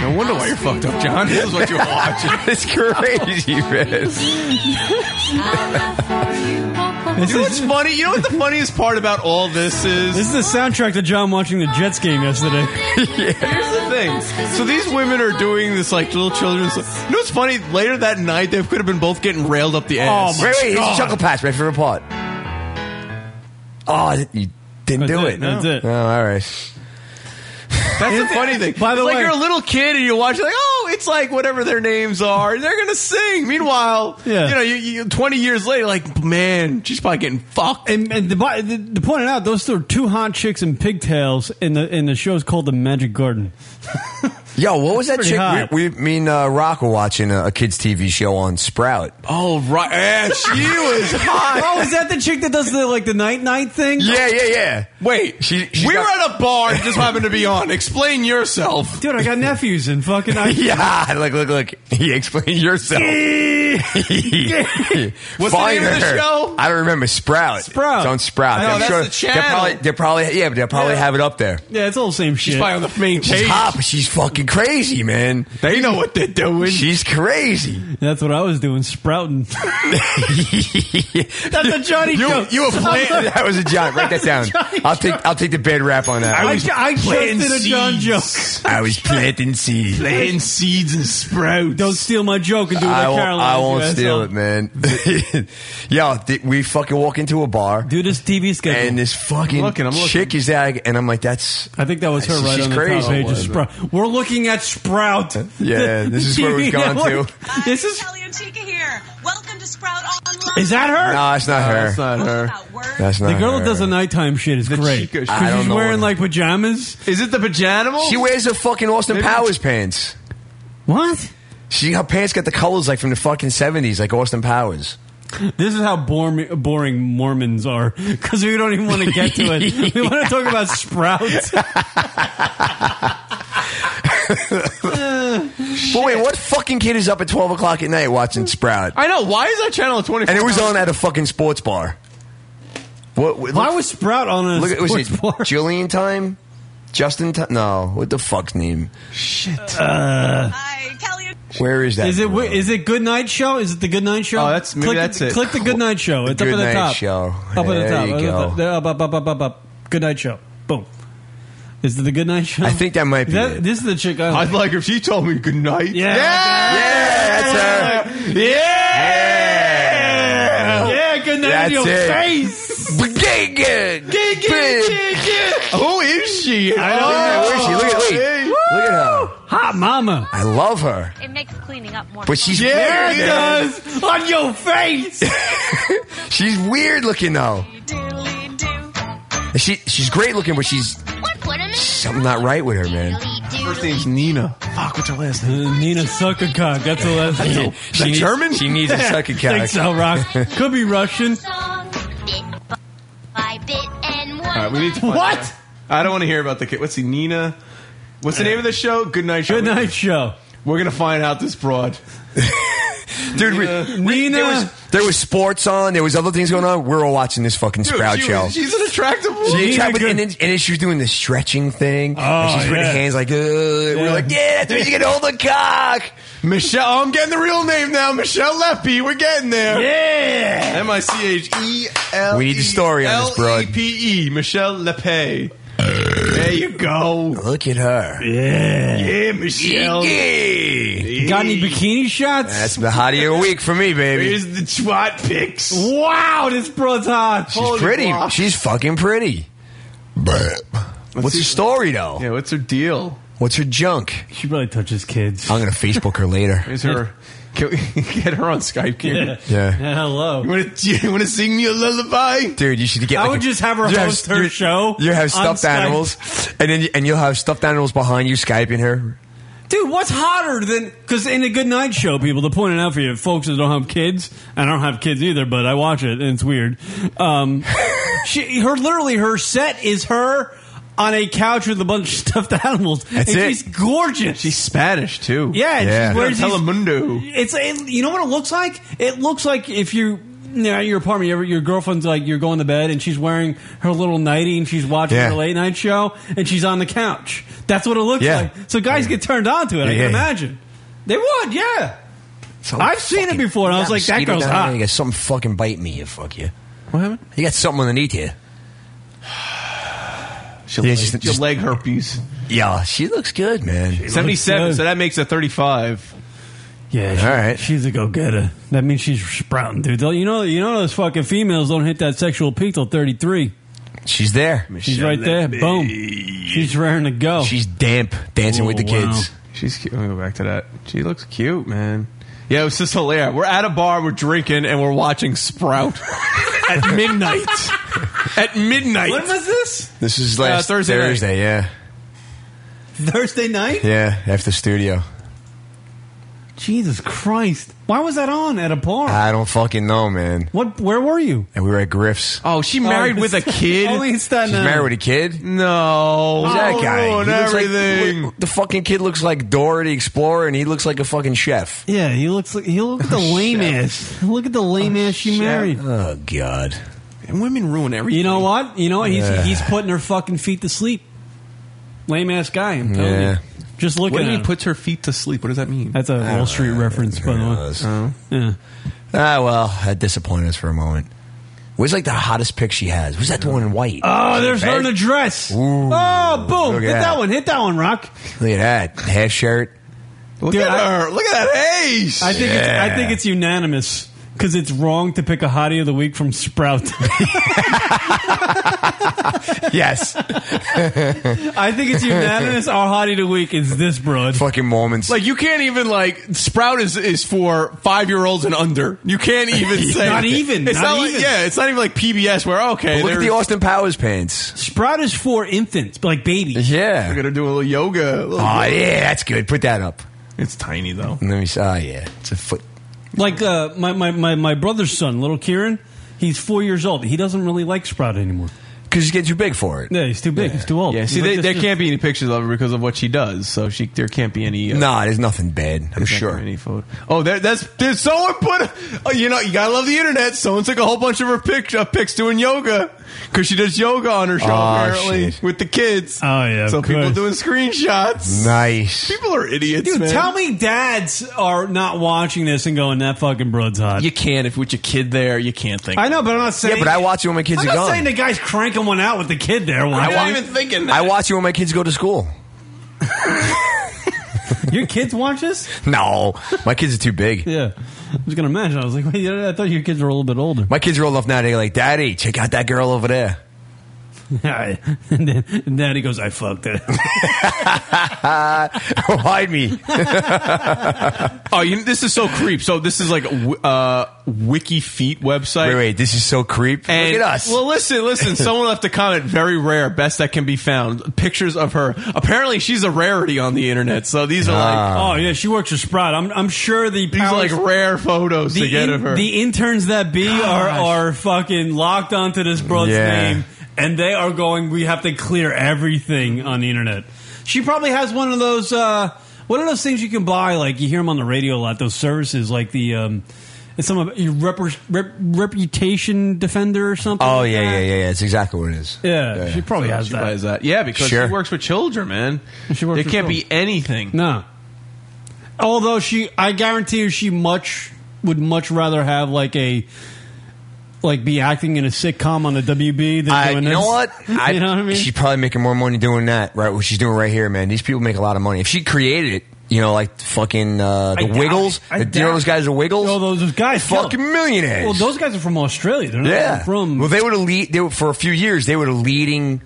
[SPEAKER 13] No wonder why you're fucked up, John. This is what you're watching.
[SPEAKER 12] it's crazy,
[SPEAKER 13] you know what's funny? You know what the funniest part about all this is?
[SPEAKER 11] This is the soundtrack to John watching the Jets game yesterday.
[SPEAKER 13] Here's the thing. So these women are doing this like little children's. You know what's funny? Later that night, they could have been both getting railed up the
[SPEAKER 11] Oh
[SPEAKER 13] ass.
[SPEAKER 12] wait, wait, it's a chuckle patch. My favorite part. Oh, you didn't do it.
[SPEAKER 13] That's
[SPEAKER 12] it. Oh, all right.
[SPEAKER 13] That's the funny thing. By
[SPEAKER 12] the
[SPEAKER 13] it's
[SPEAKER 12] way-
[SPEAKER 13] like you're a little kid and you're watching like, oh, it's like whatever their names are. and They're gonna sing. Meanwhile,
[SPEAKER 11] Yeah.
[SPEAKER 13] you know, you, you, 20 years later, like, man, she's probably getting fucked.
[SPEAKER 11] And, and the, the, to point it out, those are two hot chicks in pigtails, and the and the show's called the Magic Garden.
[SPEAKER 12] Yo, what was that
[SPEAKER 11] Pretty
[SPEAKER 12] chick?
[SPEAKER 11] hot.
[SPEAKER 12] We, we mean uh, Rock were watching a, a kids' TV show on Sprout.
[SPEAKER 13] Oh right, yeah, she was hot.
[SPEAKER 11] Oh, is that the chick that does the like the night night thing?
[SPEAKER 12] Yeah, yeah, yeah.
[SPEAKER 13] Wait, we were at a bar and just happened to be on. Explain yourself,
[SPEAKER 11] dude. I got nephews and fucking. I,
[SPEAKER 12] yeah, look, look, look. You explain yourself. What's
[SPEAKER 13] What's the name of the show?
[SPEAKER 12] I don't remember. Sprout.
[SPEAKER 11] Sprout.
[SPEAKER 12] It's on Sprout.
[SPEAKER 11] No,
[SPEAKER 12] I'm
[SPEAKER 11] that's the
[SPEAKER 12] sure They're probably,
[SPEAKER 11] channel.
[SPEAKER 12] they're probably, yeah, but they'll probably
[SPEAKER 11] Yeah.
[SPEAKER 12] have it up there.
[SPEAKER 11] Yeah, it's all the same shit.
[SPEAKER 12] She's hot, but she's fucking crazy, man.
[SPEAKER 13] They know what they're doing.
[SPEAKER 12] She's crazy.
[SPEAKER 11] That's what I was doing, sprouting. That's a Johnny
[SPEAKER 12] you,
[SPEAKER 11] joke.
[SPEAKER 12] You were
[SPEAKER 11] I'm
[SPEAKER 12] playing.
[SPEAKER 11] like-
[SPEAKER 12] That was a John. Write that down. I'll take. I'll take the bad rap on that.
[SPEAKER 11] I, I, just did a John joke.
[SPEAKER 12] I was planting seeds.
[SPEAKER 13] Planting seeds and sprouts.
[SPEAKER 11] Don't steal my joke and do what
[SPEAKER 12] I
[SPEAKER 11] I,
[SPEAKER 12] won't,
[SPEAKER 11] Caroline.
[SPEAKER 12] I won't steal it, man. Yo, th- we fucking walk into a bar.
[SPEAKER 11] Do this TV schedule.
[SPEAKER 12] And this fucking
[SPEAKER 11] I'm looking, I'm looking.
[SPEAKER 12] chick is out, and I'm like, that's.
[SPEAKER 11] I think that was her
[SPEAKER 12] She's
[SPEAKER 11] right on the
[SPEAKER 12] crazy.
[SPEAKER 11] top page of Sprout. We're looking at Sprout.
[SPEAKER 12] Yeah, this is where we've gone to.
[SPEAKER 11] This is
[SPEAKER 2] Tika here. Welcome to Sprout Online.
[SPEAKER 11] Is that her?
[SPEAKER 12] No, it's not
[SPEAKER 11] No,
[SPEAKER 12] her.
[SPEAKER 11] it's not her.
[SPEAKER 12] That's not
[SPEAKER 11] the girl
[SPEAKER 12] her.
[SPEAKER 11] that does the nighttime shit is great.
[SPEAKER 12] chica- I
[SPEAKER 11] Because
[SPEAKER 12] don't
[SPEAKER 11] she's
[SPEAKER 12] know
[SPEAKER 11] wearing like pajamas.
[SPEAKER 13] Is it the pajama?
[SPEAKER 12] She wears her fucking Austin
[SPEAKER 11] Maybe-
[SPEAKER 12] Powers pants.
[SPEAKER 11] What?
[SPEAKER 12] She her pants got the colors like from the fucking seventies, like Austin Powers.
[SPEAKER 11] This is how boring, boring Mormons are because we don't even want to get to it. We want to talk about sprouts.
[SPEAKER 12] But wait, what fucking kid is up at twelve o'clock at night watching Sprout?
[SPEAKER 13] I know. Why is that channel twenty?
[SPEAKER 12] And it was on at a fucking sports bar. What? Why
[SPEAKER 11] was Sprout on a
[SPEAKER 12] look, was
[SPEAKER 11] sports
[SPEAKER 12] it Julian time? Justin time? No, what the fuck's name?
[SPEAKER 11] Shit. Uh,
[SPEAKER 12] Where is that?
[SPEAKER 11] Is it is it Good Night Show? Is it the Good Night Show?
[SPEAKER 12] Oh, that's- maybe
[SPEAKER 11] click,
[SPEAKER 12] that's it.
[SPEAKER 11] Click the Good Night Show. It's up
[SPEAKER 12] Good
[SPEAKER 11] at the
[SPEAKER 12] Night
[SPEAKER 11] top.
[SPEAKER 12] Show.
[SPEAKER 11] Up at the
[SPEAKER 12] There
[SPEAKER 11] top.
[SPEAKER 12] you
[SPEAKER 11] Up at
[SPEAKER 12] go.
[SPEAKER 11] the- up, up, up, up, up, up. Good Night Show. Boom. Is it the Good Night Show?
[SPEAKER 12] I think that might be.
[SPEAKER 11] That, this is the chick I like.
[SPEAKER 13] I'd like her if she told me good night.
[SPEAKER 11] Yeah.
[SPEAKER 13] Yeah, that's her. Yeah.
[SPEAKER 11] Yeah, good night
[SPEAKER 13] That's
[SPEAKER 11] in your
[SPEAKER 13] it.
[SPEAKER 11] face.
[SPEAKER 12] Gay good.
[SPEAKER 11] Gay good.
[SPEAKER 13] Who is she?
[SPEAKER 11] I don't know.
[SPEAKER 12] Where is she? Look at wait, look at her.
[SPEAKER 11] Hot mama.
[SPEAKER 12] I love her.
[SPEAKER 3] It makes cleaning up more.
[SPEAKER 12] But she's
[SPEAKER 3] Yeah,
[SPEAKER 12] weird.
[SPEAKER 3] it
[SPEAKER 11] does. On your face.
[SPEAKER 12] she's weird looking though. She she's great looking, but she's something not right with her, man.
[SPEAKER 13] First name's Nina. Fuck, what's her last
[SPEAKER 11] name? Nina Suckercock. That's her last
[SPEAKER 12] That's a-
[SPEAKER 11] name.
[SPEAKER 12] She that needs- German? she needs a Suckercock.
[SPEAKER 11] Think so, Rock. Could be Russian.
[SPEAKER 13] All right, we need to find
[SPEAKER 11] What?
[SPEAKER 13] out. I don't want to hear about the kid. What's he, Nina? What's the name of the show? Good night show. Good night
[SPEAKER 11] show.
[SPEAKER 13] We're gonna find out this broad.
[SPEAKER 12] Dude, we, we- there was there was sports on, there was other things going on. We're all watching this fucking
[SPEAKER 13] Dude,
[SPEAKER 12] Sprout
[SPEAKER 13] she
[SPEAKER 12] show.
[SPEAKER 13] was- she's an attractive woman.
[SPEAKER 12] She tried with, and, then, and then she was doing the stretching thing. and she's putting
[SPEAKER 13] yeah.
[SPEAKER 12] hands like, uh, we're like, yeah, that's what you can hold the cock.
[SPEAKER 13] Michelle, oh, I'm getting the real name now. Michelle Leppy, we're getting there.
[SPEAKER 12] Yeah.
[SPEAKER 13] M I C H E L.
[SPEAKER 12] We need the story on this, broad.
[SPEAKER 13] P E Michelle Lepe. There you go.
[SPEAKER 12] Look at her.
[SPEAKER 11] Yeah.
[SPEAKER 13] Yeah, Michelle.
[SPEAKER 12] Yeah.
[SPEAKER 11] Got any bikini shots?
[SPEAKER 12] That's the hot of your week for me, baby.
[SPEAKER 13] Here's the twat pics.
[SPEAKER 11] Wow, this broad's hot.
[SPEAKER 12] She's pretty. She's fucking pretty. But what's her story though?
[SPEAKER 13] Yeah, what's her deal?
[SPEAKER 12] What's her junk?
[SPEAKER 11] She probably touches kids.
[SPEAKER 12] I'm gonna Facebook her later.
[SPEAKER 13] Is her? Can we get her on Skype? Can we?
[SPEAKER 12] Yeah.
[SPEAKER 11] Hello.
[SPEAKER 13] You want to you wanna sing me a lullaby?
[SPEAKER 12] Dude, you should get.
[SPEAKER 13] I
[SPEAKER 12] like
[SPEAKER 13] would
[SPEAKER 12] a-
[SPEAKER 13] just have her
[SPEAKER 12] you
[SPEAKER 13] host her
[SPEAKER 12] you-
[SPEAKER 13] show
[SPEAKER 12] You
[SPEAKER 13] on
[SPEAKER 12] have stuffed
[SPEAKER 13] Skype.
[SPEAKER 12] animals, and then you, and you'll have stuffed animals behind you skyping her.
[SPEAKER 11] Dude, what's hotter than because in the Good Night Show, people to point it out for you, folks that don't have kids, and I don't have kids either, but I watch it and it's weird. Um, she, her literally her set is her on a couch with a bunch of stuffed animals.
[SPEAKER 13] That's
[SPEAKER 11] and
[SPEAKER 13] it.
[SPEAKER 11] She's gorgeous.
[SPEAKER 13] She's Spanish too.
[SPEAKER 11] Yeah, and
[SPEAKER 13] yeah.
[SPEAKER 11] she wears these-
[SPEAKER 13] Telemundo.
[SPEAKER 11] It's it, you know what it looks like. It looks like if you. You know, at your apartment, your, your girlfriend's like you're going to bed, and she's wearing her little nightie, and she's watching
[SPEAKER 12] Yeah.
[SPEAKER 11] her late night show, and she's on the couch. That's what it looks
[SPEAKER 12] Yeah.
[SPEAKER 11] like. So guys get turned on to it. I
[SPEAKER 12] Yeah,
[SPEAKER 11] can
[SPEAKER 12] yeah, yeah.
[SPEAKER 11] imagine they would. Yeah, I've seen it before, and I was like, that girl's hot.
[SPEAKER 12] You got something fucking bite me. You fuck you. What happened? You got something underneath you.
[SPEAKER 13] She'll,
[SPEAKER 12] Yeah,
[SPEAKER 13] leg,
[SPEAKER 12] just-
[SPEAKER 13] she'll
[SPEAKER 12] just-
[SPEAKER 13] leg herpes.
[SPEAKER 12] Yeah, she looks good, man.
[SPEAKER 13] Seventy-seven. So that makes a thirty-five.
[SPEAKER 11] Yeah, all right. She's a go getter. That means she's sprouting, dude. You know, you know those fucking females don't hit that sexual peak till 33.
[SPEAKER 12] She's there.
[SPEAKER 11] She's right there. Boom. She's raring to go.
[SPEAKER 12] She's damp, dancing with the kids.
[SPEAKER 13] She's cute. Let me go back to that. She looks cute, man. Yeah, it was just hilarious. We're at a bar, we're drinking, and we're watching Sprout at midnight. at midnight.
[SPEAKER 11] When was this?
[SPEAKER 12] This is
[SPEAKER 13] Uh,
[SPEAKER 12] last
[SPEAKER 13] Thursday
[SPEAKER 12] Thursday.
[SPEAKER 13] night.
[SPEAKER 12] yeah,
[SPEAKER 11] Thursday night?
[SPEAKER 12] yeah. After studio,
[SPEAKER 11] Jesus Christ. Why was that on at a bar?
[SPEAKER 12] I don't fucking know, man.
[SPEAKER 11] What? Where were you?
[SPEAKER 12] And we were at Griff's.
[SPEAKER 13] Oh, she married with a kid.
[SPEAKER 11] Only
[SPEAKER 12] She's married with a kid.
[SPEAKER 13] No,
[SPEAKER 12] Who's that guy?
[SPEAKER 13] ruin
[SPEAKER 12] He looks like-
[SPEAKER 13] everything.
[SPEAKER 12] the fucking kid looks like Dora the Explorer, and he looks like a fucking chef.
[SPEAKER 11] Yeah, he looks like he look at the lame ass. Look at the lame ass she married.
[SPEAKER 12] Oh God!
[SPEAKER 13] And women ruin everything.
[SPEAKER 11] You know what? You know what? He's
[SPEAKER 12] Yeah.
[SPEAKER 11] he's putting her fucking feet to sleep. Lame ass guy. I'm telling
[SPEAKER 12] Yeah.
[SPEAKER 11] you. Just look
[SPEAKER 13] What do
[SPEAKER 11] at
[SPEAKER 13] you
[SPEAKER 11] him.
[SPEAKER 13] mean puts her feet to sleep? What does that mean?
[SPEAKER 11] That's a Wall Street reference, by the way.
[SPEAKER 12] Oh.
[SPEAKER 11] Yeah.
[SPEAKER 12] Ah, well, that disappointed us for a moment. Where's like the hottest pic she has? Was that the one in white?
[SPEAKER 11] Oh, there's her in a dress. oh, boom!
[SPEAKER 12] Look
[SPEAKER 11] Hit
[SPEAKER 12] at
[SPEAKER 11] that
[SPEAKER 12] that.
[SPEAKER 11] one. Hit that one, Rock.
[SPEAKER 12] Look at that half shirt.
[SPEAKER 13] Look
[SPEAKER 11] Dude,
[SPEAKER 13] at
[SPEAKER 11] I-
[SPEAKER 13] her. Look at that ace.
[SPEAKER 11] I think it's,
[SPEAKER 12] Yeah.
[SPEAKER 11] I think it's unanimous because it's wrong to pick a hottie of the week from Sprout.
[SPEAKER 12] Yes,
[SPEAKER 11] I think it's unanimous. Our hottie of the week is this broad.
[SPEAKER 12] fucking Mormons.
[SPEAKER 13] Like you can't even like Sprout is is for five year olds and under. You can't even say
[SPEAKER 11] Not even,
[SPEAKER 13] It's
[SPEAKER 11] not
[SPEAKER 13] not,
[SPEAKER 11] even.
[SPEAKER 13] like yeah, it's not even like PBS where okay.
[SPEAKER 12] But look at
[SPEAKER 13] they're-
[SPEAKER 12] the Austin Powers pants.
[SPEAKER 11] Sprout is for infants, but like babies.
[SPEAKER 13] We're
[SPEAKER 12] Yeah.
[SPEAKER 13] gonna do a little yoga. a little
[SPEAKER 12] Oh
[SPEAKER 13] yoga.
[SPEAKER 12] yeah, that's good. Put that up.
[SPEAKER 13] It's tiny though.
[SPEAKER 12] And Let me. see. Oh yeah, it's a foot.
[SPEAKER 11] Like uh, my, my, my, my brother's son, little Kieran, he's four years old. He doesn't really like Sprout anymore.
[SPEAKER 12] Because you get too big for it.
[SPEAKER 11] Yeah, he's too big. He's too old.
[SPEAKER 13] Yeah, see,
[SPEAKER 11] He's
[SPEAKER 13] they,
[SPEAKER 11] like
[SPEAKER 13] there
[SPEAKER 11] this-
[SPEAKER 13] can't be any pictures of her because of what she does. So she, there can't be any. Uh,
[SPEAKER 12] Nah, there's nothing bad. I'm
[SPEAKER 13] there's not
[SPEAKER 12] sure.
[SPEAKER 13] Any photo. Oh, there, that's there's someone put. Oh, you know, you gotta love the internet. Someone took a whole bunch of her pic, uh, pics doing yoga. because she does yoga on her show
[SPEAKER 12] Oh,
[SPEAKER 13] apparently
[SPEAKER 12] shit.
[SPEAKER 13] with the kids. Oh yeah, so
[SPEAKER 12] of
[SPEAKER 13] people
[SPEAKER 12] course.
[SPEAKER 13] doing screenshots.
[SPEAKER 12] Nice.
[SPEAKER 13] People are idiots.
[SPEAKER 11] Dude,
[SPEAKER 13] man.
[SPEAKER 11] tell me dads are not watching this and going, that fucking broad's hot. You
[SPEAKER 13] can't if with your kid there. You can't think.
[SPEAKER 11] I know, but I'm not saying.
[SPEAKER 12] Yeah, but I watch it when my kids
[SPEAKER 11] I'm
[SPEAKER 12] are
[SPEAKER 11] not
[SPEAKER 12] gone.
[SPEAKER 11] saying the guy's cranking one out with the kid there. Why?
[SPEAKER 12] wa- I watch it when my kids go to school.
[SPEAKER 11] Your kids watch this?
[SPEAKER 12] No, my kids are too big.
[SPEAKER 11] Yeah, I was gonna imagine. I was like, wait, I thought your kids were a little bit older.
[SPEAKER 12] My kids are old enough now. They're like, "Daddy, check out that girl over there."
[SPEAKER 11] and, then, and then he goes, I fucked it.
[SPEAKER 12] Hide me.
[SPEAKER 13] oh, you, this is so creep. So this is like a w- uh, Wiki Feet website. Wait,
[SPEAKER 12] wait, this is so creep.
[SPEAKER 13] And,
[SPEAKER 12] Look at us.
[SPEAKER 13] Well, listen, listen. Someone left a comment. Very rare, best that can be found. Pictures of her. Apparently, she's a rarity on the internet. So these are
[SPEAKER 11] oh
[SPEAKER 12] Ah.
[SPEAKER 13] like,
[SPEAKER 11] yeah, she works for Sprout. I'm I'm sure the
[SPEAKER 13] These are, like, rare photos
[SPEAKER 11] the
[SPEAKER 13] they get
[SPEAKER 11] in-
[SPEAKER 13] of her.
[SPEAKER 11] The interns that be are are fucking locked onto this broad's
[SPEAKER 13] Yeah.
[SPEAKER 11] name, and they are going. We have to clear everything on the internet. She probably has one of those. Uh, what are those things you can buy? Like you hear them on the radio a lot. Those services, like the. Um, it's some of your rep, rep, reputation defender or something.
[SPEAKER 12] Oh
[SPEAKER 11] like
[SPEAKER 12] yeah,
[SPEAKER 11] that.
[SPEAKER 12] yeah, yeah, yeah. It's exactly what it is.
[SPEAKER 11] Yeah, she probably
[SPEAKER 13] So
[SPEAKER 11] has
[SPEAKER 13] she
[SPEAKER 11] that.
[SPEAKER 13] buys that. Yeah, because
[SPEAKER 12] Sure.
[SPEAKER 13] she works with children, man.
[SPEAKER 11] She works
[SPEAKER 13] There
[SPEAKER 11] for
[SPEAKER 13] can't be
[SPEAKER 11] children.
[SPEAKER 13] anything.
[SPEAKER 11] No. Although she, I guarantee you, she much would much rather have like a like be acting in a sitcom on the WB than
[SPEAKER 12] I, Uh, you
[SPEAKER 11] doing this.
[SPEAKER 12] know what? I,
[SPEAKER 11] you know what I mean?
[SPEAKER 12] She's probably making more money doing that, right? What she's doing right here, man. These people make a lot of money. If she created it, you know, like fucking uh, the
[SPEAKER 11] I doubt
[SPEAKER 12] Wiggles,
[SPEAKER 11] it. I
[SPEAKER 12] the, you know
[SPEAKER 11] doubt
[SPEAKER 12] those guys, the Wiggles.
[SPEAKER 11] Oh, those, those guys,
[SPEAKER 12] fucking
[SPEAKER 11] killed.
[SPEAKER 12] millionaires.
[SPEAKER 11] Well, those guys are from Australia. They're not
[SPEAKER 12] yeah.
[SPEAKER 11] from.
[SPEAKER 12] well, they were the lead. They were for a few years. They were the leading,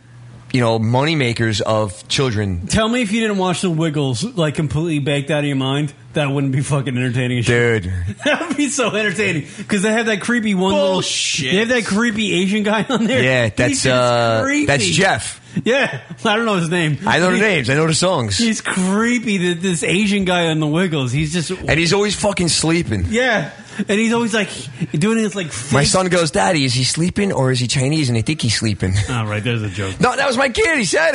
[SPEAKER 12] you know, money makers of children.
[SPEAKER 11] Tell me if you didn't watch the Wiggles like completely baked out of your mind. That wouldn't be fucking entertaining, as shit.
[SPEAKER 12] dude.
[SPEAKER 11] that would be so entertaining because they have that creepy one Bullshit. little. They have that creepy Asian guy on there.
[SPEAKER 12] Yeah, that's
[SPEAKER 11] He's
[SPEAKER 12] uh,
[SPEAKER 11] creepy.
[SPEAKER 12] that's Jeff.
[SPEAKER 11] Yeah, I don't know his name.
[SPEAKER 12] I know the
[SPEAKER 11] He-
[SPEAKER 12] names. I know the songs.
[SPEAKER 11] He's creepy. That this Asian guy on the Wiggles. He's just and
[SPEAKER 12] he's always fucking sleeping.
[SPEAKER 11] Yeah, and he's always like doing his like.
[SPEAKER 12] My son goes, Daddy, is he sleeping or is he Chinese? And I think he's sleeping.
[SPEAKER 11] All right, there's a joke.
[SPEAKER 12] No, that was my kid. He said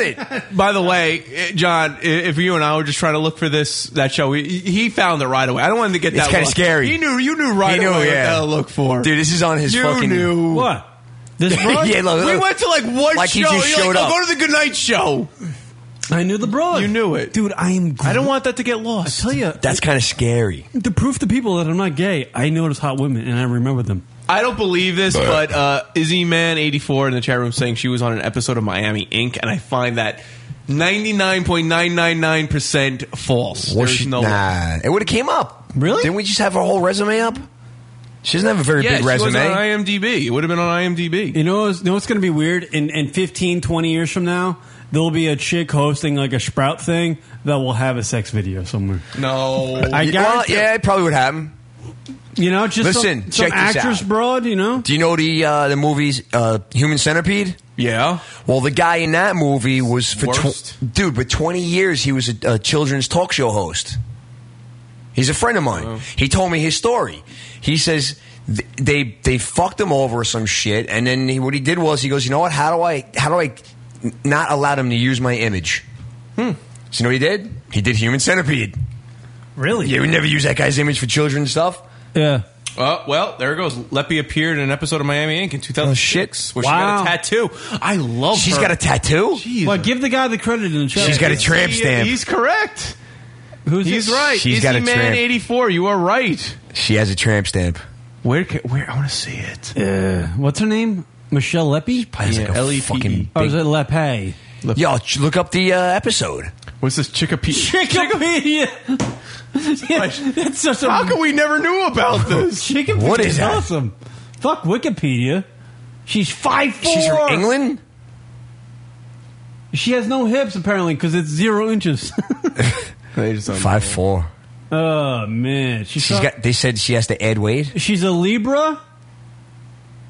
[SPEAKER 12] it.
[SPEAKER 13] By the way, eh, John, i- if you and I were just trying to look for this that show, he- he found it right away. I don't want him to get
[SPEAKER 12] It's
[SPEAKER 13] that.
[SPEAKER 12] kinda
[SPEAKER 13] look.
[SPEAKER 12] scary.
[SPEAKER 13] He knew. You knew right
[SPEAKER 12] He knew,
[SPEAKER 13] away what
[SPEAKER 12] yeah.
[SPEAKER 13] to look for.
[SPEAKER 12] Dude, this is on his
[SPEAKER 13] you
[SPEAKER 12] fucking-
[SPEAKER 13] Knew.
[SPEAKER 11] What? This broad?
[SPEAKER 13] yeah, look, we
[SPEAKER 11] look.
[SPEAKER 13] went to like one
[SPEAKER 11] Like
[SPEAKER 13] show.
[SPEAKER 11] he just
[SPEAKER 13] You're
[SPEAKER 11] showed
[SPEAKER 13] like,
[SPEAKER 11] up.
[SPEAKER 13] Oh, go to the Good Night Show.
[SPEAKER 11] I knew the broad.
[SPEAKER 13] You knew it,
[SPEAKER 11] dude. I am. I
[SPEAKER 13] don't want that to get lost.
[SPEAKER 11] I tell you,
[SPEAKER 12] That's kind of scary.
[SPEAKER 11] to prove to people that I'm not gay, I notice hot women and I remember them.
[SPEAKER 13] I don't believe this, but uh, Izzy Man eighty four in the chat room saying she was on an episode of Miami Inc. and I find that ninety nine point nine nine nine percent false.
[SPEAKER 12] Well,
[SPEAKER 13] There's
[SPEAKER 12] she-
[SPEAKER 13] no way.
[SPEAKER 12] nah, it would have came up. Really? Didn't we just have her whole resume up? She doesn't have a very
[SPEAKER 13] yeah,
[SPEAKER 12] big
[SPEAKER 13] she was
[SPEAKER 12] resume.
[SPEAKER 13] on IMDb. It would have been on IMDb.
[SPEAKER 11] You know, it's- you know what's going to be weird? In, in 15, 20 years from now, there'll be a chick hosting like a Sprout thing that will have a sex video somewhere.
[SPEAKER 13] No,
[SPEAKER 11] I
[SPEAKER 12] well,
[SPEAKER 11] guarantee-
[SPEAKER 12] yeah, it probably would happen.
[SPEAKER 11] You know, just
[SPEAKER 12] Listen,
[SPEAKER 11] some, some
[SPEAKER 12] check this
[SPEAKER 11] actress
[SPEAKER 12] out.
[SPEAKER 11] broad, you know?
[SPEAKER 12] Do you know the uh, the movies uh, Human Centipede?
[SPEAKER 13] Yeah.
[SPEAKER 12] Well, the guy in that movie was for
[SPEAKER 13] Worst.
[SPEAKER 12] tw- dude, but twenty years he was a, a children's talk show host. He's a friend of mine. He told me his story. He says th- they they fucked him over or some shit, and then he, what he did was he goes, you know what? How do I how do I n- not allow them to use my image? Hmm. So you know what he did? He did Human Centipede.
[SPEAKER 11] Really?
[SPEAKER 12] Yeah, we never use that guy's image for children's stuff.
[SPEAKER 11] Yeah.
[SPEAKER 13] Oh, well, there it goes. Leppy appeared in an episode of Miami Inc. in
[SPEAKER 12] Oh,
[SPEAKER 13] 2006, where
[SPEAKER 11] Wow.
[SPEAKER 13] she got a tattoo. I love
[SPEAKER 11] She's
[SPEAKER 13] her.
[SPEAKER 11] got a
[SPEAKER 12] tattoo?
[SPEAKER 11] Well, give the guy the credit in the show.
[SPEAKER 12] She's got a tramp
[SPEAKER 13] He-
[SPEAKER 12] stamp.
[SPEAKER 13] He's correct.
[SPEAKER 11] Who's
[SPEAKER 13] he's
[SPEAKER 11] it?
[SPEAKER 13] right.
[SPEAKER 12] She's
[SPEAKER 13] Izzy
[SPEAKER 12] got a
[SPEAKER 13] Man
[SPEAKER 12] tramp.
[SPEAKER 13] 84, you are right.
[SPEAKER 12] She has a tramp stamp.
[SPEAKER 13] Where? ca- Where? I want to see it.
[SPEAKER 11] Uh, what's her name? Michelle Leppy? E
[SPEAKER 12] plays like a Yeah, L.E.P.E.. fucking
[SPEAKER 11] Or
[SPEAKER 12] big-
[SPEAKER 11] is it Lepe?
[SPEAKER 12] Yo, ch- look up the uh, episode.
[SPEAKER 13] What's this Chicopee?
[SPEAKER 11] Chickapedia! That's such a,
[SPEAKER 13] How come we never knew about this?
[SPEAKER 11] Chickapedia
[SPEAKER 13] What is that?
[SPEAKER 11] awesome. Fuck Wikipedia. She's five four.
[SPEAKER 13] She's from England?
[SPEAKER 11] She has no hips apparently because it's zero inches.
[SPEAKER 12] Five four.
[SPEAKER 11] oh man, she's,
[SPEAKER 12] She's got. They said she has to add weight.
[SPEAKER 11] she's a Libra,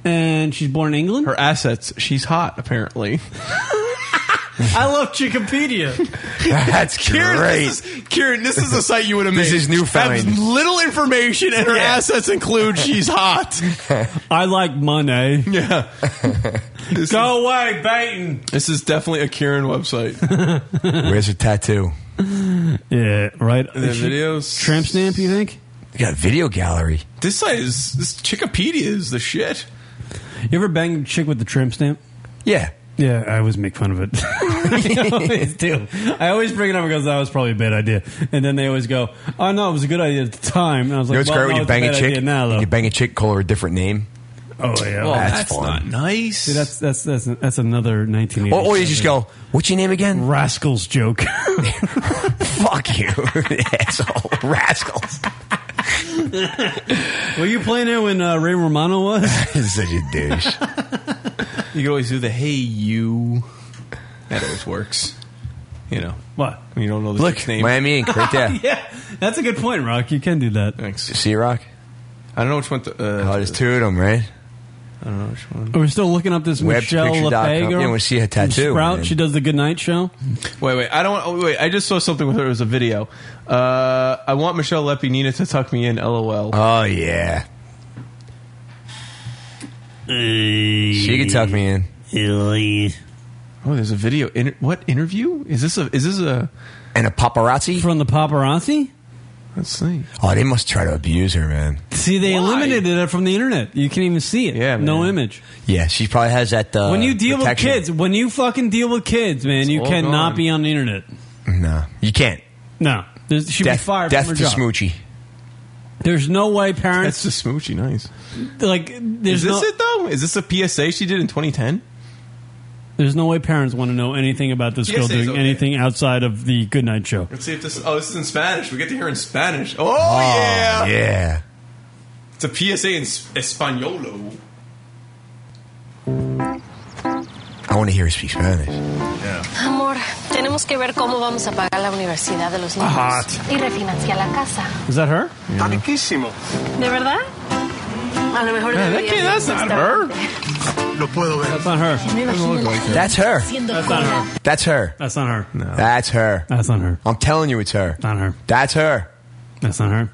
[SPEAKER 11] and she's born in England.
[SPEAKER 13] Her assets. She's hot, apparently.
[SPEAKER 11] I love Chickapedia.
[SPEAKER 12] That's
[SPEAKER 13] Kieran, This is, Kieran, this is a site you would have made.
[SPEAKER 11] This is new
[SPEAKER 13] Have
[SPEAKER 11] find.
[SPEAKER 13] little information, and her
[SPEAKER 11] Yeah.
[SPEAKER 13] assets include she's hot.
[SPEAKER 11] I like money.
[SPEAKER 13] Yeah.
[SPEAKER 11] Go away, Baton.
[SPEAKER 13] This is definitely a Kieran website.
[SPEAKER 12] Where's her tattoo?
[SPEAKER 11] Yeah, right.
[SPEAKER 13] And then
[SPEAKER 11] She-
[SPEAKER 13] videos.
[SPEAKER 11] Tramp stamp. You think?
[SPEAKER 12] You got a video gallery.
[SPEAKER 13] This site is this Chickapedia is the shit.
[SPEAKER 11] You ever bang a chick with the tramp stamp?
[SPEAKER 12] Yeah.
[SPEAKER 11] Yeah, I always make fun of it. I always do. I always bring it up because that was probably a bad idea, and then they always go, "Oh no, it was a good idea at the time." And I was
[SPEAKER 12] You know
[SPEAKER 11] like,
[SPEAKER 12] what's
[SPEAKER 11] well,
[SPEAKER 12] great when
[SPEAKER 11] no,
[SPEAKER 12] you
[SPEAKER 11] it's a
[SPEAKER 12] bang a
[SPEAKER 11] bad
[SPEAKER 12] chick?
[SPEAKER 11] idea now, though.
[SPEAKER 12] you bang a chick, call her a different name.
[SPEAKER 11] Oh yeah,
[SPEAKER 12] Well, That's that's fun.
[SPEAKER 11] not
[SPEAKER 13] nice.
[SPEAKER 11] that's that's that's that's another nineteen eighty.
[SPEAKER 12] Or, or you just go, "What's your name again?"
[SPEAKER 11] Rascals joke.
[SPEAKER 12] Fuck you, asshole, rascals.
[SPEAKER 11] Were you playing there when uh, Ray Romano was?
[SPEAKER 12] Such a douche.
[SPEAKER 13] You can always do the hey you. That always works. You know
[SPEAKER 11] what?
[SPEAKER 13] You don't know the
[SPEAKER 11] Look,
[SPEAKER 13] chick's name.
[SPEAKER 11] Miami Ink, right there. Yeah, that's a good point, Rock. You can do that.
[SPEAKER 13] Thanks.
[SPEAKER 12] See, Rock.
[SPEAKER 13] I don't know which one. To, uh,
[SPEAKER 12] oh, there's two of them, right?
[SPEAKER 13] I don't know which one.
[SPEAKER 11] We're still looking up this Michelle Lefebvre.
[SPEAKER 12] Yeah, we see her tattoo.
[SPEAKER 11] Sprout.
[SPEAKER 12] man.
[SPEAKER 11] She does the Good Night Show.
[SPEAKER 13] Wait, wait. I don't. want- Oh, wait, I just saw something with her. It was a video. Uh, I want Michelle Lepi Nina to tuck me in. LOL.
[SPEAKER 12] Oh yeah. She can tuck me in.
[SPEAKER 13] Oh, there's a video. Inter- what interview is this? A is this a
[SPEAKER 12] and a paparazzi
[SPEAKER 11] from the paparazzi?
[SPEAKER 13] Let's see.
[SPEAKER 12] Oh, they must try to abuse her, man.
[SPEAKER 11] See, they eliminated it from the internet. You can't even see it. Yeah, no image.
[SPEAKER 12] Yeah, she probably has that. Uh,
[SPEAKER 11] when you deal
[SPEAKER 12] protection.
[SPEAKER 11] with kids, when you fucking deal with kids, man, you
[SPEAKER 12] all
[SPEAKER 11] cannot
[SPEAKER 12] gone.
[SPEAKER 11] be on the internet.
[SPEAKER 12] no, you can't.
[SPEAKER 11] No, There's, she'd
[SPEAKER 12] death,
[SPEAKER 11] be fired
[SPEAKER 12] Death
[SPEAKER 11] from her
[SPEAKER 12] to
[SPEAKER 11] job.
[SPEAKER 12] Smoochie.
[SPEAKER 11] There's no way parents.
[SPEAKER 13] That's the Smoochie. Nice.
[SPEAKER 11] Like,
[SPEAKER 13] is
[SPEAKER 11] there's
[SPEAKER 13] this
[SPEAKER 11] no,
[SPEAKER 13] it though? Is this a PSA she did in 2010?
[SPEAKER 11] there's no way parents want to know anything about this
[SPEAKER 13] Yes,
[SPEAKER 11] girl
[SPEAKER 13] it's
[SPEAKER 11] doing
[SPEAKER 13] okay.
[SPEAKER 11] anything outside of the Good Night Show.
[SPEAKER 13] Let's see if this. Oh, this is in Spanish. We get to hear in Spanish. Oh,
[SPEAKER 11] Oh,
[SPEAKER 13] yeah,
[SPEAKER 12] yeah.
[SPEAKER 13] It's a PSA in S- Espanolo.
[SPEAKER 12] I want to hear her speak Spanish.
[SPEAKER 3] Amor, tenemos que ver cómo vamos a pagar la universidad de los niños
[SPEAKER 12] Hot.
[SPEAKER 3] y refinanciar la casa.
[SPEAKER 11] Is that her?
[SPEAKER 3] Está riquísimo. ¿De verdad? A lo mejor
[SPEAKER 11] Yeah, that
[SPEAKER 3] deberías
[SPEAKER 11] kid-
[SPEAKER 3] ir
[SPEAKER 11] that's
[SPEAKER 3] más
[SPEAKER 11] not
[SPEAKER 3] tarde.
[SPEAKER 11] That's not her.
[SPEAKER 12] That's her.
[SPEAKER 3] That's not her.
[SPEAKER 12] That's her.
[SPEAKER 11] That's not her.
[SPEAKER 12] No. That's her.
[SPEAKER 11] That's not her.
[SPEAKER 12] I'm telling you, it's her.
[SPEAKER 11] Not her.
[SPEAKER 12] That's her.
[SPEAKER 11] That's not her.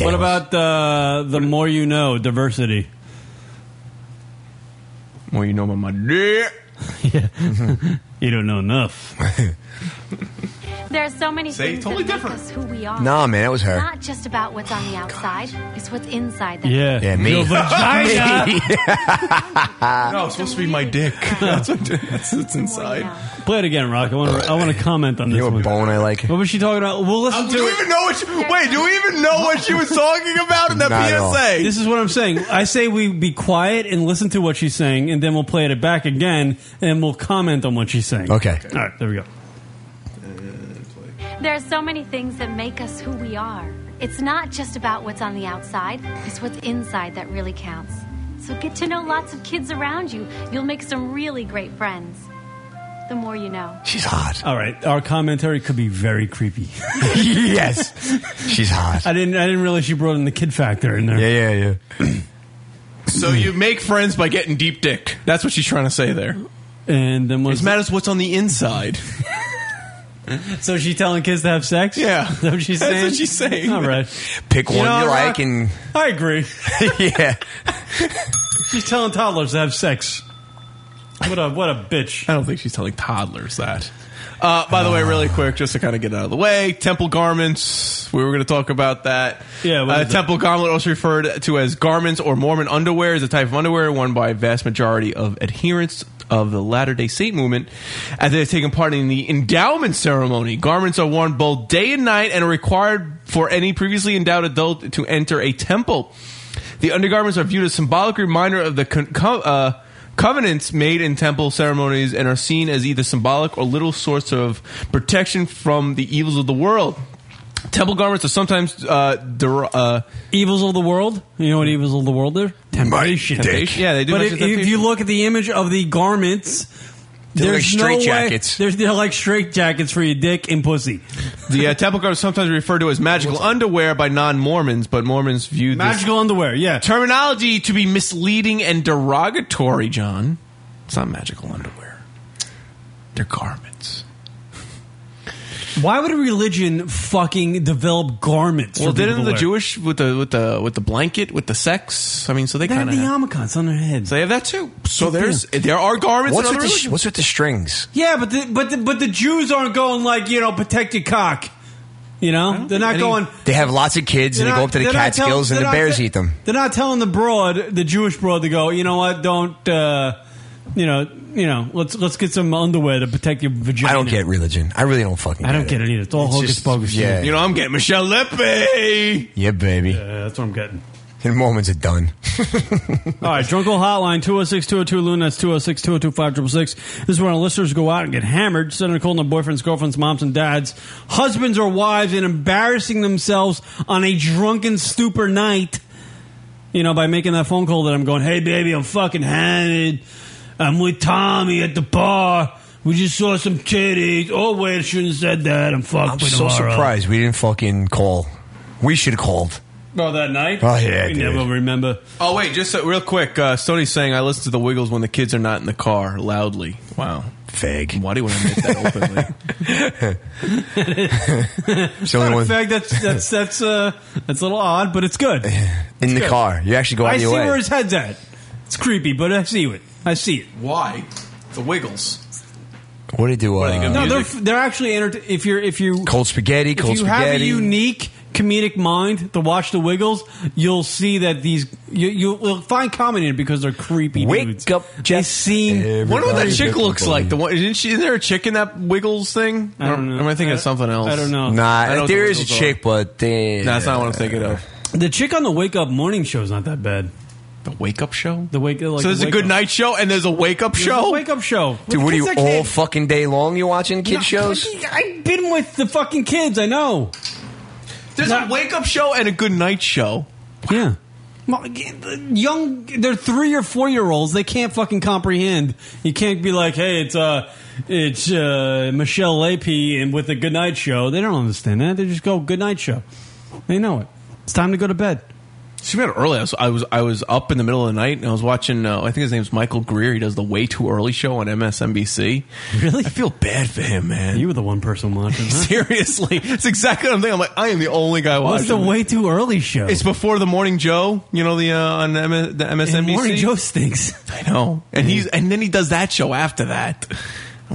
[SPEAKER 11] What about uh, the more you know diversity?
[SPEAKER 13] Well, you know my dear.
[SPEAKER 11] yeah, you don't know enough.
[SPEAKER 4] There are so many
[SPEAKER 13] See,
[SPEAKER 4] things
[SPEAKER 13] totally
[SPEAKER 4] that
[SPEAKER 13] different.
[SPEAKER 4] make us who we are.
[SPEAKER 12] Nah, man, that was her.
[SPEAKER 4] Not just about what's on the outside; it's what's inside. That
[SPEAKER 11] Yeah.
[SPEAKER 12] Yeah, me.
[SPEAKER 11] Your vagina.
[SPEAKER 12] Me.
[SPEAKER 13] no, it's supposed to be my dick. that's what that's, it's inside.
[SPEAKER 11] Play it again, Rock. I want to. I want to comment on this. You know what
[SPEAKER 12] bone I like?
[SPEAKER 11] What was she talking about? We'll listen
[SPEAKER 13] Uh,
[SPEAKER 11] to
[SPEAKER 13] do we
[SPEAKER 11] it.
[SPEAKER 13] even know what? She, wait, do we even know what she was talking about in that
[SPEAKER 11] Not at all.
[SPEAKER 13] PSA?
[SPEAKER 11] This is what I'm saying. I say we be quiet and listen to what she's saying, and then we'll play it back again, and we'll comment on what she's saying.
[SPEAKER 12] Okay.
[SPEAKER 11] All right. There we go.
[SPEAKER 4] There are so many things that make us who we are. It's not just about what's on the outside; it's what's inside that really counts. So get to know lots of kids around you. You'll make some really great friends. The more you know.
[SPEAKER 12] She's hot.
[SPEAKER 11] All right. Our commentary could be very creepy.
[SPEAKER 12] yes. She's hot.
[SPEAKER 11] I didn't. I didn't realize she brought in the kid factor in there.
[SPEAKER 12] Yeah. Yeah. Yeah.
[SPEAKER 13] So you make friends by getting deep dick. That's what she's trying to say there.
[SPEAKER 11] And then what's
[SPEAKER 13] it matters what's on the inside.
[SPEAKER 11] So she telling kids to have sex? Yeah. Is that what she's
[SPEAKER 13] That's
[SPEAKER 11] saying?
[SPEAKER 13] what she's saying.
[SPEAKER 11] All right.
[SPEAKER 12] Pick one you like and-
[SPEAKER 11] I agree.
[SPEAKER 12] yeah.
[SPEAKER 11] she's telling toddlers to have sex. What a what a bitch.
[SPEAKER 13] I don't think she's telling toddlers that. Uh, by the way, really quick, just to kind of get out of the way, temple garments. We were going to talk about that.
[SPEAKER 11] Yeah, what
[SPEAKER 13] uh,
[SPEAKER 11] is it?
[SPEAKER 13] temple garment, also referred to as garments or Mormon underwear, is a type of underwear worn by a vast majority of adherents of the Latter Day Saint movement, as they have taken part in the endowment ceremony. Garments are worn both day and night, and are required for any previously endowed adult to enter a temple. The undergarments are viewed as symbolic reminder of the con- co- uh, covenants made in temple ceremonies and are seen as either symbolic or little source of protection from the evils of the world. Temple garments are sometimes uh, der- uh,
[SPEAKER 11] evils of the world. You know what evils of the world are? Temptation.
[SPEAKER 13] Temptation. Yeah, they do.
[SPEAKER 11] But
[SPEAKER 13] mention
[SPEAKER 11] if, if
[SPEAKER 13] temptation.
[SPEAKER 11] you look at the image of the garments,
[SPEAKER 13] They're
[SPEAKER 11] there's
[SPEAKER 13] like
[SPEAKER 11] no way-
[SPEAKER 13] straitjackets.
[SPEAKER 11] There's they're like straight jackets for your dick and pussy.
[SPEAKER 13] the uh, temple garments are sometimes referred to as magical underwear by non-Mormons, but Mormons view this
[SPEAKER 11] Magical underwear. Yeah,
[SPEAKER 13] terminology to be misleading and derogatory. John, it's not magical underwear; they're garments.
[SPEAKER 11] Why would a religion fucking develop garments?
[SPEAKER 13] Well,
[SPEAKER 11] for people
[SPEAKER 13] didn't
[SPEAKER 11] to
[SPEAKER 13] the
[SPEAKER 11] wear?
[SPEAKER 13] Jewish with the with the with the blanket with the sex? I mean, so they
[SPEAKER 11] They have
[SPEAKER 13] kind
[SPEAKER 11] the
[SPEAKER 13] of
[SPEAKER 11] yarmulkes on their heads.
[SPEAKER 13] So they have that too. So there's there are garments.
[SPEAKER 12] What's
[SPEAKER 13] in
[SPEAKER 12] with,
[SPEAKER 13] other
[SPEAKER 12] the,
[SPEAKER 13] religions.
[SPEAKER 12] what's with the strings?
[SPEAKER 11] Yeah, but the, but the, but the Jews aren't going like you know protect your cock. You know they're not
[SPEAKER 12] Any-
[SPEAKER 11] going.
[SPEAKER 12] They have lots of kids and
[SPEAKER 11] They're
[SPEAKER 12] they go
[SPEAKER 11] not-
[SPEAKER 12] up to the
[SPEAKER 11] they're not tell-
[SPEAKER 12] Catskills and
[SPEAKER 11] they're
[SPEAKER 12] the
[SPEAKER 11] not
[SPEAKER 12] bears
[SPEAKER 11] te-
[SPEAKER 12] eat them.
[SPEAKER 11] They're not telling the broad, the Jewish broad, to go. You know what? Don't uh, you know, you know, let's let's get some underwear to protect your vagina.
[SPEAKER 12] I don't get religion. I really don't fucking.
[SPEAKER 11] I don't get it either. It's all Oh, hocus
[SPEAKER 12] just-
[SPEAKER 11] pocus.
[SPEAKER 12] Yeah,
[SPEAKER 11] You
[SPEAKER 13] know, I'm getting Michelle Lippy.
[SPEAKER 12] Yeah, baby.
[SPEAKER 11] Yeah, that's what I'm getting.
[SPEAKER 12] And moments are done.
[SPEAKER 11] All right, Drunk Old Hotline, 206 202 Loon. That's 206 202 5666. This is when our listeners go out and get hammered, sending a call to their boyfriends, girlfriends, moms, and dads, husbands or wives, and embarrassing themselves on a drunken stupor night, you know, by making that phone call that I'm going, hey, baby, I'm fucking hammered. I'm with Tommy at the bar. We just saw some titties. Oh, wait, I shouldn't have said that. I'm fucked
[SPEAKER 12] I'm
[SPEAKER 11] with
[SPEAKER 12] so
[SPEAKER 11] tomorrow."
[SPEAKER 12] surprised we didn't fucking call. We should have called.
[SPEAKER 11] Oh, that night?
[SPEAKER 12] Oh, yeah,
[SPEAKER 11] You
[SPEAKER 12] dude.
[SPEAKER 11] never remember.
[SPEAKER 13] Oh wait, just so, real quick. Uh, Sony's saying I listen to the Wiggles when the kids are not in the car loudly. Wow,
[SPEAKER 12] fag.
[SPEAKER 13] Why do you want to admit that openly?
[SPEAKER 11] it's
[SPEAKER 12] the only
[SPEAKER 11] not a
[SPEAKER 12] one-
[SPEAKER 11] fact that's that's that's uh that's a little odd, but it's good. In
[SPEAKER 12] the car. You actually go out
[SPEAKER 11] I
[SPEAKER 12] of your
[SPEAKER 11] see
[SPEAKER 12] way.
[SPEAKER 11] where his head's at. It's creepy, but I see it. I see it.
[SPEAKER 13] Why? The Wiggles.
[SPEAKER 12] What do you do? Uh,
[SPEAKER 11] no, they're they're actually enter- if you're if you
[SPEAKER 12] cold spaghetti.
[SPEAKER 11] if
[SPEAKER 12] Cold
[SPEAKER 11] you
[SPEAKER 12] spaghetti.
[SPEAKER 11] have a unique comedic mind to watch the Wiggles, you'll see that these you you- you'll find comedy in it because they're creepy.
[SPEAKER 13] Wake
[SPEAKER 11] dudes. up, they seem.
[SPEAKER 13] Wonder what that chick looks like. The one isn't she? Isn't there a chick in that Wiggles thing?
[SPEAKER 11] I don't know.
[SPEAKER 13] Am I thinking
[SPEAKER 11] I-
[SPEAKER 13] of something else?
[SPEAKER 11] I don't know.
[SPEAKER 12] Nah,
[SPEAKER 13] I know what the
[SPEAKER 12] there is a
[SPEAKER 13] Wiggles are.
[SPEAKER 12] chick, but they,
[SPEAKER 13] No, that's not what I'm thinking of.
[SPEAKER 11] The chick on the Wake Up Morning Show is not that bad.
[SPEAKER 13] The Wake Up Show.
[SPEAKER 11] The Wake. Like
[SPEAKER 13] so there's
[SPEAKER 11] the
[SPEAKER 13] a
[SPEAKER 11] Wake
[SPEAKER 13] good
[SPEAKER 11] Up.
[SPEAKER 13] night show and there's a wake up
[SPEAKER 11] There's
[SPEAKER 13] show.
[SPEAKER 11] a Wake Up Show,
[SPEAKER 12] Dude, what are you
[SPEAKER 11] Kids
[SPEAKER 12] all
[SPEAKER 11] kid-
[SPEAKER 12] fucking day long? You watching kid
[SPEAKER 11] No,
[SPEAKER 12] shows?
[SPEAKER 11] I've been with the fucking kids. I know.
[SPEAKER 13] There's a wake up show and a good night show.
[SPEAKER 11] Yeah. Well, Young, they're three or four year olds. They can't fucking comprehend. You can't be like, "Hey, it's uh, it's uh, Michelle Lapie and with the Goodnight Show." They don't understand that. They just go Goodnight Show. They know it. It's time to go to bed.
[SPEAKER 13] She met early. I was, I was I was up in the middle of the night and I was watching. Uh, I think his name's Michael Greer. He does the Way Too Early show on MSNBC.
[SPEAKER 11] Really, I
[SPEAKER 13] feel bad for him, man.
[SPEAKER 11] You were the one person watching. Huh?
[SPEAKER 13] Seriously, it's exactly what I'm thinking. I'm like, I am the only guy watching.
[SPEAKER 11] What's the
[SPEAKER 13] it.
[SPEAKER 11] way too early show?
[SPEAKER 13] It's before the Morning Joe. You know the uh, on M- the MSNBC.
[SPEAKER 11] Morning Joe stinks.
[SPEAKER 13] I know, and he's and then he does that show after that.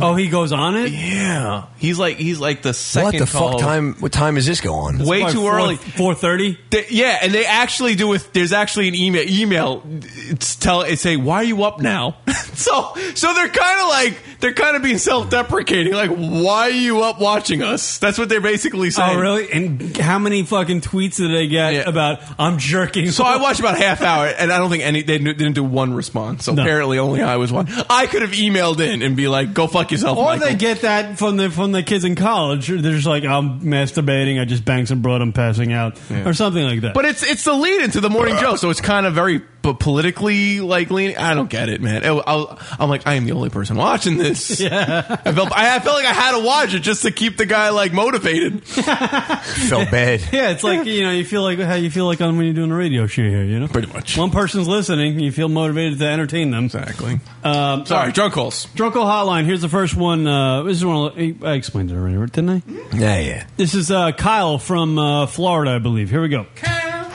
[SPEAKER 11] Oh, he goes on it.
[SPEAKER 13] Yeah, he's like he's like the
[SPEAKER 12] What
[SPEAKER 13] second.
[SPEAKER 12] the fuck
[SPEAKER 13] call.
[SPEAKER 12] time? What time is this going?
[SPEAKER 13] Way too early.
[SPEAKER 11] Four thirty.
[SPEAKER 13] Yeah, and they actually do with. There's actually an email. Email. It's tell. It say why are you up now? so so they're kind of like they're kind of being self deprecating. Like why are you up watching us? That's what they're basically saying.
[SPEAKER 11] Oh, really? And how many fucking tweets did they get about I'm jerking?
[SPEAKER 13] So I watched about half hour, and I don't think any they kn- didn't do one response. So
[SPEAKER 11] No.
[SPEAKER 13] apparently, only I was one. I could have emailed in and be like, "Go fuck yourself."
[SPEAKER 11] Or
[SPEAKER 13] Michael.
[SPEAKER 11] they get that from the from the kids in college. They're just like, I'm masturbating. I just banged some broad. I'm passing out, or something like that.
[SPEAKER 13] But it's it's the lead into the morning Joe, so it's kind of very p- politically like leaning. I don't get it, man. I, am like I am the only person watching this.
[SPEAKER 11] Yeah.
[SPEAKER 13] I felt I, I felt like I had to watch it just to keep the guy like motivated.
[SPEAKER 12] Felt bad.
[SPEAKER 11] yeah, it's like you know, you feel like how you feel like on when you're doing a radio show here. You know,
[SPEAKER 13] pretty much.
[SPEAKER 11] One person's listening, you feel motivated to entertain them.
[SPEAKER 13] Exactly.
[SPEAKER 11] Um,
[SPEAKER 13] Sorry, drunk calls.
[SPEAKER 11] Drunk call hotline. Here's the first one. Uh, this is one I explained it already, didn't I?
[SPEAKER 12] Mm-hmm. Yeah, yeah.
[SPEAKER 11] This is uh, Kyle from uh, Florida, I believe. Here we go.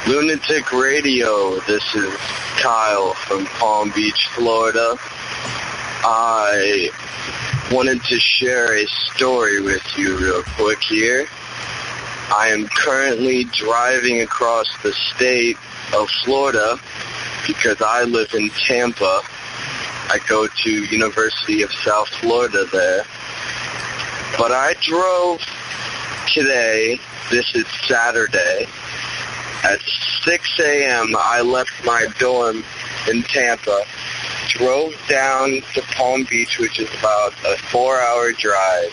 [SPEAKER 5] Lunatic Radio. This is Kyle from Palm Beach, Florida. I wanted to share a story with you real quick here. I am currently driving across the state of Florida because I live in Tampa. I go to University of South Florida there. But I drove today, this is Saturday, at 6 a.m., I left my dorm in Tampa, drove down to Palm Beach, which is about a four-hour drive.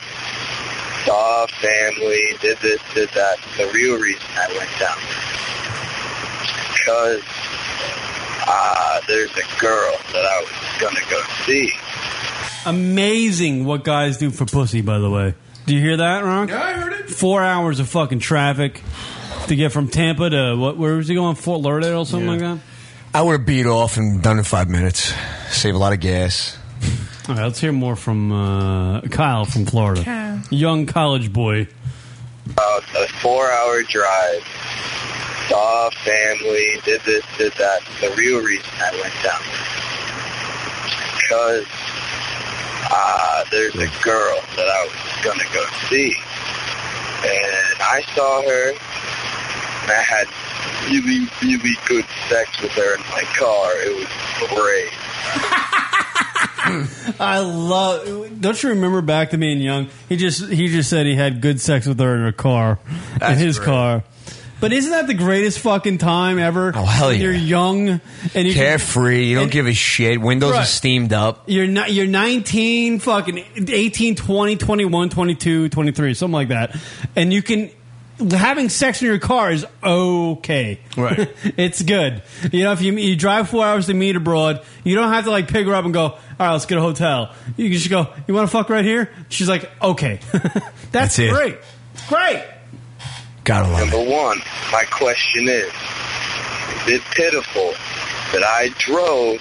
[SPEAKER 5] Saw family, did this, did that. The real reason I went down because uh, there's a girl that I was gonna go see.
[SPEAKER 11] Amazing what guys do for pussy, by the way. Do you hear that, Ron? Yeah, I heard it. Four hours of fucking traffic to get from Tampa to what? Where was he going? Fort Lauderdale or something like that.
[SPEAKER 12] I would have beat off and done in five minutes. Save a lot of gas.
[SPEAKER 11] All right, let's hear more from uh, Kyle from Florida, young college boy.
[SPEAKER 5] about a four-hour drive. Saw family, did this, did that. The real reason I went down because uh, there's a girl that I was gonna go see, and I saw her, and I had really, really good sex with her in my car. It was great.
[SPEAKER 11] I love. Don't you remember back to me and Young? He just he just said he had good sex with her in her car, in his car. But isn't that the greatest fucking time ever? Oh
[SPEAKER 12] hell yeah.
[SPEAKER 11] You're young and you can-
[SPEAKER 12] Carefree. You don't give a shit. Windows are
[SPEAKER 11] Right.
[SPEAKER 12] steamed up.
[SPEAKER 11] You're not, you're 19, fucking 18, 20, 21, 22, 23, something like that. And you can having sex in your car is okay.
[SPEAKER 13] Right.
[SPEAKER 11] it's good. You know, if you you drive 4 hours to meet abroad, you don't have to like pick her up and go, "All right, let's get a hotel." You can just go, "You want to fuck right here?" She's like, "Okay." That's,
[SPEAKER 12] it.
[SPEAKER 11] great. Great.
[SPEAKER 12] Gotta love
[SPEAKER 5] Number one, my question is, is it pitiful that I drove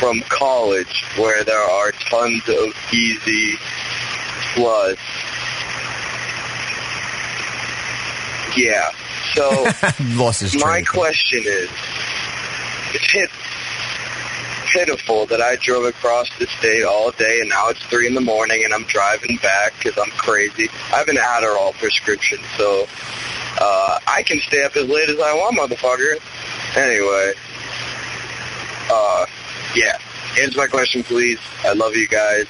[SPEAKER 5] from college where there are tons of easy floods? Yeah. So
[SPEAKER 12] Lost his
[SPEAKER 5] my
[SPEAKER 12] train.
[SPEAKER 5] question is, is it pitiful that I drove across the state all day and now it's three in the morning and I'm driving back because I'm crazy. I have an Adderall prescription, so uh, I can stay up as late as I want, motherfucker. Anyway, uh, yeah. Answer my question, please. I love you guys.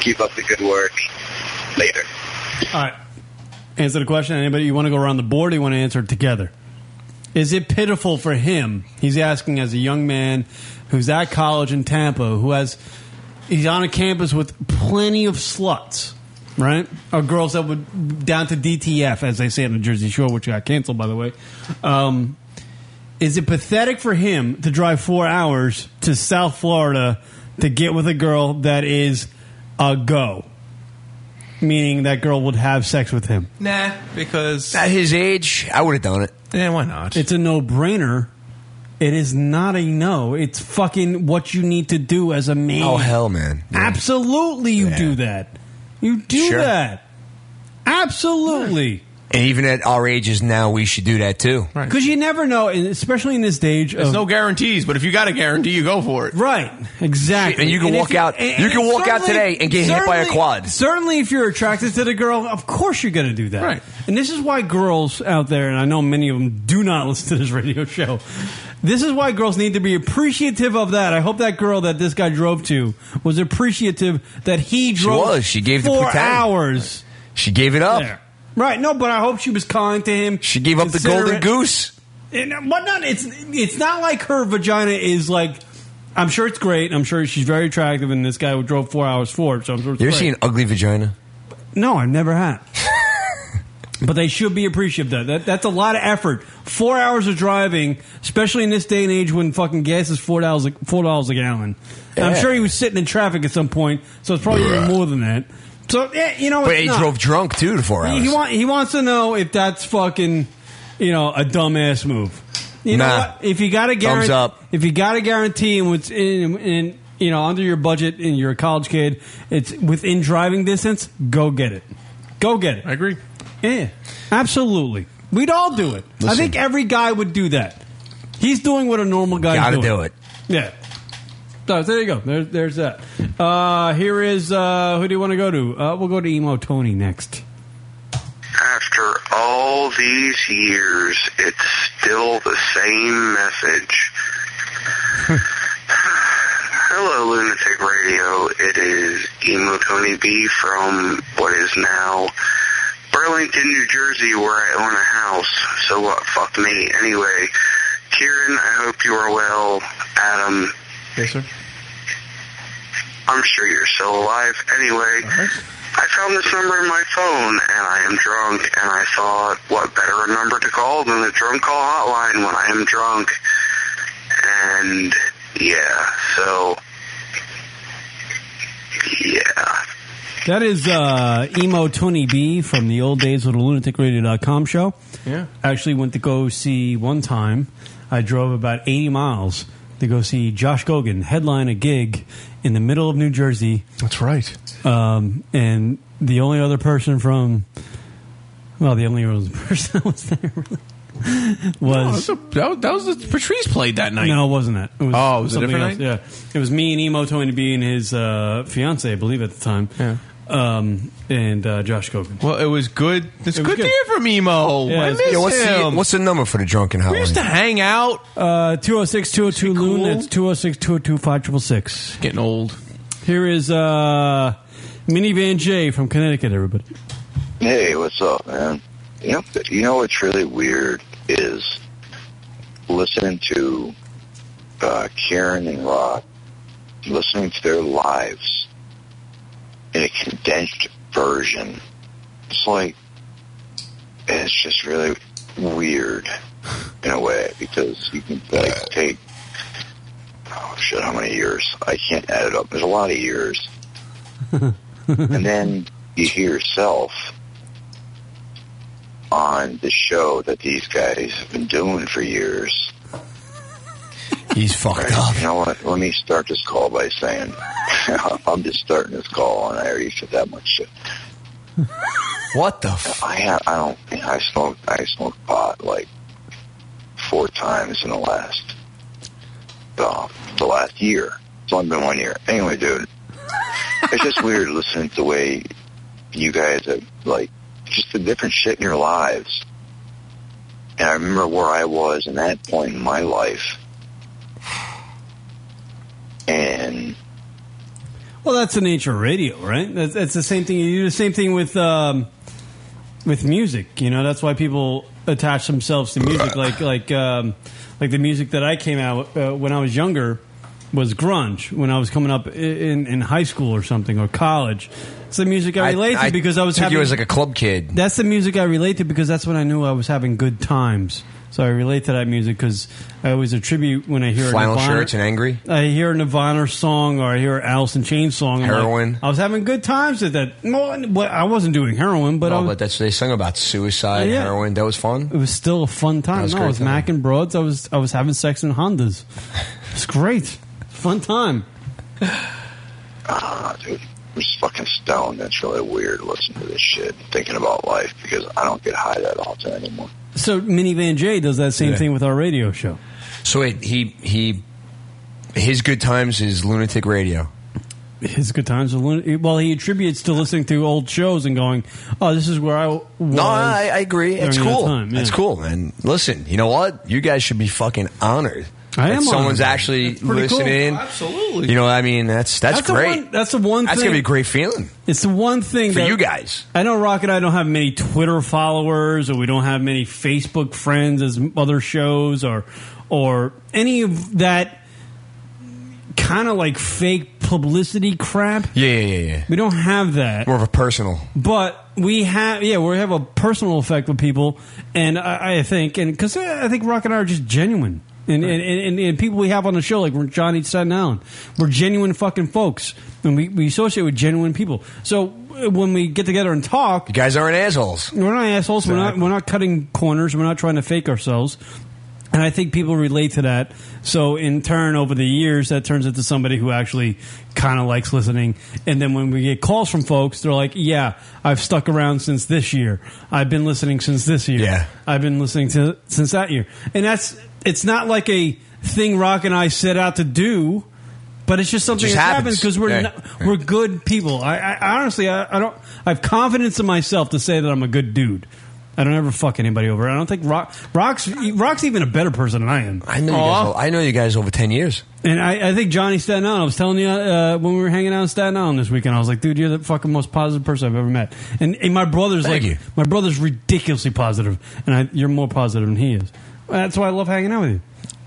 [SPEAKER 5] Keep up the good work. Later.
[SPEAKER 11] All right. Answer the question. Anybody you want to go around the board? Or you want to answer it together? Is it pitiful for him? He's asking as a young man who's at college in Tampa, who has he's on a campus with plenty of sluts, right? Or girls that would down to DTF, as they say on the Jersey Shore, which got canceled by the way. Um, is it pathetic for him to drive four hours to South Florida to get with a girl that is a go? Meaning that girl would have sex with him.
[SPEAKER 13] Nah, because
[SPEAKER 12] at his age, I would have done it.
[SPEAKER 13] Yeah, why not?
[SPEAKER 11] It's a no brainer. It is not a no. It's fucking what you need to do as a man.
[SPEAKER 12] Oh hell, man.
[SPEAKER 11] Absolutely, you do that. You do
[SPEAKER 12] Sure.
[SPEAKER 11] that. Absolutely.
[SPEAKER 12] And even at our ages now, we should do that too.
[SPEAKER 11] Because you never know, and especially in this day age.
[SPEAKER 13] There's
[SPEAKER 11] of-
[SPEAKER 13] no guarantees, but if you got a guarantee, you go for it.
[SPEAKER 11] Right. Exactly.
[SPEAKER 12] And you can
[SPEAKER 11] if
[SPEAKER 12] walk out-
[SPEAKER 11] and-
[SPEAKER 12] you can
[SPEAKER 11] and
[SPEAKER 12] walk out
[SPEAKER 11] certainly-
[SPEAKER 12] today and get hit by a
[SPEAKER 11] certainly-
[SPEAKER 12] quad.
[SPEAKER 11] Certainly, if you're attracted to the girl, of course you're going to do that.
[SPEAKER 13] Right.
[SPEAKER 11] And this is why girls out there, and I know many of them do not listen to this radio show. This is why girls need to be appreciative of that. I hope that girl that this guy drove to was appreciative that he
[SPEAKER 12] She
[SPEAKER 11] drove.
[SPEAKER 12] was. She gave the
[SPEAKER 11] four
[SPEAKER 12] pretend.
[SPEAKER 11] hours.
[SPEAKER 12] She gave it up.
[SPEAKER 11] there. Right. No, but I hope she was kind to him.
[SPEAKER 12] She gave up the golden goose.
[SPEAKER 11] And, but not it's it's not like her vagina is like. I'm sure it's great. I'm sure she's very attractive, and this guy who drove four hours for it. So I'm sure. It's
[SPEAKER 12] You ever
[SPEAKER 11] great.
[SPEAKER 12] see an ugly vagina?
[SPEAKER 11] No, I've never had. but they should be appreciative of that. that. That's a lot of effort. Four hours of driving, especially in this day and age when fucking gas is four dollars four dollars a gallon. And I'm
[SPEAKER 12] Yeah.
[SPEAKER 11] sure he was sitting in traffic at some point, so it's probably even more than that. So yeah, you know,
[SPEAKER 12] But
[SPEAKER 11] it's
[SPEAKER 12] he
[SPEAKER 11] not.
[SPEAKER 12] drove drunk too to four
[SPEAKER 11] He-
[SPEAKER 12] hours.
[SPEAKER 11] He, want, he wants to know if that's fucking, you know, a dumbass move. You know
[SPEAKER 12] Nah.
[SPEAKER 11] what? If you got a
[SPEAKER 12] Thumbs
[SPEAKER 11] guarantee,
[SPEAKER 12] up.
[SPEAKER 11] if you got a guarantee and what's in, in, you know, under your budget and you're a college kid, it's within driving distance. Go get it. Go get it. I
[SPEAKER 13] agree.
[SPEAKER 11] Yeah, absolutely. We'd all do it. I
[SPEAKER 12] Listen.
[SPEAKER 11] think every guy would do that. He's doing what a normal guy
[SPEAKER 12] Gotta
[SPEAKER 11] doing.
[SPEAKER 12] do it.
[SPEAKER 11] Yeah. So there you go. There, there's that. Uh, here is uh, who do you want to go to? Uh, we'll go to emo Tony next.
[SPEAKER 5] After all these years, it's still the same message. Hello, Lunatic Radio. It is Emo Tony B from what is now Burlington, New Jersey, where I own a house. So what? Fuck me. Anyway, Kieran, I hope you are well. Adam,
[SPEAKER 13] Yes, sir.
[SPEAKER 5] I'm sure you're still alive. Anyway, I found this number in my phone, and I am drunk, and I thought, what better a number to call than the drunk call hotline when I am drunk? And yeah, so yeah.
[SPEAKER 11] That is uh, emo Tony B from the old days of the lunaticradio.com show.
[SPEAKER 13] Yeah.
[SPEAKER 11] Actually went to go see one time. I drove about 80 miles to go see Josh Gogan headline a gig in the middle of New Jersey.
[SPEAKER 13] That's right.
[SPEAKER 11] Um, and the only other person from, well, the only other person that was there really was.
[SPEAKER 13] No, that was, that was that was- Patrice played that night.
[SPEAKER 11] No, it wasn't that. It was
[SPEAKER 13] Oh, it was a
[SPEAKER 11] something
[SPEAKER 13] different
[SPEAKER 11] else. Yeah, it was me and Emo Tony B and his uh, fiance, I believe, at the time. Yeah. um, and uh, Josh Cogan.
[SPEAKER 13] Well, it was good. It's
[SPEAKER 11] It was
[SPEAKER 13] good, to
[SPEAKER 11] good.
[SPEAKER 13] hear from Emo.
[SPEAKER 11] Yeah,
[SPEAKER 13] I
[SPEAKER 11] it's-
[SPEAKER 13] miss
[SPEAKER 11] Yeah, what's the-
[SPEAKER 13] him.
[SPEAKER 12] What's the number for the drunken
[SPEAKER 13] we used
[SPEAKER 12] hotline?
[SPEAKER 13] to hang out.
[SPEAKER 11] Uh, 206 202 Loon. That's 206 202 5666.
[SPEAKER 13] Getting old.
[SPEAKER 11] Here is uh, Minivan J from Connecticut, everybody.
[SPEAKER 3] Hey, what's up, man? You know, you know what's really weird is listening to uh, Karen and Rod, listening to their lives in a condensed version. It's like it's just really weird in a way because you can like take oh shit how many years I can't add it up. There's a lot of years
[SPEAKER 12] Mm-hmm.
[SPEAKER 3] and then you hear yourself on the show that these guys have been doing for years.
[SPEAKER 12] He's fucked up.
[SPEAKER 3] You know what? Let me start this call by saying I'm just starting this call, and I already said that much shit.
[SPEAKER 12] What the?
[SPEAKER 3] I have. I don't. I smoked. I smoked pot like four times in the last uh, the last year. It's only been one year. Anyway, dude, it's just weird listening to the way you guys have like just the different shit in your lives. And I remember where I was in that point in my life. And
[SPEAKER 11] Well, that's the nature of radio, right? That's, that's the same thing. You do the same thing with um, with music. You know, that's why people attach themselves to music, like like um, like the music that I came out uh, when I was younger was grunge. When I was coming up i- in, in high school or something or college, it's the music I relate to because I was
[SPEAKER 12] took
[SPEAKER 11] having
[SPEAKER 12] you as like a club kid.
[SPEAKER 11] That's the music I relate to because that's when I knew I was having good times. So I relate to that music because I always attribute when I hear
[SPEAKER 12] Flannel
[SPEAKER 11] a Nirvana,
[SPEAKER 12] shirts and angry?
[SPEAKER 11] I hear a Nirvana song or I hear an Alice in Chains song. I'm like,
[SPEAKER 12] Heroin.
[SPEAKER 11] I was having good times at that. No, well, I wasn't doing heroin, but
[SPEAKER 12] But,
[SPEAKER 11] I
[SPEAKER 12] no,
[SPEAKER 11] was,
[SPEAKER 12] but that's they sung about suicide,
[SPEAKER 11] Yeah.
[SPEAKER 12] heroin. That was fun.
[SPEAKER 11] it was still a fun
[SPEAKER 12] That
[SPEAKER 11] time.
[SPEAKER 12] was
[SPEAKER 11] no,
[SPEAKER 12] great
[SPEAKER 11] I was
[SPEAKER 12] time.
[SPEAKER 11] Mac and broads. I was I was having sex in Hondas. It's great, fun time.
[SPEAKER 3] ah, dude, I'm just fucking stoned. That's really weird listening to this shit, thinking about life because I don't get high that often anymore.
[SPEAKER 11] So Minivan J does that same
[SPEAKER 12] Yeah.
[SPEAKER 11] thing with our radio show.
[SPEAKER 12] So wait, he he his good times is lunatic radio.
[SPEAKER 11] His good times. are lun- Well, he attributes to listening to old shows and going, "Oh, this is where I was."
[SPEAKER 12] No, I, I agree. It's
[SPEAKER 11] during that
[SPEAKER 12] cool.
[SPEAKER 11] time, yeah.
[SPEAKER 12] It's cool. And listen, you know what? You guys should be fucking honored.
[SPEAKER 11] I
[SPEAKER 12] that
[SPEAKER 11] am
[SPEAKER 12] Someone's
[SPEAKER 11] honored.
[SPEAKER 12] actually
[SPEAKER 11] That's pretty cool.
[SPEAKER 12] listening.
[SPEAKER 11] Absolutely.
[SPEAKER 12] You know, I mean, that's that's,
[SPEAKER 11] the
[SPEAKER 12] great.
[SPEAKER 11] one- that's the one.
[SPEAKER 12] That's
[SPEAKER 11] thing.
[SPEAKER 12] gonna be a great feeling.
[SPEAKER 11] It's the one thing
[SPEAKER 12] For
[SPEAKER 11] that-
[SPEAKER 12] you guys.
[SPEAKER 11] I know Rock and I don't have many Twitter followers, or we don't have many Facebook friends as other shows, or or any of that kind of like fake publicity crap.
[SPEAKER 12] Yeah, yeah, yeah, yeah.
[SPEAKER 11] We don't have that.
[SPEAKER 12] More of a personal.
[SPEAKER 11] But we have, yeah, we have a personal effect with people, and I, I think, and because I think Rock and I are just genuine, and, and, and and people we have on the show, like we're Johnny Staten Island, we're genuine fucking folks, and we, we associate with genuine people. So uh, when we get together and talk, you
[SPEAKER 12] guys aren't assholes.
[SPEAKER 11] We're not assholes. We're not we're not cutting corners. We're not trying to fake ourselves. And I think people relate to that. So in turn, over the years, that turns into somebody who actually kind of likes listening. And then when we get calls from folks, they're like, "Yeah, I've stuck around since this year. I've been listening since this year. Yeah. I've been listening to since that year." And that's it's not like a thing Rock and I set out to do, but it's just something
[SPEAKER 12] just
[SPEAKER 11] that's
[SPEAKER 12] happens.
[SPEAKER 11] happened because we're
[SPEAKER 12] Yeah.
[SPEAKER 11] not, we're good people. I, I honestly, I, I don't. I have confidence in myself to say that I'm a good dude. I don't ever fuck anybody over. I don't think Rock Rock's Rock's even a better person than I am.
[SPEAKER 12] I know you guys. I know you guys over ten years.
[SPEAKER 11] And I, I think Johnny Staten Island. I was telling you uh, when we were hanging out in Staten Island this weekend. I was like, dude, you're the fucking most positive person I've ever met. And, and my brother's
[SPEAKER 12] Thank
[SPEAKER 11] like,
[SPEAKER 12] you.
[SPEAKER 11] my brother's ridiculously positive, and I, you're more positive than he is. That's why I love hanging out with you.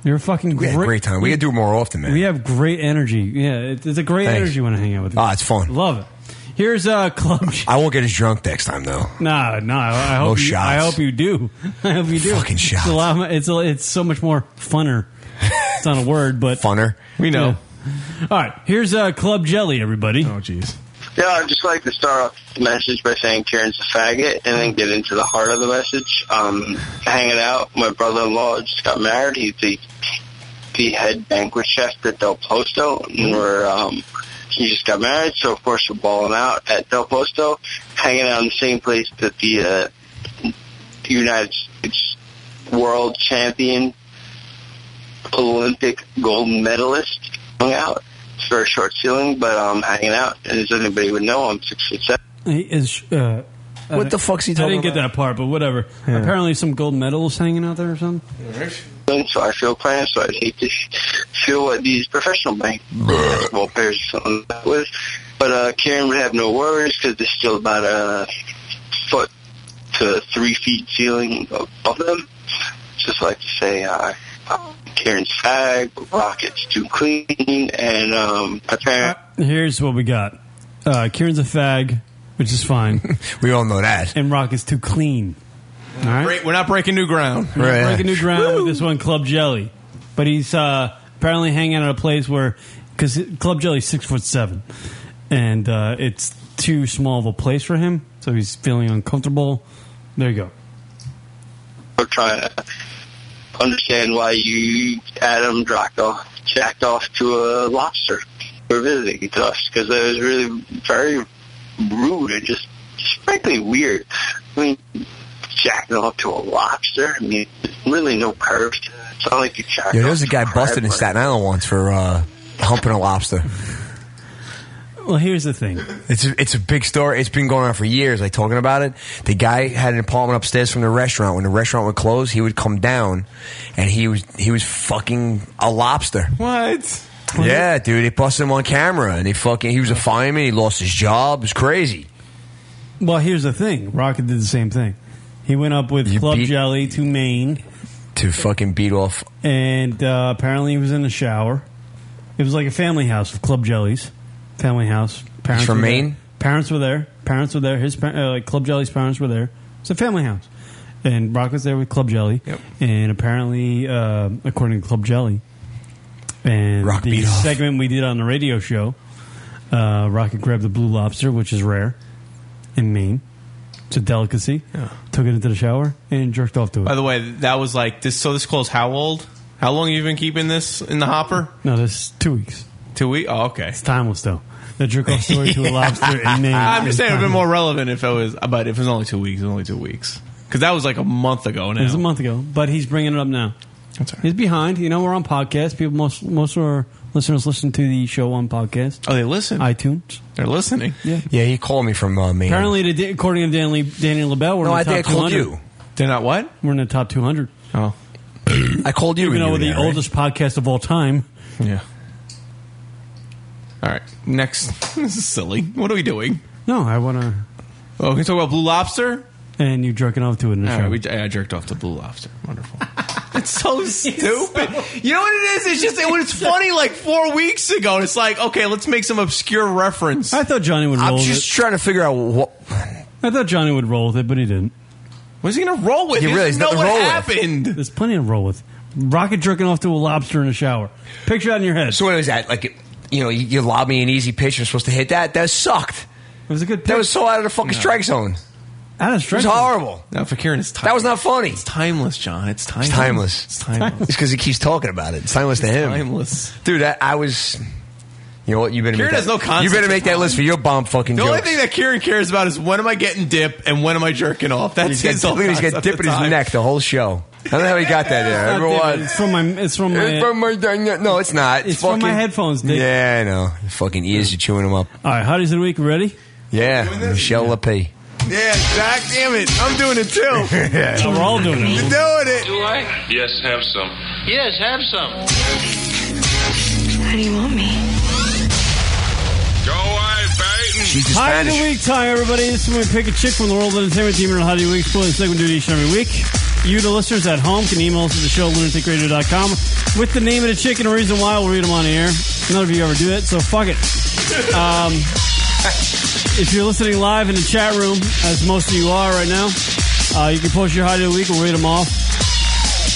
[SPEAKER 11] You're a fucking
[SPEAKER 12] We
[SPEAKER 11] great,
[SPEAKER 12] had a great time. We could do it more often, man.
[SPEAKER 11] We have great energy. Yeah, it, it's a great
[SPEAKER 12] Thanks.
[SPEAKER 11] energy when I hang out with you.
[SPEAKER 12] Ah, it's fun.
[SPEAKER 11] Love it. Here's a club.
[SPEAKER 12] I won't get as drunk next time though.
[SPEAKER 11] No, no. I I
[SPEAKER 12] No
[SPEAKER 11] hope you,
[SPEAKER 12] shots.
[SPEAKER 11] I hope you do. I hope you do. Fucking shots. It's a lot. It's a, it's so much more funner. It's not a word, but
[SPEAKER 12] funner.
[SPEAKER 13] We know.
[SPEAKER 11] All right. Here's uh, Club Jelly, everybody. Oh, jeez.
[SPEAKER 3] Yeah, I'd just like to start off the message by saying Karen's a faggot and then get into the heart of the message. Um, hanging out, my brother-in-law just got married. He's the, the head banquet chef at Del Posto. And we're, um, he just got married, so of course we're balling out at Del Posto, hanging out in the same place that the uh, United States world champion Olympic gold medalist hung out.
[SPEAKER 5] It's very short ceiling, but I'm hanging out. And as anybody would know, I'm six foot seven.
[SPEAKER 11] He is. Uh,
[SPEAKER 5] What the fuck's he talking
[SPEAKER 11] I didn't get that part, but whatever. Apparently, some gold medals hanging out there or something.
[SPEAKER 5] So I feel clan, so I'd hate to feel what these professional bank basketball players or something that was. But uh, Karen would have no worries because there's still about a foot to three feet ceiling above them. Just like to say, uh, Karen's fag, rockets too clean, and um, apparently
[SPEAKER 11] Here's what we got. Uh, Kieran's a fag, which is fine.
[SPEAKER 12] we all know that.
[SPEAKER 11] And Rock is too clean. All right?
[SPEAKER 13] We're not breaking new ground.
[SPEAKER 11] We're not breaking new ground with this one, Club Jelly. But he's uh, apparently hanging out at a place where, because Club Jelly's six foot seven, and uh, it's too small of a place for him, so he's feeling uncomfortable. There you go.
[SPEAKER 5] I'm trying to understand why you, Adam, dropped off, jacked off to a lobster for visiting to us because that was really very rude and just, just frankly weird. I mean, jacking off to a lobster. I mean, really no curves. to it. It's not like you jacked
[SPEAKER 12] Yo, there
[SPEAKER 5] off
[SPEAKER 12] was a
[SPEAKER 5] to
[SPEAKER 12] guy
[SPEAKER 5] crab
[SPEAKER 12] busted in
[SPEAKER 5] or-
[SPEAKER 12] Staten Island once for uh, humping a lobster.
[SPEAKER 11] Well, here's the thing.
[SPEAKER 12] It's a, it's a big story. It's been going on for years. Like talking about it, the guy had an apartment upstairs from the restaurant. When the restaurant would close, he would come down, and he was he was fucking a lobster.
[SPEAKER 13] What?
[SPEAKER 12] Yeah, dude, they busted him on camera, and they fucking he was a fireman. He lost his job. It was crazy.
[SPEAKER 11] Well, here's the thing. Rocket did the same thing. He went up with Club Jelly to Maine
[SPEAKER 12] to fucking beat off.
[SPEAKER 11] And uh, apparently, he was in the shower. It was like a family house with Club Jellies. Family house. Parents
[SPEAKER 12] from
[SPEAKER 11] were there.
[SPEAKER 12] Maine?
[SPEAKER 11] Parents were there. Parents were there. His par- uh, like Club Jelly's parents were there. It's a family house. And Rock was there with Club Jelly. And apparently, uh, according to Club Jelly, and
[SPEAKER 12] Rock
[SPEAKER 11] the
[SPEAKER 12] beat off.
[SPEAKER 11] segment we did on the radio show, uh, Rocket grabbed the blue lobster, which is rare in Maine. It's a delicacy. Took it into the shower and jerked off to it.
[SPEAKER 13] By the way, that was like this. So this calls how old? How long have you been keeping this in the hopper?
[SPEAKER 11] No, this is two weeks.
[SPEAKER 13] Two weeks. Oh, okay.
[SPEAKER 11] It's timeless though. The jerk off story to a lobster in Maine.
[SPEAKER 13] I'm just
[SPEAKER 11] is
[SPEAKER 13] saying it would have been
[SPEAKER 11] timeless.
[SPEAKER 13] more relevant if it was, but if it was only two weeks, it was only two weeks. Because that was like a month ago now.
[SPEAKER 11] It was a month ago, but he's bringing it up now. He's behind. You know, we're on podcast. People, most most of our listeners listen to the show on podcast.
[SPEAKER 13] Oh, they listen.
[SPEAKER 11] iTunes.
[SPEAKER 13] They're listening.
[SPEAKER 11] Yeah.
[SPEAKER 12] Yeah, he called me from uh, Maine.
[SPEAKER 11] Apparently, to, Da- according to Danny, Danny LaBelle, we're
[SPEAKER 12] No,
[SPEAKER 11] in the
[SPEAKER 12] I
[SPEAKER 11] top
[SPEAKER 12] think I called
[SPEAKER 11] 200.
[SPEAKER 12] you.
[SPEAKER 13] They're not what?
[SPEAKER 11] We're in the top 200.
[SPEAKER 13] Oh.
[SPEAKER 12] I called you.
[SPEAKER 11] Even
[SPEAKER 12] when
[SPEAKER 11] though
[SPEAKER 12] you
[SPEAKER 11] we're
[SPEAKER 12] were
[SPEAKER 11] the
[SPEAKER 12] there, right?
[SPEAKER 11] oldest podcast of all time.
[SPEAKER 13] Yeah. All right. Next. This is silly. What are we doing?
[SPEAKER 11] No, I want to.
[SPEAKER 13] Oh, can we talk about Blue Lobster?
[SPEAKER 11] And you jerking off to it in
[SPEAKER 13] All
[SPEAKER 11] the
[SPEAKER 13] right.
[SPEAKER 11] show.
[SPEAKER 13] We, I jerked off to Blue Lobster. Wonderful.
[SPEAKER 11] it's so
[SPEAKER 13] stupid. You know what it is? It's just it was funny like four weeks ago. And it's like, okay, let's make some obscure reference.
[SPEAKER 11] I thought Johnny would roll
[SPEAKER 13] I'm
[SPEAKER 11] with
[SPEAKER 13] just
[SPEAKER 11] it.
[SPEAKER 12] trying to figure out what.
[SPEAKER 11] I thought Johnny would roll with it, but he didn't.
[SPEAKER 13] Was he going to roll with? You He realize doesn't know nothing what to roll with. happened.
[SPEAKER 11] There's plenty to roll with. Rocket jerking off to a lobster in a shower. Picture that in your head.
[SPEAKER 12] So what was that? Like, you know, you, you lob me an easy pitch. You're supposed to hit that. That sucked.
[SPEAKER 11] It was a good.
[SPEAKER 12] That was so out of the fucking
[SPEAKER 13] No.
[SPEAKER 12] strike zone.
[SPEAKER 11] Out of
[SPEAKER 12] It was horrible.
[SPEAKER 13] No, for Kieran, it's
[SPEAKER 12] That was not funny. It's
[SPEAKER 13] timeless, John. It's timeless.
[SPEAKER 12] It's timeless.
[SPEAKER 13] It's timeless.
[SPEAKER 12] It's because he keeps talking about it. It's timeless to him.
[SPEAKER 13] Timeless,
[SPEAKER 12] dude. That, I was. You know what? You better.
[SPEAKER 13] Kieran
[SPEAKER 12] make
[SPEAKER 13] has
[SPEAKER 12] that,
[SPEAKER 13] no concept
[SPEAKER 12] You better make that
[SPEAKER 13] of
[SPEAKER 12] list for your bomb fucking.
[SPEAKER 13] The
[SPEAKER 12] jokes.
[SPEAKER 13] only thing that Kieran cares about is when am I getting dip and when am I jerking off. That's
[SPEAKER 12] he's
[SPEAKER 13] his
[SPEAKER 12] got,
[SPEAKER 13] whole
[SPEAKER 12] look at he's got
[SPEAKER 13] concept
[SPEAKER 12] dip
[SPEAKER 13] of
[SPEAKER 12] in his
[SPEAKER 13] time.
[SPEAKER 12] neck the whole show. I don't know how he got that
[SPEAKER 11] It's
[SPEAKER 12] there.
[SPEAKER 11] not
[SPEAKER 12] Everyone.
[SPEAKER 11] different. It's from my. It's from my.
[SPEAKER 12] It's from my- no, it's not.
[SPEAKER 11] It's from my headphones, Dick.
[SPEAKER 12] Yeah, I know. Your fucking ears are chewing them up.
[SPEAKER 11] All right, hotties of the week. Ready?
[SPEAKER 12] Yeah, Michelle LaPee.
[SPEAKER 13] Yeah, Zach, damn it. I'm doing it too.
[SPEAKER 12] Yeah.
[SPEAKER 11] We're all doing
[SPEAKER 13] You're
[SPEAKER 11] it.
[SPEAKER 13] doing it.
[SPEAKER 6] Do I?
[SPEAKER 27] Yes, have some.
[SPEAKER 6] Yes, have some.
[SPEAKER 3] How do you want me?
[SPEAKER 6] Go away, Peyton.
[SPEAKER 11] Hottie of the week time, everybody. This is when we pick a chick from the world of entertainment team and a hottie of the week. Spoiler segment do it each and every week. You, the listeners at home, can email us at the show lunaticradio.com with the name of the chick and a reason why. We'll read them on air. None of you ever do it, so fuck it. Um, if you're listening live in the chat room, as most of you are right now, uh, you can post your hottie of the week. We'll read them off.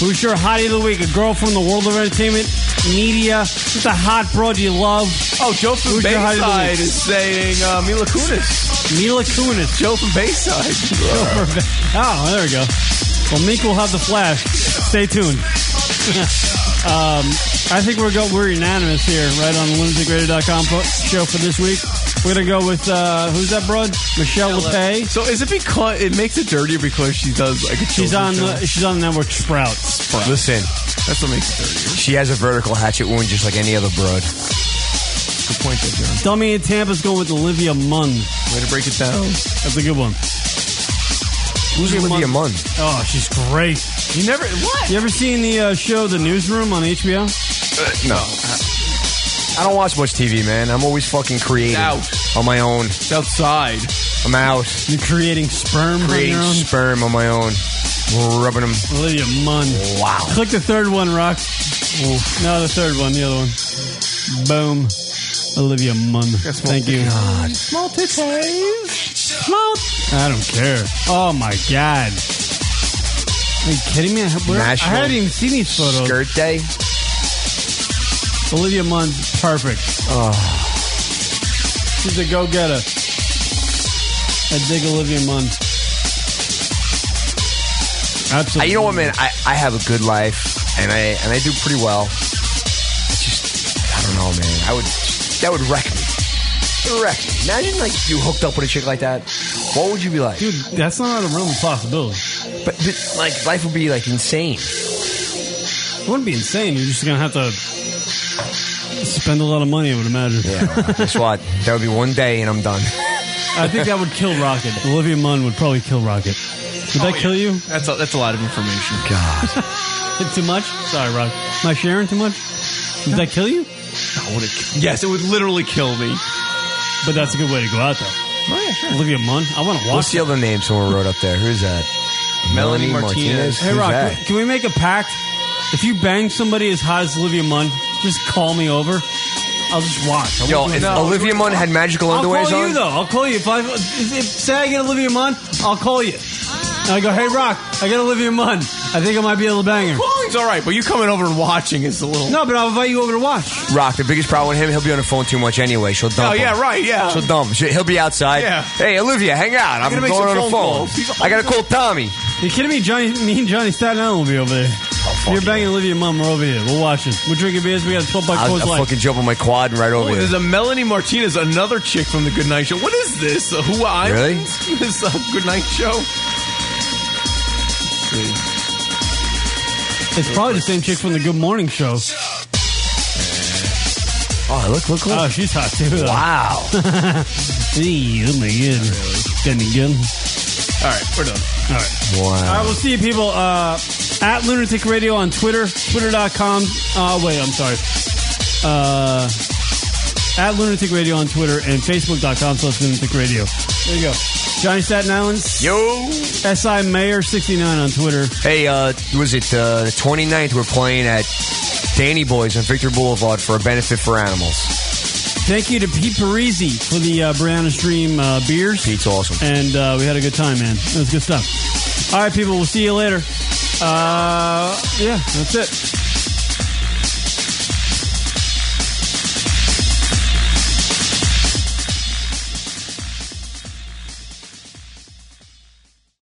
[SPEAKER 11] Who's your hottie of the week? A girl from the world of entertainment, media, just a hot broad you love.
[SPEAKER 13] Oh, Joe from
[SPEAKER 11] Who's your hottie of the
[SPEAKER 13] Bayside
[SPEAKER 11] week?
[SPEAKER 13] is saying uh, Mila Kunis.
[SPEAKER 11] Mila Kunis.
[SPEAKER 13] Joe from Bayside.
[SPEAKER 11] Joe from Bay- oh, there we go. Well, Meek will have the flash. Stay tuned. um, I think we're go- we're unanimous here, right on the lunaticradio.com fo- show for this week. We're gonna go with uh, who's that broad? Michelle LePay.
[SPEAKER 13] So is it because it makes it dirtier because she does like a
[SPEAKER 11] She's
[SPEAKER 13] children's
[SPEAKER 11] on
[SPEAKER 13] show?
[SPEAKER 11] the, she's on the network Sprouts.
[SPEAKER 12] Listen,
[SPEAKER 13] that's what makes it dirty.
[SPEAKER 12] She has a vertical hatchet wound just like any other broad.
[SPEAKER 13] Good point, though, John.
[SPEAKER 11] Dummy in Tampa's going with Olivia Munn. Way
[SPEAKER 13] to break it down.
[SPEAKER 11] That's a good one.
[SPEAKER 12] Who's Olivia Munn?
[SPEAKER 11] Oh, she's great.
[SPEAKER 13] You never what?
[SPEAKER 11] You ever seen the uh, show The Newsroom on HBO?
[SPEAKER 12] no. I don't watch much TV, man. I'm always fucking creating on my own. It's
[SPEAKER 13] outside.
[SPEAKER 12] I'm out.
[SPEAKER 11] You're creating sperm on
[SPEAKER 12] creating
[SPEAKER 11] your own?
[SPEAKER 12] sperm on my own. Rubbing them.
[SPEAKER 11] Uh, Olivia Munn.
[SPEAKER 12] Wow.
[SPEAKER 11] Click the third one, Rock. No, the third one, the other one. Boom. Olivia Munn. Thank you.
[SPEAKER 13] Small titties.
[SPEAKER 11] Small. I don't care. Oh my god. Are you kidding me? I- Where, I
[SPEAKER 12] National
[SPEAKER 11] haven't even seen these photos.
[SPEAKER 12] Skirt Day.
[SPEAKER 11] Olivia Munn's perfect. Oh. She's a go-getter. I dig Olivia Munn. Absolutely.
[SPEAKER 12] you know what, man? I, I have a good life, and I and I do pretty well. It's just I don't know, man. I would that would wreck me. Wreck me. Imagine like you hooked up with a chick like that. What would you be like,
[SPEAKER 11] dude? That's not out of the realm of possibility.
[SPEAKER 12] But, but like life would be like insane.
[SPEAKER 11] It wouldn't be insane. You're just gonna have to spend a lot of money, I would imagine.
[SPEAKER 12] Yeah. Guess what? That would be one day, and I'm done.
[SPEAKER 11] I think that would kill Rocket. Olivia Munn would probably kill Rocket. Would that kill you?
[SPEAKER 13] Oh, That's a, that's a lot of information.
[SPEAKER 12] God.
[SPEAKER 11] too much? Sorry, Rock. Am I sharing too much? Would that kill you?
[SPEAKER 13] would it, yes, it would literally kill me.
[SPEAKER 11] But that's a good way to go out, though.
[SPEAKER 12] Oh,
[SPEAKER 11] Olivia Munn. I want to watch.
[SPEAKER 12] What's the other name someone wrote up there? Who's that?
[SPEAKER 13] Melanie Martinez.
[SPEAKER 11] Hey,
[SPEAKER 12] Who's
[SPEAKER 11] Rock,
[SPEAKER 12] that?
[SPEAKER 11] can we make a pact? If you bang somebody as hot as Olivia Munn, just call me over. I'll just watch. I
[SPEAKER 12] Yo,
[SPEAKER 11] won't do
[SPEAKER 12] if
[SPEAKER 11] anything.
[SPEAKER 12] Olivia Munn had magical
[SPEAKER 11] I'll
[SPEAKER 12] underwears
[SPEAKER 11] call
[SPEAKER 12] on,
[SPEAKER 11] you though. I'll call you if I if, if say I get Olivia Munn, I'll call you. And I go, hey Rock, I got Olivia Munn. I think I might be able to bang her.
[SPEAKER 13] Calling's all right, but you coming over and watching is a little.
[SPEAKER 11] No, but I'll invite you over to watch.
[SPEAKER 12] Rock. The biggest problem with him, he'll be on the phone too much anyway. She'll dump.
[SPEAKER 13] Oh, yeah,
[SPEAKER 12] him.
[SPEAKER 13] right, yeah.
[SPEAKER 12] She'll dump. him. She- He'll be outside.
[SPEAKER 13] Yeah.
[SPEAKER 12] Hey, Olivia, hang out. I'm
[SPEAKER 11] gonna make some
[SPEAKER 12] going on
[SPEAKER 11] phone
[SPEAKER 12] the phone.
[SPEAKER 11] calls. He's-
[SPEAKER 12] I gotta call Tommy.
[SPEAKER 11] You kidding me? Johnny, me and Johnny Staten Island will be over there. You're banging Olivia Munn. We're over here. We're watching. We're drinking beers. We got a 12 by
[SPEAKER 12] I'll,
[SPEAKER 11] 4
[SPEAKER 12] I'll
[SPEAKER 11] light.
[SPEAKER 12] fucking jump on my quad and right over
[SPEAKER 13] Oh,
[SPEAKER 12] there.
[SPEAKER 13] there's a Melanie Martinez, another chick from the Good Night Show. What is this? A Who I
[SPEAKER 12] Really?
[SPEAKER 13] This uh, Good Night Show.
[SPEAKER 11] It's probably the same chick from the Good Morning Show.
[SPEAKER 12] Oh, look, look, look.
[SPEAKER 11] Oh, she's hot too. though.
[SPEAKER 12] Wow.
[SPEAKER 11] hey, oh my god. Got any gun?
[SPEAKER 13] All right, we're done.
[SPEAKER 11] All right. All right,
[SPEAKER 12] Wow.
[SPEAKER 11] we'll see you people uh, at Lunatic Radio on Twitter, twitter.com. Uh, wait, I'm sorry. Uh, at Lunatic Radio on Twitter and facebook.com slash lunatic radio. There you go. Johnny Staten Island.
[SPEAKER 12] Yo.
[SPEAKER 11] SI Mayor69 on Twitter.
[SPEAKER 12] Hey, uh, was it uh, the 29th? We're playing at Danny Boys on Victor Boulevard for a benefit for animals.
[SPEAKER 11] Thank you to Pete Parisi for the uh, Brianna Stream uh, beers.
[SPEAKER 12] Pete's awesome.
[SPEAKER 11] And uh, we had a good time, man. It was good stuff. All right, people, we'll see you later. Uh, yeah, that's it.